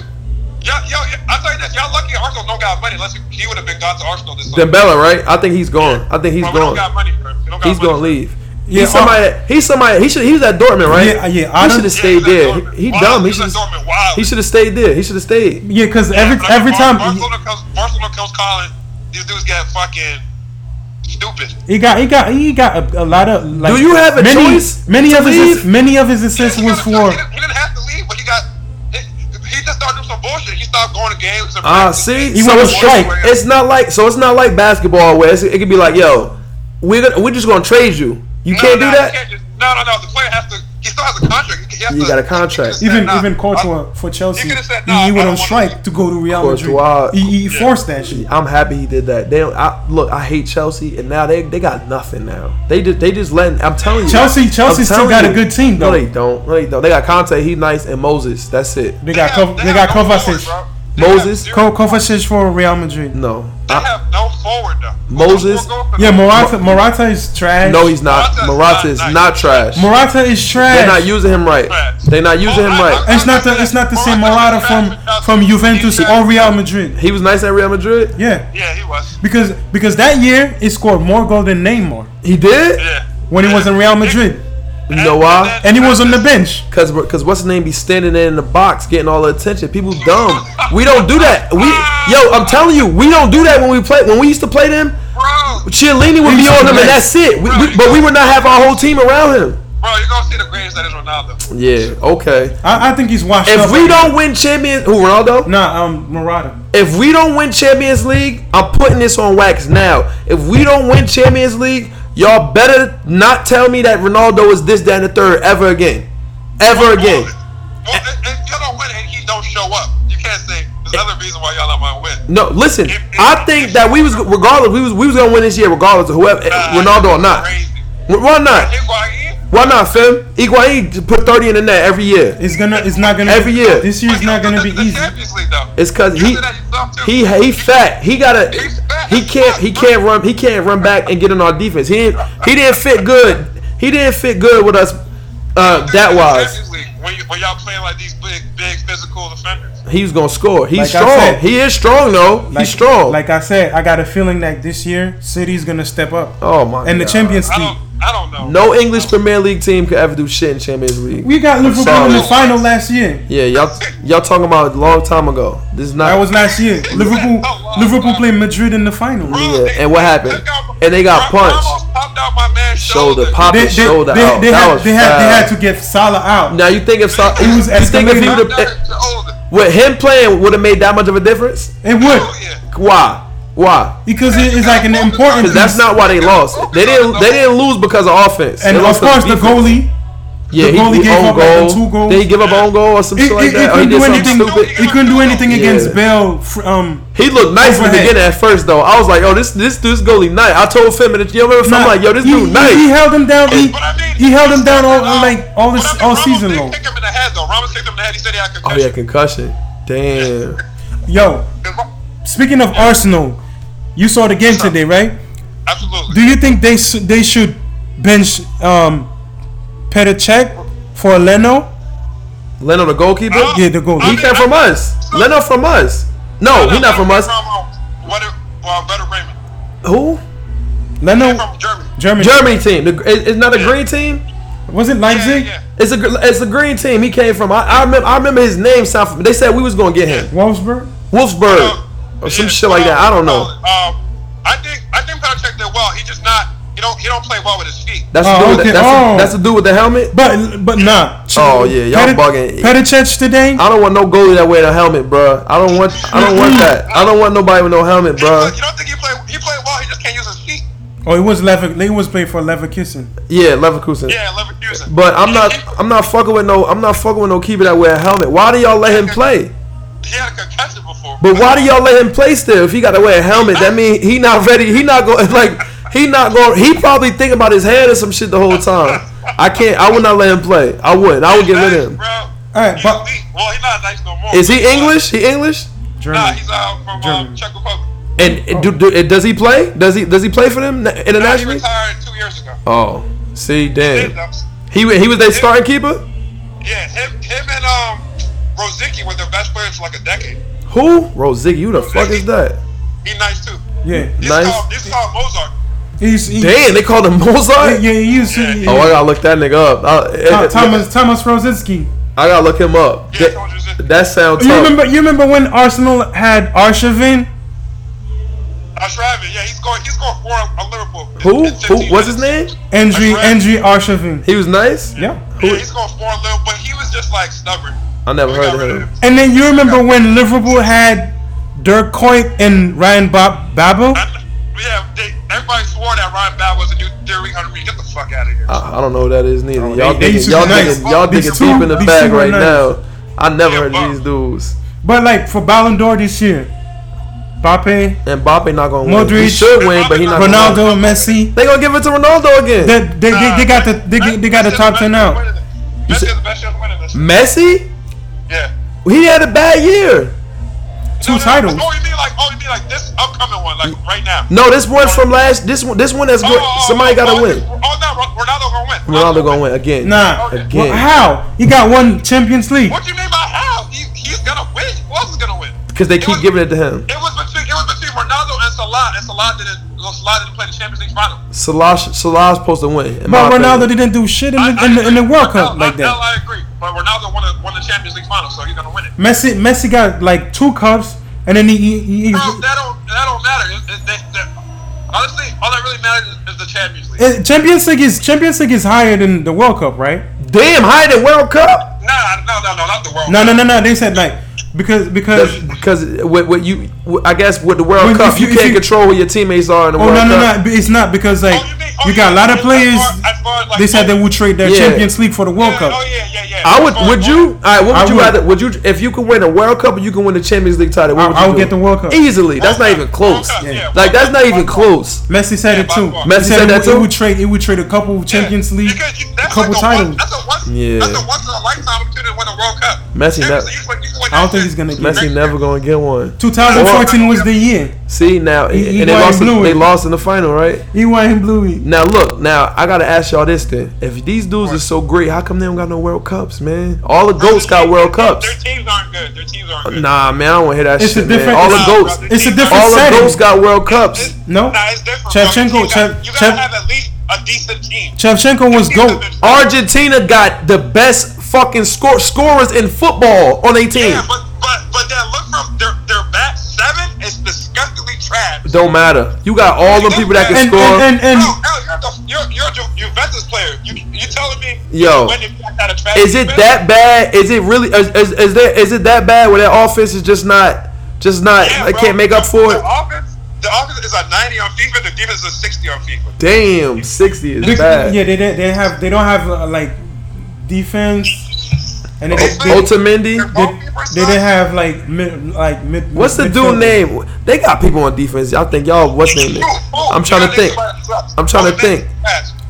Speaker 6: Yo, yo, I tell you this, y'all lucky Arsenal don't got money unless he would have been gone to Arsenal this summer.
Speaker 1: Dembella, right? I think he's gone. I think he's
Speaker 6: But we don't
Speaker 1: gone.
Speaker 6: got money, bro. We don't got
Speaker 1: He's
Speaker 6: money.
Speaker 1: gonna leave.
Speaker 2: Yeah,
Speaker 1: he's somebody. that- he's somebody. He should. He was at Dortmund, right?
Speaker 2: Yeah, yeah,
Speaker 1: He
Speaker 2: I don't-
Speaker 1: should
Speaker 2: Yeah,
Speaker 1: have stayed
Speaker 6: he's at
Speaker 1: there.
Speaker 6: Dortmund.
Speaker 1: He, he
Speaker 6: Wow,
Speaker 1: dumb. He
Speaker 6: he's
Speaker 1: should.
Speaker 6: at Dortmund. Wow.
Speaker 1: He should have stayed there. He should have stayed.
Speaker 2: Yeah, because every
Speaker 6: Like,
Speaker 2: every
Speaker 6: Bar-
Speaker 2: time he,
Speaker 6: Barcelona comes, Barcelona comes calling, these dudes get fucking stupid.
Speaker 2: he got he got he got a, a lot of like.
Speaker 1: Do you have a
Speaker 2: many,
Speaker 1: choice
Speaker 2: Many
Speaker 1: to
Speaker 2: of his
Speaker 1: leave?
Speaker 2: ass- many of his assists
Speaker 6: He
Speaker 2: was
Speaker 6: gotta start-
Speaker 2: for.
Speaker 6: He didn't, he didn't have to leave, but he got. He, he just started doing some bullshit. He started going to games. and
Speaker 1: Ah,
Speaker 6: practice.
Speaker 1: see,
Speaker 2: He
Speaker 1: so
Speaker 2: went on
Speaker 1: it's,
Speaker 2: strike.
Speaker 1: it's not like so it's not like basketball where it's, it could be like, yo, we're gonna, we're just gonna trade you. You
Speaker 6: No,
Speaker 1: can't
Speaker 6: no,
Speaker 1: do
Speaker 6: he
Speaker 1: that.
Speaker 6: can't just- no, no, no. The player has to. He still has a contract. He, he has
Speaker 1: You
Speaker 6: to,
Speaker 1: got a
Speaker 6: he
Speaker 1: contract.
Speaker 6: could've
Speaker 2: Even
Speaker 6: said, nah,
Speaker 2: even
Speaker 6: I-
Speaker 2: Courtois for Chelsea,
Speaker 6: could've said,
Speaker 2: he-
Speaker 6: nah,
Speaker 2: he,
Speaker 6: I
Speaker 2: went
Speaker 6: don't
Speaker 2: on
Speaker 6: wanna
Speaker 2: strike
Speaker 6: leave.
Speaker 2: to go to Real
Speaker 1: Courtois-
Speaker 2: Madrid. He, he forced that shit.
Speaker 1: I'm happy he did that. They don't, I, look, I hate Chelsea, and now they they got nothing now. They just they just letting. I'm telling you,
Speaker 2: Chelsea-
Speaker 1: I'm
Speaker 2: Chelsea still
Speaker 1: telling
Speaker 2: got a good team, though.
Speaker 1: No, they don't. No, they don't. They got Conte, he nice, and Moses. That's it.
Speaker 2: They got
Speaker 6: have-
Speaker 2: Kov- they got
Speaker 6: have no forward,
Speaker 2: Kovacic.
Speaker 6: bro. They have
Speaker 1: Moses,
Speaker 6: zero-
Speaker 2: Ko- Kovacic for Real Madrid.
Speaker 1: No,
Speaker 6: They
Speaker 1: I,
Speaker 6: have no forward though.
Speaker 1: Moses-
Speaker 6: We'll go for
Speaker 2: Yeah,
Speaker 6: that.
Speaker 2: Morata Morata is trash.
Speaker 1: no, he's not.
Speaker 6: Morata's
Speaker 1: Morata
Speaker 6: not
Speaker 1: is
Speaker 6: nice.
Speaker 1: not trash.
Speaker 2: Morata is trash.
Speaker 1: They're not using him right.
Speaker 6: Trash.
Speaker 1: They're not using him
Speaker 6: Morata-
Speaker 1: right.
Speaker 2: It's not the it's not the same Morata from from Juventus or Real Madrid.
Speaker 1: He was nice at Real Madrid.
Speaker 2: Yeah,
Speaker 6: Yeah, he was.
Speaker 2: because because that year he scored more goal than Neymar
Speaker 1: He did.
Speaker 6: Yeah.
Speaker 2: when he was in Real Madrid,
Speaker 1: You know why?
Speaker 2: and he was on the bench.
Speaker 1: Cause, cause what's his name be standing there in the box getting all the attention. People dumb. We don't do that. We, yo, I'm telling you, we don't do that when we play. When we used to play them,
Speaker 6: Bro,
Speaker 1: Chiellini would be on him, and that's it. We, we, but we would not have our whole team around him.
Speaker 6: bro, you're gonna see the greatest that is Ronaldo.
Speaker 1: Yeah. Okay.
Speaker 2: I, I think he's washed up.
Speaker 1: If we don't win Champions, who Ronaldo?
Speaker 2: nah, um, Morata.
Speaker 1: If we don't win Champions League, I'm putting this on wax now. If we don't win Champions League, y'all better not tell me that Ronaldo is this, that, and the third ever again, ever again.
Speaker 6: Well, and, and y'all don't win and he don't show up. You can't say there's another reason why y'all not gonna win.
Speaker 1: No, listen. I think that we was regardless. We was we was gonna win this year, regardless of whoever
Speaker 6: Nah,
Speaker 1: Ronaldo or eh, not.
Speaker 6: Crazy.
Speaker 1: Why not?
Speaker 6: Higuain,
Speaker 1: Why not, fam? Iguain put thirty in the net every year.
Speaker 2: It's gonna. It's not gonna.
Speaker 1: Every year.
Speaker 2: This year's not gonna be easy.
Speaker 6: Champions League, though.
Speaker 1: It's cause
Speaker 6: You
Speaker 1: he
Speaker 6: did that yourself, too.
Speaker 1: he he fat. He gotta
Speaker 6: He's fat.
Speaker 1: he can't he can't run he can't run back and get on our defense. He didn't he didn't fit good. He didn't fit good with us uh that wise.
Speaker 6: Champions League, when, you, when y'all playing like these big, big physical defenders.
Speaker 1: He's gonna score. He's
Speaker 2: Like I
Speaker 1: strong.
Speaker 2: said-
Speaker 1: he is strong though.
Speaker 2: Like-
Speaker 1: He's strong.
Speaker 2: Like I said, I got a feeling that this year City's gonna step up.
Speaker 1: oh my
Speaker 2: and the
Speaker 1: God.
Speaker 2: Champions
Speaker 6: I
Speaker 2: League.
Speaker 6: don't, I don't know.
Speaker 1: No English Premier League team could ever do shit in Champions League.
Speaker 2: We got Liverpool
Speaker 1: sorry.
Speaker 2: in the final last year.
Speaker 1: yeah, y'all y'all talking about a long time ago. This is not
Speaker 2: That was last year. Liverpool.
Speaker 6: Oh, wow.
Speaker 2: Liverpool played Madrid in the final.
Speaker 1: Yeah, and what happened?
Speaker 6: Took out-
Speaker 1: And they got
Speaker 6: Ra-
Speaker 1: punched.
Speaker 6: Ramos popped out my man's
Speaker 1: Shoulder,
Speaker 6: shoulder.
Speaker 1: pop-
Speaker 2: They, they,
Speaker 1: His shoulder
Speaker 2: they,
Speaker 1: out.
Speaker 2: they
Speaker 1: That
Speaker 2: had,
Speaker 1: was
Speaker 2: they, had, they
Speaker 1: foul.
Speaker 2: had to get Salah out.
Speaker 1: now you think if so,
Speaker 6: He
Speaker 2: was
Speaker 1: you think if he
Speaker 2: escalating.
Speaker 1: would
Speaker 6: Popped out
Speaker 1: have
Speaker 6: his shoulder.
Speaker 1: with him playing would have made that much of a difference?
Speaker 2: It would
Speaker 6: Oh, yeah.
Speaker 1: Why? Why?
Speaker 2: because it is like an important.
Speaker 1: Because that's
Speaker 2: piece.
Speaker 1: not why they lost. They didn't. They didn't lose because of offense.
Speaker 2: And
Speaker 1: They
Speaker 2: of
Speaker 1: lost 'cause
Speaker 2: course, the
Speaker 1: defense.
Speaker 2: goalie.
Speaker 1: Yeah,
Speaker 2: the
Speaker 1: he
Speaker 2: goalie
Speaker 1: he
Speaker 2: gave
Speaker 1: own
Speaker 2: up, like,
Speaker 1: goal.
Speaker 2: the two goals.
Speaker 1: Did he give up own goal or some
Speaker 2: He,
Speaker 1: shit like
Speaker 2: he, he
Speaker 1: that? Or he
Speaker 2: couldn't
Speaker 1: did
Speaker 2: do
Speaker 1: something
Speaker 2: anything.
Speaker 1: stupid.
Speaker 2: He couldn't do anything against
Speaker 1: Yeah.
Speaker 2: Bell. fr- Um,
Speaker 1: He looked nice in the
Speaker 2: Overhead.
Speaker 1: beginning at first though. I was like, yo, this this this goalie night. I told Finn, and you remember? Finn, I'm
Speaker 2: Nah,
Speaker 1: like, yo, this
Speaker 2: he,
Speaker 1: dude
Speaker 2: he-
Speaker 1: night.
Speaker 2: He held him down. He,
Speaker 6: But I mean,
Speaker 2: he held him down all
Speaker 6: but I mean,
Speaker 2: like all this
Speaker 6: Ramos
Speaker 2: all season
Speaker 6: did
Speaker 2: long.
Speaker 6: Kick him in the head though. Ramos kicked him in the head. He said he had
Speaker 1: oh yeah,
Speaker 6: concussion.
Speaker 1: concussion. Damn.
Speaker 2: Yo, speaking of Arsenal, you saw the game today, right?
Speaker 6: Absolutely.
Speaker 2: Do you think they s they should bench um Petacek for Leno?
Speaker 1: Leno, the goalkeeper.
Speaker 6: Uh,
Speaker 2: Yeah, the goal.
Speaker 1: He
Speaker 6: I-
Speaker 1: came from us. Leno from us. No, he not from us.
Speaker 6: um, What? if- Well, better Raymond.
Speaker 1: Who?
Speaker 2: Leno,
Speaker 6: From Germany.
Speaker 2: Germany.
Speaker 1: Germany team. The, it- it's not a green team.
Speaker 2: Was it
Speaker 6: Yeah,
Speaker 2: Leipzig?
Speaker 6: yeah.
Speaker 1: It's a gr- it's a green team. He came from. I, I remember. I remember his name. Sound from. They said we was gonna get him.
Speaker 2: Wolfsburg.
Speaker 1: Wolfsburg
Speaker 6: Uh,
Speaker 1: or some
Speaker 6: yeah,
Speaker 1: shit like that. I don't know.
Speaker 6: Um, I think I think Patrick did well. He just not. He don't. He don't play well with his feet.
Speaker 1: That's
Speaker 2: Oh,
Speaker 1: the dude.
Speaker 2: okay.
Speaker 1: That's,
Speaker 2: Oh.
Speaker 1: the, that's the dude with the helmet.
Speaker 2: But but nah.
Speaker 1: Oh, yeah, y'all
Speaker 2: Petr-
Speaker 1: bugging.
Speaker 2: Petacek today.
Speaker 1: I don't want no goalie that wear a helmet, bruh. I don't want. I don't want that. I don't want nobody with no helmet,
Speaker 6: He
Speaker 1: bruh.
Speaker 6: play- you don't think he played? He played well. He just can't use his feet.
Speaker 2: Oh, it was Lever. They was playing for Leverkusen.
Speaker 1: Yeah, Leverkusen.
Speaker 6: Yeah, Leverkusen.
Speaker 1: But I'm
Speaker 6: He-
Speaker 1: not.
Speaker 6: He,
Speaker 1: I'm not fucking with no. I'm not fucking with no keeper that wear a helmet. Why do y'all let him play?
Speaker 6: he had a concussion before.
Speaker 1: But why do y'all let him play still? If he got to wear a helmet, that mean he not ready. He not going like he not going. He probably think about his head or some shit the whole time. I can't. I would not let him play. I would. not I would get rid of him.
Speaker 6: Bro.
Speaker 2: Alright,
Speaker 6: He's
Speaker 2: but-
Speaker 6: elite. well, he's not nice no more.
Speaker 1: Is he English? He English?
Speaker 6: Nah,
Speaker 2: Germany.
Speaker 6: he's uh, from um,
Speaker 2: German.
Speaker 6: Czech Republic.
Speaker 1: And do, do, does he play? Does he does he play for them na-
Speaker 6: Nah, he
Speaker 1: internationally?
Speaker 6: retired two years ago.
Speaker 1: Oh, see,
Speaker 6: Him,
Speaker 1: damn.
Speaker 6: though.
Speaker 1: He wa- he was their starting keeper.
Speaker 6: Yeah, him, him and um, Rosicky were their best players for like a decade.
Speaker 1: Who? Rozig, you the fuck is that?
Speaker 6: He nice too.
Speaker 2: Yeah.
Speaker 6: This
Speaker 1: Nice.
Speaker 6: called this called Mozart.
Speaker 2: He's he,
Speaker 1: Damn, they called him
Speaker 2: yeah,
Speaker 1: Mozart.
Speaker 2: yeah, he used to-
Speaker 1: Oh, I gotta look that nigga up. I,
Speaker 2: Tho- Thomas Thomas Rosinski.
Speaker 1: I gotta look him up.
Speaker 6: Yeah,
Speaker 1: That,
Speaker 6: Thomas Rosicky.
Speaker 1: that sounds
Speaker 2: You
Speaker 1: tough.
Speaker 2: remember you remember when Arsenal had Arshavin?
Speaker 6: I'm driving. Yeah, he's going. He's going for on Liverpool.
Speaker 1: Who?
Speaker 6: In- in 15
Speaker 1: Who? What's his name?
Speaker 6: minutes.
Speaker 2: Andrew
Speaker 6: That's right.
Speaker 2: Andrew Arshavin.
Speaker 1: He was nice.
Speaker 2: Yeah.
Speaker 6: Yeah, he's going for on Liverpool, but he was just like stubborn.
Speaker 1: I never
Speaker 6: We
Speaker 1: heard
Speaker 6: got rid
Speaker 1: of him.
Speaker 2: And then you remember when Liverpool had Dirk Coit and Ryan Bob Babel?
Speaker 6: I- Yeah, they, everybody swore that Ryan Bad was a new Derrick Henry. Get the fuck out of here.
Speaker 1: I, I don't know who that is neither.
Speaker 2: Oh,
Speaker 1: y'all
Speaker 2: they- they
Speaker 1: thinking,
Speaker 2: used to
Speaker 1: y'all
Speaker 2: be nice.
Speaker 1: thinking, y'all
Speaker 2: These
Speaker 1: thinking
Speaker 2: two-
Speaker 1: deep in the
Speaker 2: these
Speaker 1: bag
Speaker 2: two were
Speaker 1: right
Speaker 2: nice.
Speaker 1: now. I never
Speaker 6: Yeah,
Speaker 1: heard
Speaker 6: Bob.
Speaker 1: of these dudes.
Speaker 2: But like for Ballon d'Or this year, Mbappe,
Speaker 1: And Mbappe not gonna win. He
Speaker 2: Modric,
Speaker 1: should win, but he not. Gonna win.
Speaker 2: Ronaldo, Messi.
Speaker 1: They gonna give it to Ronaldo again.
Speaker 2: They, they, they, they got the they,
Speaker 6: Nah,
Speaker 2: they got the
Speaker 6: Messi's
Speaker 2: top
Speaker 6: best
Speaker 2: ten
Speaker 6: chance of
Speaker 2: out.
Speaker 6: winning this. Messi's the best chance of winning this.
Speaker 2: Hmm?
Speaker 1: Messi?
Speaker 6: Yeah.
Speaker 1: He had a bad year.
Speaker 2: Two
Speaker 6: No, no,
Speaker 2: titles.
Speaker 6: Oh, you mean like? Oh, you mean like this upcoming one? Like right now?
Speaker 1: No, this one from last. This one. This one that's good. Somebody gotta
Speaker 6: oh,
Speaker 1: win.
Speaker 6: Oh, no, Ro- Ronaldo gonna win.
Speaker 1: Ronaldo gonna win again.
Speaker 2: Nah.
Speaker 6: Okay.
Speaker 1: Again.
Speaker 2: Well, how? He got one Champions League.
Speaker 6: What do you mean by how? He, he's gonna win. Who else is gonna win?
Speaker 1: Because they
Speaker 6: It
Speaker 1: keep
Speaker 6: was-
Speaker 1: giving it to him.
Speaker 6: It was between it was between Ronaldo and Salah, and Salah didn't Salah didn't play the Champions League final.
Speaker 1: Salah, Salah's supposed to win. in my
Speaker 2: But Ronaldo
Speaker 1: opinion.
Speaker 2: didn't do shit in
Speaker 6: I-
Speaker 2: the,
Speaker 6: I
Speaker 2: in the, in the
Speaker 6: agree.
Speaker 2: World
Speaker 6: Ronaldo-
Speaker 2: Cup like
Speaker 6: Ronaldo,
Speaker 2: that.
Speaker 6: I agree, but Ronaldo won, the won the Champions League final, so he's gonna win it.
Speaker 2: Messi Messi got like two cups, and then he, he, he-
Speaker 6: Bro, that don't that don't matter. It, it, they, they, honestly, all that really matters is, is the Champions League.
Speaker 2: Eh, Champions League is Champions League is higher than the World Cup, right?
Speaker 1: Damn, higher than World Cup.
Speaker 6: nah, no, no, no, not the world.
Speaker 2: No, no, no, no. They said like because because
Speaker 1: Because with, with you, with- I guess with the World
Speaker 2: When-
Speaker 1: Cup,
Speaker 2: if
Speaker 1: you,
Speaker 2: you- if
Speaker 1: can't
Speaker 2: you-
Speaker 1: control who your teammates are in the
Speaker 2: oh
Speaker 1: World
Speaker 2: no no
Speaker 1: Cup.
Speaker 2: no, it's not because like
Speaker 6: Oh, mean- oh,
Speaker 2: you got a lot of
Speaker 6: mean
Speaker 2: players.
Speaker 6: As far, as far as like
Speaker 2: they said they
Speaker 6: oh,
Speaker 2: would trade their
Speaker 1: Yeah.
Speaker 2: Champions League for the World
Speaker 6: yeah,
Speaker 2: Cup.
Speaker 6: Oh yeah, yeah, yeah.
Speaker 1: I
Speaker 6: As
Speaker 1: would.
Speaker 6: far as
Speaker 1: Would
Speaker 6: both-
Speaker 1: you? All right. Would
Speaker 2: I
Speaker 1: you
Speaker 2: would.
Speaker 1: rather? Would you? If you could win a World Cup, or you can win the Champions League title. What
Speaker 2: I-
Speaker 1: would
Speaker 2: I
Speaker 1: you
Speaker 2: would
Speaker 1: do?
Speaker 2: get the World Cup.
Speaker 1: Easily. That's not
Speaker 6: World
Speaker 1: even
Speaker 6: Cup,
Speaker 1: close.
Speaker 6: World Cup, yeah,
Speaker 1: Like
Speaker 6: World
Speaker 1: that's
Speaker 6: Cup,
Speaker 1: not even
Speaker 6: World Cup.
Speaker 1: close.
Speaker 2: Messi said
Speaker 6: Yeah,
Speaker 2: it
Speaker 6: by
Speaker 2: too.
Speaker 6: far.
Speaker 2: He
Speaker 6: Messi
Speaker 1: said
Speaker 2: it
Speaker 1: that
Speaker 2: would- It
Speaker 1: too?
Speaker 2: would trade. It would trade a couple Champions
Speaker 6: Yeah,
Speaker 2: League,
Speaker 6: because you,
Speaker 2: a
Speaker 6: that's
Speaker 2: couple
Speaker 6: like a
Speaker 2: titles.
Speaker 6: One, that's a once,
Speaker 1: Yeah.
Speaker 6: that's a once in a lifetime opportunity to win a World Cup.
Speaker 1: Messi
Speaker 6: Seriously,
Speaker 1: never-
Speaker 6: he's like- he's like-
Speaker 2: I don't think he's gonna get
Speaker 6: Next
Speaker 1: Messi
Speaker 6: year.
Speaker 1: never gonna get one.
Speaker 2: 2014 was the year.
Speaker 1: See now,
Speaker 2: He- he
Speaker 1: and they
Speaker 2: white
Speaker 1: lost.
Speaker 2: and blue.
Speaker 1: They lost in the final, right?
Speaker 2: He white and bluey.
Speaker 1: Now look, now I gotta ask y'all this then: If these dudes are so great, how come they don't got no World Cups, man? All the goats got World Cups.
Speaker 6: Their teams aren't good. Their teams aren't good.
Speaker 1: Nah, man, I don't wanna hear that
Speaker 2: It's a
Speaker 1: shit, man.
Speaker 2: different-
Speaker 1: All the
Speaker 2: it's-
Speaker 1: goats,
Speaker 6: brother.
Speaker 2: It's a different
Speaker 1: all the
Speaker 2: setting.
Speaker 1: goats got World Cups.
Speaker 6: It's-
Speaker 2: No.
Speaker 6: Nah, it's different.
Speaker 2: Shevchenko-
Speaker 6: bro. You gotta-
Speaker 2: Shev-
Speaker 6: you gotta
Speaker 2: Shev-
Speaker 6: have at least a decent team.
Speaker 2: Shevchenko was
Speaker 6: Teams have
Speaker 2: goat.
Speaker 6: been-
Speaker 1: Argentina got the best fucking score scorers in football on their team.
Speaker 6: Yeah, but but but that look from their their back seven is disgustingly trash.
Speaker 1: don't matter. You got all the people that can
Speaker 2: And
Speaker 1: score.
Speaker 2: and and,
Speaker 6: Bro,
Speaker 2: and
Speaker 6: Al, you're, the, you're, you're a Ju- Juventus player. You you telling me?
Speaker 1: Yo.
Speaker 6: when they got a trash
Speaker 1: is it
Speaker 6: defense?
Speaker 1: that bad? Is it really? Is, is, is there? Is it that bad where that offense is just not, just not?
Speaker 6: Yeah,
Speaker 1: I
Speaker 6: bro.
Speaker 1: can't make up for
Speaker 6: The
Speaker 1: it.
Speaker 6: offense, the offense is a 90 on FIFA. The defense is a 60 on FIFA.
Speaker 1: Damn, sixty is
Speaker 2: yeah,
Speaker 1: bad.
Speaker 2: they they, they have they don't have uh, like defense, and they, they,
Speaker 6: Oh,
Speaker 2: they,
Speaker 1: Otamendi.
Speaker 2: they, they didn't have like mid, like mid,
Speaker 1: What's the dude
Speaker 2: midfielder.
Speaker 1: name? They got people on defense. I think y'all. What's their name? I'm trying to think. I'm trying to think.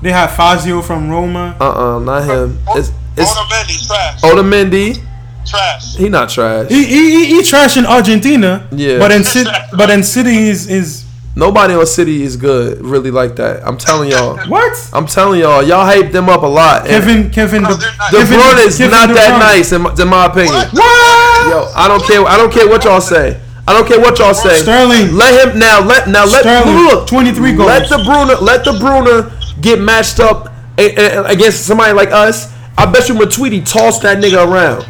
Speaker 2: They have Fazio from Roma.
Speaker 1: Uh uh not him. It's it's
Speaker 6: Otamendi, trash.
Speaker 1: Otamendi.
Speaker 6: Trash.
Speaker 1: He not trash.
Speaker 2: He, he, he, he trash in Argentina.
Speaker 1: Yeah.
Speaker 2: But in City, but in City is is
Speaker 1: Nobody on City is good really like that. I'm telling y'all.
Speaker 2: what?
Speaker 1: I'm telling y'all. Y'all hype them up a lot. and-
Speaker 2: Kevin Kevin.
Speaker 6: No,
Speaker 2: De,
Speaker 6: they're not.
Speaker 1: De
Speaker 2: Kevin-
Speaker 1: Bruyne is
Speaker 2: Kevin
Speaker 1: not
Speaker 2: De
Speaker 1: that
Speaker 2: Bruyne.
Speaker 1: nice, in my, in my opinion.
Speaker 2: What?
Speaker 1: Yo, I don't care. I don't care what y'all say. I don't care what y'all say. eh?
Speaker 2: Sterling.
Speaker 1: Let him now. Let now. Let
Speaker 2: Sterling,
Speaker 1: look.
Speaker 2: 23 goals.
Speaker 1: Let the Bruner. Let the Bruner get matched up a- a- against somebody like us. I bet you Matuidi toss that nigga around.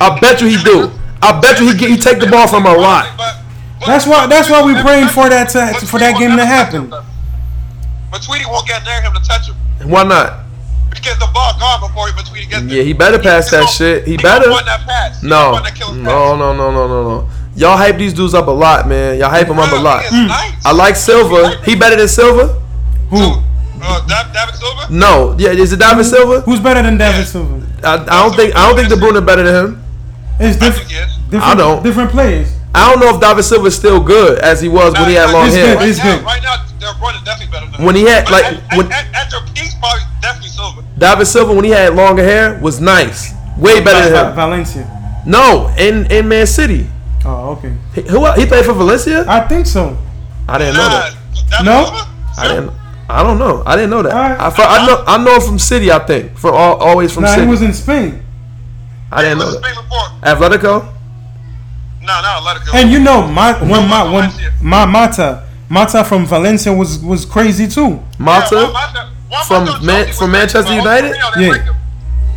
Speaker 1: I bet you he do. I bet you he get, he take the ball from a lot.
Speaker 6: But- but-
Speaker 2: That's why- that's why we praying for that to-
Speaker 6: But
Speaker 2: for that
Speaker 6: Tweedy
Speaker 2: game
Speaker 6: won't
Speaker 2: to
Speaker 6: touch
Speaker 2: happen.
Speaker 6: him, though. But Tweedy won't get near him to touch him.
Speaker 1: Why not?
Speaker 6: Because the ball gone before he, but Tweedy gets there.
Speaker 1: Yeah, he better pass that
Speaker 6: gonna-
Speaker 1: shit. He
Speaker 6: gonna
Speaker 1: better.
Speaker 6: run that pass. He gonna
Speaker 1: No,
Speaker 6: run that killing
Speaker 1: no,
Speaker 6: pass.
Speaker 1: no, no, no, no, no. Y'all hype these dudes up a lot, man. Y'all hype them up a
Speaker 6: Yeah,
Speaker 1: lot.
Speaker 6: he
Speaker 2: Mm.
Speaker 6: is nice.
Speaker 1: I like Silva. He better than Silva?
Speaker 2: Who?
Speaker 6: Uh, Dav- David Silva?
Speaker 1: No. Yeah, is it David Silva?
Speaker 2: Who's better than David Silva?
Speaker 1: I, I don't think I don't think De Bruyne better than him.
Speaker 2: It's
Speaker 6: I
Speaker 2: diff-
Speaker 6: think he is.
Speaker 2: different.
Speaker 1: I don't.
Speaker 2: Different players.
Speaker 1: I don't know if David Silva is still good as he was when he had long
Speaker 2: he's
Speaker 1: hair.
Speaker 2: good.
Speaker 6: Right
Speaker 2: He's
Speaker 6: now,
Speaker 2: good.
Speaker 6: right now, they're running definitely better than him.
Speaker 1: When he had,
Speaker 6: But
Speaker 1: like,
Speaker 6: at,
Speaker 1: when-
Speaker 6: at, at their peak, probably definitely Silva.
Speaker 1: David Silva when he had longer hair was nice, way better
Speaker 2: Va-
Speaker 1: than him.
Speaker 2: Valencia.
Speaker 1: No, in in Man City,
Speaker 2: Oh, okay.
Speaker 1: He- who el- he played for Valencia?
Speaker 2: I think so.
Speaker 1: I didn't know that.
Speaker 6: David
Speaker 2: No?
Speaker 6: Silva?
Speaker 1: I didn't. I don't know. I didn't know that.
Speaker 2: Alright.
Speaker 1: I, fr- I know. I know him from City. I think from al- always from
Speaker 2: Nah, he
Speaker 1: City.
Speaker 2: was in Spain.
Speaker 1: I didn't know
Speaker 6: What's
Speaker 1: that.
Speaker 6: his name before?
Speaker 1: Atletico.
Speaker 6: No, no, let it go.
Speaker 2: And you know, my when my when
Speaker 6: Valencia.
Speaker 2: my Mata Mata from Valencia was was crazy too.
Speaker 6: Yeah,
Speaker 1: Malta.
Speaker 6: Juan Mata- Juan
Speaker 1: From
Speaker 6: Mata was
Speaker 1: Man-
Speaker 6: Chelsea
Speaker 1: from
Speaker 6: was
Speaker 1: Manchester
Speaker 6: great, but
Speaker 1: United?
Speaker 6: Jose Mourinho, they
Speaker 2: Yeah.
Speaker 6: liked him.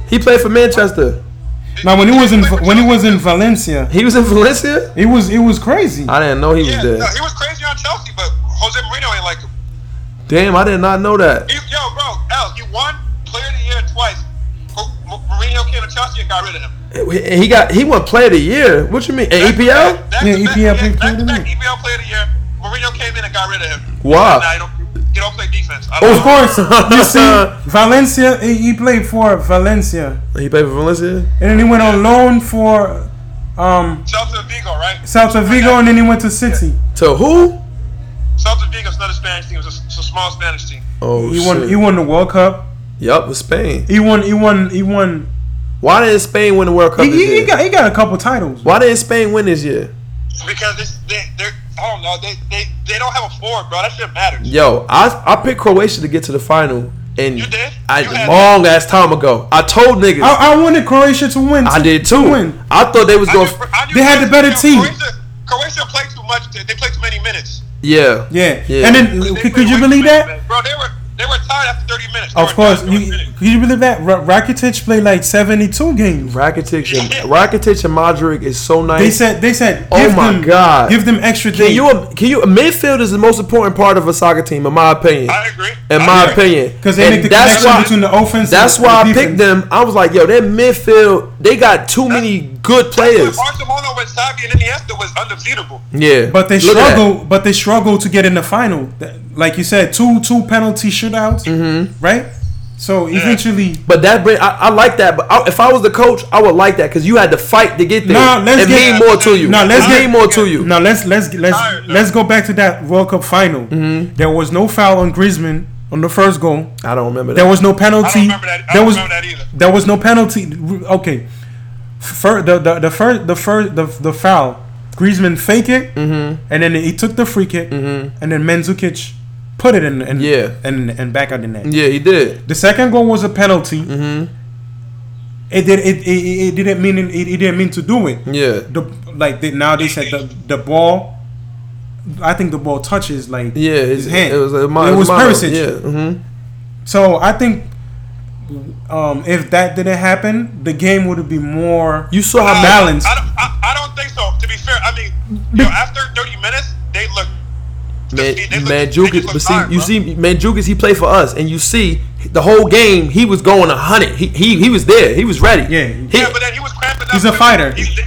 Speaker 1: He played for Manchester.
Speaker 2: Now when he was in
Speaker 6: played for
Speaker 2: when he
Speaker 6: Chelsea.
Speaker 2: was in Valencia,
Speaker 1: He was in Valencia.
Speaker 2: it was it was crazy.
Speaker 1: I didn't know he was
Speaker 6: Yeah,
Speaker 1: there.
Speaker 6: no, he was crazy on Chelsea, but Jose Mourinho ain't like him.
Speaker 1: Damn, I did not know that.
Speaker 6: He, yo, bro, L, he won Player of the Year twice. Who- M- Mourinho came to Chelsea and got rid of him.
Speaker 1: He he got he won Player of the Year. What you mean? E An EPL?
Speaker 2: Yeah,
Speaker 6: Back- back-
Speaker 2: EPL
Speaker 6: back-
Speaker 2: played
Speaker 6: back-
Speaker 2: Player of the
Speaker 6: back-
Speaker 2: Year.
Speaker 6: EPL Player of the Year. Mourinho came in and got rid of him.
Speaker 1: Wow.
Speaker 6: Nah, he don't, he don't play defense. I don't
Speaker 2: Of course, you see, Valencia he he played for Valencia,
Speaker 1: He played for Valencia.
Speaker 2: and then he went on loan for um
Speaker 6: Celta Vigo, right?
Speaker 2: Celta Vigo, and then he went to City.
Speaker 1: To who?
Speaker 6: Celta Vigo's not a Spanish team. It's a, it's a small Spanish team.
Speaker 1: Oh
Speaker 2: He
Speaker 1: shit.
Speaker 2: won he won the World Cup.
Speaker 1: Yup, with Spain.
Speaker 2: He won he won he won.
Speaker 1: Why didn't Spain win the World Cup
Speaker 2: He,
Speaker 1: this
Speaker 2: he, he
Speaker 1: year?
Speaker 2: got he got a couple titles.
Speaker 1: Why didn't Spain win this year?
Speaker 6: Because it's, they, they're, I don't know, they, they, they don't have a forward, bro. That shit matters.
Speaker 1: Yo, I I picked Croatia to get to the final, and
Speaker 6: You did?
Speaker 1: I
Speaker 6: You had-
Speaker 1: long ass time ago. I told niggas I,
Speaker 2: I, I wanted Croatia to win. to-
Speaker 1: did too.
Speaker 2: To win.
Speaker 1: I thought they was
Speaker 6: I
Speaker 1: going.
Speaker 6: knew- I knew
Speaker 2: They had the better
Speaker 6: Croatia-
Speaker 2: team.
Speaker 6: Croatia, Croatia played too much. They, they played too many minutes.
Speaker 1: yeah,
Speaker 2: Yeah.
Speaker 1: yeah.
Speaker 2: And then
Speaker 6: They
Speaker 2: could,
Speaker 6: played
Speaker 2: could you
Speaker 6: way too
Speaker 2: believe
Speaker 6: many
Speaker 2: that?
Speaker 6: minutes. Bro, they were they were tired after 30 minutes. They
Speaker 2: Of
Speaker 6: were
Speaker 2: could
Speaker 6: tired after 30
Speaker 2: you
Speaker 6: minutes.
Speaker 2: could you believe that? Ra- Rakitic played like seventy two games.
Speaker 1: Rakitic and Rakitic and Modric is so nice.
Speaker 2: They said they said
Speaker 1: Oh
Speaker 2: give
Speaker 1: my
Speaker 2: them
Speaker 1: God.
Speaker 2: give them extra
Speaker 1: can
Speaker 2: days.
Speaker 1: you can you midfield is the most important part of a soccer team in my opinion.
Speaker 6: I agree.
Speaker 1: In
Speaker 6: I
Speaker 1: my
Speaker 6: agree.
Speaker 1: opinion,
Speaker 2: Because they
Speaker 1: And
Speaker 2: make the
Speaker 1: that's
Speaker 2: connection
Speaker 1: why-
Speaker 2: between the offense.
Speaker 1: That's
Speaker 2: and
Speaker 1: why
Speaker 2: the
Speaker 1: I
Speaker 2: defense.
Speaker 1: picked them. I was like, yo, that midfield, they got too many good players.
Speaker 6: Barcelona with Xavi and Iniesta was undefeatable.
Speaker 1: Yeah,
Speaker 2: But they
Speaker 1: look at that.
Speaker 2: struggle. But they struggle to get in the final. That- like you said, two two penalty shootouts,
Speaker 1: Mm-hmm.
Speaker 2: right? So eventually,
Speaker 1: But that bring, I, I like that. But I, if I was the coach, I would like that because you had to fight to get there.
Speaker 2: Nah, let's
Speaker 1: it
Speaker 2: get-
Speaker 1: mean more to you.
Speaker 2: nah, let's
Speaker 1: it
Speaker 2: get-
Speaker 1: mean more to you.
Speaker 2: now let's let's let's
Speaker 6: Tired, though.
Speaker 2: let's go back to that World Cup final.
Speaker 1: Mm-hmm.
Speaker 2: There was no foul on Griezmann on the first goal.
Speaker 1: I don't remember that.
Speaker 2: There was no penalty.
Speaker 6: I don't remember that- I
Speaker 2: there
Speaker 6: don't
Speaker 2: was
Speaker 6: remember that either.
Speaker 2: there was no penalty. Okay, Fir the the the first the first the the foul. Griezmann fake it,
Speaker 1: Mm-hmm.
Speaker 2: and then he took the free kick, and then Mandzukic put it in and
Speaker 1: Yeah.
Speaker 2: and and back out the net.
Speaker 1: yeah, Mm-hmm. he did.
Speaker 2: The second goal was a penalty. It did it, it, it it didn't mean it, it didn't mean to do it.
Speaker 1: Yeah.
Speaker 2: The like they, now they said the the ball. I think the ball touches like
Speaker 1: Yeah, it's-
Speaker 2: his hand.
Speaker 1: it was a mon-
Speaker 2: it was
Speaker 1: mono.
Speaker 2: Perisic.
Speaker 1: Yeah, mhm.
Speaker 2: So I think um, if that didn't happen, the game would be more
Speaker 1: you saw how bad.
Speaker 2: balanced.
Speaker 6: I don't, I, I don't think so. To be fair, I mean, you know, after 30 minutes, they look.
Speaker 1: Man,
Speaker 6: they look- they
Speaker 1: Manjukic,
Speaker 6: look
Speaker 1: but see,
Speaker 6: tired,
Speaker 1: you
Speaker 6: bro.
Speaker 1: see, Manjukic, he played for us, and you see the whole game. He was going a hundred. He, he he was there. He was ready.
Speaker 2: Yeah.
Speaker 1: he,
Speaker 6: Yeah, but then he was cramping up.
Speaker 2: He's a fighter.
Speaker 6: He's-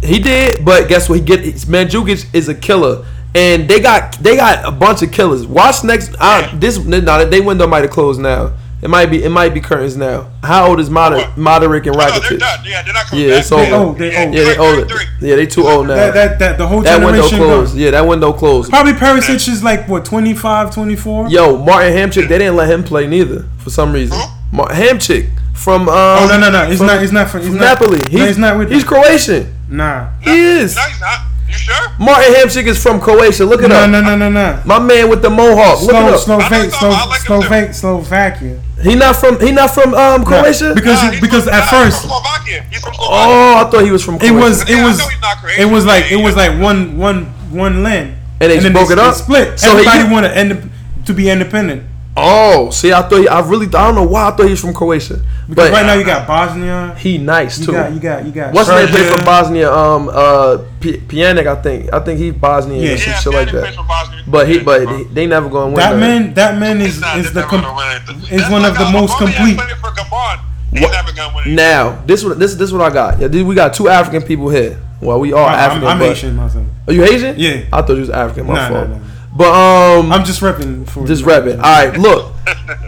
Speaker 1: He did, but guess what? He get it's- Mandzukic is a killer, and they got they got a bunch of killers. Watch next. I, this no, they window might have closed now. It might be it might be curtains now. How old is Moder,
Speaker 6: What?
Speaker 1: Moderick and
Speaker 6: no, they're
Speaker 1: Rakitic?
Speaker 6: done. Yeah, they're not coming
Speaker 1: Yeah,
Speaker 6: back.
Speaker 1: it's over. They
Speaker 2: old, they old.
Speaker 1: Yeah, they old. Yeah, they too old now.
Speaker 2: that,
Speaker 1: That,
Speaker 2: that, that the whole
Speaker 1: window
Speaker 2: generation.
Speaker 1: closed. Yeah, that window closed.
Speaker 2: Probably Perisic is like what 25, 24?
Speaker 1: Yo, Martin Hamchick, they didn't let him play neither for some reason.
Speaker 6: Who?
Speaker 1: Mar- Hamchick from um,
Speaker 2: Oh no no no! It's
Speaker 1: from-
Speaker 2: not. It's not for. It's
Speaker 1: from
Speaker 2: not,
Speaker 1: Napoli. He's,
Speaker 2: no, it's not with.
Speaker 1: he's Croatian.
Speaker 2: nah.
Speaker 1: He is.
Speaker 6: No, he's not. You sure?
Speaker 1: Martin Hamchick is from Croatia. Look it
Speaker 2: No
Speaker 1: up.
Speaker 2: no no no no.
Speaker 1: My man with the mohawk. Look it
Speaker 2: Slow,
Speaker 1: up.
Speaker 2: slow,
Speaker 6: I
Speaker 2: Slovak,
Speaker 6: like him, I like him too.
Speaker 2: Slovak, Slovakia.
Speaker 1: He not from he not from um Croatia.
Speaker 2: Because
Speaker 6: Nah,
Speaker 2: he,
Speaker 6: he's
Speaker 2: because
Speaker 6: from-
Speaker 2: at
Speaker 6: nah,
Speaker 2: first
Speaker 6: He's from Slovakia. He's from Slovakia.
Speaker 1: oh, I thought he was from.
Speaker 2: it
Speaker 1: Croatia.
Speaker 2: was it
Speaker 6: Yeah, I
Speaker 2: was
Speaker 6: know he's not Croatian.
Speaker 2: it was like it
Speaker 6: Yeah,
Speaker 2: was
Speaker 6: yeah.
Speaker 2: like one one one land,
Speaker 1: And they
Speaker 2: then
Speaker 1: broke it up?
Speaker 2: split.
Speaker 1: So he-
Speaker 2: Everybody wanted end, to be independent.
Speaker 1: oh, see, I thought he, I really I don't know why I thought he was from Croatia, but
Speaker 2: Because right now you got Bosnia.
Speaker 1: he nice
Speaker 2: You
Speaker 1: too.
Speaker 2: got you got you got.
Speaker 1: What's his name play
Speaker 2: Serbia.
Speaker 1: for Bosnia? Um, uh, P- Pjanic, I think. I think he's Bosnian or
Speaker 2: Yeah.
Speaker 1: some shit
Speaker 6: Yeah, Pjanic
Speaker 1: like
Speaker 6: plays
Speaker 1: that.
Speaker 6: for Bosnia.
Speaker 1: But he,
Speaker 6: Yeah,
Speaker 1: but
Speaker 6: bro.
Speaker 1: he- they never going to win.
Speaker 2: That man, that man is
Speaker 6: He's not-
Speaker 2: is
Speaker 6: he's
Speaker 2: the
Speaker 6: never
Speaker 2: com-
Speaker 6: gonna win anything.
Speaker 2: is
Speaker 6: That's
Speaker 2: one
Speaker 6: like
Speaker 2: of the
Speaker 6: how
Speaker 2: most
Speaker 6: Aubameyang
Speaker 2: complete.
Speaker 6: played for Gabon. He's
Speaker 1: What-
Speaker 6: never gonna win anything.
Speaker 1: Now this one- this this what I got. Yeah, this- we got two African people here. Well, we are
Speaker 2: I'm,
Speaker 1: African.
Speaker 2: I'm
Speaker 1: but-
Speaker 2: Haitian myself.
Speaker 1: Are you Asian?
Speaker 2: Yeah.
Speaker 1: I thought you was African. My
Speaker 2: Nah, nah,
Speaker 1: fault.
Speaker 2: nah.
Speaker 1: But um,
Speaker 2: I'm just repping for
Speaker 1: Just rap it. All right, look.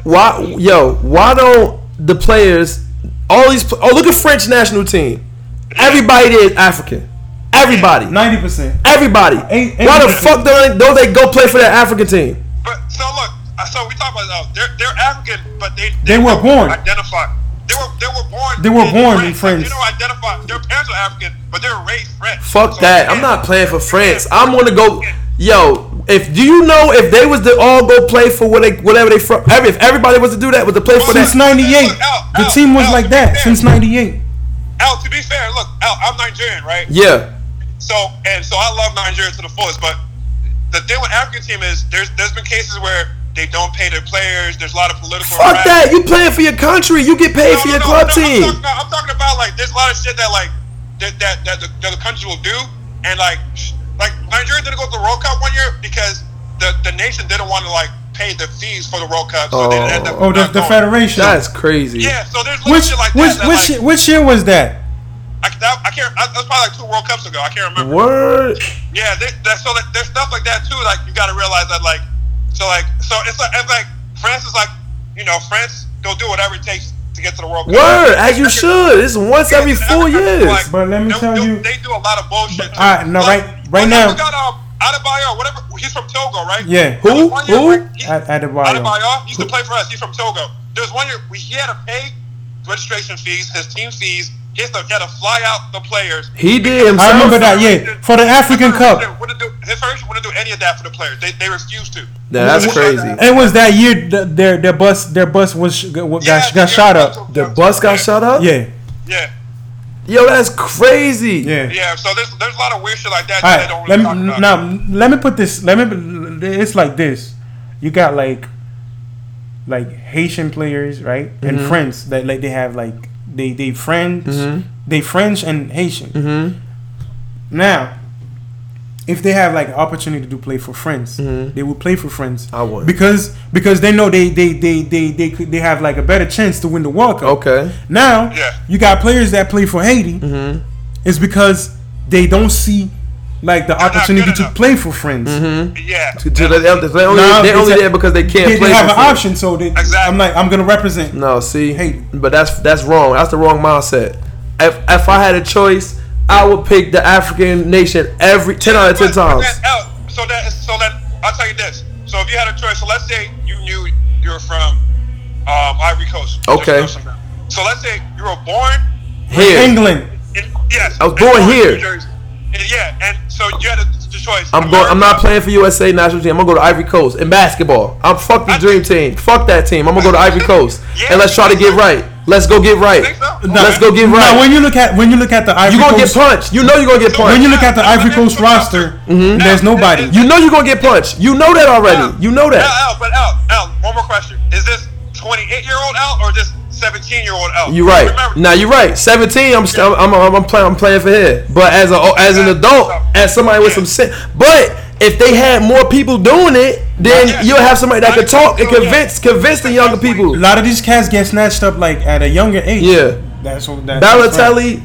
Speaker 1: Why, yo? Why don't the players? All these. pl- Oh, look at French national team. Everybody there is African. Everybody.
Speaker 2: Ninety percent.
Speaker 1: Everybody.
Speaker 2: Eight-
Speaker 1: Why the
Speaker 2: 80%.
Speaker 1: fuck don't they, don't they go play for that African team?
Speaker 6: But so look, uh, so we talk about uh, they're they're African, but they
Speaker 2: They were
Speaker 6: don't
Speaker 2: born.
Speaker 6: identify. They were they were born.
Speaker 2: They were born in
Speaker 6: Like,
Speaker 2: France.
Speaker 6: They don't identify. Their parents are African, but they're raised French.
Speaker 1: Fuck
Speaker 6: So
Speaker 1: that.
Speaker 6: they
Speaker 1: I'm
Speaker 6: can't-
Speaker 1: not playing for
Speaker 6: they
Speaker 1: France.
Speaker 6: can't-
Speaker 1: I'm gonna go. Yo, if do you know if they was to all go play for what they whatever they from? Every, if everybody was to do that, was to play for
Speaker 2: Since
Speaker 1: that?
Speaker 2: '98,
Speaker 6: Al,
Speaker 2: the
Speaker 6: Al,
Speaker 2: team was
Speaker 6: Al,
Speaker 2: like that.
Speaker 6: yeah.
Speaker 2: Since '98.
Speaker 6: Al, to be fair, look, Al, I'm Nigerian, right?
Speaker 1: Yeah.
Speaker 6: So and so, I love Nigeria to the fullest. But the thing with African team is there's there's been cases where they don't pay their players. There's a lot of political.
Speaker 1: Fuck
Speaker 6: harassment.
Speaker 1: that. You playing for your country. You get paid
Speaker 6: No,
Speaker 1: for
Speaker 6: no,
Speaker 1: your
Speaker 6: no,
Speaker 1: club
Speaker 6: no,
Speaker 1: team.
Speaker 6: I'm talking, about, I'm talking about like there's a lot of shit that like that that, that, the, that the country will do, and like sh- like Nigeria didn't go to the World Cup one year because the the nation didn't want to like pay the fees for the World Cup, so they
Speaker 1: Oh.
Speaker 6: ended up
Speaker 2: Oh, the,
Speaker 6: not
Speaker 2: the
Speaker 6: going.
Speaker 2: federation.
Speaker 1: That's crazy.
Speaker 6: Yeah, so there's little
Speaker 2: Which
Speaker 6: shit like
Speaker 2: which
Speaker 6: that. that,
Speaker 2: which
Speaker 6: like,
Speaker 2: which year was that?
Speaker 6: I, that, I can't. I, that's probably like two World Cups ago. I can't remember.
Speaker 1: Word.
Speaker 6: Yeah, there, that, so that, there's stuff like that too. Like you got to realize that, like, so like, so it's like, it's like France is like, you know, France go do whatever it takes to get to the World Cup.
Speaker 1: Word, as you should. It's once every four years.
Speaker 2: But let me
Speaker 6: they,
Speaker 2: tell
Speaker 6: they-
Speaker 2: you-
Speaker 6: they do a lot of bullshit. too.
Speaker 2: alright, no, right- right
Speaker 6: they
Speaker 2: now-
Speaker 6: also Got, um, Adebayo, whatever. He's from Togo, right?
Speaker 2: Yeah.
Speaker 6: There was
Speaker 1: Who?
Speaker 6: one year
Speaker 1: Who?
Speaker 6: where he-
Speaker 2: Ad- Adebayo.
Speaker 6: Adebayo. He used to play for us. He's from Togo. There's one year where he had to pay registration fees, his team fees. He had to, he had to fly out the players.
Speaker 1: He did himself.
Speaker 2: I remember that. Yeah, for the African Cup.
Speaker 6: Wouldn't do, his federation wouldn't do any of that for the players. They, they refused to.
Speaker 1: Nah, that's crazy.
Speaker 2: It was that year th- their their bus their bus was sh- got, got, got shot up.
Speaker 1: The bus got shot up.
Speaker 2: Yeah,
Speaker 6: Yeah,
Speaker 1: Yo, that's crazy.
Speaker 2: yeah.
Speaker 6: yeah. So there's there's a lot of weird shit like that.
Speaker 2: All
Speaker 6: that they don't
Speaker 2: right, let
Speaker 6: really
Speaker 2: me
Speaker 6: talk about.
Speaker 2: now let me put this. Let me. It's like this. You got like like Haitian players, right?
Speaker 1: Mm-hmm.
Speaker 2: And friends that like they have like they they friends they French and Haitian.
Speaker 1: Mm-hmm.
Speaker 2: Now, if they have like an opportunity to play for friends, they will play for friends.
Speaker 1: Mm-hmm. I would.
Speaker 2: because because they know they they they they they could, they have like a better chance to win the World Cup.
Speaker 1: Okay. Mm-hmm.
Speaker 2: Now
Speaker 6: Yeah.
Speaker 2: you got players that play for Haiti. It's because they don't see like the
Speaker 6: They're not
Speaker 2: opportunity
Speaker 6: good
Speaker 2: to
Speaker 6: enough.
Speaker 2: play for friends.
Speaker 6: Yeah.
Speaker 1: To- to- they only, they only,
Speaker 2: Nah,
Speaker 1: they
Speaker 2: it's
Speaker 1: Mm-hmm. only
Speaker 2: a-
Speaker 1: there because they can't
Speaker 2: They
Speaker 1: play.
Speaker 2: didn't have an
Speaker 1: before.
Speaker 2: option, so they,
Speaker 6: Exactly.
Speaker 2: I'm like, I'm gonna represent.
Speaker 1: No, see,
Speaker 2: Hey.
Speaker 1: but that's that's wrong. That's the wrong mindset. If if I had a choice, I would pick the African nation every ten out of ten
Speaker 6: But- but
Speaker 1: times.
Speaker 6: that out- So that so that I'll tell you this. So if you had a choice, so let's say you knew you were from um, Ivory Coast. just
Speaker 1: Okay.
Speaker 6: know something. So let's say you were born
Speaker 1: Here,
Speaker 2: England.
Speaker 6: in yes.
Speaker 1: I was
Speaker 6: in
Speaker 1: born
Speaker 6: Newark,
Speaker 1: here.
Speaker 6: New Jersey. And yeah, and so you had a, the choice.
Speaker 1: I'm going. I'm not
Speaker 6: America-
Speaker 1: playing for USA national team. I'm gonna go to Ivory Coast in basketball. I'm fuck the dream team. Fuck that team. I'm gonna go to Ivory Coast
Speaker 6: Yeah.
Speaker 1: and let's try to get right. Let's go get right.
Speaker 6: Think so?
Speaker 2: Nah,
Speaker 1: Let's go get
Speaker 2: nah,
Speaker 1: right.
Speaker 2: when you look at when you look at the Ivory
Speaker 1: You gonna get
Speaker 2: Coast,
Speaker 1: punched. You know you are gonna get
Speaker 6: So
Speaker 2: when
Speaker 1: punched.
Speaker 2: you look at the
Speaker 6: Now,
Speaker 2: Ivory
Speaker 6: but
Speaker 2: Coast
Speaker 6: that's-
Speaker 2: roster,
Speaker 1: Mm-hmm.
Speaker 2: there's nobody.
Speaker 1: You know you gonna get punched. You know that already. You know that.
Speaker 6: Al, Al, but Al, Al, one more question. Is this 28 year old Al or this 17 year old Al?
Speaker 1: You right.
Speaker 6: Remember-
Speaker 1: Now you right. 17. I'm st- I'm I'm, I'm playing. I'm playing for here. But as a oh, as an adult, as somebody with some sense. But if they had more people doing it, then you'll have somebody that could talk and convince convince the younger people.
Speaker 2: A lot of these cats get snatched up like at a younger age.
Speaker 1: Yeah.
Speaker 2: that's what that's
Speaker 1: Balotelli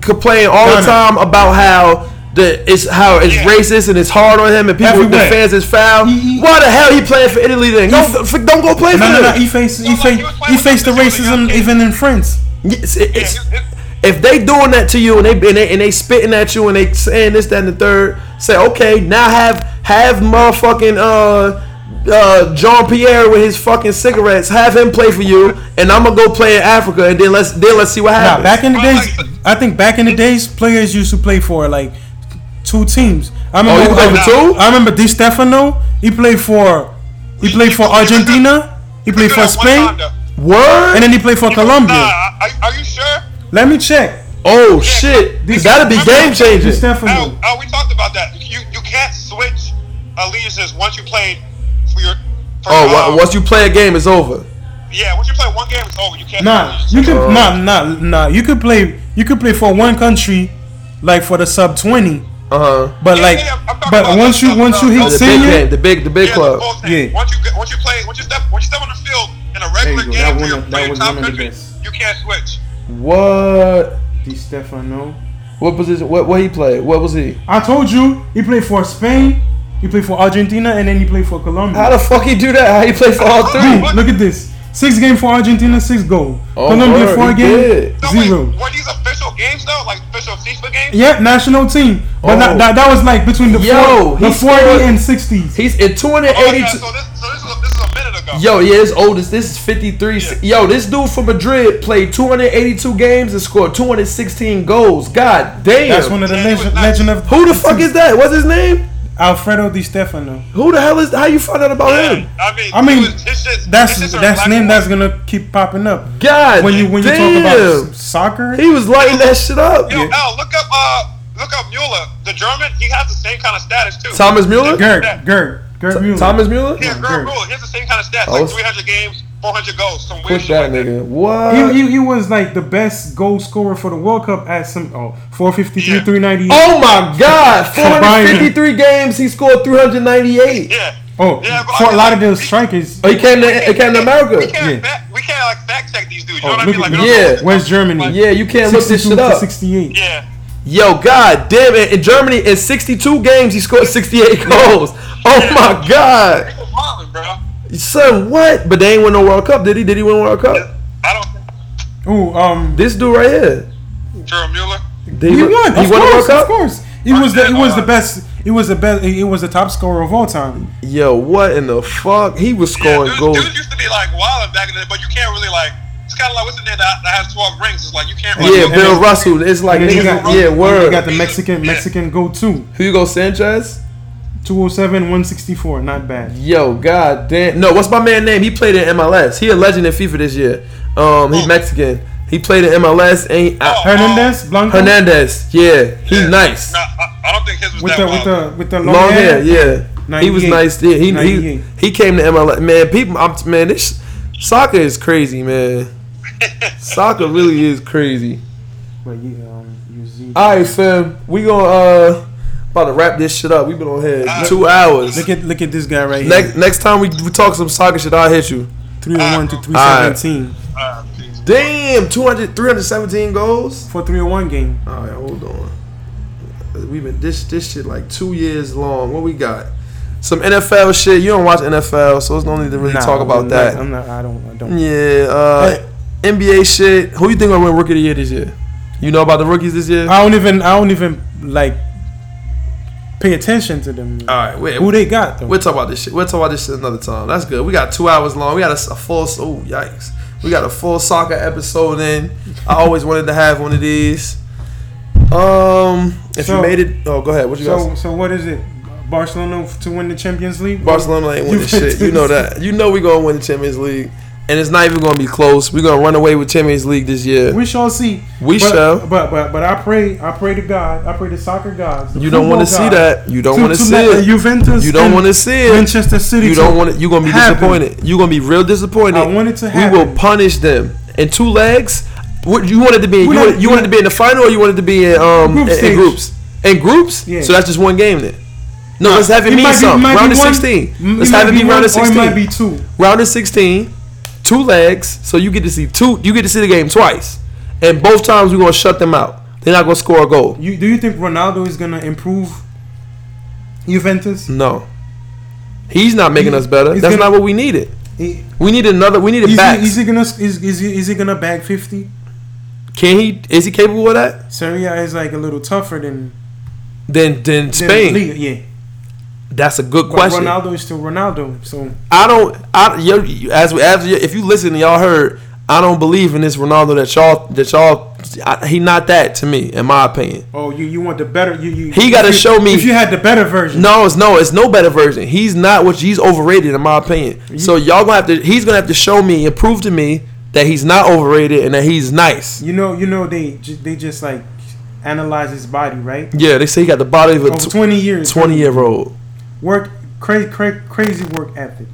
Speaker 1: complain all the
Speaker 2: Gunner.
Speaker 1: time about how the it's how it's
Speaker 6: Yeah.
Speaker 1: racist and it's hard on him and people
Speaker 2: Everywhere.
Speaker 1: the fans is foul.
Speaker 2: He- he-
Speaker 1: Why the hell he playing for Italy then? Go, f- don't go play for
Speaker 2: No, no, no. He
Speaker 1: them.
Speaker 2: faced he
Speaker 6: No, like,
Speaker 2: faced
Speaker 6: you was
Speaker 2: he
Speaker 6: playing
Speaker 2: faced the
Speaker 6: with the young
Speaker 2: racism
Speaker 6: kids.
Speaker 2: even in France.
Speaker 1: It's- it's-
Speaker 6: Yeah, you-
Speaker 1: if they doing that to you and they and they, and they spitting at you and they saying this that and the third, say okay now have have motherfucking uh. Uh, Jean Pierre with his fucking cigarettes. Have him play for you, and I'm gonna go play in Africa, and then let's then let's see what
Speaker 2: Nah,
Speaker 1: happens.
Speaker 2: back in the
Speaker 6: Well,
Speaker 2: days,
Speaker 6: like-
Speaker 2: I think back in the days, players used to play for like two teams. I
Speaker 1: oh, you
Speaker 2: remember,
Speaker 1: play
Speaker 2: I,
Speaker 1: for two?
Speaker 2: I remember Di Stefano. He played for he played for Argentina. He
Speaker 6: you
Speaker 2: played
Speaker 6: did
Speaker 2: for
Speaker 6: that
Speaker 2: Spain,
Speaker 6: one time, though.
Speaker 1: Word.
Speaker 2: and then he played for Colombia.
Speaker 6: Nah, are, are you sure?
Speaker 2: Let me check.
Speaker 1: Oh shit,
Speaker 2: This-
Speaker 1: that'd be game
Speaker 2: Di
Speaker 1: changing.
Speaker 2: Stefano.
Speaker 6: Al, Al, we talked about that. You you can't switch allegiances once you played for your. For,
Speaker 1: Oh,
Speaker 6: uh,
Speaker 1: wa- once you play a game, it's over.
Speaker 6: Yeah, once you play one game, it's over. You can't.
Speaker 2: Nah,
Speaker 6: switch.
Speaker 2: you could nah nah nah. You could play you could play for one country, like for the sub twenty.
Speaker 1: Uh huh.
Speaker 2: But
Speaker 6: Yeah,
Speaker 2: like,
Speaker 6: yeah, I'm talking
Speaker 2: but
Speaker 6: about
Speaker 2: once
Speaker 6: the-
Speaker 2: you once you hit
Speaker 1: The big game,
Speaker 2: senior,
Speaker 1: the big, the big
Speaker 6: yeah,
Speaker 1: club.
Speaker 6: The whole thing.
Speaker 2: Yeah.
Speaker 6: Once you get- once you play once you step once you step on the field in a
Speaker 7: you
Speaker 6: regular
Speaker 7: go.
Speaker 6: game
Speaker 7: That
Speaker 6: for
Speaker 7: one
Speaker 6: your,
Speaker 7: of-
Speaker 6: for
Speaker 7: that
Speaker 6: your
Speaker 7: was
Speaker 6: top
Speaker 7: one of the
Speaker 6: country,
Speaker 7: best.
Speaker 6: you can't switch.
Speaker 1: What?
Speaker 7: Di Stefano.
Speaker 1: What position? What? What he played? What was he?
Speaker 2: I told you he played for Spain, he played for Argentina, and then he played for Colombia.
Speaker 1: How the fuck he do that? How he play for all
Speaker 2: Boom,
Speaker 1: three?
Speaker 2: Look at this. Six game for Argentina, six goal. Colombia
Speaker 1: Oh, word,
Speaker 2: four
Speaker 1: he
Speaker 2: game,
Speaker 1: did.
Speaker 6: No,
Speaker 2: zero.
Speaker 6: Wait, were these official games though? Like official FIFA games?
Speaker 2: Yep, national team. But
Speaker 1: Oh.
Speaker 2: that, that, that was like between the
Speaker 1: Yo,
Speaker 2: four, the
Speaker 1: he scored-
Speaker 2: forty and sixties.
Speaker 1: He's in two hundred
Speaker 6: Oh,
Speaker 1: eighty
Speaker 6: yeah,
Speaker 1: two.
Speaker 6: so this, so this, is a, this is a minute ago.
Speaker 1: Yo, yeah, his oldest. This is 53. Yo, this dude from Madrid played 282 games and scored 216 goals. God damn.
Speaker 2: That's one of the
Speaker 6: Yeah, he was
Speaker 2: legend,
Speaker 6: nice.
Speaker 2: legend of
Speaker 1: Who the fuck is that? What's his name?
Speaker 2: Alfredo Di Stefano.
Speaker 1: Who the hell is? How you find out about him?
Speaker 6: Yeah, I mean,
Speaker 2: I mean,
Speaker 6: it was- it's just-
Speaker 2: That's
Speaker 6: it's just a
Speaker 2: that's
Speaker 6: black
Speaker 2: name
Speaker 6: and
Speaker 2: that's
Speaker 6: white.
Speaker 2: gonna keep popping up
Speaker 1: God.
Speaker 2: when you when you
Speaker 1: damn.
Speaker 2: talk about s- soccer.
Speaker 1: He was lighting that shit up.
Speaker 6: Yo, Al, look up, uh, look up Mueller, the German. He has the same kind of status too.
Speaker 1: Thomas Mueller?
Speaker 2: Gerd, Gerd, Gerd Mueller.
Speaker 1: Thomas Mueller?
Speaker 6: Yeah, Gerd
Speaker 2: Gerd.
Speaker 6: Mueller. He has the same kind of stats,
Speaker 1: Oh,
Speaker 6: like
Speaker 1: it's-
Speaker 6: 300 games, 400 goals, some weird
Speaker 1: Push
Speaker 6: shit
Speaker 1: that
Speaker 6: like that.
Speaker 1: nigga. What?
Speaker 2: He, he, he was like the best goal scorer for the World Cup at some oh 453
Speaker 6: Yeah.
Speaker 2: 398
Speaker 1: oh my God!
Speaker 2: Combined.
Speaker 1: 453 games, he scored 398.
Speaker 6: Yeah.
Speaker 2: oh
Speaker 6: Yeah, but I
Speaker 2: Fort
Speaker 6: mean,
Speaker 2: Lauderdale
Speaker 6: like, he-
Speaker 2: strikers
Speaker 1: Oh, he came to he came to
Speaker 6: We
Speaker 1: America.
Speaker 6: can't,
Speaker 2: Yeah.
Speaker 6: fact, we can't like fact check these dudes. You
Speaker 2: Oh,
Speaker 6: know what I
Speaker 2: look
Speaker 6: mean? Like,
Speaker 2: at-
Speaker 6: we don't know
Speaker 1: Yeah.
Speaker 6: what-
Speaker 2: West Germany
Speaker 1: Yeah, you can't look this
Speaker 2: 62
Speaker 1: shit
Speaker 2: to
Speaker 1: up.
Speaker 2: 68
Speaker 6: Yeah.
Speaker 1: Yo, God damn it! In Germany, in 62 games, he scored 68 goals. Oh my God,
Speaker 6: People wildin', bro.
Speaker 1: son, what? But they ain't win no World Cup, did he? Did he win World Cup?
Speaker 6: I don't.
Speaker 2: Ooh, um,
Speaker 1: This dude right here.
Speaker 6: Gerald Mueller.
Speaker 1: Did
Speaker 2: he won. Of
Speaker 1: He won the World
Speaker 2: course, of
Speaker 1: Cup.
Speaker 2: course. It was the it was the
Speaker 6: Oh.
Speaker 2: best. It was the best. It was the top scorer of all time.
Speaker 1: Yo, what in the fuck? He was
Speaker 6: Yeah,
Speaker 1: scoring
Speaker 6: dudes,
Speaker 1: goals.
Speaker 6: dudes used to be like wildin' back in the day, but you can't really like. It's kind of like what's the name that, that has 12 rings? It's like you can't. Really
Speaker 1: Yeah,
Speaker 6: look-
Speaker 1: Bill Russell. It's like
Speaker 2: And then you
Speaker 1: niggas,
Speaker 2: got-
Speaker 1: yeah,
Speaker 2: and then You got
Speaker 1: word.
Speaker 2: the Mexican
Speaker 6: Yeah.
Speaker 2: Mexican go too.
Speaker 1: Hugo Sanchez.
Speaker 2: 207 164. Not bad.
Speaker 1: Yo, god damn. No, what's my man name? He played in MLS. He a legend in FIFA this year. Um,
Speaker 6: Oh.
Speaker 1: he Mexican. He played in MLS. And I-
Speaker 2: Hernandez
Speaker 6: Oh.
Speaker 2: Blanco
Speaker 1: Hernandez. Yeah, he
Speaker 6: Yeah.
Speaker 1: nice.
Speaker 6: Nah, I, I don't think his was
Speaker 2: with
Speaker 6: that
Speaker 2: the
Speaker 6: wild.
Speaker 2: with the with the long,
Speaker 1: Long hair.
Speaker 2: hair.
Speaker 1: Yeah, he was
Speaker 2: 98.
Speaker 1: nice. Yeah, he, he
Speaker 2: 98.
Speaker 1: he came to MLS. Man, people. I'm, man, this soccer is crazy, man. soccer really is crazy.
Speaker 2: But yeah, um, you see.
Speaker 1: All right, fam. We gonna uh about to wrap this shit up. We been on here two hours.
Speaker 2: Look at look at this guy right here.
Speaker 1: Next next time we, we talk some soccer shit, I'll hit you.
Speaker 2: 301
Speaker 6: Ah.
Speaker 2: to 317
Speaker 6: Uh, geez.
Speaker 1: Damn, 200, 317 goals.
Speaker 2: for 301 game.
Speaker 1: All right, hold on. we've been this this shit like two years long. What we got? Some NFL shit. You don't watch NFL, so it's no need to really
Speaker 2: Nah,
Speaker 1: talk about
Speaker 2: I'm not-
Speaker 1: that.
Speaker 2: I'm not. I don't. I don't.
Speaker 1: yeah, uh, NBA shit. Who you think gonna win Rookie of the Year this year? You know about the rookies this year?
Speaker 2: I don't even. I don't even like pay attention to them.
Speaker 1: All right, wait.
Speaker 2: Who they got though?
Speaker 1: We'll talk about this shit. We'll talk about this shit another time. That's good. We got two hours long. We got a, s- a full. Oh yikes! We got a full soccer episode in. I always wanted to have one of these. Um, if
Speaker 2: So-
Speaker 1: you made it, oh, go ahead. What you got?
Speaker 2: So so what is it? Barcelona f- to win the Champions League?
Speaker 1: Barcelona ain't winning
Speaker 2: Juventus.
Speaker 1: shit. You know that. You know we gonna win the Champions League, and it's not even gonna be close. We're gonna run away with Champions League this year.
Speaker 2: We shall see.
Speaker 1: We
Speaker 2: but,
Speaker 1: shall.
Speaker 2: But but but I pray I pray to God. I pray to soccer gods. the
Speaker 1: You don't
Speaker 2: football
Speaker 1: want to see
Speaker 2: gods,
Speaker 1: that. You don't want to see
Speaker 2: let the
Speaker 1: it.
Speaker 2: Juventus.
Speaker 1: You don't
Speaker 2: and
Speaker 1: want to see it.
Speaker 2: Manchester City.
Speaker 1: You
Speaker 2: to-
Speaker 1: don't want it. You're gonna be
Speaker 2: happen.
Speaker 1: disappointed. You're gonna be real disappointed.
Speaker 2: I want it to
Speaker 1: We
Speaker 2: happen.
Speaker 1: will punish them in two legs. What you wanted to be? In,
Speaker 2: We're
Speaker 1: you
Speaker 2: not-
Speaker 1: wanted, you
Speaker 2: we're
Speaker 1: wanted to be in the final, or you wanted to be in um
Speaker 2: Group
Speaker 1: in, in
Speaker 2: stage.
Speaker 1: groups? In groups?
Speaker 2: Yeah.
Speaker 1: So that's just one game then. No, let's have it,
Speaker 2: It
Speaker 1: mean
Speaker 2: might be-
Speaker 1: something.
Speaker 2: might be
Speaker 1: round of
Speaker 2: one-
Speaker 1: sixteen.
Speaker 2: m-
Speaker 1: Let's
Speaker 2: might
Speaker 1: have it
Speaker 2: be
Speaker 1: be round
Speaker 2: one
Speaker 1: of sixteen.
Speaker 2: Or it might be two.
Speaker 1: Round of sixteen, two legs. So you get to see two. You get to see the game twice, and both times we're gonna shut them out. They're not gonna score a goal.
Speaker 2: You do you think Ronaldo is gonna improve Juventus?
Speaker 1: No. He's not making
Speaker 2: He-
Speaker 1: us better.
Speaker 2: he's
Speaker 1: That's
Speaker 2: gonna-
Speaker 1: not what we needed.
Speaker 2: He-
Speaker 1: We need another. We need a
Speaker 2: Is
Speaker 1: back.
Speaker 2: he, is he gonna is, is, he, is he gonna bag fifty?
Speaker 1: Can he? Is he capable of that?
Speaker 2: Serie A is like a little tougher than,
Speaker 1: Then, then
Speaker 2: than
Speaker 1: Spain.
Speaker 2: Liga, yeah.
Speaker 1: That's a good
Speaker 2: But
Speaker 1: question.
Speaker 2: Ronaldo is still Ronaldo, so
Speaker 1: I don't. I yo, you- as we- as you- if you listen, and y'all heard. I don't believe in this Ronaldo that y'all that y'all. I, he not that to me, in my opinion.
Speaker 2: oh you, you want the better you, you
Speaker 1: He
Speaker 2: if
Speaker 1: gotta
Speaker 2: you-
Speaker 1: show me-
Speaker 2: if you had the better version.
Speaker 1: No, it's no, it's no better version. He's not what he's overrated in my opinion. So y'all gonna have to. He's gonna have to show me and prove to me that he's not overrated and that he's nice.
Speaker 2: You know, you know they ju- they just like analyze his body, right?
Speaker 1: Yeah, they say he got the body of a
Speaker 2: Over twenty years,
Speaker 1: twenty year old.
Speaker 2: work crazy, cra- crazy work ethic.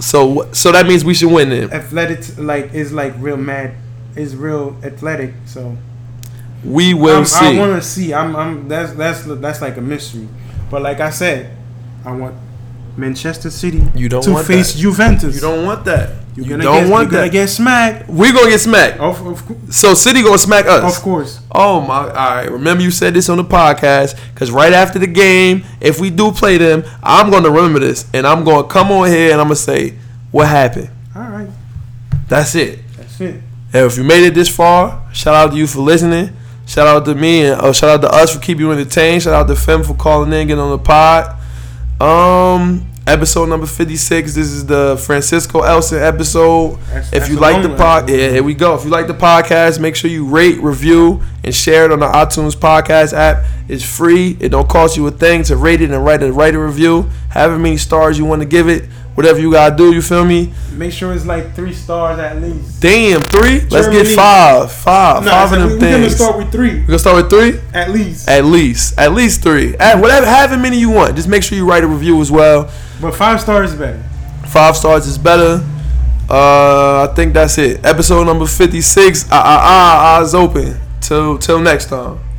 Speaker 1: So wh- so that means we should win then.
Speaker 2: Athletic, like is like real mad, is real athletic. So
Speaker 1: We will
Speaker 2: I'm-
Speaker 1: see.
Speaker 2: I want to see. I'm, I'm that's that's that's like a mystery. But like I said, I want Manchester City
Speaker 1: You don't
Speaker 2: to
Speaker 1: want
Speaker 2: face
Speaker 1: that.
Speaker 2: Juventus.
Speaker 1: you don't want that.
Speaker 2: You're
Speaker 1: You
Speaker 2: gonna
Speaker 1: don't
Speaker 2: get,
Speaker 1: want
Speaker 2: you're
Speaker 1: that.
Speaker 2: Gonna get smacked.
Speaker 1: We're gonna get smacked.
Speaker 2: Of of, cou-
Speaker 1: So City gonna smack us.
Speaker 2: of course.
Speaker 1: Oh my! All right. Remember you said this on the podcast because right after the game, if we do play them, I'm gonna remember this and I'm gonna come on here and I'm gonna say what happened.
Speaker 2: All right,
Speaker 1: That's it.
Speaker 2: that's it.
Speaker 1: And if you made it this far, shout out to you for listening. Shout out to me and oh, shout out to us for keeping you entertained. Shout out to Fem for calling in, getting on the pod. Um, episode number fifty six. This is the Francisco Elson episode.
Speaker 2: That's-
Speaker 1: if you
Speaker 2: that's a
Speaker 1: like the
Speaker 2: long
Speaker 1: pod,
Speaker 2: one.
Speaker 1: yeah, here we go. If you like the podcast, make sure you rate, review, and share it on the iTunes podcast app. It's free. It don't cost you a thing to rate it and write a write a review. However many stars you want to give it, whatever you gotta do. You feel me?
Speaker 2: Make sure it's like three stars at least.
Speaker 1: Damn, three. Let's get
Speaker 2: Germany.
Speaker 1: five, five,
Speaker 2: Nah,
Speaker 1: five
Speaker 2: so
Speaker 1: of them
Speaker 2: we, We're gonna
Speaker 1: things.
Speaker 2: start with three
Speaker 1: We're gonna start with three,
Speaker 2: at least.
Speaker 1: at least, at least three. At whatever, however many you want. Just make sure you write a review as well.
Speaker 2: But five stars is better.
Speaker 1: Five stars is better. Uh, I think that's it. Episode number fifty-six. Ah ah ah, eyes open. Till till next time.